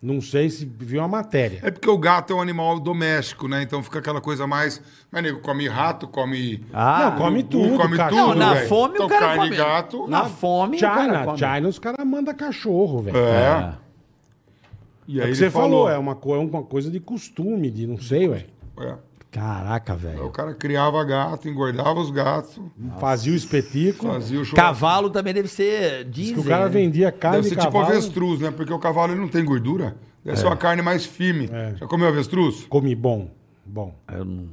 Speaker 3: Não sei se viu a matéria.
Speaker 1: É porque o gato é um animal doméstico, né? Então fica aquela coisa mais. Mas nego come rato, come.
Speaker 3: Ah, não, come
Speaker 1: urubu,
Speaker 3: tudo,
Speaker 1: come
Speaker 3: cara.
Speaker 1: tudo.
Speaker 4: Não, na
Speaker 1: velho.
Speaker 4: fome o
Speaker 1: Então,
Speaker 4: cara
Speaker 1: carne
Speaker 4: come.
Speaker 1: e gato.
Speaker 4: Na fome o cara
Speaker 3: China,
Speaker 4: come.
Speaker 3: China, os caras mandam cachorro, velho.
Speaker 1: É.
Speaker 3: É.
Speaker 1: E
Speaker 3: o
Speaker 1: aí
Speaker 3: que
Speaker 1: ele
Speaker 3: você falou, um
Speaker 1: falou.
Speaker 3: é uma, co- é uma coisa de costume, de não sei, ué.
Speaker 1: É.
Speaker 4: Caraca,
Speaker 1: Aí o
Speaker 4: velho.
Speaker 1: cara criava gato, engordava os gatos,
Speaker 3: Fazia o espetículo.
Speaker 1: fazia o show.
Speaker 9: Cavalo também deve ser.
Speaker 3: Diz
Speaker 9: Dizem,
Speaker 3: que o cara
Speaker 9: né?
Speaker 3: vendia carne
Speaker 1: Deve
Speaker 3: de
Speaker 1: ser tipo
Speaker 3: cavalo. É.
Speaker 1: avestruz, né? Porque o cavalo ele não tem gordura. Deve ser uma carne mais firme. Já comeu avestruz?
Speaker 3: Come bom. Bom. Tá
Speaker 4: Eu não-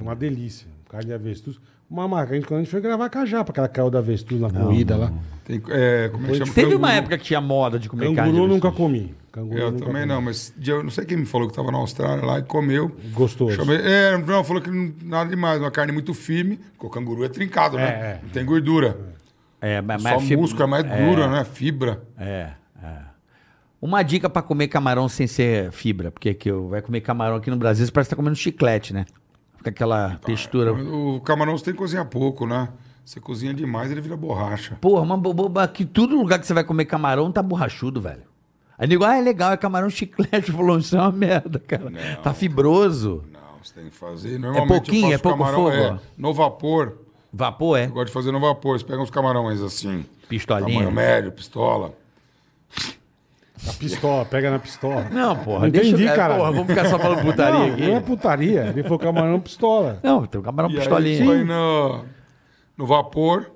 Speaker 3: Uma delícia. Carne de avestruz. Uma marca. A gente, quando a gente foi gravar com a japa, aquela caiu da avestruz na corrida lá.
Speaker 1: Tem, é, como é que chama?
Speaker 4: Teve uma
Speaker 1: Canguru.
Speaker 4: época que tinha moda de comer carne.
Speaker 3: Canguru
Speaker 4: de
Speaker 3: nunca
Speaker 4: avestruz.
Speaker 3: comi. Canguru
Speaker 1: Eu
Speaker 3: nunca
Speaker 1: também
Speaker 3: comi.
Speaker 1: não, mas de- eu não sei quem me falou que tava na Austrália lá e comeu.
Speaker 3: Gostoso.
Speaker 1: Chamei, é, não, falou que não- nada demais, uma carne muito firme, porque o canguru é trincado,
Speaker 3: É,
Speaker 1: né?
Speaker 3: é.
Speaker 1: Não tem gordura.
Speaker 4: É, mas,
Speaker 1: Só
Speaker 4: mas fib-
Speaker 1: músculo, é mais dura, né? Fibra.
Speaker 4: É, é. Uma dica pra comer camarão sem ser fibra, porque aqui eu- vai comer camarão aqui no Brasil, você parece que tá comendo chiclete, né? Fica
Speaker 1: Tá, é
Speaker 4: aquela textura.
Speaker 1: O camarão você tem que cozinhar pouco, né? Você cozinha demais, ele vira borracha.
Speaker 4: Porra, uma boboba que todo lugar que você vai comer camarão tá borrachudo, velho. Aí nego, ah, é legal, é camarão chiclete, [LAUGHS] falou, isso é uma merda, cara. Tá fibroso.
Speaker 1: Não, você tem que fazer. Normalmente
Speaker 4: pouquinho,
Speaker 1: eu
Speaker 4: é
Speaker 1: faço
Speaker 4: pouco
Speaker 1: camarão
Speaker 4: fogo?
Speaker 1: é, no vapor.
Speaker 4: Vapor é?
Speaker 1: Eu gosto de fazer no vapor. Você pega uns camarões assim,
Speaker 4: Pistolinha.
Speaker 1: tamanho médio, pistola.
Speaker 3: Na pistola, pega na pistola.
Speaker 4: Não, porra,
Speaker 3: Não
Speaker 4: deixa
Speaker 3: entendi,
Speaker 4: eu... é,
Speaker 3: cara.
Speaker 4: Porra, vamos ficar só falando putaria
Speaker 3: não,
Speaker 4: aqui.
Speaker 3: não é putaria. Ele falou camarão pistola.
Speaker 4: Não, tem um camarão
Speaker 1: E aí
Speaker 4: pistolinha.
Speaker 1: põe no, no vapor,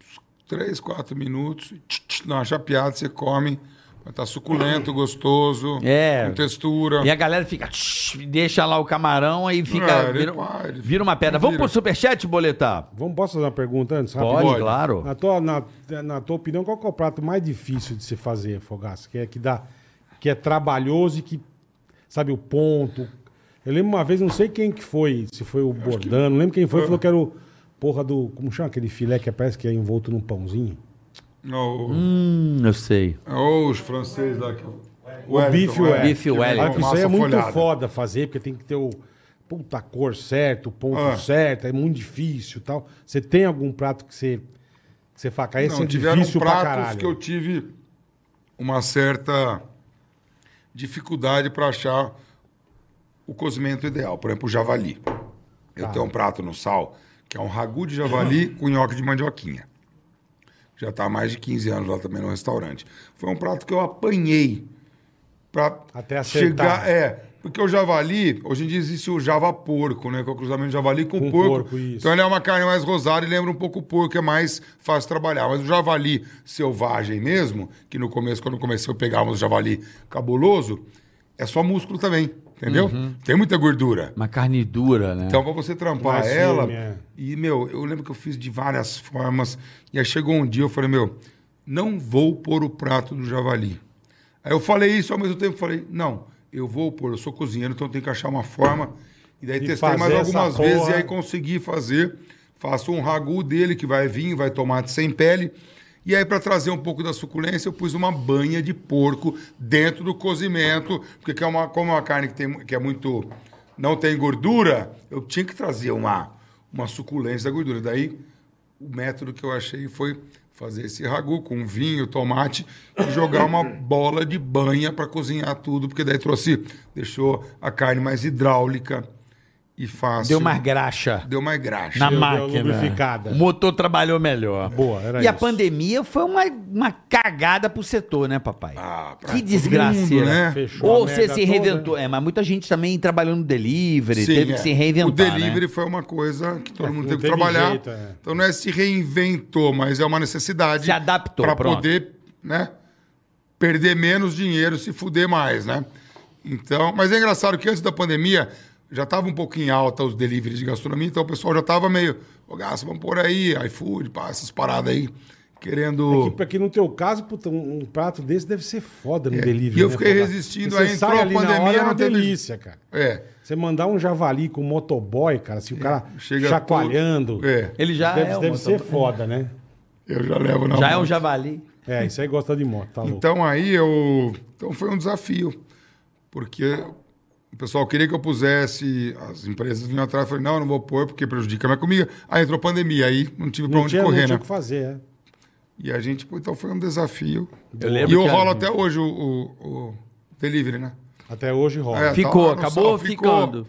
Speaker 1: uns três, quatro minutos, tch, tch, dá uma chapeada, você come. Mas Tá suculento, gostoso,
Speaker 4: É.
Speaker 1: com textura.
Speaker 4: E a galera fica, tsh, deixa lá o camarão aí
Speaker 1: É,
Speaker 4: fica.
Speaker 1: ele
Speaker 4: vira,
Speaker 1: vai, ele
Speaker 4: vira uma pedra. Vamos
Speaker 1: vira.
Speaker 4: pro superchat, boletar?
Speaker 3: Vamos, posso fazer uma pergunta antes?
Speaker 4: Pode,
Speaker 1: Pode.
Speaker 4: claro.
Speaker 3: Na tua, na, na tua opinião, qual que é o prato mais difícil de se fazer, Fogaça? Que é que dá, que é trabalhoso e que sabe o ponto. Eu lembro uma vez, não sei quem que foi, se foi o Bordano, não lembro quem foi, falou que era o porra do, como chama aquele filé que parece que é envolto num pãozinho?
Speaker 1: Não, o-
Speaker 4: Hum, eu sei.
Speaker 1: é os franceses lá. Que, é
Speaker 3: O bife Wellington.
Speaker 4: Bife Wellington.
Speaker 3: Ah, que Isso aí é
Speaker 1: Massa
Speaker 3: muito
Speaker 1: folhada.
Speaker 3: foda fazer, porque tem que ter o puta a cor certa, o ponto
Speaker 1: Ah.
Speaker 3: certo, é muito difícil e tal. Você tem algum prato que você que você fala, cara, esse
Speaker 1: Não,
Speaker 3: é
Speaker 1: tiveram
Speaker 3: difícil pra
Speaker 1: pratos
Speaker 3: caralho.
Speaker 1: que eu tive uma certa dificuldade para achar o cozimento ideal. Por exemplo, o javali. Eu
Speaker 3: Tá.
Speaker 1: tenho um prato no sal que é um ragu de javali
Speaker 3: [CLEARS THROAT]
Speaker 1: com nhoque de mandioquinha. Já está há mais de 15 anos lá também no restaurante. Foi um prato que eu apanhei para
Speaker 3: Até acertar.
Speaker 1: chegar. É, porque o javali, hoje em dia existe o java porco, né? Que é o cruzamento de javali com,
Speaker 3: Com
Speaker 1: porco.
Speaker 3: porco, isso.
Speaker 1: Então ele é uma carne mais rosada e lembra um pouco o porco, é mais fácil trabalhar. Mas o javali selvagem mesmo, que no começo, quando comecei, eu pegava um javali cabuloso, é só músculo também, entendeu?
Speaker 3: Uhum.
Speaker 1: Tem muita gordura.
Speaker 4: Uma carne dura, né?
Speaker 1: Então, pra você trampar
Speaker 3: Mais firme,
Speaker 1: ela.
Speaker 3: é.
Speaker 1: E, meu, eu lembro que eu fiz de várias formas. E aí chegou um dia, eu falei, meu, não vou pôr o prato do javali. Aí eu falei isso ao mesmo tempo, falei, não, eu vou pôr, eu sou cozinheiro, então eu tenho que achar uma forma. E daí
Speaker 3: E
Speaker 1: testei mais
Speaker 3: fazer essa
Speaker 1: algumas vezes e
Speaker 3: porra.
Speaker 1: aí consegui fazer. Faço um ragu dele que vai vinho, vai tomate sem pele. E aí, para trazer um pouco da suculência, eu pus uma banha de porco dentro do cozimento, porque que é uma, como é uma carne que, tem, que é muito. não tem gordura, eu tinha que trazer uma, uma suculência da gordura. Daí, o método que eu achei foi fazer esse ragu com vinho, tomate e jogar uma bola de banha para cozinhar tudo, porque daí trouxe, deixou a carne mais hidráulica e fácil.
Speaker 4: Deu mais graxa.
Speaker 1: Deu mais graxa.
Speaker 4: Na
Speaker 3: Deu- deu
Speaker 4: máquina.
Speaker 3: lubrificada.
Speaker 4: O motor trabalhou melhor.
Speaker 3: Boa, era
Speaker 4: E a
Speaker 3: isso.
Speaker 4: pandemia foi uma, uma cagada pro setor, né, papai?
Speaker 1: Ah, pra
Speaker 4: que
Speaker 1: todo
Speaker 4: desgraceira.
Speaker 1: mundo, né?
Speaker 3: Fechou a
Speaker 4: Ou você
Speaker 3: merda
Speaker 4: se
Speaker 3: toda.
Speaker 4: reinventou. É, mas muita gente também trabalhou no delivery, teve
Speaker 1: é.
Speaker 4: que se reinventar.
Speaker 1: O delivery
Speaker 4: né?
Speaker 1: foi uma coisa que todo
Speaker 3: É, não
Speaker 1: mundo teve que
Speaker 3: teve
Speaker 1: trabalhar.
Speaker 3: jeito, é.
Speaker 1: Então não é se reinventou, mas é uma necessidade.
Speaker 4: Se adaptou,
Speaker 1: Para
Speaker 4: pronto.
Speaker 1: poder, né? Perder menos dinheiro, se fuder mais, né? Então, mas é engraçado que antes da pandemia já estava um pouquinho em alta os deliveries de gastronomia, então o pessoal já estava meio, ô Gás, vamos por aí, iFood, pá, essas paradas aí, querendo...
Speaker 4: É
Speaker 3: Que, pra que no teu caso, puta, um, um prato desse deve ser foda no delivery.
Speaker 1: É, E eu
Speaker 3: né,
Speaker 1: fiquei
Speaker 3: Fogaça?
Speaker 1: resistindo,
Speaker 3: Porque
Speaker 1: aí
Speaker 3: você
Speaker 1: entrou
Speaker 3: sai
Speaker 1: a
Speaker 3: ali na
Speaker 1: pandemia,
Speaker 3: hora, é uma
Speaker 1: não teve-
Speaker 3: delícia, cara.
Speaker 1: É.
Speaker 3: Você mandar um javali com motoboy, cara, assim, o cara
Speaker 1: chega
Speaker 3: chacoalhando.
Speaker 1: todo- É.
Speaker 4: Ele já
Speaker 3: Deve,
Speaker 4: é um
Speaker 3: deve
Speaker 4: motor-
Speaker 3: ser foda, né?
Speaker 1: Eu já levo na
Speaker 4: Já é
Speaker 1: mão.
Speaker 4: um javali.
Speaker 3: É, isso aí gosta de moto, tá louco.
Speaker 1: Então aí eu. Então foi um desafio. Porque o pessoal queria que eu pusesse. As empresas vinham atrás e falei, não, eu não vou pôr, porque prejudica a minha comida. Aí entrou a pandemia, aí não tive pra
Speaker 3: não
Speaker 1: onde
Speaker 3: tinha, não
Speaker 1: correr,
Speaker 3: tinha
Speaker 1: né?
Speaker 3: o que fazer, é.
Speaker 1: E a gente, pô, então foi um desafio.
Speaker 4: Eu lembro
Speaker 1: e eu
Speaker 4: que
Speaker 3: um
Speaker 1: rolo
Speaker 4: a-
Speaker 1: até hoje o, o- o delivery, né?
Speaker 3: Até hoje rola.
Speaker 1: É,
Speaker 4: Ficou,
Speaker 1: tá lá no
Speaker 4: acabou
Speaker 1: sal, ficou.
Speaker 4: ficando.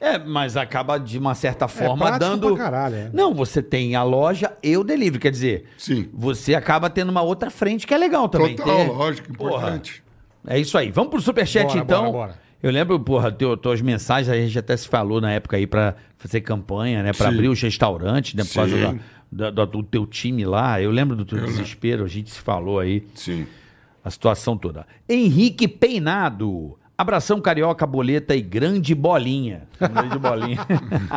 Speaker 4: É, mas acaba de uma certa forma
Speaker 3: É prático
Speaker 4: dando.
Speaker 3: pra caralho, é.
Speaker 4: Não, você tem a loja e o delivery, quer dizer.
Speaker 1: Sim.
Speaker 4: Você acaba tendo uma outra frente que é legal também.
Speaker 3: né?
Speaker 1: Total,
Speaker 4: ter.
Speaker 1: lógico, importante.
Speaker 4: É isso aí. Vamos pro superchat
Speaker 3: Bora,
Speaker 4: então.
Speaker 3: bora, bora.
Speaker 4: Eu lembro, porra, teu, tuas mensagens, a gente até se falou na época aí pra fazer campanha, né? Pra
Speaker 1: Sim.
Speaker 4: abrir os restaurantes, né? Por causa
Speaker 1: Sim.
Speaker 4: da- da- da- do teu time lá. Eu lembro do teu desespero, a gente se falou aí.
Speaker 1: Sim.
Speaker 4: A situação toda. Henrique Peinado. Abração carioca, boleta e grande bolinha.
Speaker 3: [LAUGHS]
Speaker 4: Grande bolinha.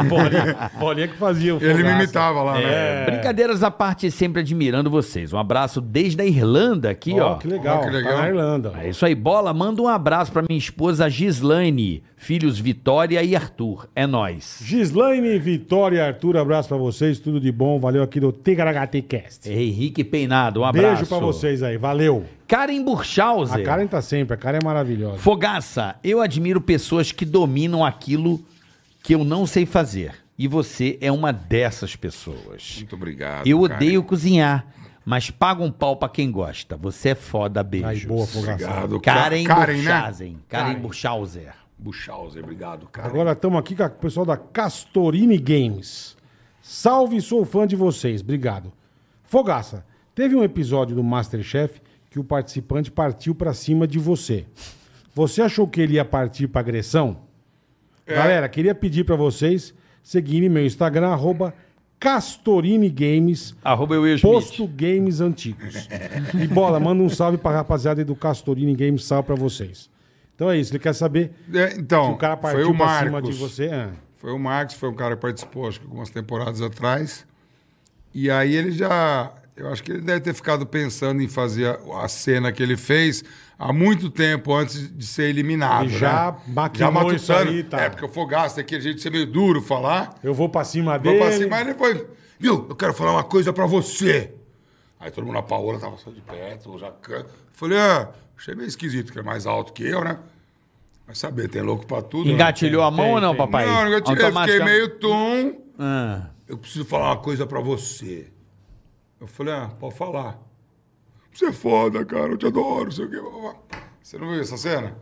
Speaker 10: Bolinha, bolinha que fazia o
Speaker 1: Ele me
Speaker 10: fogaça.
Speaker 1: imitava lá, né?
Speaker 10: É.
Speaker 4: Brincadeiras à parte, sempre admirando vocês. Um abraço desde a Irlanda aqui,
Speaker 3: Ó,
Speaker 4: ó.
Speaker 3: que legal.
Speaker 1: Ó, que legal.
Speaker 3: Tá na Irlanda.
Speaker 4: É isso aí, bola. Manda um abraço pra minha esposa Gislaine, filhos Vitória e Arthur. É nóis.
Speaker 3: Gislaine, Vitória, Arthur, abraço pra vocês, tudo de bom, valeu aqui do Tigaragati Cast.
Speaker 4: Henrique Peinado, um abraço.
Speaker 3: Beijo pra vocês aí, valeu.
Speaker 4: Karen
Speaker 3: A
Speaker 4: Burchauser.
Speaker 3: Karen tá sempre, a Karen é maravilhosa.
Speaker 4: Fogaça, eu admiro pessoas que dominam aquilo que eu não sei fazer. E você é uma dessas pessoas.
Speaker 1: Muito obrigado.
Speaker 4: Eu
Speaker 1: cara.
Speaker 4: odeio cozinhar, mas paga um pau pra quem gosta. Você é foda,
Speaker 3: Aí,
Speaker 4: beijos.
Speaker 3: boa, Fogaça.
Speaker 1: Obrigado,
Speaker 4: Karen,
Speaker 1: Karen, né?
Speaker 4: Burchausen. Karen Burchauser.
Speaker 1: Buchhauser, obrigado, cara.
Speaker 3: Agora estamos aqui com o pessoal da Castorini Games. Salve, sou fã de vocês, obrigado. Fogaça, teve um episódio do Masterchef que o participante partiu pra cima de você. Você achou que ele ia partir pra agressão?
Speaker 4: É.
Speaker 3: Galera, queria pedir pra vocês seguirem meu Instagram, arroba Castorini Games,
Speaker 4: Arroba eu e o
Speaker 3: Posto Games Antigos. E bola, manda um salve pra rapaziada aí do Castorini Games, salve pra vocês. Então é isso, ele quer saber
Speaker 1: É, então,
Speaker 3: se o cara
Speaker 1: foi
Speaker 3: partiu
Speaker 1: o
Speaker 3: pra
Speaker 1: Marcos.
Speaker 3: cima de você. é.
Speaker 1: Foi o Marcos, foi um cara que participou, acho que algumas temporadas atrás. E aí ele já. Eu acho que ele deve ter ficado pensando em fazer a, a cena que ele fez há muito tempo antes de ser eliminado.
Speaker 3: Ele já
Speaker 1: né?
Speaker 3: maquinou
Speaker 1: matutando.
Speaker 3: isso aí, tá.
Speaker 1: É, porque o Fogaça tem aquele jeito de ser meio duro falar.
Speaker 3: Eu vou pra cima
Speaker 1: Vou
Speaker 3: dele.
Speaker 1: pra cima, mas ele foi. Viu, eu quero falar uma coisa pra você. Aí todo mundo, a Paola tava só de perto, o Jacan. Falei, ah, achei meio esquisito, que é mais alto que eu, né? Vai saber, tem louco pra tudo. né?
Speaker 4: Engatilhou a mão ou não, papai?
Speaker 1: Não, eu tirei, eu fiquei
Speaker 4: Automática-
Speaker 1: meio tom.
Speaker 4: é um- Ah.
Speaker 1: Eu preciso falar uma coisa pra você. Eu falei, ah, pode falar. Você é foda, cara, eu te adoro, não sei o quê. blá, blá, blá. Você não viu essa cena?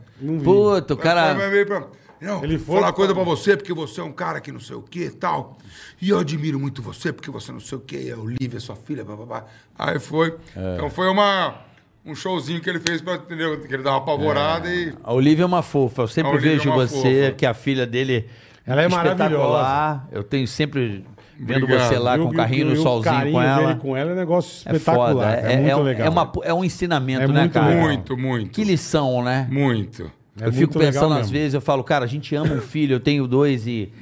Speaker 4: Puta, o
Speaker 1: Aí foi
Speaker 4: cara.
Speaker 1: meio pra- Não,
Speaker 3: Ele
Speaker 1: Ele
Speaker 3: foi-
Speaker 1: foi falar uma coisa pra você, porque você é um cara que não sei o que e tal. E eu admiro muito você, porque você não sei o que, é Olivia, sua filha, babá. Aí foi.
Speaker 4: É.
Speaker 1: Então foi uma, um showzinho que ele fez pra entendeu? Que ele
Speaker 4: É.
Speaker 1: dá uma apavorada e.
Speaker 4: A Olivia é uma fofa. Eu
Speaker 1: A
Speaker 4: sempre
Speaker 1: Olivia é
Speaker 4: vejo
Speaker 1: uma
Speaker 4: você,
Speaker 1: fofa.
Speaker 4: que a filha dele.
Speaker 3: Ela é
Speaker 4: espetacular. Eu tenho sempre vendo
Speaker 1: Obrigado.
Speaker 4: você lá
Speaker 3: E
Speaker 4: com o carrinho
Speaker 3: e
Speaker 4: no
Speaker 3: o
Speaker 4: solzinho
Speaker 3: carinho
Speaker 4: com
Speaker 3: dele
Speaker 4: ela.
Speaker 3: com ela é um negócio
Speaker 4: É
Speaker 3: espetacular.
Speaker 4: foda.
Speaker 3: É,
Speaker 4: É, é,
Speaker 3: muito
Speaker 4: um-
Speaker 3: legal.
Speaker 4: é, uma, é um ensinamento,
Speaker 3: É
Speaker 4: né,
Speaker 3: muito
Speaker 4: cara?
Speaker 3: legal.
Speaker 1: Muito, muito.
Speaker 4: Que lição, né?
Speaker 1: Muito.
Speaker 3: É
Speaker 4: eu
Speaker 3: muito
Speaker 4: fico
Speaker 3: legal
Speaker 4: pensando às
Speaker 3: mesmo.
Speaker 4: vezes, eu falo, cara, a gente ama um filho, eu tenho dois e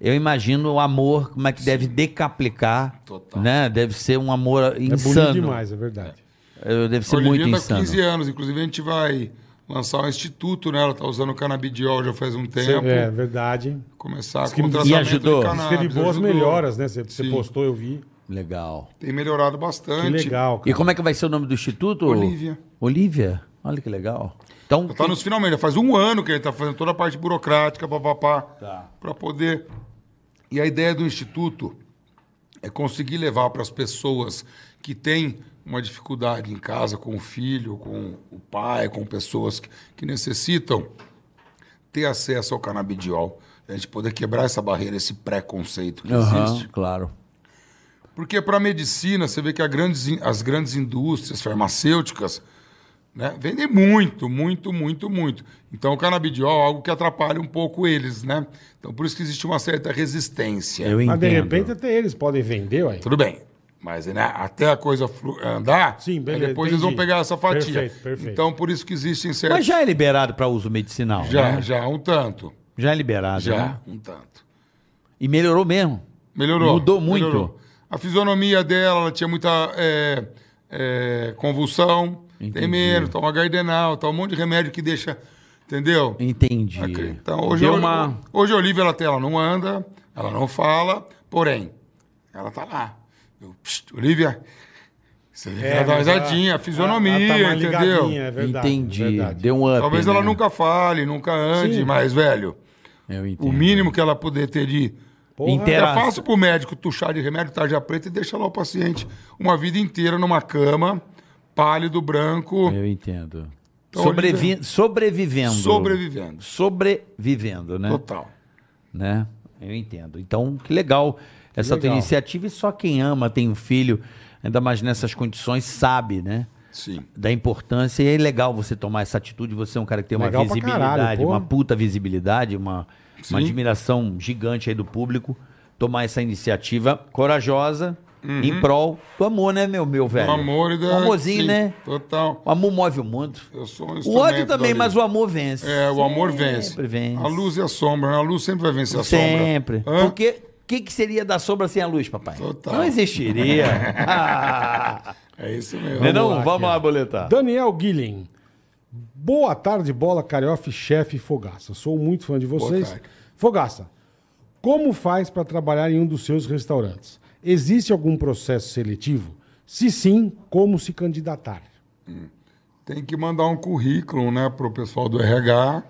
Speaker 4: eu imagino o amor, como é que deve decaplicar,
Speaker 1: Total.
Speaker 4: né? Deve ser um amor
Speaker 3: É bonito
Speaker 4: insano.
Speaker 3: demais, é verdade.
Speaker 4: Eu- Deve ser
Speaker 1: Olivia
Speaker 4: muito
Speaker 1: tá
Speaker 4: insano.
Speaker 1: com 15 anos, inclusive a gente vai lançar um instituto, né? Ela tá usando o canabidiol já faz um tempo.
Speaker 3: É verdade.
Speaker 1: Começar
Speaker 3: que-
Speaker 1: com
Speaker 3: E
Speaker 1: o tratamento
Speaker 4: ajudou?
Speaker 1: de
Speaker 3: Mas
Speaker 1: cannabis.
Speaker 3: teve boas
Speaker 1: ajudou.
Speaker 3: melhoras, né? Você você
Speaker 1: Sim.
Speaker 3: postou, eu vi.
Speaker 4: Legal.
Speaker 1: Tem melhorado
Speaker 3: Que
Speaker 1: bastante.
Speaker 3: legal,
Speaker 4: E
Speaker 3: cara.
Speaker 4: como é que vai ser o nome do instituto?
Speaker 1: Olivia.
Speaker 4: Olivia? Olha que legal. Então,
Speaker 1: Já tá nos finalmente, já faz um ano que ele tá fazendo toda a parte burocrática, papapá, tá. para poder. E a ideia do Instituto é conseguir levar para as pessoas que têm uma dificuldade em casa com o filho, com o pai, com pessoas que, que necessitam ter acesso ao canabidiol. A gente poder quebrar essa barreira, esse preconceito que
Speaker 4: Aham,
Speaker 1: existe.
Speaker 4: claro.
Speaker 1: Porque para a medicina, você vê que a grandes in- as grandes indústrias farmacêuticas né, vendem muito, muito, muito, muito. Então o canabidiol é algo que atrapalha um pouco eles, né? Então por isso que existe uma certa resistência.
Speaker 4: Eu
Speaker 3: Mas de
Speaker 4: entendo.
Speaker 3: repente até eles podem vender, ué.
Speaker 1: Tudo bem. Mas né, até a coisa flu- andar,
Speaker 3: Sim,
Speaker 1: aí
Speaker 3: beleza,
Speaker 1: depois eles vão
Speaker 3: entendi.
Speaker 1: pegar essa fatia.
Speaker 3: Perfeito, perfeito.
Speaker 1: Então por isso que existem certos...
Speaker 4: Mas já é liberado para uso medicinal.
Speaker 1: já,
Speaker 4: né?
Speaker 1: já, um tanto.
Speaker 4: Já é liberado. né?
Speaker 1: Já, um tanto.
Speaker 4: E melhorou mesmo.
Speaker 1: Melhorou.
Speaker 4: Mudou muito.
Speaker 1: melhorou. A fisionomia dela, ela tinha muita é, é, convulsão, tem menos, toma gardenal, toma um monte de remédio que deixa. Entendeu?
Speaker 4: Entendi.
Speaker 1: Então, hoje,
Speaker 4: Deu
Speaker 1: a-
Speaker 4: uma...
Speaker 1: hoje a Olivia ela, tem- ela não anda, ela não fala, porém, ela tá lá. Eu, "Psst, Olivia, você vê que ela dá uma
Speaker 3: É, mas ela-
Speaker 1: risadinha, a fisionomia,
Speaker 3: ela- ela tá mais
Speaker 1: entendeu?
Speaker 3: ligadinha, É verdade,
Speaker 4: Entendi.
Speaker 3: é verdade.
Speaker 4: Deu um up.
Speaker 1: Talvez ela
Speaker 4: né?
Speaker 1: nunca fale, nunca ande,
Speaker 3: Sim.
Speaker 1: mas, velho,
Speaker 4: Eu entendo.
Speaker 1: o mínimo que ela poder ter de
Speaker 4: Intera-
Speaker 1: é fácil pro médico tuchar de remédio, tarja preta e deixar lá o paciente uma vida inteira numa cama, pálido, branco,
Speaker 4: Eu entendo.
Speaker 1: Então,
Speaker 4: Sobrevi-
Speaker 1: Olivia-
Speaker 4: Sobrevivendo.
Speaker 1: sobrevivendo.
Speaker 4: Sobrevivendo, né?
Speaker 1: Total.
Speaker 4: né? Eu entendo. Então, que legal essa tua
Speaker 3: legal.
Speaker 4: iniciativa e só quem ama, tem um filho, ainda mais nessas condições, sabe, né?
Speaker 1: Sim.
Speaker 4: da importância. E é legal você tomar essa atitude. Você é um cara que tem uma
Speaker 3: Legal pra
Speaker 4: visibilidade,
Speaker 3: caralho, pô.
Speaker 4: uma puta visibilidade, uma,
Speaker 1: Sim.
Speaker 4: uma admiração gigante aí do público. Tomar essa iniciativa corajosa em prol do amor, né, meu, meu velho?
Speaker 1: O Uhum. amor e da...
Speaker 4: O amorzinho,
Speaker 1: sim,
Speaker 4: né?
Speaker 1: Total.
Speaker 4: O amor move o mundo.
Speaker 1: Eu sou um
Speaker 4: O ódio
Speaker 1: instrumento
Speaker 4: também,
Speaker 1: da
Speaker 4: mas
Speaker 1: luz.
Speaker 4: o amor vence.
Speaker 1: É, o amor vence.
Speaker 4: Sempre vence.
Speaker 1: A luz e a sombra, né? A luz sempre vai vencer a sombra.
Speaker 4: Sempre.
Speaker 1: Hã?
Speaker 4: Porque o que, que seria da sombra sem a luz, papai?
Speaker 1: Total.
Speaker 4: Não
Speaker 1: [LAUGHS]
Speaker 4: existiria. Ah,
Speaker 1: É isso mesmo.
Speaker 4: não, é não?
Speaker 3: lá,
Speaker 4: vamos
Speaker 3: aqui, ó.
Speaker 4: lá, boletar.
Speaker 3: Daniel Guilhem. Boa tarde, bola, cariofe, chefe e Fogaça. Sou muito fã de vocês.
Speaker 1: tarde.
Speaker 3: Fogaça, como faz para trabalhar em um dos seus restaurantes? Existe algum processo seletivo? Se sim, como se candidatar?
Speaker 1: Tem que mandar um currículo, né, pro pessoal do RH.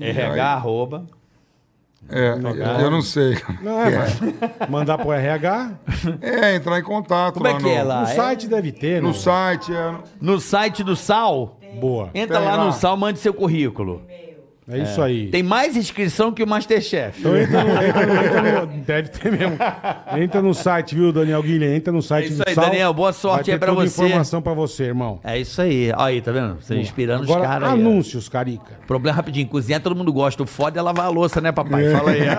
Speaker 4: RH, arroba.
Speaker 1: É, eu não sei.
Speaker 3: Não
Speaker 1: [LAUGHS]
Speaker 3: é, mas mandar pro RH?
Speaker 1: É, entrar em contato
Speaker 4: Como
Speaker 1: lá
Speaker 4: é que
Speaker 1: no,
Speaker 4: é lá?
Speaker 3: no
Speaker 4: é?
Speaker 3: site deve ter,
Speaker 1: no
Speaker 3: né?
Speaker 1: site. É,
Speaker 4: No site do Sal?
Speaker 3: Boa.
Speaker 4: Entra
Speaker 1: Tem
Speaker 4: lá,
Speaker 1: lá.
Speaker 4: no Sal, mande seu currículo.
Speaker 3: É isso aí.
Speaker 4: Tem mais inscrição que o Masterchef.
Speaker 3: Então entra no, entra no- entra no- Deve ter mesmo. Entra no site, viu, Daniel Guilherme? Entra no site
Speaker 4: É isso
Speaker 3: do
Speaker 4: aí,
Speaker 3: Sal.
Speaker 4: Daniel, boa sorte
Speaker 3: Vai ter
Speaker 4: aí pra
Speaker 3: toda a
Speaker 4: você.
Speaker 3: informação pra você, irmão.
Speaker 4: É isso aí. Aí, tá vendo? Você inspirando
Speaker 3: Agora,
Speaker 4: os caras aí. ó.
Speaker 3: anúncios, Carica.
Speaker 4: Problema rapidinho. Cozinhar todo mundo gosta. O foda é lavar a louça, né, papai? Fala aí. É.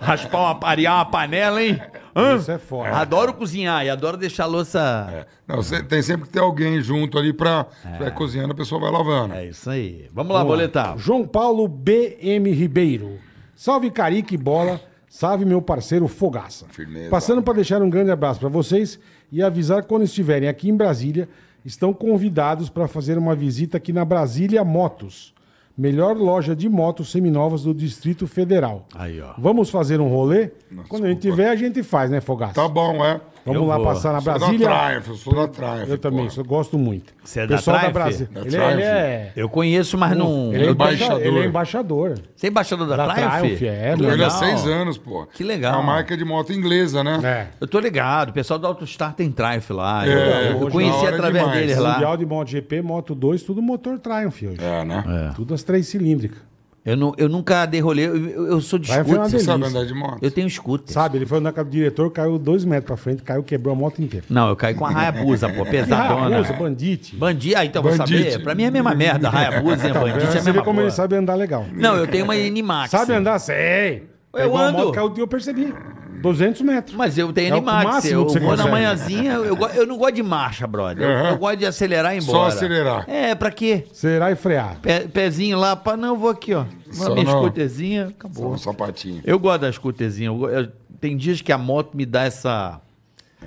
Speaker 4: Raspar uma, arear uma panela, hein? Hã?
Speaker 3: Isso é foda.
Speaker 4: Adoro cozinhar e adoro deixar a louça.
Speaker 1: não,
Speaker 4: É.
Speaker 1: cê- tem sempre que ter alguém junto ali pra. Vai cozinhando, a pessoa vai lavando.
Speaker 4: É, isso aí. Vamos lá,
Speaker 3: Vamos lá.
Speaker 4: boletar.
Speaker 3: João Paulo BM Ribeiro. Salve Carica e Bola. Salve meu parceiro Fogaça.
Speaker 1: Firmeza.
Speaker 3: Passando para deixar um grande abraço para vocês e avisar quando estiverem aqui em Brasília, estão convidados para fazer uma visita aqui na Brasília Motos, melhor loja de motos seminovas do Distrito Federal.
Speaker 4: Aí, ó.
Speaker 3: Vamos fazer um rolê?
Speaker 1: Nossa,
Speaker 3: quando a gente
Speaker 1: desculpa.
Speaker 3: tiver, a gente faz, né, Fogaça?
Speaker 1: Tá bom, é.
Speaker 3: Vamos
Speaker 4: Eu
Speaker 3: lá
Speaker 4: vou.
Speaker 3: passar na
Speaker 1: Sou
Speaker 3: Brasília.
Speaker 1: da Triumph, eu sou da Triumph.
Speaker 3: Eu também,
Speaker 1: porra.
Speaker 3: eu gosto muito.
Speaker 4: Você é da Triumph?
Speaker 3: Brasília.
Speaker 1: Da
Speaker 3: Ele, é- ele
Speaker 1: Triumph.
Speaker 3: é.
Speaker 4: Eu conheço, mas não.
Speaker 3: Ele é
Speaker 4: eu-
Speaker 1: embaixador.
Speaker 3: embaixador. Ele é embaixador.
Speaker 4: Você é embaixador da,
Speaker 3: Da
Speaker 4: Triumph?
Speaker 3: Triumph, é,
Speaker 4: Que
Speaker 1: Eu já há
Speaker 4: legal.
Speaker 1: seis anos, pô.
Speaker 4: Que legal.
Speaker 1: É uma marca de moto inglesa, né?
Speaker 3: É.
Speaker 4: Eu tô ligado. O pessoal do AutoStar tem Triumph lá.
Speaker 1: É,
Speaker 4: eu, eu
Speaker 1: hoje
Speaker 4: conheci
Speaker 1: na hora é
Speaker 4: através
Speaker 1: demais.
Speaker 4: deles lá.
Speaker 3: Mundial de MotoGP, Moto 2, tudo motor Triumph hoje.
Speaker 1: né?
Speaker 3: É.
Speaker 4: É.
Speaker 3: Tudo as três cilíndricas.
Speaker 4: Eu, não, eu nunca derrolei. Eu, eu- eu sou de
Speaker 3: Triumph é uma
Speaker 4: scooter.
Speaker 1: Você sabe
Speaker 3: delícia.
Speaker 1: andar de moto?
Speaker 4: Eu tenho scooter.
Speaker 3: Sabe, ele foi andar com o diretor, caiu dois metros pra frente, caiu, quebrou a moto inteira.
Speaker 4: Não, eu caí com a Hayabusa, pô. Pesadona.
Speaker 3: Raposa, tá né? bandite.
Speaker 4: Bandit, ah, então eu vou
Speaker 1: Bandite.
Speaker 4: saber. Pra mim é a mesma
Speaker 3: [LAUGHS]
Speaker 4: merda. Hayabusa, Bandit é a
Speaker 3: Tá Você vê
Speaker 4: mesma
Speaker 3: como ele
Speaker 4: coisa.
Speaker 3: sabe andar legal.
Speaker 4: Não, eu tenho uma Animax.
Speaker 3: Sabe andar? Sei. Pegou a
Speaker 4: ando.
Speaker 3: moto, caiu, eu percebi. 200 metros.
Speaker 4: Mas eu
Speaker 3: É
Speaker 4: tenho
Speaker 3: o
Speaker 4: Animax.
Speaker 3: máximo
Speaker 4: Eu
Speaker 3: que você
Speaker 4: vou na
Speaker 3: consegue.
Speaker 4: manhãzinha. Eu, go- eu não gosto de marcha, brother. Eu-
Speaker 1: Aham.
Speaker 4: Eu gosto de acelerar e ir
Speaker 1: Só
Speaker 4: embora.
Speaker 1: acelerar.
Speaker 4: É, pra quê?
Speaker 3: Acelerar e frear.
Speaker 4: Pe- pezinho lá, pá, não, eu vou aqui, ó. Uma
Speaker 1: Só
Speaker 4: minha
Speaker 1: não.
Speaker 4: scooterzinha,
Speaker 1: Só
Speaker 4: acabou.
Speaker 1: um sapatinho.
Speaker 4: Eu gosto da scooterzinha. eu go- eu- tem dias que a moto me dá essa.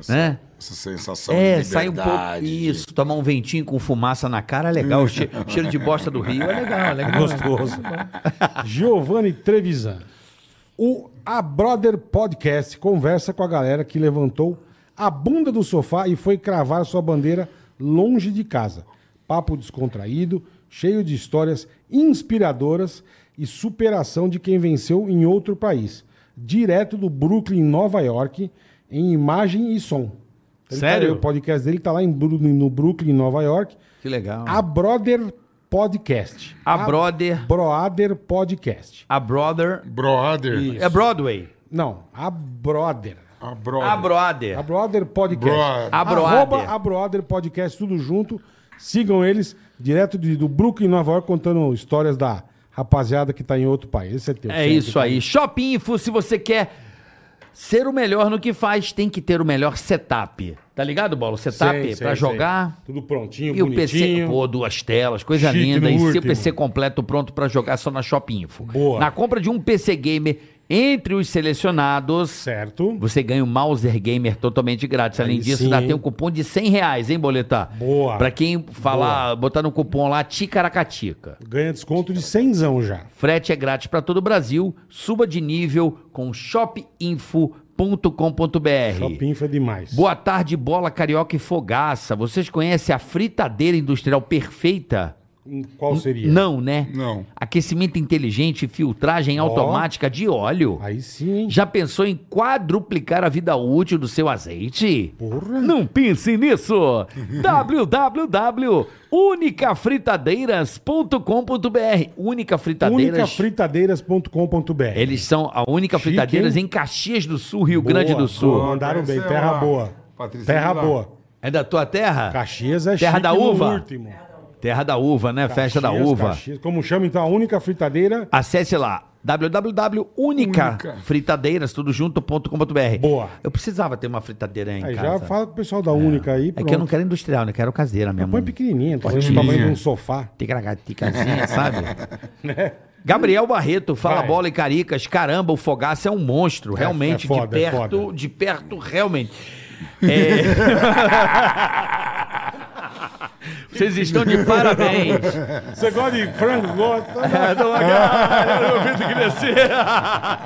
Speaker 4: né?
Speaker 1: Essa sensação
Speaker 4: É,
Speaker 1: de
Speaker 4: sai um pouco.
Speaker 1: liberdade. de-
Speaker 4: Isso, tomar um ventinho com fumaça na cara é legal. O che- cheiro de bosta do Rio é legal,
Speaker 3: [LAUGHS]
Speaker 4: é legal.
Speaker 3: Gostoso. Giovanni Trevisan. O A Brother Podcast conversa com a galera que levantou a bunda do sofá e foi cravar sua bandeira longe de casa. Papo descontraído, cheio de histórias inspiradoras e superação de quem venceu em outro país. Direto do Brooklyn, Nova York, em imagem e som. Ele tá-
Speaker 4: Sério?
Speaker 3: o podcast dele tá lá em Bru- no Brooklyn, Nova York.
Speaker 4: Que legal.
Speaker 3: A Brother Podcast.
Speaker 4: A Brother.
Speaker 3: Brother Podcast.
Speaker 4: A Brother.
Speaker 1: Brother.
Speaker 4: É Broadway.
Speaker 3: Não, a Brother.
Speaker 1: A brother.
Speaker 4: A Brother.
Speaker 3: A Brother Podcast.
Speaker 1: Brother.
Speaker 4: É. A Brother.
Speaker 3: Arroba a Brother Podcast, tudo junto. Sigam eles direto de, do Brooklyn, Nova York, contando histórias da rapaziada que tá em outro país. Esse é teu.
Speaker 4: É
Speaker 3: chefe,
Speaker 4: isso
Speaker 3: cara.
Speaker 4: aí. Shopping Info, se você quer ser o melhor no que faz, tem que ter o melhor setup. Tá ligado, Bola? O Setup
Speaker 3: Sei, sei, sei.
Speaker 4: pra jogar.
Speaker 3: Tudo prontinho,
Speaker 4: E o PC,
Speaker 3: bonitinho.
Speaker 4: pô, duas telas, coisa
Speaker 3: Chique
Speaker 4: linda.
Speaker 3: no
Speaker 4: E seu
Speaker 3: último.
Speaker 4: PC completo pronto pra jogar só na Shopping Info.
Speaker 3: Boa.
Speaker 4: Na compra de um PC Gamer entre os selecionados,
Speaker 3: Certo.
Speaker 4: você ganha o Mouser Gamer totalmente grátis. Além
Speaker 3: Aí
Speaker 4: disso,
Speaker 3: sim,
Speaker 4: dá
Speaker 3: hein?
Speaker 4: tem um cupom de 100 reais, hein, Boletar?
Speaker 3: Boa.
Speaker 4: Pra quem falar, botar no cupom lá, Ticaracatica.
Speaker 3: Ganha desconto de 100 já.
Speaker 4: Frete é grátis para todo o Brasil. Suba de nível com shopinfo.com.br.
Speaker 3: Shopping foi demais.
Speaker 4: Boa tarde, bola carioca e fogaça. Vocês conhecem a fritadeira industrial perfeita?
Speaker 3: Qual seria?
Speaker 4: Não, né?
Speaker 1: Não.
Speaker 4: Aquecimento inteligente e filtragem
Speaker 3: Ó.
Speaker 4: automática de óleo.
Speaker 3: Aí sim, hein?
Speaker 4: Já pensou em quadruplicar a vida útil do seu azeite?
Speaker 3: Porra.
Speaker 4: Não pense nisso!
Speaker 3: [LAUGHS]
Speaker 4: www.unicafritadeiras.com.br Única Fritadeiras.
Speaker 3: Unicafritadeiras.com.br.
Speaker 4: Eles são a única
Speaker 3: Chique,
Speaker 4: fritadeiras
Speaker 3: hein?
Speaker 4: em Caxias do Sul, Rio
Speaker 3: Boa,
Speaker 4: Grande do Sul.
Speaker 3: boa. Mandaram bem,
Speaker 1: Essa é
Speaker 3: terra
Speaker 1: a
Speaker 3: boa.
Speaker 1: Patrícia
Speaker 3: terra
Speaker 1: Vilar.
Speaker 3: boa.
Speaker 4: É da tua terra?
Speaker 3: Caxias é
Speaker 4: Terra
Speaker 3: chique
Speaker 4: da
Speaker 3: no
Speaker 4: uva.
Speaker 3: último.
Speaker 4: Terra da uva, né? Festa da
Speaker 3: Caxias,
Speaker 4: uva.
Speaker 3: Caxias. Como chama então a única fritadeira?
Speaker 4: Acesse lá
Speaker 1: Única.
Speaker 4: www.unicafritadeiras.com.br.
Speaker 3: Boa.
Speaker 4: Eu precisava ter uma fritadeira em
Speaker 3: Aí já
Speaker 4: casa.
Speaker 3: fala pro pessoal da única aí.
Speaker 4: é
Speaker 3: Pronto.
Speaker 4: que eu não quero industrial, né? Eu quero caseira mesmo.
Speaker 3: Põe pequenininha, tá vendo o tamanho de um sofá.
Speaker 4: Ticaracatica, [LAUGHS] sabe? Né? Gabriel Barreto, fala
Speaker 3: Vai.
Speaker 4: bola e caricas. Caramba, o Fogaça é um monstro, realmente.
Speaker 3: é foda,
Speaker 4: de
Speaker 3: é
Speaker 4: perto,
Speaker 3: foda.
Speaker 4: de perto, [LAUGHS] realmente. [LAUGHS] É. Vocês estão de parabéns.
Speaker 3: Você gosta de frango? Gosta?
Speaker 4: [LAUGHS] É, não, [LAUGHS] caralho, meu ouvido crescer.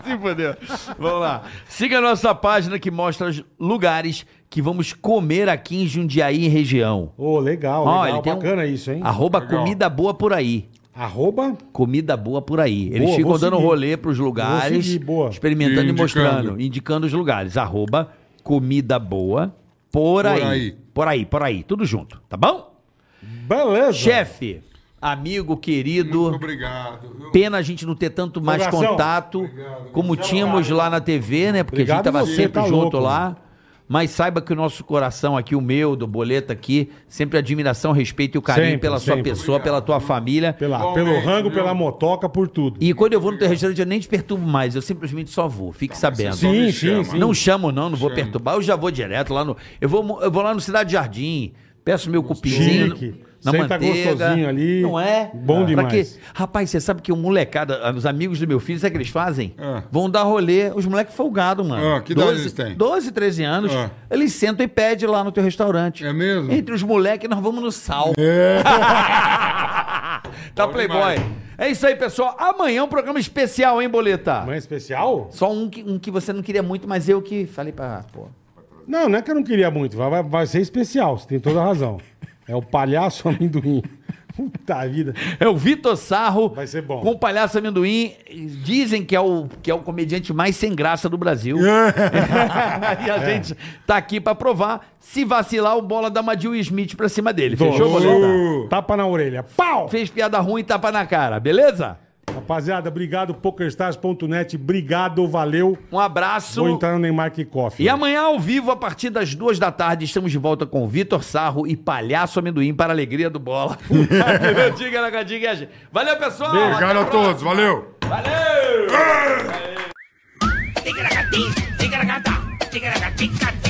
Speaker 4: Se fodeu. Vamos lá. Siga a nossa página que mostra os lugares que vamos comer aqui em Jundiaí e região.
Speaker 3: Ô, legal,
Speaker 4: Ó,
Speaker 3: legal.
Speaker 4: ele tem um-
Speaker 3: Bacana isso, hein?
Speaker 4: Arroba
Speaker 1: Legal.
Speaker 4: Comida Boa Por Aí.
Speaker 3: Arroba
Speaker 4: Comida boa por aí. Eles
Speaker 3: Boa,
Speaker 4: ficam
Speaker 3: vou
Speaker 4: dando
Speaker 3: seguir.
Speaker 4: rolê pros lugares,
Speaker 3: Vou seguir, boa.
Speaker 4: experimentando e,
Speaker 1: E indicando.
Speaker 4: mostrando, indicando os lugares. Arroba Comida Boa Por, aí.
Speaker 1: aí.
Speaker 4: Por aí, por aí. Tudo junto, tá bom?
Speaker 3: Beleza.
Speaker 4: Chefe, amigo querido.
Speaker 1: Muito obrigado. viu?
Speaker 4: Pena a gente não ter tanto mais
Speaker 3: Abração.
Speaker 4: contato
Speaker 1: Obrigado.
Speaker 4: como tínhamos lá na TV, né? Porque a gente
Speaker 3: Obrigado
Speaker 4: tava
Speaker 3: você,
Speaker 4: sempre
Speaker 3: tá
Speaker 4: junto
Speaker 3: louco.
Speaker 4: lá. Mas saiba que o nosso coração aqui, o meu, do Boleta aqui, sempre admiração, respeito e o carinho
Speaker 3: Sempre,
Speaker 4: pela sua
Speaker 3: sempre.
Speaker 4: pessoa, pela tua família.
Speaker 3: Pela,
Speaker 1: Igualmente,
Speaker 3: pelo rango,
Speaker 1: viu?
Speaker 3: pela motoca, por tudo.
Speaker 4: E quando eu vou no teu restaurante, eu nem te perturbo mais, eu simplesmente só vou, fique
Speaker 3: Então,
Speaker 4: sabendo.
Speaker 1: Só me
Speaker 3: Sim, sim,
Speaker 1: chama.
Speaker 3: sim.
Speaker 4: Não chamo, não, não vou perturbar, eu já vou direto lá no. Eu vou, mo- eu vou lá no Cidade Jardim, peço meu cupinzinho.
Speaker 3: Chique.
Speaker 4: Na
Speaker 3: Senta
Speaker 4: manteiga.
Speaker 3: gostosinho ali.
Speaker 4: Não é?
Speaker 3: Bom
Speaker 4: Pra
Speaker 3: demais.
Speaker 4: quê? Rapaz, você sabe que o molecada, os amigos do meu filho, sabe o que eles fazem?
Speaker 1: Ah.
Speaker 4: Vão dar rolê, os moleques folgados, mano.
Speaker 1: Ah, que idade eles têm?
Speaker 4: 12, 13 anos,
Speaker 1: Ah.
Speaker 4: eles sentam e pedem lá no teu restaurante.
Speaker 1: É mesmo? É.
Speaker 4: Entre os moleques, nós vamos no sal. [LAUGHS] tá
Speaker 1: Bom
Speaker 4: Playboy.
Speaker 1: demais.
Speaker 4: É isso aí, pessoal. Amanhã é um programa especial, hein, Boleta?
Speaker 3: Mãe é especial?
Speaker 4: Só um que, um que você não queria muito, mas eu que falei pra. Pô.
Speaker 3: Não, não é que eu não queria muito. Vai, vai- vai ser especial, você tem toda a razão. É o palhaço [LAUGHS] amendoim. Puta vida.
Speaker 4: É o Vitor Sarro.
Speaker 3: Vai ser bom.
Speaker 4: Com o Palhaço Amendoim. Dizem que é o, que é o comediante mais sem graça do Brasil.
Speaker 3: É.
Speaker 4: [LAUGHS] e a gente tá aqui pra provar. Se vacilar, o bola dá uma Jill Smith pra cima dele. Fechou,
Speaker 3: Tô-
Speaker 4: Boleta?
Speaker 3: Tapa na orelha. Pau!
Speaker 4: Fez piada ruim e tapa na cara, beleza?
Speaker 3: Rapaziada, obrigado, pokerstars.net. Obrigado, valeu.
Speaker 4: Um abraço.
Speaker 3: Vou entrar no Neymar que Coffee.
Speaker 4: E amanhã, ao vivo, a partir das duas da tarde, estamos de volta com Vitor Sarro e Palhaço Amendoim para a alegria do bola. [LAUGHS] Meu diga, Nagadinha, gente. Valeu, pessoal!
Speaker 1: Obrigado
Speaker 4: Até
Speaker 1: a
Speaker 4: a próxima.
Speaker 1: todos. Valeu.
Speaker 11: Tigra-ga-ti, tigra-ga-ta, tigra-ga-ti-ca-ta.